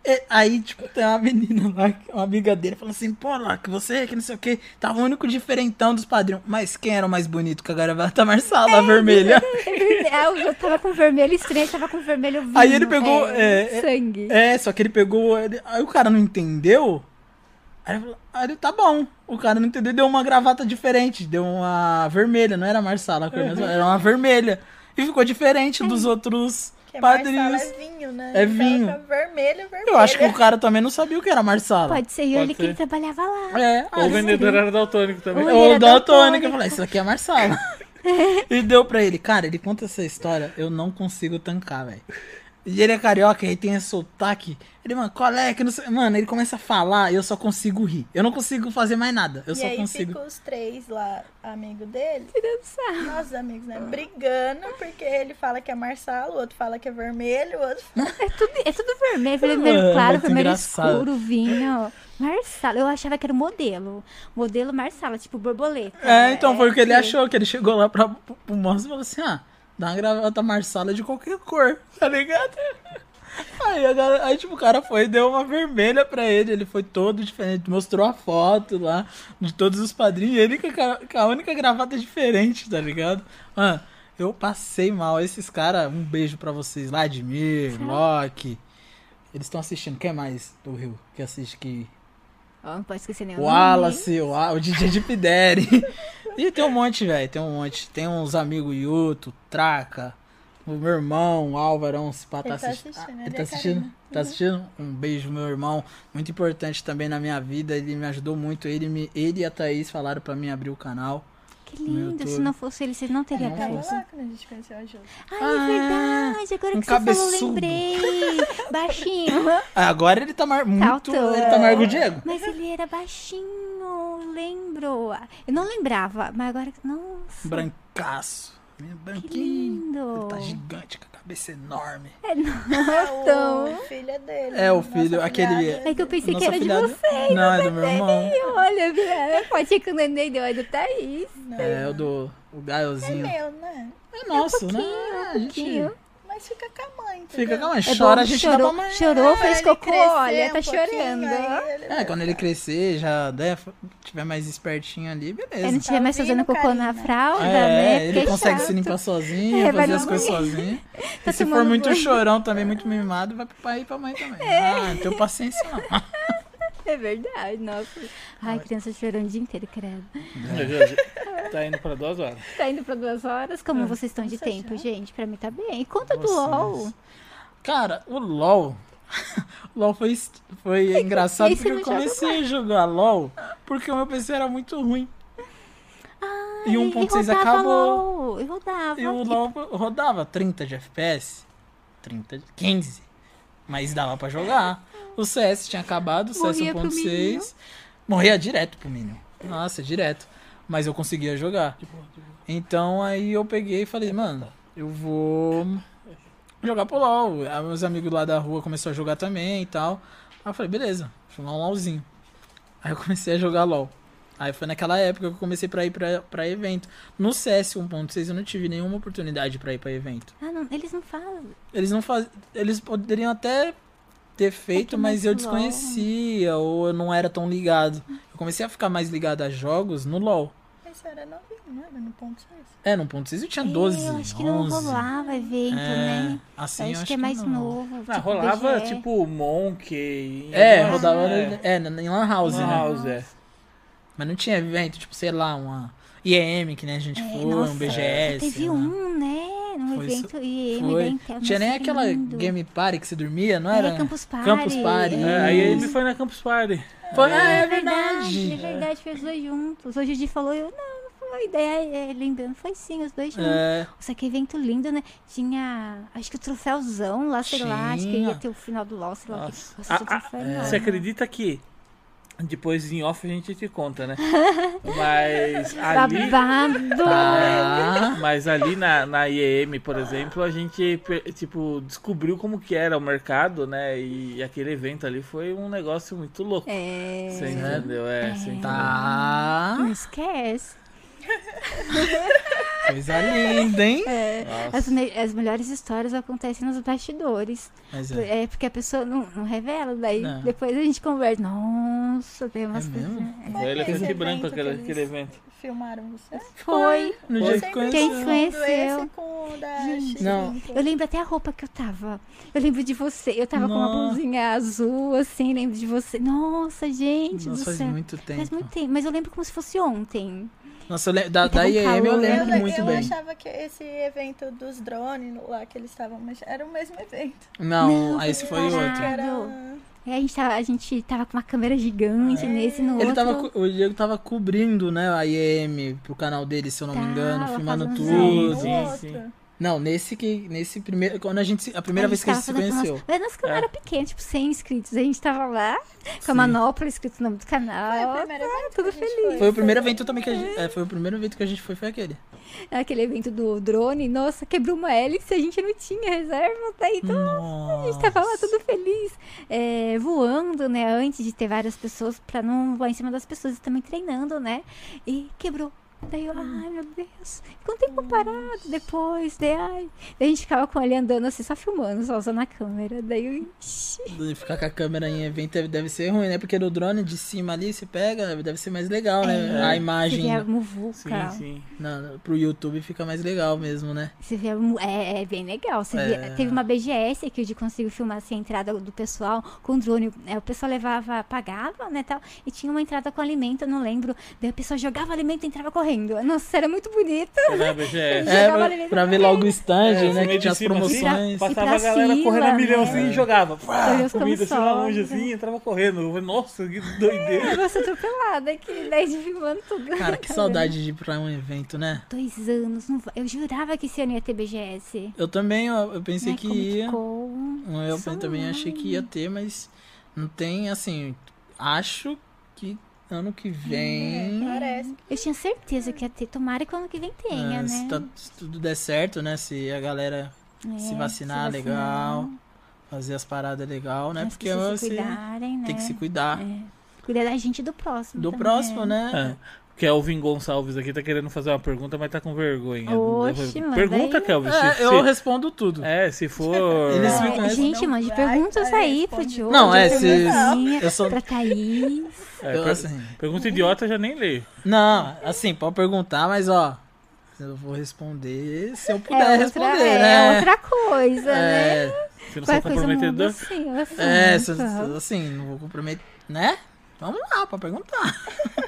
[SPEAKER 2] E aí, tipo, tem uma menina lá, uma amiga dele, fala assim, pô, lá, que você, que não sei o quê, tava o único diferentão dos padrinhos. Mas quem era o mais bonito com a gravata Marsala vermelha?
[SPEAKER 1] Eu, eu tava com vermelho estranho, tava com vermelho vinho.
[SPEAKER 2] Aí ele pegou,
[SPEAKER 1] é,
[SPEAKER 2] é, é,
[SPEAKER 1] sangue.
[SPEAKER 2] É, só que ele pegou. ele- aí o cara não entendeu. Aí ele, falou, aí ele, tá bom. O cara não entendeu, deu uma gravata diferente. Deu uma vermelha, não era Marsala a cor,
[SPEAKER 3] Uhum.
[SPEAKER 2] mas era uma vermelha. E ficou diferente dos outros
[SPEAKER 3] Que é
[SPEAKER 2] padrinhos.
[SPEAKER 3] Marsala é vinho, né?
[SPEAKER 2] É
[SPEAKER 3] Então,
[SPEAKER 2] vinho.
[SPEAKER 3] tá vermelho, vermelho.
[SPEAKER 2] Eu acho que o cara também não sabia o que era Marsala.
[SPEAKER 1] Pode ser, e
[SPEAKER 4] Pode
[SPEAKER 1] olha que
[SPEAKER 4] ser.
[SPEAKER 1] ele trabalhava lá.
[SPEAKER 2] É,
[SPEAKER 4] Ou o vendedor era daltônico também.
[SPEAKER 1] Ui. ele
[SPEAKER 2] Ou
[SPEAKER 1] era
[SPEAKER 2] o é Daltônico.
[SPEAKER 1] daltônico.
[SPEAKER 2] Eu falei, isso aqui é Marsala. e deu pra ele. Cara, ele conta essa história, eu não consigo tancar, velho. E ele é carioca, ele tem esse sotaque. Ele, mano, qual é que não sei. Mano, ele começa a falar e eu só consigo rir. Eu não consigo fazer mais nada. Eu
[SPEAKER 3] e
[SPEAKER 2] só
[SPEAKER 3] aí
[SPEAKER 2] consigo.
[SPEAKER 3] ficam os três lá, amigo dele,
[SPEAKER 1] Tirando sarro.
[SPEAKER 3] nossos amigos, né? Brigando, porque ele fala que é Marsala, o outro fala que é vermelho, o outro fala
[SPEAKER 1] É tudo, é tudo vermelho,
[SPEAKER 2] Mano,
[SPEAKER 1] vermelho claro,
[SPEAKER 2] muito
[SPEAKER 1] vermelho
[SPEAKER 2] engraçado.
[SPEAKER 1] escuro, vinho. Marsala, eu achava que era o modelo. Modelo Marsala, tipo borboleta.
[SPEAKER 2] É, então foi o que ele
[SPEAKER 1] sim.
[SPEAKER 2] achou, que ele chegou lá pra, pro, pro moço e falou assim, ah, dá uma gravata marsala de qualquer cor, tá ligado? Aí, a galera- aí, tipo, o cara foi e deu uma vermelha pra ele, ele foi todo diferente, mostrou a foto lá de todos os padrinhos, e ele com a, cara- com a única gravata diferente, tá ligado? Mano, eu passei mal, esses caras, um beijo pra vocês, Vladimir, Loki, eles estão assistindo, quem mais do Rio que assiste, que
[SPEAKER 1] Ó, não pode esquecer nenhum.
[SPEAKER 2] o
[SPEAKER 1] Wallace.
[SPEAKER 2] Wallace, o, Wa- o DJ de Pideri. e tem um monte, velho. Tem um monte. Tem uns amigos Yuto, Traca. O meu irmão, o Álvarão, se pá,
[SPEAKER 3] Ele
[SPEAKER 2] tá
[SPEAKER 3] tá
[SPEAKER 2] assisti-
[SPEAKER 3] assistindo,
[SPEAKER 2] Ah,
[SPEAKER 3] ele
[SPEAKER 2] Ele
[SPEAKER 3] é
[SPEAKER 2] tá assistindo?
[SPEAKER 3] carinho.
[SPEAKER 2] Tá assistindo? Um beijo, meu irmão. Muito importante também na minha vida. Ele me ajudou muito. Ele, me... ele e a Thaís falaram pra mim abrir o canal.
[SPEAKER 1] Que
[SPEAKER 2] Meu
[SPEAKER 1] lindo, se
[SPEAKER 2] Deus.
[SPEAKER 1] não fosse ele, vocês não teriam
[SPEAKER 2] Não
[SPEAKER 3] tava
[SPEAKER 1] caído.
[SPEAKER 2] fosse.
[SPEAKER 3] lá quando é né? a gente conheceu a Júlia.
[SPEAKER 1] Ai,
[SPEAKER 2] Ah,
[SPEAKER 1] é verdade, agora
[SPEAKER 2] um
[SPEAKER 1] que você falou, eu
[SPEAKER 2] cabeçudo.
[SPEAKER 1] lembrei. baixinho.
[SPEAKER 2] Ah, agora ele tá mar... muito.
[SPEAKER 1] alto.
[SPEAKER 2] Ele tá maior que o Diego.
[SPEAKER 1] Mas ele era baixinho, eu lembro. Eu não lembrava, mas agora... Nossa,
[SPEAKER 2] Brancaço.
[SPEAKER 1] que
[SPEAKER 2] Branquinho. Ele
[SPEAKER 1] lindo. É,
[SPEAKER 2] tá gigante, com a cabeça enorme.
[SPEAKER 1] Então.
[SPEAKER 3] Ah, O filho é dele.
[SPEAKER 2] É, o
[SPEAKER 3] nossa
[SPEAKER 2] filho, aquele-
[SPEAKER 3] afilhada.
[SPEAKER 1] É que eu pensei
[SPEAKER 2] Nossa
[SPEAKER 1] que era
[SPEAKER 2] afilhada-
[SPEAKER 1] de vocês.
[SPEAKER 2] Não, é do meu irmão.
[SPEAKER 1] E olha, viado, pode ser que o neném deu, olha, tá isso.
[SPEAKER 2] É, o do o
[SPEAKER 3] né? É
[SPEAKER 2] Gaiozinho.
[SPEAKER 3] meu, né?
[SPEAKER 2] É nosso,
[SPEAKER 1] um
[SPEAKER 2] né?
[SPEAKER 1] pouquinho,
[SPEAKER 2] a gente
[SPEAKER 1] pouquinho.
[SPEAKER 3] Mas fica com a mãe, entendeu?
[SPEAKER 2] fica com a mãe.
[SPEAKER 1] É
[SPEAKER 2] Chora,
[SPEAKER 1] bom,
[SPEAKER 2] a gente
[SPEAKER 1] chorou,
[SPEAKER 2] dá pra mãe.
[SPEAKER 1] chorou, fez
[SPEAKER 3] Ele
[SPEAKER 1] cocô,
[SPEAKER 3] crescer
[SPEAKER 1] olha,
[SPEAKER 3] um
[SPEAKER 1] tá
[SPEAKER 3] pouquinho,
[SPEAKER 1] chorando.
[SPEAKER 3] aí ele
[SPEAKER 2] É, quando ele crescer, já der, tiver mais espertinho ali,
[SPEAKER 1] Eu não
[SPEAKER 2] beleza.
[SPEAKER 1] tiver mais fazendo cocô na
[SPEAKER 3] Talvez, né,
[SPEAKER 1] fralda, né?
[SPEAKER 2] É, ele
[SPEAKER 1] Porque é
[SPEAKER 2] consegue
[SPEAKER 1] chato.
[SPEAKER 2] se limpar sozinho,
[SPEAKER 1] É, vai
[SPEAKER 2] fazer as
[SPEAKER 1] na
[SPEAKER 2] coisas sozinho.
[SPEAKER 1] Tá
[SPEAKER 2] e se for
[SPEAKER 1] tomando
[SPEAKER 2] muito
[SPEAKER 1] banho.
[SPEAKER 2] chorão também, muito mimado, vai pro pai e pra mãe também. Ah, não tenho paciência não.
[SPEAKER 1] É verdade, nossa. Ai, criança chorando o dia inteiro, credo.
[SPEAKER 4] Tá indo pra duas horas.
[SPEAKER 1] Tá indo pra duas horas? Como
[SPEAKER 2] Ah.
[SPEAKER 1] vocês estão de
[SPEAKER 3] Nossa,
[SPEAKER 1] tempo,
[SPEAKER 3] já?
[SPEAKER 1] gente? Pra mim tá bem. Conta do
[SPEAKER 2] Vocês.
[SPEAKER 1] LOL.
[SPEAKER 2] Cara, o LOL. o LOL foi, est- foi engraçado
[SPEAKER 1] esse
[SPEAKER 2] porque
[SPEAKER 1] não
[SPEAKER 2] eu
[SPEAKER 1] joga
[SPEAKER 2] comecei a jogar LOL porque o meu PC era muito ruim.
[SPEAKER 1] Ai,
[SPEAKER 2] E 1.6
[SPEAKER 1] rodava
[SPEAKER 2] acabou.
[SPEAKER 1] LOL, Eu rodava.
[SPEAKER 2] E o LoL rodava 30 de FPS, 30, de- 15, mas dava pra jogar. O CS tinha acabado, o CS
[SPEAKER 1] Morria pro
[SPEAKER 2] 1.6. Morria direto pro Minion. Nossa, direto. Mas eu conseguia jogar. Então aí eu peguei e falei, mano, eu vou jogar pro LoL. Aí meus amigos lá da rua começaram a jogar também e tal. Aí eu falei, beleza, vou jogar um LoLzinho. Aí eu comecei a jogar LoL. Aí foi naquela época que eu comecei pra ir pra, pra evento. No CS 1.6 eu não tive nenhuma oportunidade pra ir pra evento.
[SPEAKER 1] Ah, não, eles não falam.
[SPEAKER 2] Eles não faz... Eles poderiam até ter feito,
[SPEAKER 1] que
[SPEAKER 2] mas
[SPEAKER 1] muito
[SPEAKER 2] eu
[SPEAKER 1] LOL.
[SPEAKER 2] desconhecia ou eu não era tão ligado. Eu comecei a ficar mais ligado a jogos no LoL.
[SPEAKER 3] Mas você era novinho, não era no ponto 6.
[SPEAKER 2] É, no 1.6 eu tinha
[SPEAKER 1] É,
[SPEAKER 2] 12,
[SPEAKER 1] Eu acho que
[SPEAKER 2] 11.
[SPEAKER 1] não rolava evento,
[SPEAKER 2] é,
[SPEAKER 1] né?
[SPEAKER 2] Assim,
[SPEAKER 1] Eu
[SPEAKER 2] eu
[SPEAKER 1] acho, que é mais
[SPEAKER 2] não.
[SPEAKER 1] novo.
[SPEAKER 4] Ah,
[SPEAKER 1] tipo
[SPEAKER 4] rolava
[SPEAKER 1] BGE.
[SPEAKER 4] tipo Monkey.
[SPEAKER 2] É,
[SPEAKER 4] Ah,
[SPEAKER 2] rodava
[SPEAKER 4] é.
[SPEAKER 2] é, na- em Lan House,
[SPEAKER 4] Lan
[SPEAKER 2] né?
[SPEAKER 4] House, é.
[SPEAKER 2] Mas não tinha evento, tipo, sei lá, uma IEM que né, a gente
[SPEAKER 1] É,
[SPEAKER 2] foi,
[SPEAKER 1] nossa,
[SPEAKER 2] um BGS. sei
[SPEAKER 1] Teve
[SPEAKER 2] lá.
[SPEAKER 1] um, né? Num
[SPEAKER 2] Foi
[SPEAKER 1] evento e
[SPEAKER 2] Foi.
[SPEAKER 1] da Intel.
[SPEAKER 2] Tinha nem
[SPEAKER 1] Nossa,
[SPEAKER 2] aquela
[SPEAKER 1] lindo.
[SPEAKER 2] Game Party que você dormia, não
[SPEAKER 1] É,
[SPEAKER 2] era?
[SPEAKER 1] Campus Party.
[SPEAKER 2] Campus Party. né?
[SPEAKER 4] É, aí ele foi na Campus Party.
[SPEAKER 2] Foi, ah, é,
[SPEAKER 1] É verdade, é
[SPEAKER 2] verdade.
[SPEAKER 1] verdade, foi os dois juntos. Hoje o Di falou, eu, não, não foi. Daí, é, lembrando, foi sim, os dois juntos.
[SPEAKER 2] É,
[SPEAKER 1] Nossa, que evento lindo, né? Tinha, acho que o troféuzão lá, sei lá, acho que
[SPEAKER 2] Tinha.
[SPEAKER 1] ia ter o final do LoL, sei lá. o quê.
[SPEAKER 4] Nossa.
[SPEAKER 1] Nossa, o
[SPEAKER 4] Ah, ah,
[SPEAKER 1] troféu
[SPEAKER 4] Você
[SPEAKER 2] É.
[SPEAKER 1] enorme.
[SPEAKER 4] acredita que depois em off a gente te conta, né? Mas ali,
[SPEAKER 1] Babado! É
[SPEAKER 2] tá.
[SPEAKER 4] mas ali na, na IEM, por exemplo, a gente pe- tipo descobriu como que era o mercado, né? E aquele evento ali foi um negócio muito louco.
[SPEAKER 1] É.
[SPEAKER 4] Você Tá. entendeu? É, você entendeu.
[SPEAKER 2] Tá.
[SPEAKER 1] Não esquece.
[SPEAKER 2] Coisa linda, hein?
[SPEAKER 1] As, me- as melhores histórias acontecem nos bastidores.
[SPEAKER 2] Mas é.
[SPEAKER 1] É porque a pessoa não, não revela, daí
[SPEAKER 2] Não.
[SPEAKER 1] depois a gente conversa. Nossa, tem umas
[SPEAKER 2] É
[SPEAKER 1] coisas. assim.
[SPEAKER 2] mesmo?
[SPEAKER 4] Foi elefante
[SPEAKER 3] Aquele
[SPEAKER 4] branco
[SPEAKER 3] evento
[SPEAKER 4] aquele,
[SPEAKER 3] que
[SPEAKER 4] aquele
[SPEAKER 3] eles
[SPEAKER 4] evento.
[SPEAKER 3] Filmaram você?
[SPEAKER 1] Foi.
[SPEAKER 2] No
[SPEAKER 4] Foi.
[SPEAKER 2] dia que
[SPEAKER 1] Quem
[SPEAKER 2] conheceu.
[SPEAKER 1] conheceu?
[SPEAKER 3] um Esse com o da
[SPEAKER 1] Gente.
[SPEAKER 2] Não.
[SPEAKER 3] X-Link.
[SPEAKER 1] Eu lembro até a roupa que eu tava. Eu lembro de você. Eu tava com uma
[SPEAKER 2] Nossa.
[SPEAKER 1] blusinha azul, assim, lembro de você. Nossa, gente
[SPEAKER 2] Nossa,
[SPEAKER 1] do
[SPEAKER 2] faz
[SPEAKER 1] céu.
[SPEAKER 2] muito tempo.
[SPEAKER 1] Faz muito tempo, mas eu lembro como se fosse ontem.
[SPEAKER 2] Nossa, eu le- da, da
[SPEAKER 1] Tava um
[SPEAKER 2] IEM eu
[SPEAKER 1] calor.
[SPEAKER 2] lembro
[SPEAKER 3] eu,
[SPEAKER 2] muito
[SPEAKER 3] eu
[SPEAKER 2] bem.
[SPEAKER 3] achava que esse evento dos drones lá que eles estavam, mas era o mesmo evento.
[SPEAKER 2] Não, aí esse foi
[SPEAKER 1] parado.
[SPEAKER 2] outro.
[SPEAKER 3] Era...
[SPEAKER 1] E É, a gente tava, a gente tava com uma câmera gigante nesse no
[SPEAKER 2] É. Ele
[SPEAKER 1] Ah, outro.
[SPEAKER 2] tava, co- o Diego tava cobrindo, né, a IEM pro canal dele, se eu não me
[SPEAKER 1] Tava
[SPEAKER 2] engano, filmando
[SPEAKER 1] fazendo
[SPEAKER 4] Sim,
[SPEAKER 2] tudo.
[SPEAKER 4] uns-
[SPEAKER 3] no outro.
[SPEAKER 4] sim.
[SPEAKER 2] Não, nesse que. Nesse primeiro. Quando a gente. se- A
[SPEAKER 1] A
[SPEAKER 2] primeira
[SPEAKER 1] gente
[SPEAKER 2] vez que a
[SPEAKER 1] tava
[SPEAKER 2] gente se
[SPEAKER 1] fazendo com
[SPEAKER 2] conheceu.
[SPEAKER 1] Nosso... Mas nosso canal
[SPEAKER 4] É.
[SPEAKER 1] era pequeno, tipo 100 inscritos. A gente tava lá, com
[SPEAKER 2] Sim.
[SPEAKER 1] a manopla escrito o nome do
[SPEAKER 3] Foi o
[SPEAKER 1] canal. tá
[SPEAKER 3] primeiro evento.
[SPEAKER 1] tudo
[SPEAKER 3] que a gente
[SPEAKER 1] feliz.
[SPEAKER 2] Foi o primeiro evento também que a gente. é, foi o primeiro evento que a gente foi, foi aquele.
[SPEAKER 1] Aquele evento do drone, nossa, quebrou uma hélice, a gente não tinha reserva, daí todo
[SPEAKER 2] Nossa.
[SPEAKER 1] A gente tava lá tudo feliz, é, voando, né? Antes de ter várias pessoas, pra não voar em cima das pessoas, e também treinando, né? E quebrou. Daí eu,
[SPEAKER 2] Ah.
[SPEAKER 1] ai meu Deus, ficou um tempo parado depois, daí, ai. Daí a gente ficava com ele andando assim, só filmando, só usando a câmera. Daí eu, ixi.
[SPEAKER 2] Ficar com a câmera em evento deve- deve ser ruim, né? Porque no drone de cima ali se pega, deve ser mais legal,
[SPEAKER 1] É.
[SPEAKER 2] né? A imagem
[SPEAKER 1] Se vier
[SPEAKER 4] Sim,
[SPEAKER 1] muvuca,
[SPEAKER 4] sim.
[SPEAKER 2] na- pro YouTube fica mais legal mesmo, né?
[SPEAKER 1] se vier, mu- é, é bem legal. Se vier-
[SPEAKER 2] É.
[SPEAKER 1] Teve uma BGS que eu de conseguiu filmar assim, a entrada do pessoal com drone. É, o pessoal levava, pagava, né, tal, e tinha uma entrada com alimento, eu não lembro. Daí a pessoa jogava alimento e entrava correndo. Nossa, era muito bonito.
[SPEAKER 4] Era a BGS.
[SPEAKER 2] É,
[SPEAKER 1] Jogava
[SPEAKER 2] pra,
[SPEAKER 1] alimento
[SPEAKER 2] pra ver logo o stand,
[SPEAKER 4] É,
[SPEAKER 2] né?
[SPEAKER 4] meio
[SPEAKER 2] Que
[SPEAKER 4] de
[SPEAKER 2] tinha as
[SPEAKER 4] cima, assim,
[SPEAKER 2] promoções.
[SPEAKER 1] pra-
[SPEAKER 4] Passava a galera
[SPEAKER 1] fila,
[SPEAKER 4] correndo a
[SPEAKER 1] né?
[SPEAKER 4] milhão assim e jogava. Pá,
[SPEAKER 1] Olha os
[SPEAKER 4] comida assim na longe
[SPEAKER 1] cambuçolas,
[SPEAKER 4] assim e entrava correndo. Eu falei, Nossa, que doideira.
[SPEAKER 1] Eu gosto atropelada, que 10 né, de filmando tudo.
[SPEAKER 2] Cara, que saudade de ir pra um evento, né?
[SPEAKER 1] Dois anos, não vai- eu jurava que esse ano ia ter BGS.
[SPEAKER 2] Eu também, ó, eu pensei
[SPEAKER 1] Né,
[SPEAKER 2] que
[SPEAKER 1] Comic
[SPEAKER 2] ia. um
[SPEAKER 1] Con.
[SPEAKER 2] Eu
[SPEAKER 1] Só
[SPEAKER 2] também achei que ia ter, mas não tem, assim. Acho que ano que vem.
[SPEAKER 3] Parece.
[SPEAKER 1] É, Eu tinha certeza que ia ter, tomara que o ano que vem tenha,
[SPEAKER 2] né, se,
[SPEAKER 1] né?
[SPEAKER 2] tá- se tudo der certo, né? Se a galera
[SPEAKER 1] É,
[SPEAKER 2] se vacinar legal, fazer as paradas legal, né?
[SPEAKER 1] as
[SPEAKER 2] Porque
[SPEAKER 1] pessoas se
[SPEAKER 2] você
[SPEAKER 1] cuidarem, né?
[SPEAKER 2] tem que se cuidar
[SPEAKER 1] Cuidar da gente e do próximo.
[SPEAKER 2] do
[SPEAKER 1] também.
[SPEAKER 2] próximo, né?
[SPEAKER 4] Kelvin é Gonçalves aqui tá querendo fazer uma pergunta, mas tá com vergonha.
[SPEAKER 1] Oxe, manda
[SPEAKER 4] pergunta,
[SPEAKER 1] aí.
[SPEAKER 4] Kelvin.
[SPEAKER 2] É,
[SPEAKER 4] se,
[SPEAKER 2] eu
[SPEAKER 4] se-
[SPEAKER 2] respondo tudo.
[SPEAKER 4] É, se for.
[SPEAKER 2] Eles
[SPEAKER 1] É,
[SPEAKER 2] me conhecem,
[SPEAKER 1] gente,
[SPEAKER 3] não
[SPEAKER 1] mande
[SPEAKER 3] vai,
[SPEAKER 1] perguntas
[SPEAKER 3] vai,
[SPEAKER 1] aí pro
[SPEAKER 3] responde.
[SPEAKER 1] Diogo.
[SPEAKER 2] Não, é,
[SPEAKER 1] pra
[SPEAKER 2] se-
[SPEAKER 1] Luzinha,
[SPEAKER 2] eu sou-
[SPEAKER 1] Pra Thaís.
[SPEAKER 4] é,
[SPEAKER 2] Eu,
[SPEAKER 4] per-
[SPEAKER 2] assim,
[SPEAKER 4] Pergunta idiota eu já nem leio.
[SPEAKER 2] não, assim, pode perguntar, mas ó, eu vou responder se eu
[SPEAKER 1] É
[SPEAKER 2] puder
[SPEAKER 1] outra-
[SPEAKER 2] responder,
[SPEAKER 1] é
[SPEAKER 2] né?
[SPEAKER 1] outra coisa, né?
[SPEAKER 2] É,
[SPEAKER 4] Se não for
[SPEAKER 1] Qualquer coisa muda,
[SPEAKER 4] comprometedor.
[SPEAKER 1] sim, eu assumo,
[SPEAKER 2] É, se-
[SPEAKER 1] então.
[SPEAKER 2] se- assim, não vou comprometer, né? Vamos lá, pra perguntar.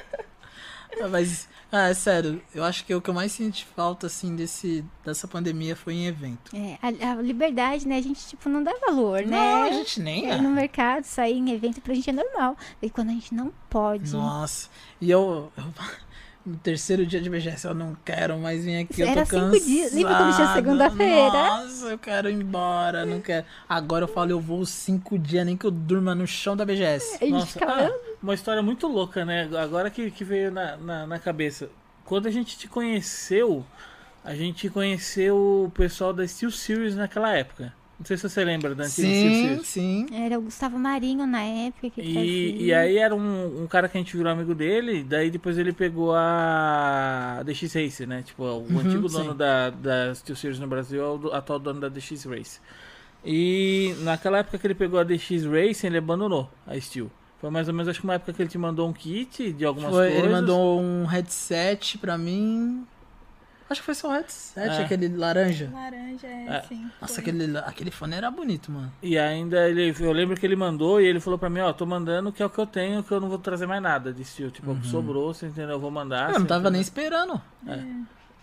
[SPEAKER 2] Mas, ah, é sério, eu acho que o que eu mais senti falta, assim, desse, dessa pandemia foi em evento.
[SPEAKER 1] É, a, a liberdade, né? A gente, tipo, não dá valor,
[SPEAKER 2] Não, a
[SPEAKER 1] né?
[SPEAKER 2] gente nem
[SPEAKER 1] Ir
[SPEAKER 2] é.
[SPEAKER 1] no mercado, sair em evento, pra gente é normal. E quando a gente não pode.
[SPEAKER 2] Nossa, e eu, eu- no terceiro dia de BGS, eu não quero mais vir aqui, eu
[SPEAKER 1] Era
[SPEAKER 2] tô cansado.
[SPEAKER 1] cinco dias, lembra quando tinha segunda-feira?
[SPEAKER 2] Nossa, eu quero ir embora, não quero. Agora eu falo, eu vou cinco dias, nem que eu durma no chão da BGS.
[SPEAKER 1] a gente
[SPEAKER 4] Nossa,
[SPEAKER 1] ficava.
[SPEAKER 4] ah, uma história muito louca, né? Agora que, que veio na, na, na cabeça. Quando a gente te conheceu, a gente conheceu o pessoal da Steel Series naquela época. Não sei se você lembra da antiga Steel
[SPEAKER 2] Sim,
[SPEAKER 4] Series.
[SPEAKER 2] sim.
[SPEAKER 1] Era o Gustavo Marinho na época que
[SPEAKER 4] E,
[SPEAKER 1] fazia.
[SPEAKER 4] e aí era um, um cara que a gente virou amigo dele, daí depois ele pegou a DX Race, né? Tipo, o antigo dono
[SPEAKER 2] Uhum, sim.
[SPEAKER 4] da, da Steel Series no Brasil é o do- atual dono da DX Race. E naquela época que ele pegou a DX Race, ele abandonou a Steel. Foi mais ou menos, acho que uma época que ele te mandou um kit de algumas
[SPEAKER 2] Foi,
[SPEAKER 4] coisas.
[SPEAKER 2] ele mandou um headset pra mim. Acho que foi só um headset,
[SPEAKER 4] É.
[SPEAKER 2] aquele laranja.
[SPEAKER 3] Laranja é,
[SPEAKER 4] É.
[SPEAKER 3] assim.
[SPEAKER 2] Ah, Nossa,
[SPEAKER 3] foi.
[SPEAKER 2] aquele, aquele fone era bonito, mano.
[SPEAKER 4] E ainda ele, eu lembro que ele mandou e ele falou pra mim, ó, tô mandando que é o que eu tenho, que eu não vou trazer mais nada de Steel. Tipo, o que sobrou, você entendeu? Eu vou
[SPEAKER 2] eu
[SPEAKER 4] mandar. você
[SPEAKER 2] Uhum. Ah, não tava
[SPEAKER 4] entendeu?
[SPEAKER 2] nem esperando.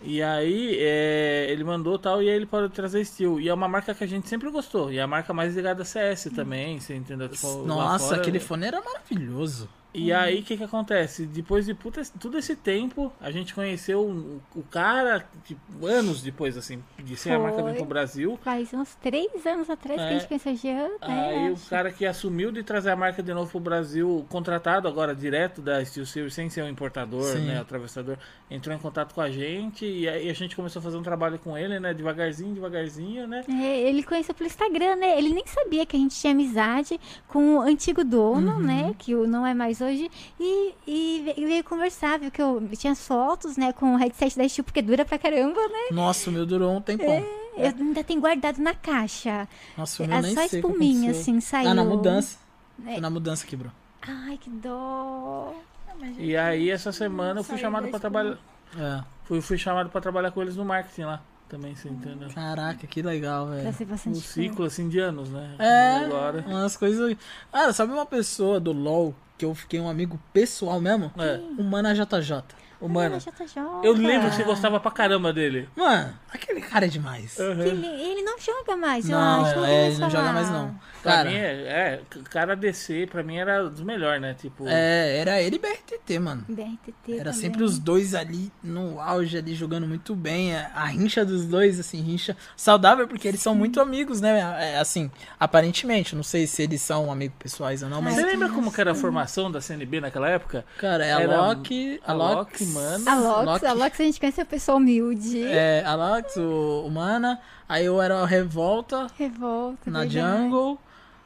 [SPEAKER 4] E aí, é, ele mandou tal, e aí ele parou de trazer Steel. E é uma marca que a gente sempre gostou. E é a marca mais ligada a CS também, você entendeu? Tipo, lá
[SPEAKER 2] Nossa,
[SPEAKER 4] fora-
[SPEAKER 2] aquele fone era maravilhoso.
[SPEAKER 4] E aí, o que que acontece? Depois de puta- tudo esse tempo, a gente conheceu o, o cara, tipo, anos depois, assim, de ser a marca vir
[SPEAKER 1] Foi.
[SPEAKER 4] pro Brasil.
[SPEAKER 1] Faz uns três anos atrás que a
[SPEAKER 4] É.
[SPEAKER 1] gente conheceu o Jean, né?
[SPEAKER 4] Aí o cara que assumiu de trazer a marca de novo pro Brasil, contratado agora direto da Steel Series, sem ser um importador,
[SPEAKER 2] Sim.
[SPEAKER 4] né, atravessador, entrou em contato com a gente e aí a gente começou a fazer um trabalho com ele, né, devagarzinho, devagarzinho, né?
[SPEAKER 1] É, ele conheceu pelo Instagram, né? Ele nem sabia que a
[SPEAKER 2] Uhum.
[SPEAKER 1] gente tinha amizade com o antigo dono, né? Que o não é mais hoje. E, e ve- veio conversar, viu que eu tinha as fotos, né, com o headset da Steel, porque dura pra caramba, né?
[SPEAKER 2] Nossa, o meu durou um
[SPEAKER 1] É.
[SPEAKER 2] tempão.
[SPEAKER 1] Eu ainda tenho guardado na caixa.
[SPEAKER 2] Nossa, o meu
[SPEAKER 1] É
[SPEAKER 2] nem
[SPEAKER 1] só
[SPEAKER 2] sei o que
[SPEAKER 1] espuminha,
[SPEAKER 2] aconteceu.
[SPEAKER 1] assim, saiu.
[SPEAKER 2] Ah, na mudança.
[SPEAKER 1] É.
[SPEAKER 2] Foi na mudança quebrou.
[SPEAKER 1] Ai, que dó.
[SPEAKER 3] Não, mas, gente,
[SPEAKER 4] E aí, essa semana eu fui
[SPEAKER 3] Saiu
[SPEAKER 4] chamado
[SPEAKER 3] da
[SPEAKER 4] pra
[SPEAKER 3] escola.
[SPEAKER 4] trabalhar.
[SPEAKER 2] É.
[SPEAKER 4] Fui, fui chamado para trabalhar com eles no marketing lá também, você entendeu?
[SPEAKER 2] Caraca, que legal,
[SPEAKER 1] Vai
[SPEAKER 2] velho.
[SPEAKER 1] ser
[SPEAKER 4] Um
[SPEAKER 1] bastante
[SPEAKER 4] ciclo assim de anos, né?
[SPEAKER 2] É,
[SPEAKER 4] Agora.
[SPEAKER 2] umas coisas. Cara, sabe uma pessoa do LOL que eu fiquei um amigo pessoal mesmo?
[SPEAKER 4] É.
[SPEAKER 2] O Mana JJ.
[SPEAKER 1] Ah,
[SPEAKER 4] Humana.
[SPEAKER 1] já tá joga.
[SPEAKER 4] Eu lembro que você gostava pra caramba dele.
[SPEAKER 2] Mano, aquele cara é demais.
[SPEAKER 1] Que Ele, ele não joga mais, eu
[SPEAKER 2] Não,
[SPEAKER 1] acho. eu ouvi
[SPEAKER 2] é, ele
[SPEAKER 1] falar.
[SPEAKER 2] não joga mais não.
[SPEAKER 4] Pra
[SPEAKER 2] Cara,
[SPEAKER 4] mim, é, é, cara DC, pra mim era dos melhores, né? Tipo,
[SPEAKER 2] é, era ele e BRTT, mano.
[SPEAKER 1] BRTT
[SPEAKER 2] Era
[SPEAKER 1] também. né?
[SPEAKER 2] sempre os dois ali no auge, ali jogando muito bem. A a rincha dos dois, assim, rincha saudável, porque eles são muito amigos, né? É, Assim, aparentemente. Não sei se eles são amigos pessoais ou não, mas.
[SPEAKER 4] você
[SPEAKER 1] É.
[SPEAKER 4] lembra como que era a formação da CNB naquela época?
[SPEAKER 2] Cara, é a
[SPEAKER 4] Era
[SPEAKER 2] Loki. A Loki,
[SPEAKER 4] Alok, mano.
[SPEAKER 1] A Lox,
[SPEAKER 2] Loki.
[SPEAKER 1] a Lox a gente conhece a pessoa humilde.
[SPEAKER 2] É, a Loki, o, o Mana. Aí eu era o Revolta
[SPEAKER 1] Revolta.
[SPEAKER 2] na
[SPEAKER 1] verdade.
[SPEAKER 2] Jungle.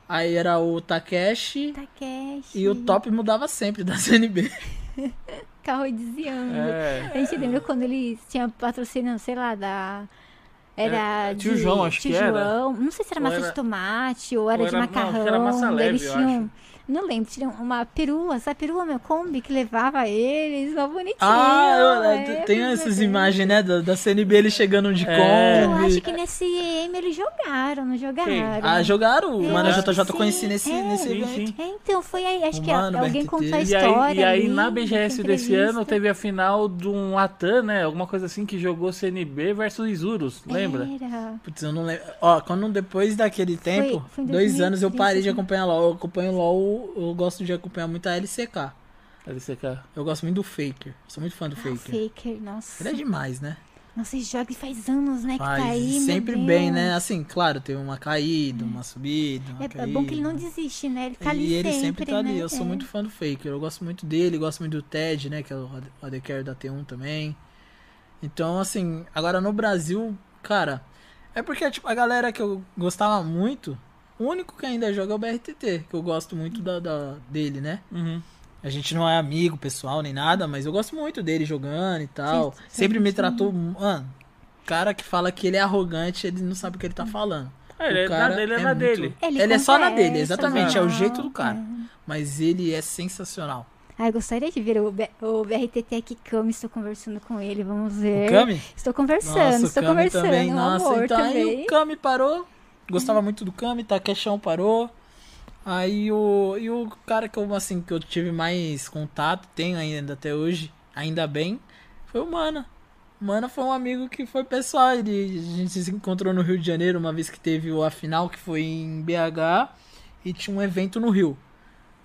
[SPEAKER 2] Aí era o Takeshi.
[SPEAKER 1] Takeshi.
[SPEAKER 2] E o top mudava sempre da CNB.
[SPEAKER 1] Carrodiziano.
[SPEAKER 4] É.
[SPEAKER 1] A gente lembra quando ele tinha patrocínio, sei lá, da. Era
[SPEAKER 4] É,
[SPEAKER 1] de
[SPEAKER 4] tio João, acho
[SPEAKER 1] tio
[SPEAKER 4] que era.
[SPEAKER 1] João. Não sei se era
[SPEAKER 4] Ou
[SPEAKER 1] massa
[SPEAKER 4] era-
[SPEAKER 1] de tomate ou era
[SPEAKER 4] ou
[SPEAKER 1] de
[SPEAKER 4] era- não, acho que
[SPEAKER 1] macarrão.
[SPEAKER 4] era massa leve,
[SPEAKER 1] eles
[SPEAKER 4] eu
[SPEAKER 1] tinham.
[SPEAKER 4] acho.
[SPEAKER 1] Não lembro, tinham uma perua, sabe? Perua, meu Kombi, que levava eles, uma bonitinha.
[SPEAKER 2] Ah, eu- eu-
[SPEAKER 1] é,
[SPEAKER 2] tem
[SPEAKER 1] meu
[SPEAKER 2] essas
[SPEAKER 1] Deus.
[SPEAKER 2] imagens, né? Da, da CNB ele chegando de
[SPEAKER 4] É.
[SPEAKER 1] Eu acho
[SPEAKER 2] Kombi.
[SPEAKER 1] que nesse EM eles jogaram, não jogaram.
[SPEAKER 2] Ah, jogaram. O
[SPEAKER 1] Eu
[SPEAKER 2] Mano
[SPEAKER 1] acho
[SPEAKER 2] JJ
[SPEAKER 1] que
[SPEAKER 2] eu conheci
[SPEAKER 1] sim.
[SPEAKER 2] nesse,
[SPEAKER 1] É.
[SPEAKER 2] nesse
[SPEAKER 4] Sim,
[SPEAKER 2] evento.
[SPEAKER 4] sim.
[SPEAKER 1] É, então, foi aí. Acho que
[SPEAKER 2] Humano,
[SPEAKER 1] alguém
[SPEAKER 2] BRTT.
[SPEAKER 1] contou É a
[SPEAKER 2] E
[SPEAKER 4] E aí,
[SPEAKER 1] história.
[SPEAKER 4] e aí
[SPEAKER 1] ali, né,
[SPEAKER 4] na
[SPEAKER 1] que
[SPEAKER 4] BGS desse ano
[SPEAKER 1] entrevista.
[SPEAKER 4] teve a final de um Latam, né? Alguma coisa assim que jogou CNB versus Isurus, lembra?
[SPEAKER 1] Era.
[SPEAKER 2] Putz, eu não lembro. Ó, quando depois daquele tempo,
[SPEAKER 1] foi em
[SPEAKER 2] dois anos eu
[SPEAKER 1] 2015,
[SPEAKER 2] parei de
[SPEAKER 1] assim.
[SPEAKER 2] acompanhar LOL. Eu acompanho LOL, eu gosto de acompanhar muito a LCK.
[SPEAKER 4] LCK.
[SPEAKER 2] Eu gosto muito do Faker. Sou muito fã do
[SPEAKER 1] Ah,
[SPEAKER 2] Faker.
[SPEAKER 1] Faker, nossa.
[SPEAKER 2] Ele é demais, né?
[SPEAKER 1] Nossa, esse jogo faz anos, né, que
[SPEAKER 2] Mas
[SPEAKER 1] tá aí, meu
[SPEAKER 2] sempre bem, né?
[SPEAKER 1] Deus.
[SPEAKER 2] Assim, claro, teve uma caída, uma subida. Uma
[SPEAKER 1] É, é
[SPEAKER 2] caída.
[SPEAKER 1] bom que ele não desiste, né? Ele tá ali
[SPEAKER 2] E ele
[SPEAKER 1] sempre,
[SPEAKER 2] sempre tá ali.
[SPEAKER 1] né?
[SPEAKER 2] Eu sou
[SPEAKER 1] É.
[SPEAKER 2] muito fã do Faker. Eu gosto muito dele, gosto muito do Ted, né? Que é o AD- AD Carry da T1 também. Então, assim, agora no Brasil, cara, é porque tipo, a galera que eu gostava muito, o único que ainda joga é o BRTT, que eu gosto muito da, da- dele, né?
[SPEAKER 4] Uhum.
[SPEAKER 2] A gente não é amigo pessoal nem nada, mas eu gosto muito dele jogando e tal.
[SPEAKER 1] Sim, sim,
[SPEAKER 2] Sempre me tratou. Mano, cara que fala que ele é arrogante, ele não sabe o que ele tá falando.
[SPEAKER 4] Ah,
[SPEAKER 2] O
[SPEAKER 4] ele é na
[SPEAKER 2] cara
[SPEAKER 4] dele, é na
[SPEAKER 2] muito-
[SPEAKER 4] dele.
[SPEAKER 1] Ele,
[SPEAKER 2] Ele é só na dele,
[SPEAKER 1] conversa,
[SPEAKER 2] exatamente. É o
[SPEAKER 1] tal.
[SPEAKER 2] jeito do cara. Mas ele é sensacional.
[SPEAKER 1] Ah, eu gostaria de ver o, B- o BRTT aqui, Kami. Estou conversando com ele, vamos ver.
[SPEAKER 2] Kami?
[SPEAKER 1] Estou conversando, estou conversando. um amor
[SPEAKER 2] então aí
[SPEAKER 1] também.
[SPEAKER 2] o Kami parou. Gostava muito do Kami, Takeshão parou. Aí o. E o cara que eu, assim, que eu tive mais contato, tenho ainda até hoje, ainda bem, foi o Mana. O Mana foi um amigo que foi pessoal. Ele, a gente se encontrou no Rio de Janeiro uma vez que teve o- a final, que foi em BH, e tinha um evento no Rio.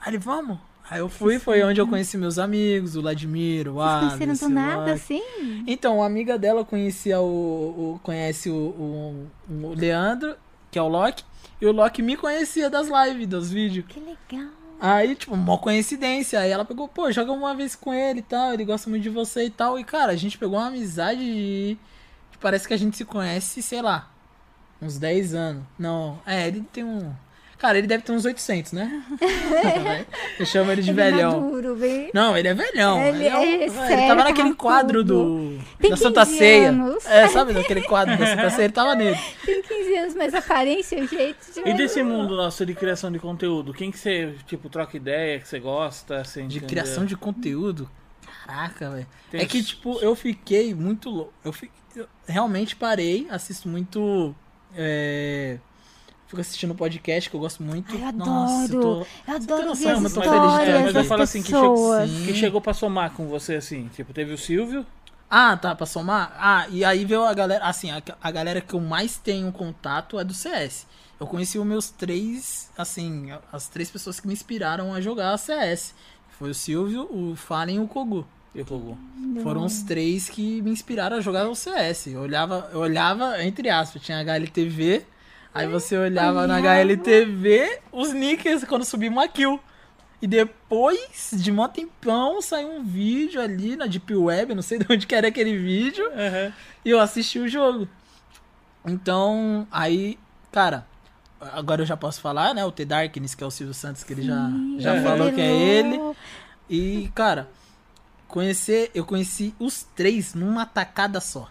[SPEAKER 2] Aí ele, vamos? Aí eu fui, foi onde eu conheci meus amigos, o Vladimir, o
[SPEAKER 1] Vocês
[SPEAKER 2] Alisson,
[SPEAKER 1] conheceram do
[SPEAKER 2] o
[SPEAKER 1] nada,
[SPEAKER 2] Alex.
[SPEAKER 1] assim?
[SPEAKER 2] Então, a amiga dela conhecia o. o- conhece o, o- o Leandro, que é o Loki. E o Loki me conhecia das lives, dos vídeos.
[SPEAKER 1] Que legal.
[SPEAKER 2] Aí, tipo, uma coincidência. Aí ela pegou, pô, joga uma vez com ele e tal. Ele gosta muito de você e tal. E, cara, a gente pegou uma amizade de. de- Parece que a gente se conhece, sei lá. Uns 10 anos. Não, é, ele tem um. Cara, ele deve ter uns 800, né? Eu chamo ele de
[SPEAKER 1] Ele é
[SPEAKER 2] velhão.
[SPEAKER 1] maduro, bem.
[SPEAKER 2] Não, ele é velhão.
[SPEAKER 1] Ele
[SPEAKER 2] Ele, é um-
[SPEAKER 1] é
[SPEAKER 2] ele
[SPEAKER 1] sério,
[SPEAKER 2] tava naquele
[SPEAKER 1] carrancudo.
[SPEAKER 2] quadro do
[SPEAKER 1] Tem
[SPEAKER 2] da Santa
[SPEAKER 1] 15
[SPEAKER 2] Ceia.
[SPEAKER 1] anos.
[SPEAKER 2] É, sabe naquele quadro da Santa Ceia? Ele tava nele.
[SPEAKER 1] Tem 15 anos, mas a aparência, o jeito... De...
[SPEAKER 4] E desse mundo nosso de criação de conteúdo, quem que você, tipo, troca ideia, que você gosta, você
[SPEAKER 2] De
[SPEAKER 4] entendeu?
[SPEAKER 2] criação de conteúdo. Caraca, velho.
[SPEAKER 4] Tem-
[SPEAKER 2] É que, tipo, eu fiquei muito louco. Eu, fi- eu realmente parei, assisto muito. é, Fico assistindo podcast que eu gosto muito.
[SPEAKER 1] Ai, eu
[SPEAKER 2] Nossa, eu
[SPEAKER 1] adoro.
[SPEAKER 2] tô-
[SPEAKER 1] Eu
[SPEAKER 2] Você tem
[SPEAKER 1] adoro ver
[SPEAKER 2] noção,
[SPEAKER 1] as
[SPEAKER 2] eu tô feliz de ter
[SPEAKER 1] histórias
[SPEAKER 2] vindo.
[SPEAKER 1] das
[SPEAKER 4] Eu falo assim, que chegou-
[SPEAKER 1] pessoas.
[SPEAKER 2] Sim.
[SPEAKER 4] Que chegou pra somar com você, assim. Tipo, teve o Silvio.
[SPEAKER 2] Ah, tá, pra somar? Ah, e aí veio a galera. Assim, a, a galera que eu mais tenho contato é do CS. Eu conheci os meus três. Assim, as três pessoas que me inspiraram a jogar CS. Foi o Silvio, o Fallen e o Kogu.
[SPEAKER 4] E o Kogu.
[SPEAKER 2] Foram os três que me inspiraram a jogar o CS. Eu olhava, eu olhava entre aspas, tinha HLTV, aí você olhava na
[SPEAKER 1] olhava.
[SPEAKER 2] HLTV os nickers quando subia uma kill. E depois de mó tempão saiu um vídeo ali na Deep Web, não sei de onde que era aquele vídeo, e eu assisti o jogo. Então, aí, cara, agora eu já posso falar, né? O The Darkness, que é o Silvio Santos, que ele já, já
[SPEAKER 4] ele
[SPEAKER 2] falou que é ele.
[SPEAKER 1] revelou.
[SPEAKER 2] E, cara, Conhecer, eu conheci os três numa tacada só.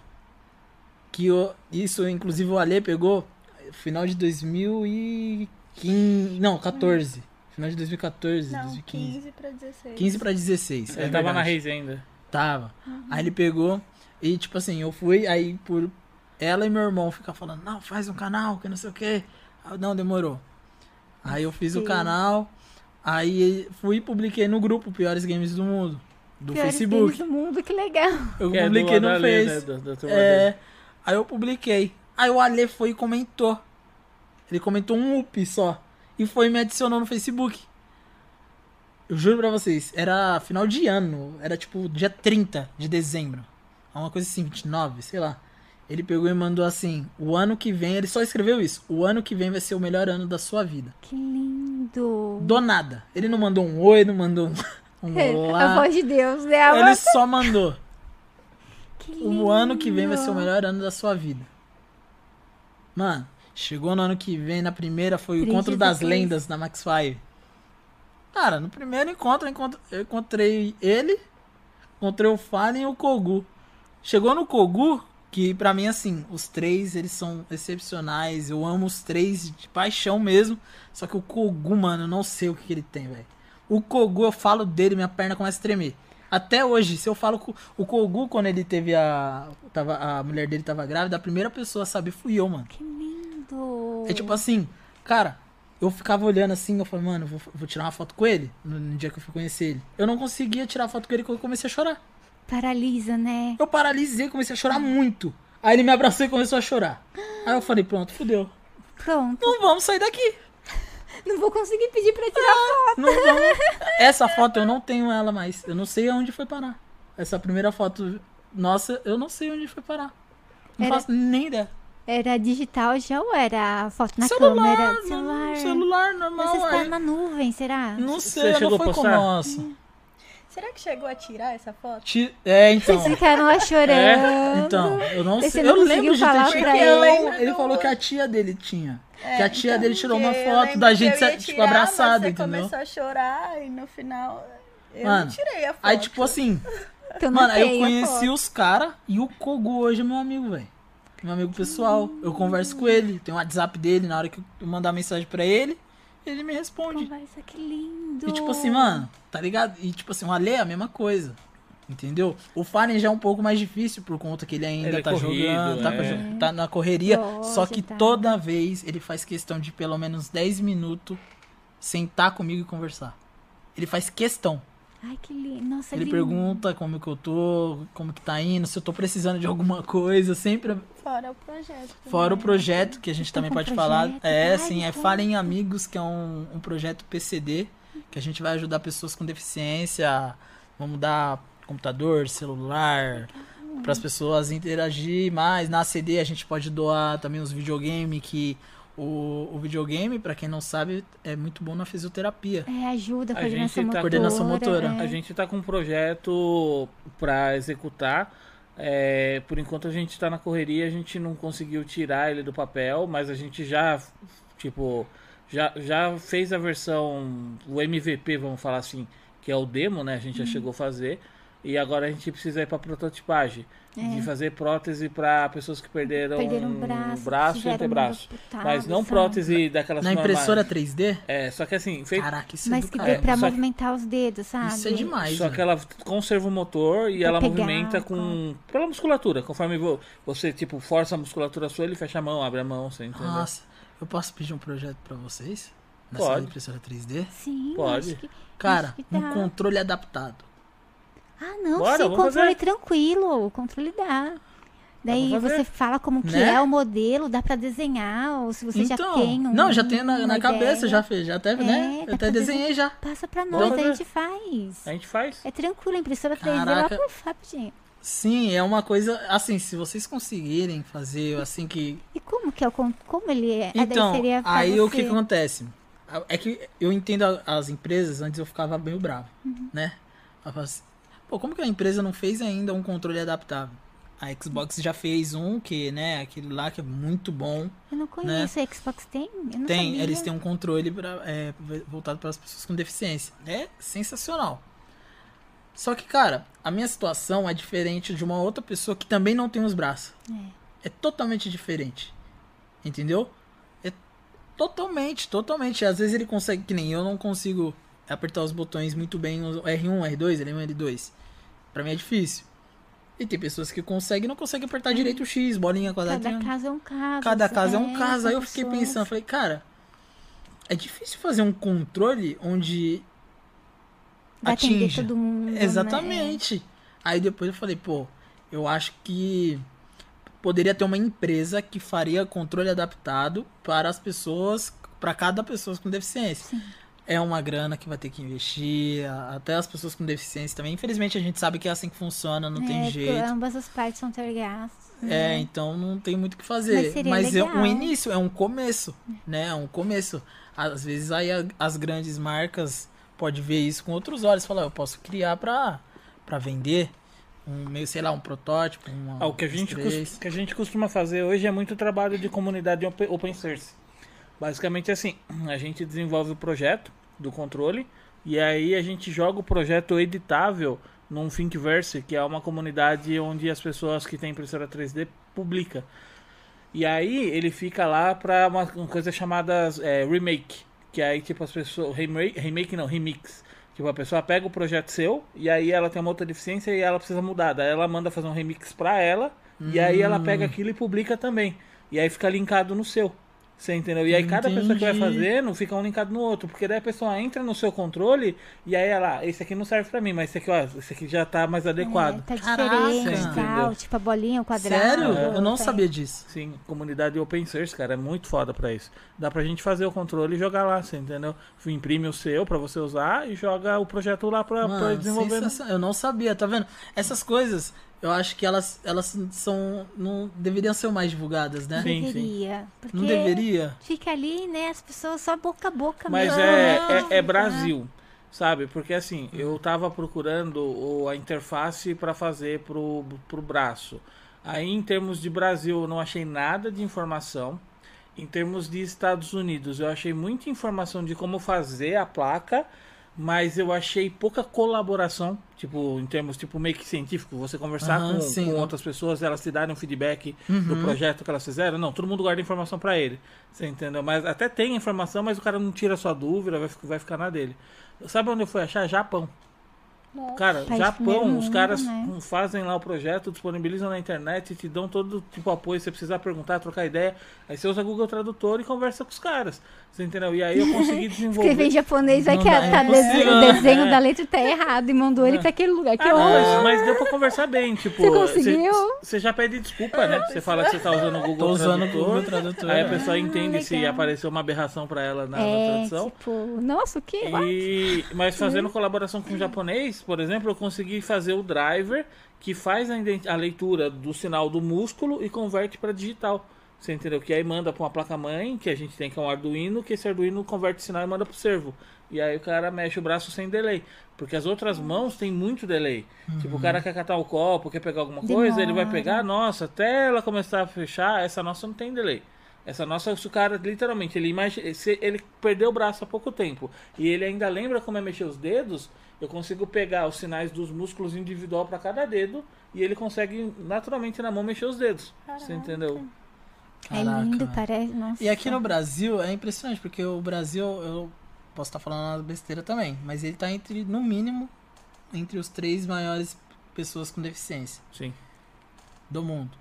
[SPEAKER 2] Que eu, isso, inclusive, o Alê pegou final de 2015. Não, 14. Final de 2014,
[SPEAKER 3] Não,
[SPEAKER 2] 2015.
[SPEAKER 3] 15 pra 16.
[SPEAKER 2] 15 pra 16.
[SPEAKER 4] Ele
[SPEAKER 2] é
[SPEAKER 4] tava na
[SPEAKER 2] verdade.
[SPEAKER 4] Reis ainda.
[SPEAKER 2] Tava. Aí ele pegou e, tipo assim, eu fui, aí por ela e meu irmão ficar falando, não, faz um canal, que não sei o quê. Ah, Não, demorou. Aí eu fiz o
[SPEAKER 1] Sim.
[SPEAKER 2] canal, aí fui e publiquei no grupo Piores Games do Mundo, do
[SPEAKER 1] Piores games
[SPEAKER 2] Facebook.
[SPEAKER 1] do mundo, que legal.
[SPEAKER 2] Eu
[SPEAKER 4] Que é do
[SPEAKER 2] publiquei
[SPEAKER 4] lado
[SPEAKER 2] no
[SPEAKER 4] ali,
[SPEAKER 2] Face.
[SPEAKER 4] né, da- da turma dele.
[SPEAKER 2] É, aí eu publiquei. Aí o Ale foi e comentou. Ele comentou um up só. E foi e me adicionou no Facebook. Eu juro pra vocês, era final de ano. Era tipo dia 30 de dezembro. Uma coisa assim, 29, sei lá. Ele pegou e mandou assim: o ano que vem, ele só escreveu isso. O ano que vem vai ser o melhor ano da sua vida.
[SPEAKER 1] Que lindo.
[SPEAKER 2] Do nada. Ele não mandou um oi, não mandou um, um
[SPEAKER 1] A
[SPEAKER 2] olá.
[SPEAKER 1] voz de Deus, né? A
[SPEAKER 2] Ele
[SPEAKER 1] voz-
[SPEAKER 2] só mandou.
[SPEAKER 1] Que
[SPEAKER 2] O ano que vem vai ser o melhor ano da sua vida. Mano, chegou no ano que vem, na primeira foi o
[SPEAKER 1] Três
[SPEAKER 2] Encontro
[SPEAKER 1] dias
[SPEAKER 2] das
[SPEAKER 1] depois.
[SPEAKER 2] Lendas na Max Fire. Cara, no primeiro encontro eu encontro- eu encontrei ele, encontrei o Fallen e o Kogu. Chegou no Kogu, que pra mim, assim, os três, eles são excepcionais. Eu amo os três de paixão mesmo. Só que o Kogu, mano, eu não sei o que, que ele tem, velho. O Kogu, eu falo dele, minha perna começa a tremer. Até hoje, se eu falo com o Kogu, quando ele teve a. Tava, a mulher dele tava grávida, a primeira pessoa a saber fui eu, mano.
[SPEAKER 1] Que lindo.
[SPEAKER 2] É tipo assim, cara, eu ficava olhando assim, eu falei, mano, eu vou, vou tirar uma foto com ele no, no dia que eu fui conhecer ele. Eu não conseguia tirar foto com ele quando eu comecei a chorar.
[SPEAKER 1] Paralisa, né?
[SPEAKER 2] Eu paralisei, comecei a chorar muito. Aí ele me abraçou e começou a chorar. Aí eu falei, pronto, fudeu.
[SPEAKER 1] Pronto.
[SPEAKER 2] Não vamos sair daqui.
[SPEAKER 1] Não vou conseguir pedir pra tirar foto.
[SPEAKER 2] Ah, Não vamos. Essa foto eu não tenho ela mais. Eu não sei aonde foi parar. Essa primeira foto, nossa, eu não sei onde foi parar. Não
[SPEAKER 1] Era-
[SPEAKER 2] faço nem ideia.
[SPEAKER 1] Era digital já ou era foto na câmera?
[SPEAKER 2] celular,
[SPEAKER 1] Celular.
[SPEAKER 2] mano, celular
[SPEAKER 1] Mas você
[SPEAKER 2] normal.
[SPEAKER 1] está
[SPEAKER 2] aí.
[SPEAKER 1] na nuvem, será?
[SPEAKER 2] Não
[SPEAKER 4] Você
[SPEAKER 2] sei,
[SPEAKER 4] chegou
[SPEAKER 2] não
[SPEAKER 4] a
[SPEAKER 2] foi com o
[SPEAKER 4] postar?
[SPEAKER 2] nosso.
[SPEAKER 3] Será que chegou a tirar essa foto?
[SPEAKER 2] Ti- É, então.
[SPEAKER 1] Vocês ficaram lá chorando.
[SPEAKER 2] Então, eu não
[SPEAKER 1] Você
[SPEAKER 2] sei.
[SPEAKER 1] não
[SPEAKER 2] eu lembro
[SPEAKER 1] conseguiu
[SPEAKER 2] de
[SPEAKER 1] falar
[SPEAKER 2] ter tirado.
[SPEAKER 1] pra
[SPEAKER 2] Não,
[SPEAKER 3] ele?
[SPEAKER 2] ele falou que a tia dele tinha.
[SPEAKER 3] É,
[SPEAKER 2] que a tia
[SPEAKER 3] então,
[SPEAKER 2] dele tirou uma
[SPEAKER 3] porque eu
[SPEAKER 2] foto
[SPEAKER 3] lembro
[SPEAKER 2] da
[SPEAKER 3] que
[SPEAKER 2] gente,
[SPEAKER 3] eu ia
[SPEAKER 2] tipo,
[SPEAKER 3] tirar, mas
[SPEAKER 2] abraçada,
[SPEAKER 3] Você
[SPEAKER 2] entendeu?
[SPEAKER 3] começou a chorar e no final eu
[SPEAKER 2] Mano,
[SPEAKER 3] não tirei a foto.
[SPEAKER 2] Aí, tipo assim,
[SPEAKER 1] Então não
[SPEAKER 2] mano, aí eu
[SPEAKER 1] tem a
[SPEAKER 2] conheci
[SPEAKER 1] foto.
[SPEAKER 2] os caras e o Kogu hoje é meu amigo, velho. Meu amigo pessoal. Eu converso com ele, tem o WhatsApp dele, na hora que eu mandar mensagem pra ele, ele me responde.
[SPEAKER 1] Conversa, que é lindo.
[SPEAKER 2] E tipo assim, mano, tá ligado? E tipo assim, o Ale é a mesma coisa. Entendeu? O Fallen já é um pouco mais difícil por conta que ele ainda
[SPEAKER 4] Ele é
[SPEAKER 2] tá
[SPEAKER 4] corrido,
[SPEAKER 2] jogando, tá,
[SPEAKER 4] é.
[SPEAKER 2] com a jo- tá na correria.
[SPEAKER 1] Lógico,
[SPEAKER 2] só que
[SPEAKER 1] tá.
[SPEAKER 2] toda vez ele faz questão de pelo menos 10 minutos sentar comigo e conversar. Ele faz questão.
[SPEAKER 1] Ai, que lindo. Nossa,
[SPEAKER 2] ele
[SPEAKER 1] lindo.
[SPEAKER 2] pergunta como que eu tô, como que tá indo, se eu tô precisando de alguma coisa, sempre
[SPEAKER 3] Fora o projeto.
[SPEAKER 2] Fora o
[SPEAKER 3] né?
[SPEAKER 2] projeto, que a gente
[SPEAKER 1] Tá
[SPEAKER 2] também
[SPEAKER 1] com
[SPEAKER 2] pode
[SPEAKER 1] projeto,
[SPEAKER 2] falar. É,
[SPEAKER 1] ai,
[SPEAKER 2] sim, é
[SPEAKER 1] que
[SPEAKER 2] Falem em Amigos, que é um, um projeto PCD, que a gente vai ajudar pessoas com deficiência. Vamos dar computador, celular, para as pessoas interagir mais. Na CD a gente pode doar também os videogames, que o, o videogame, para quem não sabe, é muito bom na fisioterapia.
[SPEAKER 1] É, ajuda,
[SPEAKER 4] A
[SPEAKER 1] coordenação
[SPEAKER 4] gente tá
[SPEAKER 1] motora.
[SPEAKER 4] com-
[SPEAKER 2] Coordenação motora.
[SPEAKER 4] A
[SPEAKER 1] é.
[SPEAKER 4] gente tá com um projeto pra executar. É, por enquanto a gente tá na correria, a gente não conseguiu tirar ele do papel, mas a gente já, tipo, já, já fez a versão, o MVP, vamos falar assim, que é o demo, né? A gente
[SPEAKER 1] Uhum.
[SPEAKER 4] já chegou a fazer. E agora a gente precisa ir pra prototipagem. De fazer prótese pra pessoas que perderam,
[SPEAKER 1] É. Perderam um braço,
[SPEAKER 4] o Então, braço e
[SPEAKER 1] tiveram
[SPEAKER 4] antebraço.
[SPEAKER 1] amputado,
[SPEAKER 4] Mas não
[SPEAKER 1] sabe?
[SPEAKER 4] prótese daquelas
[SPEAKER 2] Na
[SPEAKER 4] normais.
[SPEAKER 2] impressora 3D,
[SPEAKER 4] É, só que assim, feito,
[SPEAKER 2] caraca, isso é
[SPEAKER 1] Mas
[SPEAKER 2] do
[SPEAKER 1] que
[SPEAKER 2] caralho.
[SPEAKER 1] dê pra
[SPEAKER 4] Só que-
[SPEAKER 1] movimentar os dedos, sabe?
[SPEAKER 2] Isso é demais.
[SPEAKER 4] Só
[SPEAKER 2] mano.
[SPEAKER 4] que ela conserva o motor e
[SPEAKER 1] Pra
[SPEAKER 4] ela
[SPEAKER 1] pegar,
[SPEAKER 4] movimenta com,
[SPEAKER 1] com-
[SPEAKER 4] pela musculatura. Conforme vo- você, tipo, força a musculatura sua, ele fecha a mão, abre a mão, você entendeu?
[SPEAKER 2] Nossa, eu posso pedir um projeto para vocês? Na
[SPEAKER 4] né? Pode.
[SPEAKER 2] impressora 3D?
[SPEAKER 1] Sim,
[SPEAKER 4] Pode.
[SPEAKER 1] acho que-
[SPEAKER 2] Cara,
[SPEAKER 1] acho que tá. dá.
[SPEAKER 2] um controle adaptado.
[SPEAKER 1] Ah, não,
[SPEAKER 4] Bora,
[SPEAKER 1] sim,
[SPEAKER 4] vamos
[SPEAKER 1] controle
[SPEAKER 4] fazer.
[SPEAKER 1] tranquilo, o controle dá. Daí
[SPEAKER 4] Vamos fazer.
[SPEAKER 1] você fala como que
[SPEAKER 2] Né?
[SPEAKER 1] é o modelo, dá pra desenhar, ou se você já tem um,
[SPEAKER 2] Então, não, já tenho na,
[SPEAKER 1] uma ideia,
[SPEAKER 2] na
[SPEAKER 1] É,
[SPEAKER 2] cabeça, já fez, já até,
[SPEAKER 1] dá
[SPEAKER 2] né? Eu
[SPEAKER 1] pra
[SPEAKER 2] até desenhei já.
[SPEAKER 1] Passa pra
[SPEAKER 4] Vamos
[SPEAKER 1] nós, aí a
[SPEAKER 4] fazer.
[SPEAKER 1] gente faz.
[SPEAKER 4] A gente faz.
[SPEAKER 1] É tranquilo, a impressora 3D
[SPEAKER 2] Caraca.
[SPEAKER 1] é lá pro rapidinho.
[SPEAKER 2] Sim, é uma coisa, assim, se vocês conseguirem fazer, assim que...
[SPEAKER 1] E como que é o con- como ele é? Ah, daí
[SPEAKER 2] Então,
[SPEAKER 1] seria pra
[SPEAKER 2] aí o que
[SPEAKER 1] você.
[SPEAKER 2] que acontece? É que eu entendo a- as empresas, antes eu ficava meio bravo,
[SPEAKER 1] Uhum.
[SPEAKER 2] né? Eu falava assim, pô, como que a empresa não fez ainda um controle adaptável? A Xbox já fez um, que, né, aquele lá que é muito bom.
[SPEAKER 1] Eu não conheço, a Xbox tem? Eu não
[SPEAKER 2] né? Tem,
[SPEAKER 1] sabia.
[SPEAKER 2] eles têm um controle pra, é, voltado para as pessoas com deficiência. É sensacional. Só que, cara, a minha situação é diferente de uma outra pessoa que também não tem os braços. É, totalmente diferente. Entendeu? É totalmente, totalmente. Às vezes ele consegue, que nem eu não consigo apertar os um, botões muito bem, o R1, R2, L1, L2. Pra mim é difícil. E tem pessoas que conseguem e não conseguem apertar direito o X, bolinha, quadrado.
[SPEAKER 1] Uhum. Cada
[SPEAKER 2] triângulo.
[SPEAKER 1] caso é um caso.
[SPEAKER 2] Cada
[SPEAKER 1] você
[SPEAKER 2] caso é um
[SPEAKER 1] conhece
[SPEAKER 2] caso.
[SPEAKER 1] a
[SPEAKER 2] Aí eu fiquei
[SPEAKER 1] pessoa. um
[SPEAKER 2] pensando, falei, cara, é difícil fazer um controle onde
[SPEAKER 1] Vai atender
[SPEAKER 2] atinja.
[SPEAKER 1] todo mundo. Né?
[SPEAKER 2] Exatamente. Aí depois eu falei, pô, eu acho que poderia ter uma empresa que faria controle adaptado para as pessoas, para cada pessoa com deficiência. É uma grana que vai ter que investir, a- até as pessoas com deficiência também. Infelizmente a gente sabe que é assim que funciona, não
[SPEAKER 1] É,
[SPEAKER 2] tem jeito.
[SPEAKER 1] Ambas as partes são tergastos.
[SPEAKER 2] É, então não tem muito o que fazer.
[SPEAKER 1] Mas seria
[SPEAKER 2] Mas é um
[SPEAKER 1] legal.
[SPEAKER 2] início, é um começo, né? É um começo. Às vezes aí a- as grandes marcas pode ver isso com outros olhos, falar, eu posso criar pra para vender um meio, sei lá, um protótipo, uma
[SPEAKER 4] Ah, o que a, gente
[SPEAKER 2] três.
[SPEAKER 4] cos- que a gente costuma fazer hoje é muito trabalho de comunidade open, open source. Basicamente assim, a gente desenvolve o projeto do controle e aí a gente joga o projeto editável num Thinkiverse, que é uma comunidade onde as pessoas que têm impressora 3D publica. E aí ele fica lá pra uma, uma coisa chamada é, remake. Que aí, tipo, as pessoas. Remake, remake não, remix. Tipo, a pessoa pega o projeto seu e aí ela tem uma outra deficiência e ela precisa mudar. Daí ela manda fazer um remix pra ela e aí ela pega aquilo e publica também. E aí fica linkado no seu. Você entendeu? E aí cada pessoa que vai
[SPEAKER 2] Entendi.
[SPEAKER 4] fazer fazendo, fica um linkado no outro. Porque daí a pessoa entra no seu controle e aí ela, "Ah, esse aqui não serve pra mim, mas esse aqui, ó, esse aqui já tá mais adequado.
[SPEAKER 1] É, tá
[SPEAKER 2] Caraca.
[SPEAKER 1] diferente e tal.
[SPEAKER 4] Entendeu?
[SPEAKER 1] Tipo a bolinha, o quadrado.
[SPEAKER 2] Sério? Eu não
[SPEAKER 1] tá-
[SPEAKER 2] sabia disso.
[SPEAKER 4] Sim, comunidade open source, cara, é muito foda pra isso. Dá pra gente fazer o controle e jogar lá, você entendeu? Imprime o seu pra você usar e joga o projeto lá pra, pra
[SPEAKER 2] Mano,
[SPEAKER 4] desenvolver. né?
[SPEAKER 2] sensacional. eu não sabia, tá vendo? Essas coisas, eu acho que elas elas são não deveriam ser mais divulgadas, né?
[SPEAKER 4] Sim, sim.
[SPEAKER 1] Deveria. Porque
[SPEAKER 2] Não deveria.
[SPEAKER 1] Fica ali, né? As pessoas só boca a boca
[SPEAKER 4] Mas
[SPEAKER 1] mesmo.
[SPEAKER 4] é, é, é Brasil, sabe? Porque assim, eu tava procurando o- a interface pra fazer pro, pro braço. Aí em termos de Brasil eu não achei nada de informação. Em termos de Estados Unidos, eu achei muita informação de como fazer a placa, mas eu achei pouca colaboração, tipo, em termos tipo meio que científico, você conversar
[SPEAKER 2] Aham,
[SPEAKER 4] com,
[SPEAKER 2] sim.
[SPEAKER 4] com outras pessoas, elas te darem um feedback do projeto que elas fizeram. Não, todo mundo guarda informação pra ele. Você entendeu? Mas até tem informação, mas o cara não tira a sua dúvida, vai, fi- vai ficar na dele. Sabe onde eu fui achar? Japão. Cara,
[SPEAKER 1] País
[SPEAKER 4] Japão,
[SPEAKER 1] primeiro
[SPEAKER 4] os
[SPEAKER 1] mundo,
[SPEAKER 4] caras
[SPEAKER 1] né?
[SPEAKER 4] hum, fazem lá o projeto, disponibilizam na internet, te dão todo tipo de apoio, se você precisar perguntar, trocar ideia. Aí você usa Google Tradutor e conversa com os caras. Você entendeu? E aí eu consegui
[SPEAKER 1] Escrever em
[SPEAKER 4] desenvolver.
[SPEAKER 1] japonês vai
[SPEAKER 2] Não
[SPEAKER 1] que
[SPEAKER 2] dá,
[SPEAKER 1] a- tá
[SPEAKER 2] é impossível,
[SPEAKER 1] desenho- o
[SPEAKER 4] né?
[SPEAKER 1] desenho
[SPEAKER 4] É.
[SPEAKER 1] da letra tá errado e mandou ele pra aquele lugar. Que
[SPEAKER 4] Ah, não,
[SPEAKER 1] horror.
[SPEAKER 4] mas, mas deu pra conversar bem, tipo.
[SPEAKER 1] Você conseguiu?
[SPEAKER 4] Você já pede desculpa, né? Você fala que você tá usando o Google
[SPEAKER 2] Tô usando o
[SPEAKER 4] Tradutor.
[SPEAKER 2] Google Tradutor.
[SPEAKER 4] Aí a
[SPEAKER 2] né?
[SPEAKER 4] pessoa entende se
[SPEAKER 1] Ah, legal.
[SPEAKER 4] apareceu uma aberração pra ela na, na
[SPEAKER 1] É,
[SPEAKER 4] tradução.
[SPEAKER 1] tipo, nossa, o quê?
[SPEAKER 4] E, mas fazendo colaboração com o japonês, por exemplo, eu consegui fazer o driver que faz a, ident- a leitura do sinal do músculo e converte para digital. Você entendeu? Que aí manda para uma placa-mãe, que a gente tem que é um Arduino, que esse Arduino converte o sinal e manda pro servo. E aí o cara mexe o braço sem delay. Porque as outras mãos têm muito delay. Tipo, o cara quer catar o copo, quer pegar alguma coisa, ele vai
[SPEAKER 1] Demora.
[SPEAKER 4] pegar, nossa, até ela começar a fechar, essa nossa não tem delay. Essa nossa, se o cara, literalmente, ele, imagi- se ele perdeu o braço há pouco tempo e ele ainda lembra como é mexer os dedos, eu consigo pegar os sinais dos músculos individual para cada dedo e ele consegue naturalmente na mão mexer os dedos. Você entendeu?
[SPEAKER 1] É
[SPEAKER 2] Caraca,
[SPEAKER 1] lindo,
[SPEAKER 2] mano.
[SPEAKER 1] parece. Nossa.
[SPEAKER 2] E aqui no Brasil é impressionante, porque o Brasil, eu posso estar falando uma besteira também, mas ele tá entre, no mínimo, entre os três maiores pessoas com deficiência
[SPEAKER 4] Sim.
[SPEAKER 2] do mundo.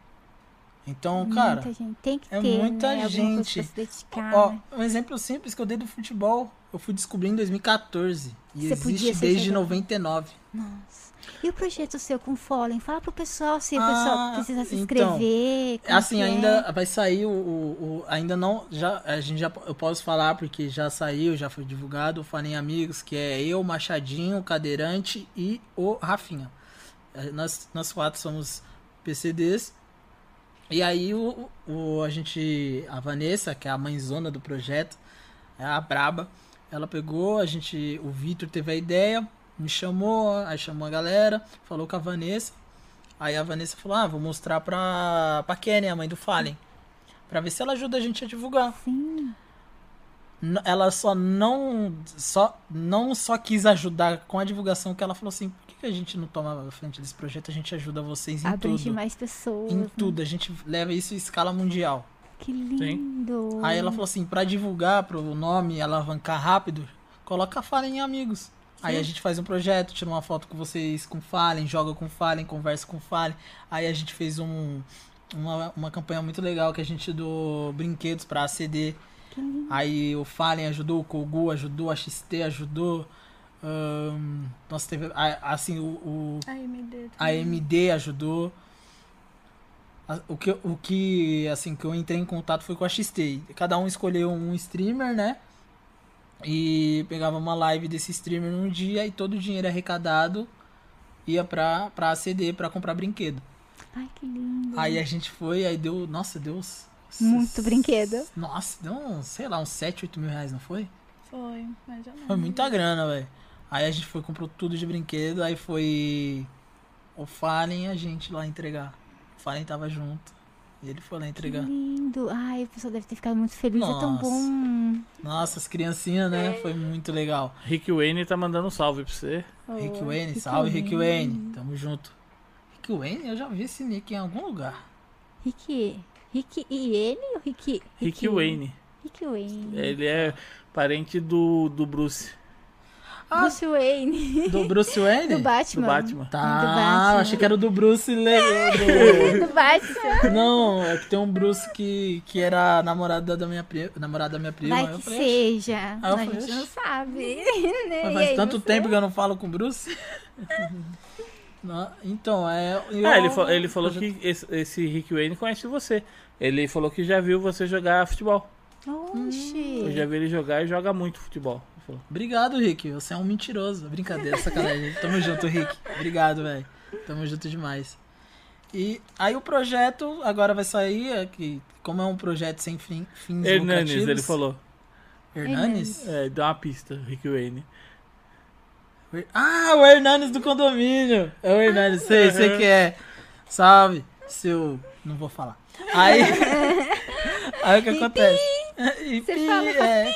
[SPEAKER 2] Então,
[SPEAKER 1] Muita
[SPEAKER 2] cara,
[SPEAKER 1] gente. Tem que
[SPEAKER 2] é
[SPEAKER 1] ter,
[SPEAKER 2] muita
[SPEAKER 1] né? Alguma coisa pra
[SPEAKER 2] gente.
[SPEAKER 1] se dedicar.
[SPEAKER 2] ó,
[SPEAKER 1] né?
[SPEAKER 2] um exemplo simples que eu dei do futebol, eu fui descobrir em 2014. E
[SPEAKER 1] Você podia
[SPEAKER 2] existe
[SPEAKER 1] ser
[SPEAKER 2] desde
[SPEAKER 1] jogador.
[SPEAKER 2] 99.
[SPEAKER 1] Nossa. E o projeto seu com o Fallen? Fala pro pessoal se o
[SPEAKER 2] Ah,
[SPEAKER 1] pessoal precisa se
[SPEAKER 2] então.
[SPEAKER 1] inscrever. como
[SPEAKER 2] Assim,
[SPEAKER 1] que é.
[SPEAKER 2] ainda vai sair o, o- o- Ainda não. Já, a gente já, eu posso falar porque já saiu, já foi divulgado. Eu falei em amigos que é eu, Machadinho, o Cadeirante e o Rafinha. Eh, Nós, nós quatro somos PCDs. E aí o, o- a gente. A Vanessa, que é a mãezona do projeto, é a Braba, ela pegou, a gente. O Vitor teve a ideia, me chamou, aí chamou a galera, falou com a Vanessa. Aí a Vanessa falou: Ah, vou mostrar pra, pra Kenny, a mãe do Fallen. Pra ver se ela ajuda a gente a divulgar.
[SPEAKER 1] Sim.
[SPEAKER 2] n- ela só não só não só quis ajudar com a divulgação que ela falou assim, por que que a gente não toma a frente desse projeto? A gente ajuda vocês em
[SPEAKER 1] Abrange
[SPEAKER 2] tudo.
[SPEAKER 1] mais pessoas.
[SPEAKER 2] Em
[SPEAKER 1] né?
[SPEAKER 2] tudo, a gente leva isso em escala mundial.
[SPEAKER 1] Que lindo.
[SPEAKER 2] Aí ela falou assim, pra divulgar pro nome alavancar rápido, coloca a Fallen em amigos. Aí a gente faz um projeto, tira uma foto com vocês com Fallen, joga com Fallen, conversa com Fallen. Aí a gente fez um uma, uma campanha muito legal que a gente doou brinquedos pra ACD. Aí o Fallen ajudou, o Kogu ajudou, a XT ajudou. ahn, nossa, teve. a- Assim, o- o
[SPEAKER 3] Ai, meu Deus.
[SPEAKER 2] a MD ajudou. A- O que, o que, assim, que eu entrei em contato foi com a XT. Cada um escolheu um streamer, né? E pegava uma live desse streamer num dia e todo o dinheiro arrecadado ia pra, pra ACD pra comprar brinquedo.
[SPEAKER 1] Ai, que lindo.
[SPEAKER 2] Aí a gente foi, aí deu, nossa, deu uns...
[SPEAKER 1] Muito brinquedo.
[SPEAKER 2] Nossa, deu uns, sei lá, uns 7, 8 mil reais, não foi?
[SPEAKER 3] Foi, mas já não.
[SPEAKER 2] Foi muita grana, velho. Aí a gente foi, comprou tudo de brinquedo, aí foi o Fallen e a gente lá entregar. O Fallen tava junto. E ele foi lá
[SPEAKER 1] Que
[SPEAKER 2] entregar.
[SPEAKER 1] lindo. Ai, a pessoa deve ter ficado muito feliz. É tão
[SPEAKER 2] Nossa.
[SPEAKER 1] bom.
[SPEAKER 2] Nossa, as criancinhas, né?
[SPEAKER 1] É.
[SPEAKER 2] Foi muito legal.
[SPEAKER 4] Rick Wayne tá mandando um salve pra você.
[SPEAKER 2] Rick Wayne, salve Rick Wayne. Tamo junto. Rick Wayne, eu já vi esse nick em algum lugar.
[SPEAKER 1] Rick. Rick e ele ou Rick?
[SPEAKER 4] Rick Wayne.
[SPEAKER 1] Rick Wayne.
[SPEAKER 4] Ele é parente do, do Bruce,
[SPEAKER 2] Ah.
[SPEAKER 1] Bruce Wayne.
[SPEAKER 2] Do Bruce
[SPEAKER 1] Do
[SPEAKER 2] Wayne?
[SPEAKER 1] Batman.
[SPEAKER 4] do Batman.
[SPEAKER 1] Do
[SPEAKER 2] Tá,
[SPEAKER 1] Batman.
[SPEAKER 2] achei que era o do Bruce Lee.
[SPEAKER 1] Do Batman.
[SPEAKER 2] Não, é que tem um Bruce que, que era namorada da minha prima. Namorada da minha prima.
[SPEAKER 1] Vai
[SPEAKER 2] Aí eu
[SPEAKER 1] que
[SPEAKER 2] falei,
[SPEAKER 1] seja.
[SPEAKER 2] eu
[SPEAKER 1] A
[SPEAKER 2] falei,
[SPEAKER 1] gente não
[SPEAKER 2] "Oxe."
[SPEAKER 1] sabe. Né?
[SPEAKER 2] Mas
[SPEAKER 1] E
[SPEAKER 2] faz
[SPEAKER 1] aí,
[SPEAKER 2] tanto
[SPEAKER 1] você?
[SPEAKER 2] tempo que eu não falo com o Bruce. Não, então, é. eu-
[SPEAKER 4] Ah, ele, fa- ele falou que esse, esse Rick Wayne conhece você. Ele falou que já viu você jogar futebol. Eu
[SPEAKER 1] Oxi.
[SPEAKER 4] já vi ele jogar e joga muito futebol. Ele falou.
[SPEAKER 2] Obrigado, Rick. Você é um mentiroso. Brincadeira, sacanagem. Tamo junto, Rick. Obrigado, velho. Tamo junto demais. E aí o projeto agora vai sair, é que, como é um projeto sem fim, fins
[SPEAKER 4] Hernanes,
[SPEAKER 2] lucrativos-
[SPEAKER 4] ele falou.
[SPEAKER 2] Hernanes?
[SPEAKER 4] É, dá uma pista, Rick Wayne.
[SPEAKER 2] Ah, o Hernanes do condomínio. É o Hernanes, sei, sei que é. Salve, seu. Não vou falar. Aí. aí o que acontece? E
[SPEAKER 1] Você
[SPEAKER 2] pi,
[SPEAKER 1] fala,
[SPEAKER 2] é.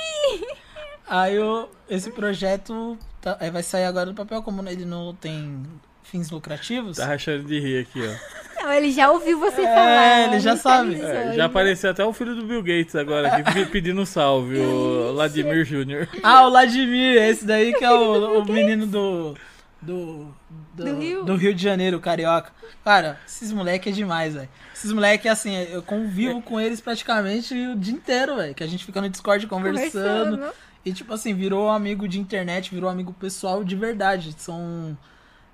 [SPEAKER 2] Aí o- esse projeto tá- aí vai sair agora do papel, como ele não tem fins lucrativos.
[SPEAKER 4] Tá rachando de rir aqui, ó.
[SPEAKER 1] Não, ele já ouviu você
[SPEAKER 2] É,
[SPEAKER 1] falar. tá
[SPEAKER 2] ele já sabe.
[SPEAKER 1] sabe.
[SPEAKER 4] É, já apareceu até o filho do Bill Gates agora aqui pe- pedindo um salve, o Vladimir Jr.
[SPEAKER 2] Ah, o Vladimir, esse daí que é o, o menino do. Do, do,
[SPEAKER 1] Do Rio?
[SPEAKER 2] do Rio de Janeiro, carioca. Cara, esses moleque é demais, velho. Esses moleque, assim, eu
[SPEAKER 1] É.
[SPEAKER 2] convivo com eles praticamente o dia inteiro, velho. Que a gente fica no Discord
[SPEAKER 1] tá
[SPEAKER 2] conversando.
[SPEAKER 1] É
[SPEAKER 2] E, tipo assim, virou amigo de internet, virou um amigo pessoal de verdade. São.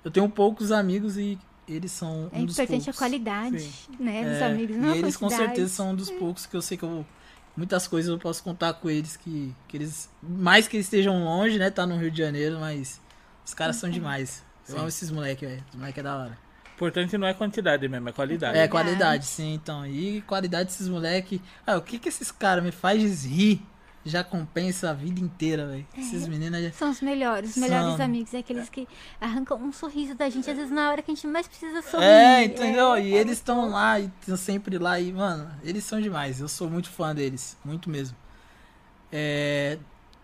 [SPEAKER 2] Eu tenho poucos amigos e eles são.
[SPEAKER 1] É
[SPEAKER 2] um dos
[SPEAKER 1] importante a
[SPEAKER 2] poucos.
[SPEAKER 1] qualidade, né? Dos
[SPEAKER 2] É,
[SPEAKER 1] amigos. Não
[SPEAKER 2] E
[SPEAKER 1] a
[SPEAKER 2] eles com
[SPEAKER 1] quantidade.
[SPEAKER 2] certeza são um dos poucos que eu sei que eu. Muitas coisas eu posso contar com eles que, que eles. Mais que eles estejam longe, né? Tá no Rio de Janeiro, mas. Os caras
[SPEAKER 1] Uhum.
[SPEAKER 2] são demais. Eu amo esses moleques, velho. Os moleques é da hora.
[SPEAKER 4] Importante não é quantidade mesmo, é qualidade.
[SPEAKER 2] É, qualidade, sim, então. E qualidade desses moleques. Ah, o que que esses caras me faz rir? Já compensa a vida inteira, velho.
[SPEAKER 1] É.
[SPEAKER 2] Esses meninos. já-
[SPEAKER 1] São os melhores, os melhores
[SPEAKER 2] São.
[SPEAKER 1] amigos. É aqueles que arrancam um sorriso da gente, às vezes na hora que a gente mais precisa sorrir.
[SPEAKER 2] É, entendeu? E
[SPEAKER 1] é
[SPEAKER 2] eles estão lá, e estão sempre lá. E, mano, eles são demais. Eu sou muito fã deles. Muito mesmo. É.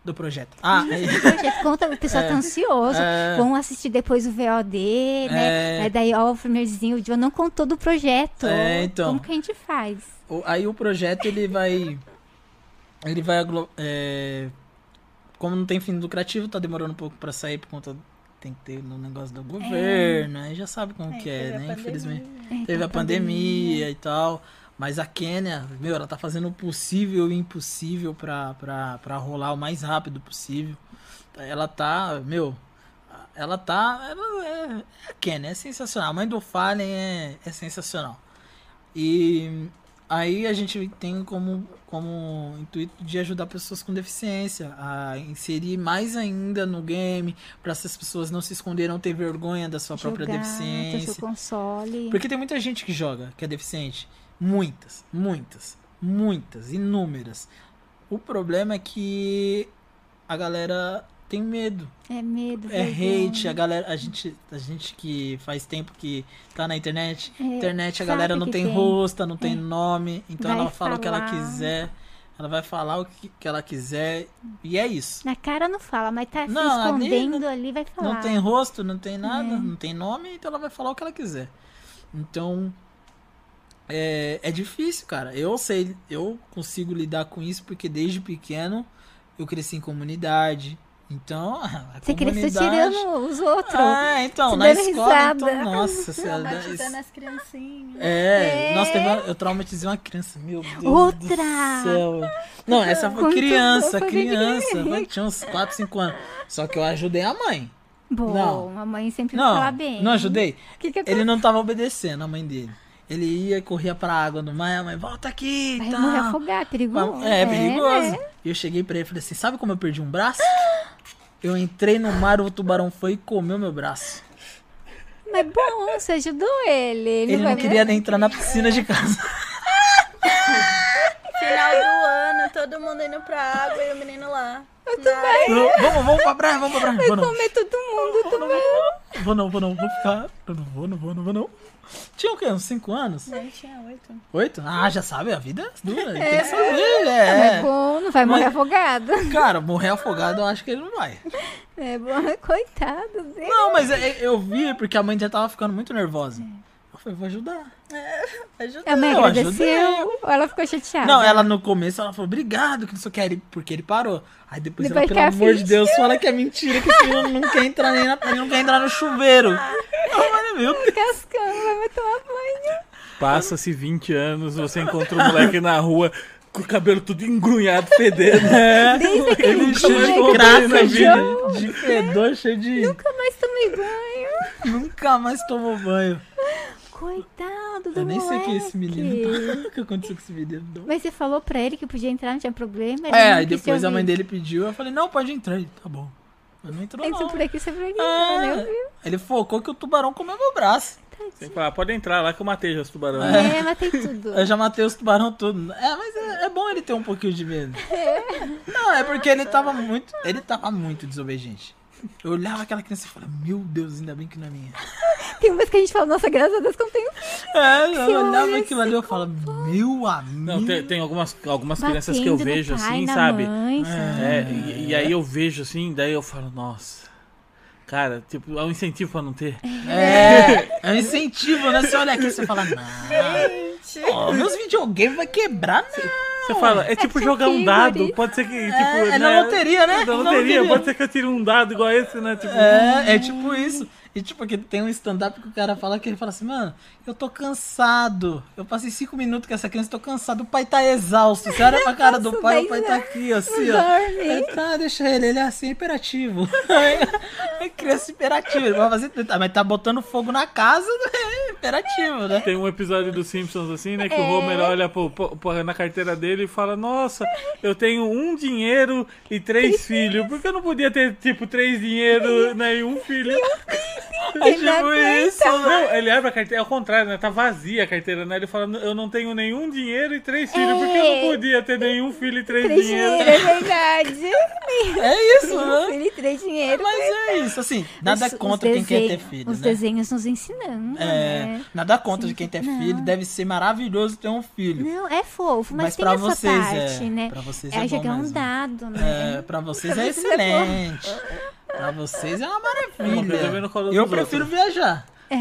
[SPEAKER 2] Do projeto. Ah,
[SPEAKER 1] muito projeto. Conta, o pessoal tá ansioso.
[SPEAKER 2] É.
[SPEAKER 1] Vão assistir depois o VOD, né?
[SPEAKER 2] É.
[SPEAKER 1] Aí daí, ó, o primeirzinho, o John não contou do projeto.
[SPEAKER 2] É, então.
[SPEAKER 1] Como que a gente faz?
[SPEAKER 2] O- aí o projeto ele vai ele vai aglo- é, como não tem fim lucrativo tá demorando um pouco pra sair por conta tem que ter no negócio do governo aí já sabe como que é
[SPEAKER 3] É. teve a
[SPEAKER 2] né
[SPEAKER 3] pandemia.
[SPEAKER 2] infelizmente
[SPEAKER 1] É,
[SPEAKER 2] teve
[SPEAKER 1] tá
[SPEAKER 2] a pandemia e tal mas a Quênia meu ela tá fazendo o possível e o impossível pra pra- pra rolar o mais rápido possível ela tá meu ela tá ela é, é a Quênia é sensacional a mãe do Fallen é, é sensacional e aí a gente tem como, como intuito de ajudar pessoas com deficiência a inserir mais ainda no game, para essas pessoas não se esconder, não ter vergonha da sua
[SPEAKER 1] jogar, tá
[SPEAKER 2] própria
[SPEAKER 1] ter seu
[SPEAKER 2] deficiência.
[SPEAKER 1] console.
[SPEAKER 2] Porque tem muita gente que joga, que é deficiente. Muitas, muitas, muitas, inúmeras. O problema é que a galera tem medo.
[SPEAKER 1] É medo.
[SPEAKER 2] É
[SPEAKER 1] vergonha.
[SPEAKER 2] hate, a galera, a gente, a gente que faz tempo que tá na internet,
[SPEAKER 1] É,
[SPEAKER 2] internet a
[SPEAKER 1] sabe
[SPEAKER 2] galera não
[SPEAKER 1] que
[SPEAKER 2] tem,
[SPEAKER 1] tem.
[SPEAKER 2] rosto, não
[SPEAKER 1] É.
[SPEAKER 2] tem nome, então
[SPEAKER 1] Vai
[SPEAKER 2] ela fala o que ela
[SPEAKER 1] falar.
[SPEAKER 2] quiser. Ela vai falar o que, que ela quiser e é isso.
[SPEAKER 1] Na cara não fala, mas tá
[SPEAKER 2] Não,
[SPEAKER 1] se
[SPEAKER 2] ali
[SPEAKER 1] escondendo
[SPEAKER 2] não-
[SPEAKER 1] ali, vai falar.
[SPEAKER 2] Não tem rosto, não tem
[SPEAKER 1] É.
[SPEAKER 2] nada, não tem nome, então ela vai falar o que ela quiser. Então é, é difícil, cara. Eu sei, eu consigo lidar com isso porque desde pequeno eu cresci em comunidade. Então, a
[SPEAKER 1] Você cresceu
[SPEAKER 2] comunidade...
[SPEAKER 1] tirando os outros.
[SPEAKER 2] Ah, então,
[SPEAKER 1] se
[SPEAKER 2] na
[SPEAKER 1] dando
[SPEAKER 2] escola,
[SPEAKER 1] risada.
[SPEAKER 2] então, nossa, senhora,
[SPEAKER 3] Batizando
[SPEAKER 2] isso-
[SPEAKER 3] as criancinhas.
[SPEAKER 2] é, nossa, teve uma- eu traumatizei uma criança, meu Deus do
[SPEAKER 1] Outra!
[SPEAKER 2] céu. Não, essa foi
[SPEAKER 1] Quanto-
[SPEAKER 2] criança,
[SPEAKER 1] foi
[SPEAKER 2] criança, mas tinha uns 4, 5 anos. Só que eu ajudei a mãe.
[SPEAKER 1] Bom,
[SPEAKER 2] Não.
[SPEAKER 1] a mãe sempre
[SPEAKER 2] Não,
[SPEAKER 1] fala bem.
[SPEAKER 2] não ajudei.
[SPEAKER 1] O que que
[SPEAKER 2] Ele não tava obedecendo a mãe dele. Ele ia e corria pra água no mar, a mãe, volta aqui
[SPEAKER 1] Vai
[SPEAKER 2] e
[SPEAKER 1] morrer
[SPEAKER 2] tal.
[SPEAKER 1] afogado, é perigoso.
[SPEAKER 2] Tá. É, é perigoso.
[SPEAKER 1] né?
[SPEAKER 2] E eu cheguei pra ele e falei assim, sabe como eu perdi um braço? Eu entrei no mar, o tubarão foi e comeu meu braço.
[SPEAKER 1] Mas bom, você ajudou ele. Ele,
[SPEAKER 2] Ele
[SPEAKER 1] vai
[SPEAKER 2] não queria nem entrar na piscina de casa.
[SPEAKER 3] Final do ano, todo mundo indo pra água e o menino lá. Eu
[SPEAKER 2] vamos, vamos pra praia, vamos pra praia. Vou não,
[SPEAKER 1] comer todo mundo. tudo bem.
[SPEAKER 2] vou não, vou não, vou ficar. Eu não vou, não vou, não vou não. Tinha o quê? Uns 5 anos?
[SPEAKER 3] Não tinha oito.
[SPEAKER 2] Oito? Ah, já sabe, a vida é dura. Tem que saber, é.
[SPEAKER 1] É bom, não vai morrer
[SPEAKER 2] Mas-
[SPEAKER 1] afogado.
[SPEAKER 2] Cara, morrer afogado eu acho que ele não vai.
[SPEAKER 1] É bom, coitado dele.
[SPEAKER 2] Não, mas é- é- eu vi porque a mãe já tava ficando muito nervosa. Eu falei, vou ajudar.
[SPEAKER 1] A mãe
[SPEAKER 2] Eu
[SPEAKER 1] agradeceu
[SPEAKER 2] ajudei.
[SPEAKER 1] ou ela ficou chateada?
[SPEAKER 2] Não, ela no começo ela falou, obrigado, que não sei o que, aí- porque ele parou. Aí depois,
[SPEAKER 1] Depois
[SPEAKER 2] ela,
[SPEAKER 1] fica
[SPEAKER 2] pelo amor de
[SPEAKER 1] afim.
[SPEAKER 2] Deus, fala que é mentira, que esse menino não quer entrar nem na, ele não quer entrar no chuveiro. Eu falei, meu Deus.
[SPEAKER 1] Cascando, vai tomar banho.
[SPEAKER 4] Passa-se 20 anos, você encontra um moleque na rua com o cabelo tudo engrunhado, fedendo.
[SPEAKER 2] É.
[SPEAKER 1] Desde aquele
[SPEAKER 4] Ele
[SPEAKER 1] dia
[SPEAKER 4] cheio de
[SPEAKER 1] que eu
[SPEAKER 4] graça,
[SPEAKER 1] tomei
[SPEAKER 4] de-
[SPEAKER 1] banho,
[SPEAKER 2] de, de fedor, cheio de.
[SPEAKER 1] Nunca mais tomei banho.
[SPEAKER 2] Nunca mais tomou banho.
[SPEAKER 1] Coitado do
[SPEAKER 2] Eu nem sei o que esse menino.
[SPEAKER 1] moleque.
[SPEAKER 2] tá- O é que aconteceu com esse menino? Não.
[SPEAKER 1] Mas você falou pra ele que podia entrar, não tinha problema. ele
[SPEAKER 2] É,
[SPEAKER 1] não
[SPEAKER 2] aí
[SPEAKER 1] quis te
[SPEAKER 2] depois a
[SPEAKER 1] ouvir.
[SPEAKER 2] mãe dele pediu, eu falei, não, pode entrar. Ele, tá bom. Eu não entrou
[SPEAKER 1] Tem que ser
[SPEAKER 2] não.
[SPEAKER 1] por aqui, ser por aqui.
[SPEAKER 2] Ah,
[SPEAKER 1] né?
[SPEAKER 2] ele focou que o tubarão comeu meu braço.
[SPEAKER 4] Tem que falar, pode entrar lá que eu matei já os tubarões.
[SPEAKER 1] É, mas tem tudo.
[SPEAKER 2] Eu já matei os tubarão tudo. É, mas é, é bom ele ter um pouquinho de medo. Não, é porque ele tava muito. Ele tava muito desobediente. Eu olhava aquela criança e falava, meu Deus, ainda bem que não é minha.
[SPEAKER 1] Tem umas que a gente fala, nossa, graças a Deus que eu não tenho
[SPEAKER 2] É,
[SPEAKER 1] Que
[SPEAKER 2] eu olhava
[SPEAKER 1] olha
[SPEAKER 2] aquilo ali e eu falava, meu amigo.
[SPEAKER 4] Não, tem, tem algumas, algumas crianças que eu
[SPEAKER 1] Batendo no
[SPEAKER 4] vejo
[SPEAKER 1] pai,
[SPEAKER 4] assim,
[SPEAKER 1] na
[SPEAKER 4] sabe?
[SPEAKER 1] mãe, sabe?
[SPEAKER 4] É, e, e aí eu vejo assim, daí eu falo, nossa. Cara, tipo, é um incentivo pra não ter.
[SPEAKER 2] É, é um incentivo, né? Você olha aqui e você fala, não,
[SPEAKER 3] Gente,
[SPEAKER 2] ó, meus videogames vai quebrar, não.
[SPEAKER 4] Você fala, é tipo
[SPEAKER 1] tipo
[SPEAKER 4] jogar um dado,
[SPEAKER 1] figuras.
[SPEAKER 4] pode ser que, tipo,
[SPEAKER 2] é na loteria, né?
[SPEAKER 4] É na
[SPEAKER 2] Na
[SPEAKER 4] loteria,
[SPEAKER 2] loteria.
[SPEAKER 4] pode ser que eu tire um dado igual esse, né? Tipo,
[SPEAKER 2] É, é tipo isso. E tipo, que tem um stand-up que o cara fala que ele fala assim, mano, eu tô cansado. Eu passei cinco minutos com essa criança, tô cansado. O pai tá exausto. Você olha pra cara do
[SPEAKER 1] Nossa,
[SPEAKER 2] pai,
[SPEAKER 1] daí
[SPEAKER 2] o pai
[SPEAKER 1] já
[SPEAKER 2] tá aqui, assim, ó.
[SPEAKER 1] dorme.
[SPEAKER 2] Aí, tá, deixa ele, ele é assim, imperativo. É criança imperativa, ele vai fazer. tudo. Ah, Mas tá botando fogo na casa, é imperativo, né?
[SPEAKER 4] Tem um episódio dos Simpsons assim, né? Que o Homer olha pro- pro- pro- na carteira dele e fala: Nossa, eu tenho um dinheiro e três filhos. Por que eu não podia ter, tipo, três dinheiros né, e um filho? É
[SPEAKER 1] Ele não aguenta
[SPEAKER 4] isso. Não, ele abre a carteira, é o contrário, né? Tá vazia a carteira, né? Ele fala: Eu não tenho nenhum dinheiro e três filhos. Por que eu não
[SPEAKER 1] É.
[SPEAKER 4] podia ter nenhum filho e três,
[SPEAKER 1] Três
[SPEAKER 4] dinheiros?
[SPEAKER 1] dinheiro, é verdade.
[SPEAKER 2] É isso,
[SPEAKER 1] Um
[SPEAKER 2] né?
[SPEAKER 1] filho e três dinheiro.
[SPEAKER 2] Mas é isso, assim, nada
[SPEAKER 1] Os- os
[SPEAKER 2] contra quem quer ter
[SPEAKER 1] desenhos-
[SPEAKER 2] filho,
[SPEAKER 1] Os
[SPEAKER 2] né?
[SPEAKER 1] desenhos nos ensinando,
[SPEAKER 2] É,
[SPEAKER 1] né?
[SPEAKER 2] nada contra de
[SPEAKER 1] Sim,
[SPEAKER 2] quem tem
[SPEAKER 1] não.
[SPEAKER 2] filho, deve ser maravilhoso ter um filho.
[SPEAKER 1] Não, é fofo, mas,
[SPEAKER 2] Mas
[SPEAKER 1] tem
[SPEAKER 2] pra
[SPEAKER 1] essa
[SPEAKER 2] vocês,
[SPEAKER 1] parte,
[SPEAKER 2] é.
[SPEAKER 1] né?
[SPEAKER 2] Pra vocês é
[SPEAKER 1] é
[SPEAKER 2] bom
[SPEAKER 1] jogar um
[SPEAKER 2] mesmo.
[SPEAKER 1] dado, né?
[SPEAKER 2] É, pra vocês
[SPEAKER 1] Pra
[SPEAKER 2] é
[SPEAKER 1] vocês é bom.
[SPEAKER 2] excelente. pra vocês é uma
[SPEAKER 4] Uma coisa vem no
[SPEAKER 2] maravilha.
[SPEAKER 4] colo
[SPEAKER 2] Eu
[SPEAKER 4] dos
[SPEAKER 2] prefiro
[SPEAKER 4] outros.
[SPEAKER 2] viajar.
[SPEAKER 1] É.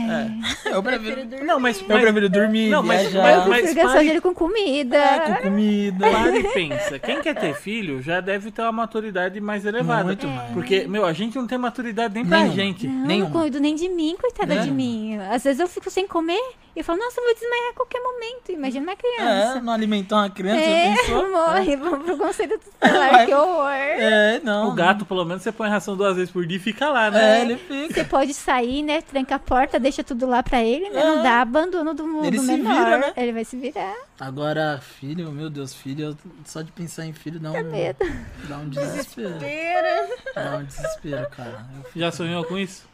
[SPEAKER 2] Eu
[SPEAKER 3] prefiro
[SPEAKER 2] prefiro,
[SPEAKER 3] dormir.
[SPEAKER 4] Não, mas.
[SPEAKER 2] eu
[SPEAKER 4] mas
[SPEAKER 2] prefiro dormir,
[SPEAKER 4] Não, mas-
[SPEAKER 2] viajar,
[SPEAKER 4] mas-
[SPEAKER 1] Mas gastar
[SPEAKER 4] pare-
[SPEAKER 1] dinheiro com comida.
[SPEAKER 2] com comida.
[SPEAKER 4] Para e pensa, quem quer ter filho já deve ter uma maturidade mais elevada. É.
[SPEAKER 2] Muito mais.
[SPEAKER 4] Porque, meu, a gente não tem maturidade nem pra
[SPEAKER 2] Nenhuma.
[SPEAKER 4] gente.
[SPEAKER 1] Não,
[SPEAKER 2] nenhuma.
[SPEAKER 1] não cuido nem de mim, coitada
[SPEAKER 2] Né?
[SPEAKER 1] de mim. Às vezes eu fico sem comer e eu falo, nossa, eu vou desmaiar a qualquer momento. Imagina uma
[SPEAKER 2] É,
[SPEAKER 1] criança.
[SPEAKER 2] não alimentar uma criança,
[SPEAKER 1] É,
[SPEAKER 2] já pensou?
[SPEAKER 1] morre, vamos pro conselho tutelar,
[SPEAKER 2] Vai.
[SPEAKER 1] que horror.
[SPEAKER 2] É, não.
[SPEAKER 4] O gato, pelo menos, você põe ração duas vezes por dia e fica lá,
[SPEAKER 2] É,
[SPEAKER 4] né?
[SPEAKER 2] ele fica.
[SPEAKER 1] Você pode sair, né? Tranca a porta, deixa tudo lá pra ele, né? Não dá abandono do mundo
[SPEAKER 2] É. Ele se
[SPEAKER 1] menor.
[SPEAKER 2] vira, né?
[SPEAKER 1] Ele vai se virar.
[SPEAKER 2] Agora, filho, meu Deus, filho, eu- só de pensar em filho dá um,
[SPEAKER 1] É medo.
[SPEAKER 2] dá um desespero.
[SPEAKER 3] pera.
[SPEAKER 2] Dá um desespero, cara. Eu fico-
[SPEAKER 4] Já sonhou com isso?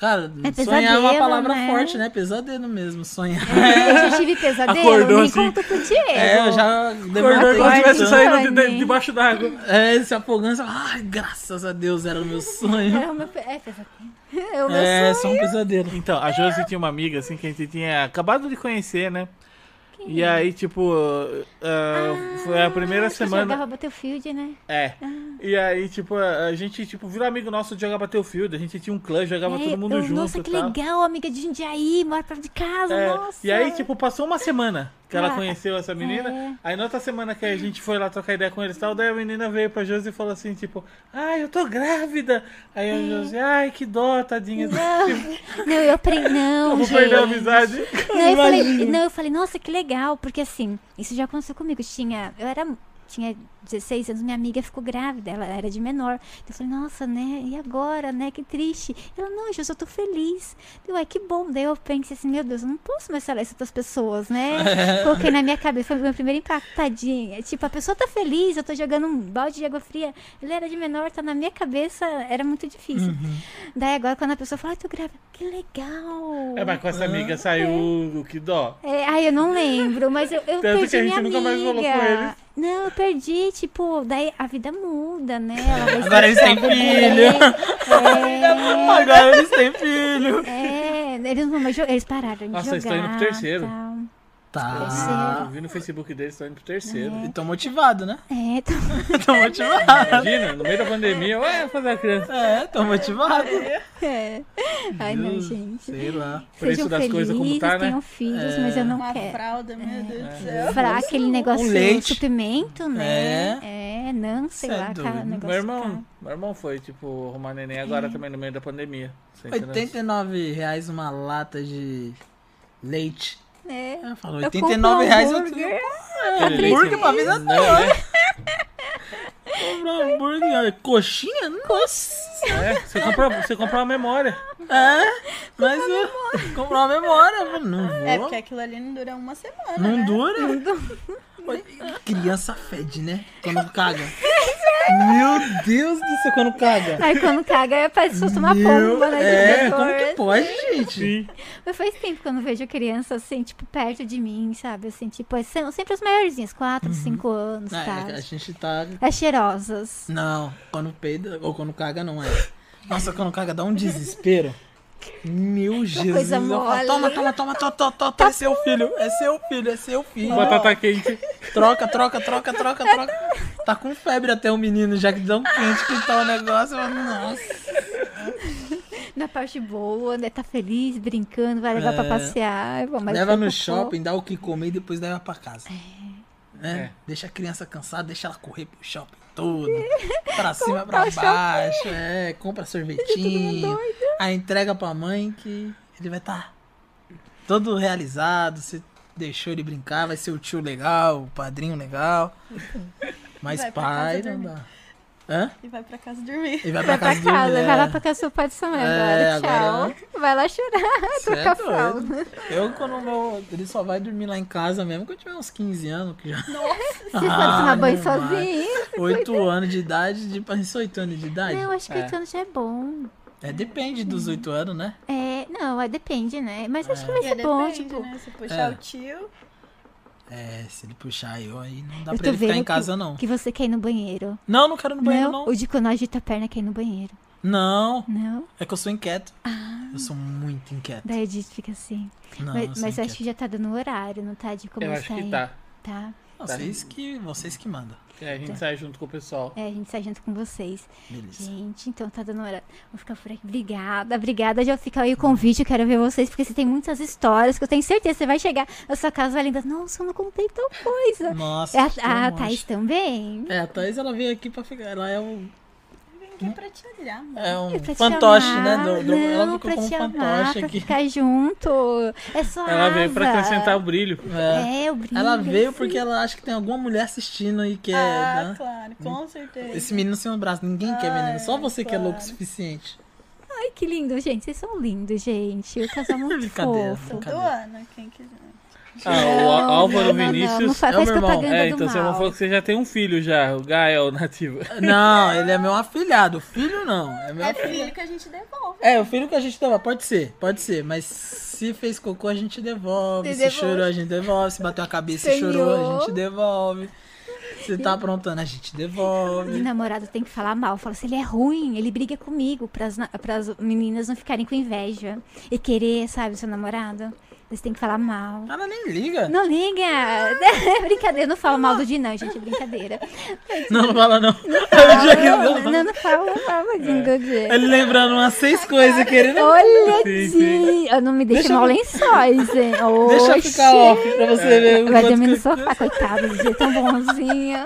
[SPEAKER 2] Cara,
[SPEAKER 1] É
[SPEAKER 2] sonhar é uma
[SPEAKER 1] pesadelo,
[SPEAKER 2] palavra
[SPEAKER 1] né?
[SPEAKER 2] forte, né? Pesadelo mesmo, sonhar.
[SPEAKER 1] Eu já tive pesadelo,
[SPEAKER 4] Acordou
[SPEAKER 1] nem
[SPEAKER 4] assim.
[SPEAKER 1] conta pro Diego.
[SPEAKER 2] É, eu já
[SPEAKER 4] Acordou
[SPEAKER 2] demorei
[SPEAKER 4] igual se tivesse
[SPEAKER 1] Acordou,
[SPEAKER 4] saindo de- de-
[SPEAKER 1] né?
[SPEAKER 4] debaixo d'água.
[SPEAKER 2] É, se afogando, você fala, ai, graças a Deus, era o meu sonho.
[SPEAKER 1] Era o meu pe- É, pesadelo. É o meu
[SPEAKER 2] É,
[SPEAKER 1] sonho.
[SPEAKER 2] só um pesadelo.
[SPEAKER 4] Então, a Josi tinha uma amiga, assim, que a gente tinha acabado de conhecer, né? E aí, tipo, ah, foi a primeira
[SPEAKER 1] você
[SPEAKER 4] semana.
[SPEAKER 1] jogava Battlefield, né?
[SPEAKER 4] É.
[SPEAKER 2] Ah.
[SPEAKER 4] E aí, tipo, a a gente tipo, virou amigo nosso de jogar Battlefield. A gente tinha um clã, jogava
[SPEAKER 1] É,
[SPEAKER 4] todo mundo
[SPEAKER 1] eu-
[SPEAKER 4] junto.
[SPEAKER 1] Nossa, que
[SPEAKER 4] e tal.
[SPEAKER 1] legal, amiga de Jundiaí, mora perto de casa,
[SPEAKER 4] É,
[SPEAKER 1] nossa. É.
[SPEAKER 4] E aí, tipo, passou uma semana que
[SPEAKER 1] Ah,
[SPEAKER 4] ela conheceu essa menina. Aí, na outra semana que a gente foi lá trocar ideia com eles e tal, daí a menina veio pra Josi e falou assim, tipo, ai, eu tô grávida. Aí
[SPEAKER 1] É.
[SPEAKER 4] a Josi, ai, que dó, tadinha. Tipo,
[SPEAKER 1] Não, eu aprendi. Não,
[SPEAKER 4] vou
[SPEAKER 1] gente.
[SPEAKER 4] perder a amizade.
[SPEAKER 1] Não eu, falei, não, eu falei, nossa, que legal, porque assim, isso já aconteceu comigo. Tinha, eu era, tinha 16 anos, minha amiga ficou grávida, ela era de menor. Então eu falei, nossa, né, e agora, né, que triste. Ela, não, eu só tô feliz. Eu, ai, que bom. Daí eu pensei assim, meu Deus, eu não posso mais falar isso pras pessoas, né? Coloquei na minha cabeça, foi o meu primeiro impacto, tadinha. Tipo, a pessoa tá feliz, eu tô jogando um balde de água fria. Ela era de menor, tá na minha cabeça, era muito difícil. Daí agora, quando a pessoa fala, ai, tô grávida, que legal.
[SPEAKER 4] É, mas com essa amiga saiu o que dó.
[SPEAKER 1] É, ai, eu não lembro, mas eu, eu
[SPEAKER 4] Tanto
[SPEAKER 1] perdi
[SPEAKER 4] que a gente
[SPEAKER 1] minha
[SPEAKER 4] nunca mais
[SPEAKER 1] amiga.
[SPEAKER 4] falou com eles.
[SPEAKER 1] Não, eu perdi, tipo, daí a vida muda, né? Ela vai
[SPEAKER 7] Agora eles têm
[SPEAKER 1] é.
[SPEAKER 7] filho.
[SPEAKER 1] filho.
[SPEAKER 7] Agora eles têm filho.
[SPEAKER 1] É, é, eles não vão mais jogar, eles pararam de
[SPEAKER 4] Nossa,
[SPEAKER 1] jogar.
[SPEAKER 4] eles estão indo pro terceiro.
[SPEAKER 1] tal.
[SPEAKER 4] Ah, Eu
[SPEAKER 1] Ah,
[SPEAKER 2] Tá.
[SPEAKER 4] vi no Facebook deles, estão indo pro terceiro.
[SPEAKER 2] Eu tô motivado, né?
[SPEAKER 1] É, tô...
[SPEAKER 2] Tô
[SPEAKER 1] É.
[SPEAKER 2] motivado.
[SPEAKER 4] Imagina, no meio da pandemia, ué, vou fazer a criança.
[SPEAKER 2] É, tô motivado.
[SPEAKER 1] é. Ai, não, gente.
[SPEAKER 2] Sei lá.
[SPEAKER 4] Preço
[SPEAKER 1] Sejam
[SPEAKER 4] das
[SPEAKER 1] felizes,
[SPEAKER 4] coisas como tá, né?
[SPEAKER 1] tenham filhos, mas eu não
[SPEAKER 3] Uma
[SPEAKER 1] quero.
[SPEAKER 3] fralda,
[SPEAKER 2] É.
[SPEAKER 3] meu Deus do céu.
[SPEAKER 1] Pra aquele
[SPEAKER 4] Um
[SPEAKER 1] negócio,
[SPEAKER 2] leite.
[SPEAKER 1] suplemento, né? É, não, sei
[SPEAKER 2] Cê é
[SPEAKER 1] lá, cara,
[SPEAKER 2] doido.
[SPEAKER 1] negócio
[SPEAKER 4] Meu irmão,
[SPEAKER 1] cara.
[SPEAKER 4] meu irmão foi, tipo, arrumar neném
[SPEAKER 1] É.
[SPEAKER 4] agora também no meio da pandemia. Sem
[SPEAKER 2] R$ 89 reais uma lata de leite.
[SPEAKER 1] É.
[SPEAKER 2] Eu falo,
[SPEAKER 1] Eu
[SPEAKER 2] 89
[SPEAKER 1] compro um
[SPEAKER 2] reais eu
[SPEAKER 4] um
[SPEAKER 2] um
[SPEAKER 1] hambúrguer.
[SPEAKER 4] Aquele
[SPEAKER 2] hambúrguer
[SPEAKER 4] leite-
[SPEAKER 2] pra vida
[SPEAKER 4] Não, né?
[SPEAKER 2] compro hambúrguer. é Coxinha? Nossa.
[SPEAKER 4] É, você comprou, você comprou uma memória.
[SPEAKER 2] É, mas eu comprou uma memória. Eu falo, Não
[SPEAKER 3] É,
[SPEAKER 2] vou.
[SPEAKER 3] porque aquilo ali não dura uma semana,
[SPEAKER 2] Não
[SPEAKER 1] É.
[SPEAKER 3] né?
[SPEAKER 2] dura? Criança fede, né? Quando caga.
[SPEAKER 1] É
[SPEAKER 2] Meu Deus do céu, quando caga.
[SPEAKER 1] Aí quando caga, é parece solta uma
[SPEAKER 2] Meu-
[SPEAKER 1] pomba, né? de
[SPEAKER 2] É,
[SPEAKER 1] dor.
[SPEAKER 2] como que pode, gente?
[SPEAKER 1] Mas faz tempo que eu não vejo criança assim, tipo, perto de mim, sabe? Assim, tipo, são sempre as maiorzinhas, 4, 5 anos,
[SPEAKER 2] Ah,
[SPEAKER 1] tá?
[SPEAKER 2] a gente tá.
[SPEAKER 1] As cheirosas.
[SPEAKER 2] Não, quando peida ou quando caga não é. Nossa, quando caga dá um desespero. Meu Jesus.
[SPEAKER 1] coisa
[SPEAKER 2] eu falo,
[SPEAKER 1] mole.
[SPEAKER 2] Toma, toma, toma, toma, toma, toma, toma. É seu filho, é seu filho, é seu filho.
[SPEAKER 4] Batata quente.
[SPEAKER 2] Troca, troca, troca, troca, troca. Tá com febre até o menino, já que dá um quente que tá o negócio. eu falo, Nossa.
[SPEAKER 1] Na parte boa, né? Tá feliz, brincando, vai levar pra
[SPEAKER 2] É.
[SPEAKER 1] passear. Bom, mas
[SPEAKER 2] leva no
[SPEAKER 1] daqui a pouco-
[SPEAKER 2] shopping, dá o que comer e depois leva pra casa. É.
[SPEAKER 4] É.
[SPEAKER 2] Deixa a criança cansada, deixa ela correr pro shopping todo. Pra cima,
[SPEAKER 1] o
[SPEAKER 2] pra
[SPEAKER 1] shopping.
[SPEAKER 2] baixo. É, compra sorvetinho. Aí entrega pra mãe que ele vai estar todo realizado. Você deixou ele brincar, vai ser o tio legal, o padrinho legal. Mas
[SPEAKER 3] Vai pra
[SPEAKER 2] pai,
[SPEAKER 3] casa
[SPEAKER 2] não dá. Hã?
[SPEAKER 3] E vai pra casa dormir.
[SPEAKER 2] Ele vai pra
[SPEAKER 1] Vai pra
[SPEAKER 2] casa,
[SPEAKER 1] casa,
[SPEAKER 2] do...
[SPEAKER 1] vai lá pra casa do seu pai de São
[SPEAKER 2] É,
[SPEAKER 1] agora. Tchau.
[SPEAKER 2] agora-
[SPEAKER 1] Vai lá chorar,
[SPEAKER 2] Cê é
[SPEAKER 1] trocar
[SPEAKER 2] doido.
[SPEAKER 1] fralda.
[SPEAKER 2] Eu quando meu, ele só vai dormir lá em casa mesmo quando eu tiver uns 15 anos que já Ah,
[SPEAKER 1] Você sabe tomar banho
[SPEAKER 2] não é vai.
[SPEAKER 1] sozinho?
[SPEAKER 2] 8 anos de idade, de parece 8 anos de idade.
[SPEAKER 1] Não, acho que
[SPEAKER 4] É.
[SPEAKER 1] 8 anos já é bom.
[SPEAKER 2] É, depende dos 8 anos, né?
[SPEAKER 1] É, não, é, depende, né? Mas acho que vai
[SPEAKER 3] E
[SPEAKER 1] ser
[SPEAKER 3] depende,
[SPEAKER 1] bom, tipo.
[SPEAKER 3] né? Se
[SPEAKER 2] É.
[SPEAKER 3] puxar o tio,
[SPEAKER 2] É, se ele puxar eu aí, não dá
[SPEAKER 1] Eu
[SPEAKER 2] pra
[SPEAKER 1] tô
[SPEAKER 2] ele ficar
[SPEAKER 1] vendo
[SPEAKER 2] em casa,
[SPEAKER 1] que,
[SPEAKER 2] não.
[SPEAKER 1] que você quer ir no banheiro.
[SPEAKER 2] Não, não quero ir no banheiro, não.
[SPEAKER 1] O de quando agita a tá perna quer ir no banheiro.
[SPEAKER 2] Não,
[SPEAKER 1] Não.
[SPEAKER 2] é que eu sou inquieto. Eu sou muito inquieto.
[SPEAKER 1] Daí o Edith fica assim.
[SPEAKER 2] Não, eu
[SPEAKER 1] Ah. mas
[SPEAKER 2] sou
[SPEAKER 1] mas eu acho
[SPEAKER 2] inquieto.
[SPEAKER 1] que já tá dando o horário, não tá? De
[SPEAKER 4] Eu
[SPEAKER 1] começar
[SPEAKER 4] acho que
[SPEAKER 1] aí.
[SPEAKER 4] tá.
[SPEAKER 1] Tá.
[SPEAKER 2] Vocês que, vocês que mandam.
[SPEAKER 4] É, a gente sai junto com o pessoal.
[SPEAKER 1] É, a gente sai junto com vocês.
[SPEAKER 2] Beleza.
[SPEAKER 1] Gente, então tá dando horário. Vou ficar por aqui. Obrigada, obrigada. Já fica aí o convite, eu quero ver vocês, porque você tem muitas histórias que eu tenho certeza. Você vai chegar na sua casa e vai lembrar, nossa, eu não contei tal coisa.
[SPEAKER 2] Nossa.
[SPEAKER 1] É
[SPEAKER 2] que
[SPEAKER 1] a, a
[SPEAKER 2] monstro.
[SPEAKER 1] Thaís também.
[SPEAKER 2] É, a Thaís, ela veio aqui pra ficar. Ela é um,
[SPEAKER 3] vem aqui
[SPEAKER 2] Hum?
[SPEAKER 3] pra te olhar, mano.
[SPEAKER 2] é um
[SPEAKER 1] É pra te
[SPEAKER 2] fantoche,
[SPEAKER 1] amar.
[SPEAKER 2] né? Do- do-
[SPEAKER 1] não,
[SPEAKER 2] ela ficou
[SPEAKER 1] pra
[SPEAKER 2] como um
[SPEAKER 1] te amar,
[SPEAKER 2] fantoche
[SPEAKER 1] pra
[SPEAKER 2] aqui.
[SPEAKER 1] ficar junto. É só
[SPEAKER 4] Ela veio pra
[SPEAKER 1] asa.
[SPEAKER 4] acrescentar o brilho.
[SPEAKER 2] É.
[SPEAKER 1] É, eu brinco.
[SPEAKER 2] Ela veio porque ela acha que tem alguma mulher assistindo e quer.
[SPEAKER 3] Ah,
[SPEAKER 2] né?
[SPEAKER 3] claro, com certeza.
[SPEAKER 2] Esse menino sem um braço, ninguém quer menino, só
[SPEAKER 3] Ai,
[SPEAKER 2] você que é louco o
[SPEAKER 3] claro.
[SPEAKER 2] suficiente.
[SPEAKER 1] Ai, que lindo, gente. Vocês são lindos, gente. O casal é muito
[SPEAKER 2] Brincadeira.
[SPEAKER 1] fofo.
[SPEAKER 3] Todo
[SPEAKER 2] Brincadeira.
[SPEAKER 3] ano, quem quiser.
[SPEAKER 4] Ah, o Á- Álvaro
[SPEAKER 1] não, não,
[SPEAKER 4] Vinícius.
[SPEAKER 1] Não, faz,
[SPEAKER 2] é o
[SPEAKER 1] faz
[SPEAKER 2] meu irmão.
[SPEAKER 1] propaganda
[SPEAKER 4] É,
[SPEAKER 1] do
[SPEAKER 4] então
[SPEAKER 1] mal.
[SPEAKER 4] seu irmão falou que você já tem um filho já, o Gael nativo.
[SPEAKER 2] Não, ele é meu afilhado. Filho não. É, meu
[SPEAKER 3] É
[SPEAKER 2] afilhado.
[SPEAKER 3] filho que a gente devolve.
[SPEAKER 2] é o filho que a gente devolve. Pode ser, pode ser. Mas se fez cocô, a gente devolve.
[SPEAKER 1] Se
[SPEAKER 2] Se,
[SPEAKER 1] devolve.
[SPEAKER 2] chorou, a gente devolve. Se bateu a cabeça e
[SPEAKER 1] Senhor.
[SPEAKER 2] chorou, a gente devolve. Se tá aprontando, a gente
[SPEAKER 1] E
[SPEAKER 2] devolve.
[SPEAKER 1] namorado tem que falar mal. Fala assim, ele é ruim, ele briga comigo pras, na- pras meninas não ficarem com inveja e querer, sabe, seu namorado. Você tem que falar mal.
[SPEAKER 2] Ela nem liga.
[SPEAKER 1] Não liga! É brincadeira, eu não falo mal do Dinã, gente, é brincadeira.
[SPEAKER 2] Não, não fala não.
[SPEAKER 1] Ah. Não, não, não falo mal do Dinã.
[SPEAKER 2] É. Ele lembrando umas seis coisas querendo.
[SPEAKER 1] Olha,
[SPEAKER 2] Sim,
[SPEAKER 1] Di! Eu Não me deixa,
[SPEAKER 2] Deixa
[SPEAKER 1] mal
[SPEAKER 2] eu-
[SPEAKER 1] lençóis, hein?
[SPEAKER 2] Deixa eu
[SPEAKER 1] Oxi.
[SPEAKER 2] ficar off pra você ver. o
[SPEAKER 1] Vai
[SPEAKER 2] quanto
[SPEAKER 1] dormir no
[SPEAKER 2] que-
[SPEAKER 1] sofá, coitado, o dia é tão bonzinho.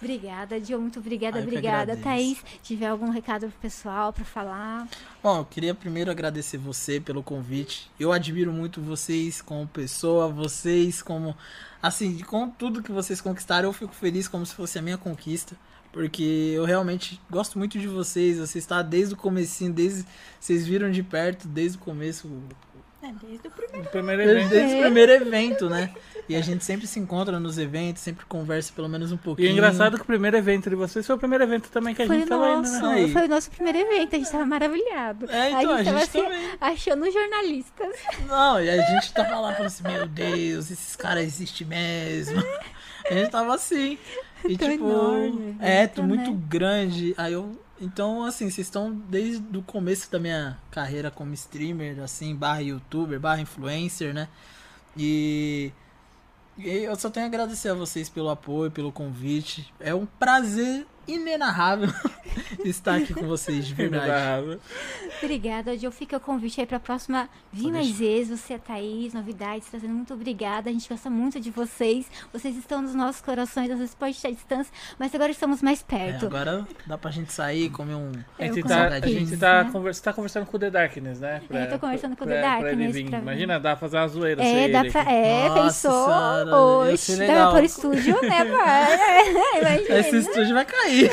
[SPEAKER 1] Obrigada, Dio, muito obrigada,
[SPEAKER 2] Ah, eu que
[SPEAKER 1] obrigada. Thaís,
[SPEAKER 2] agradeço.
[SPEAKER 1] tiver algum recado pro pessoal pra falar?
[SPEAKER 2] Bom, eu queria primeiro agradecer você pelo convite. Eu admiro muito vocês como pessoa, vocês como. Assim, com tudo que vocês conquistaram, eu fico feliz como se fosse a minha conquista. Porque eu realmente gosto muito de vocês. Vocês estão desde o comecinho, desde. Vocês viram de perto, desde o começo,
[SPEAKER 3] É, desde o primeiro.
[SPEAKER 4] No primeiro evento.
[SPEAKER 2] desde o primeiro evento, né? E a gente sempre se encontra nos eventos, sempre conversa pelo menos um
[SPEAKER 4] E
[SPEAKER 2] pouquinho.
[SPEAKER 4] é engraçado que o primeiro evento de vocês foi o primeiro evento também que a
[SPEAKER 1] Foi o
[SPEAKER 2] tá
[SPEAKER 4] gente tava indo,
[SPEAKER 1] nosso,
[SPEAKER 4] né?
[SPEAKER 2] Aí.
[SPEAKER 1] foi o nosso primeiro evento, a gente tava maravilhado.
[SPEAKER 2] É, então, a
[SPEAKER 1] tava assim,
[SPEAKER 2] gente também.
[SPEAKER 1] achando jornalistas.
[SPEAKER 2] Não, e a gente tava lá falando assim, meu Deus, esses caras existem mesmo. A gente tava assim. E
[SPEAKER 1] Tão
[SPEAKER 2] tipo,
[SPEAKER 1] enorme,
[SPEAKER 2] é,
[SPEAKER 1] bonito,
[SPEAKER 2] tu muito
[SPEAKER 1] né?
[SPEAKER 2] grande. Aí eu. Então, assim, vocês estão desde o começo da minha carreira como streamer, assim, barra youtuber, barra influencer, né? E. e eu só tenho a agradecer a vocês pelo apoio, pelo convite. É um prazer inenarrável estar aqui com vocês, de verdade.
[SPEAKER 4] Verdade.
[SPEAKER 1] Obrigada, Dio. Fica o convite aí pra próxima. Vim mais vezes, você, é a Thaís, novidades, trazendo. Muito obrigada. A gente gosta muito de vocês. Vocês estão nos nossos corações, às vezes pode estar à distância, mas agora estamos mais
[SPEAKER 2] É,
[SPEAKER 1] perto.
[SPEAKER 2] agora dá pra gente sair, comer um.
[SPEAKER 4] A
[SPEAKER 1] Eu
[SPEAKER 4] gente,
[SPEAKER 1] com
[SPEAKER 4] tá, a
[SPEAKER 2] certeza,
[SPEAKER 4] gente tá,
[SPEAKER 1] né?
[SPEAKER 4] conver- você tá conversando com o The Darkness, né?
[SPEAKER 1] É, eu tô conversando com o
[SPEAKER 4] pra-
[SPEAKER 1] The
[SPEAKER 4] pra ele
[SPEAKER 1] Darkness
[SPEAKER 4] vir.
[SPEAKER 1] pra mim.
[SPEAKER 4] Imagina, dá pra fazer uma zoeira.
[SPEAKER 1] É,
[SPEAKER 4] sem
[SPEAKER 1] dá
[SPEAKER 4] ele
[SPEAKER 1] pra.
[SPEAKER 4] aqui.
[SPEAKER 1] É,
[SPEAKER 2] Nossa
[SPEAKER 1] pensou.
[SPEAKER 2] senhora, ia
[SPEAKER 1] Oxe,
[SPEAKER 2] ser
[SPEAKER 1] dá pra
[SPEAKER 2] legal.
[SPEAKER 1] pôr estúdio, né, pai? É,
[SPEAKER 2] Esse
[SPEAKER 1] Imagina,
[SPEAKER 2] estúdio vai cair.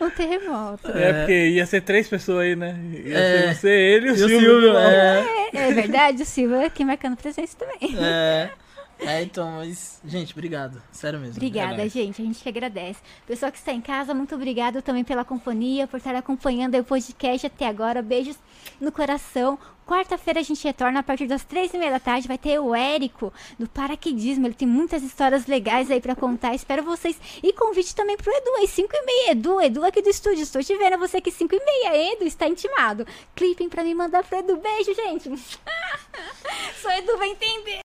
[SPEAKER 1] um terremoto.
[SPEAKER 4] É, porque ia ser três pessoas aí, né? Ia
[SPEAKER 2] É.
[SPEAKER 4] ser você, ele e
[SPEAKER 2] E
[SPEAKER 4] o
[SPEAKER 2] o
[SPEAKER 4] Silvio.
[SPEAKER 2] Silvio, é,
[SPEAKER 1] É, é verdade, o Silva aqui marcando presença também.
[SPEAKER 2] é. É, então, mas, gente, obrigado. Sério mesmo.
[SPEAKER 1] Obrigada,
[SPEAKER 4] verdade.
[SPEAKER 1] gente. A gente que agradece. Pessoal que está em casa, muito obrigado também pela companhia, por estar acompanhando aí o podcast até agora. Beijos no coração. Quarta-feira a gente retorna a partir das três e meia da tarde. Vai ter o Érico do Paraquedismo. Ele tem muitas histórias legais aí pra contar. Espero vocês. E convite também pro Edu, às cinco e meia. Edu, Edu aqui do estúdio. Estou te vendo você aqui às cinco e meia. Edu está intimado. Clipem pra me mandar pro Edu. Beijo, gente. Só Edu vai entender.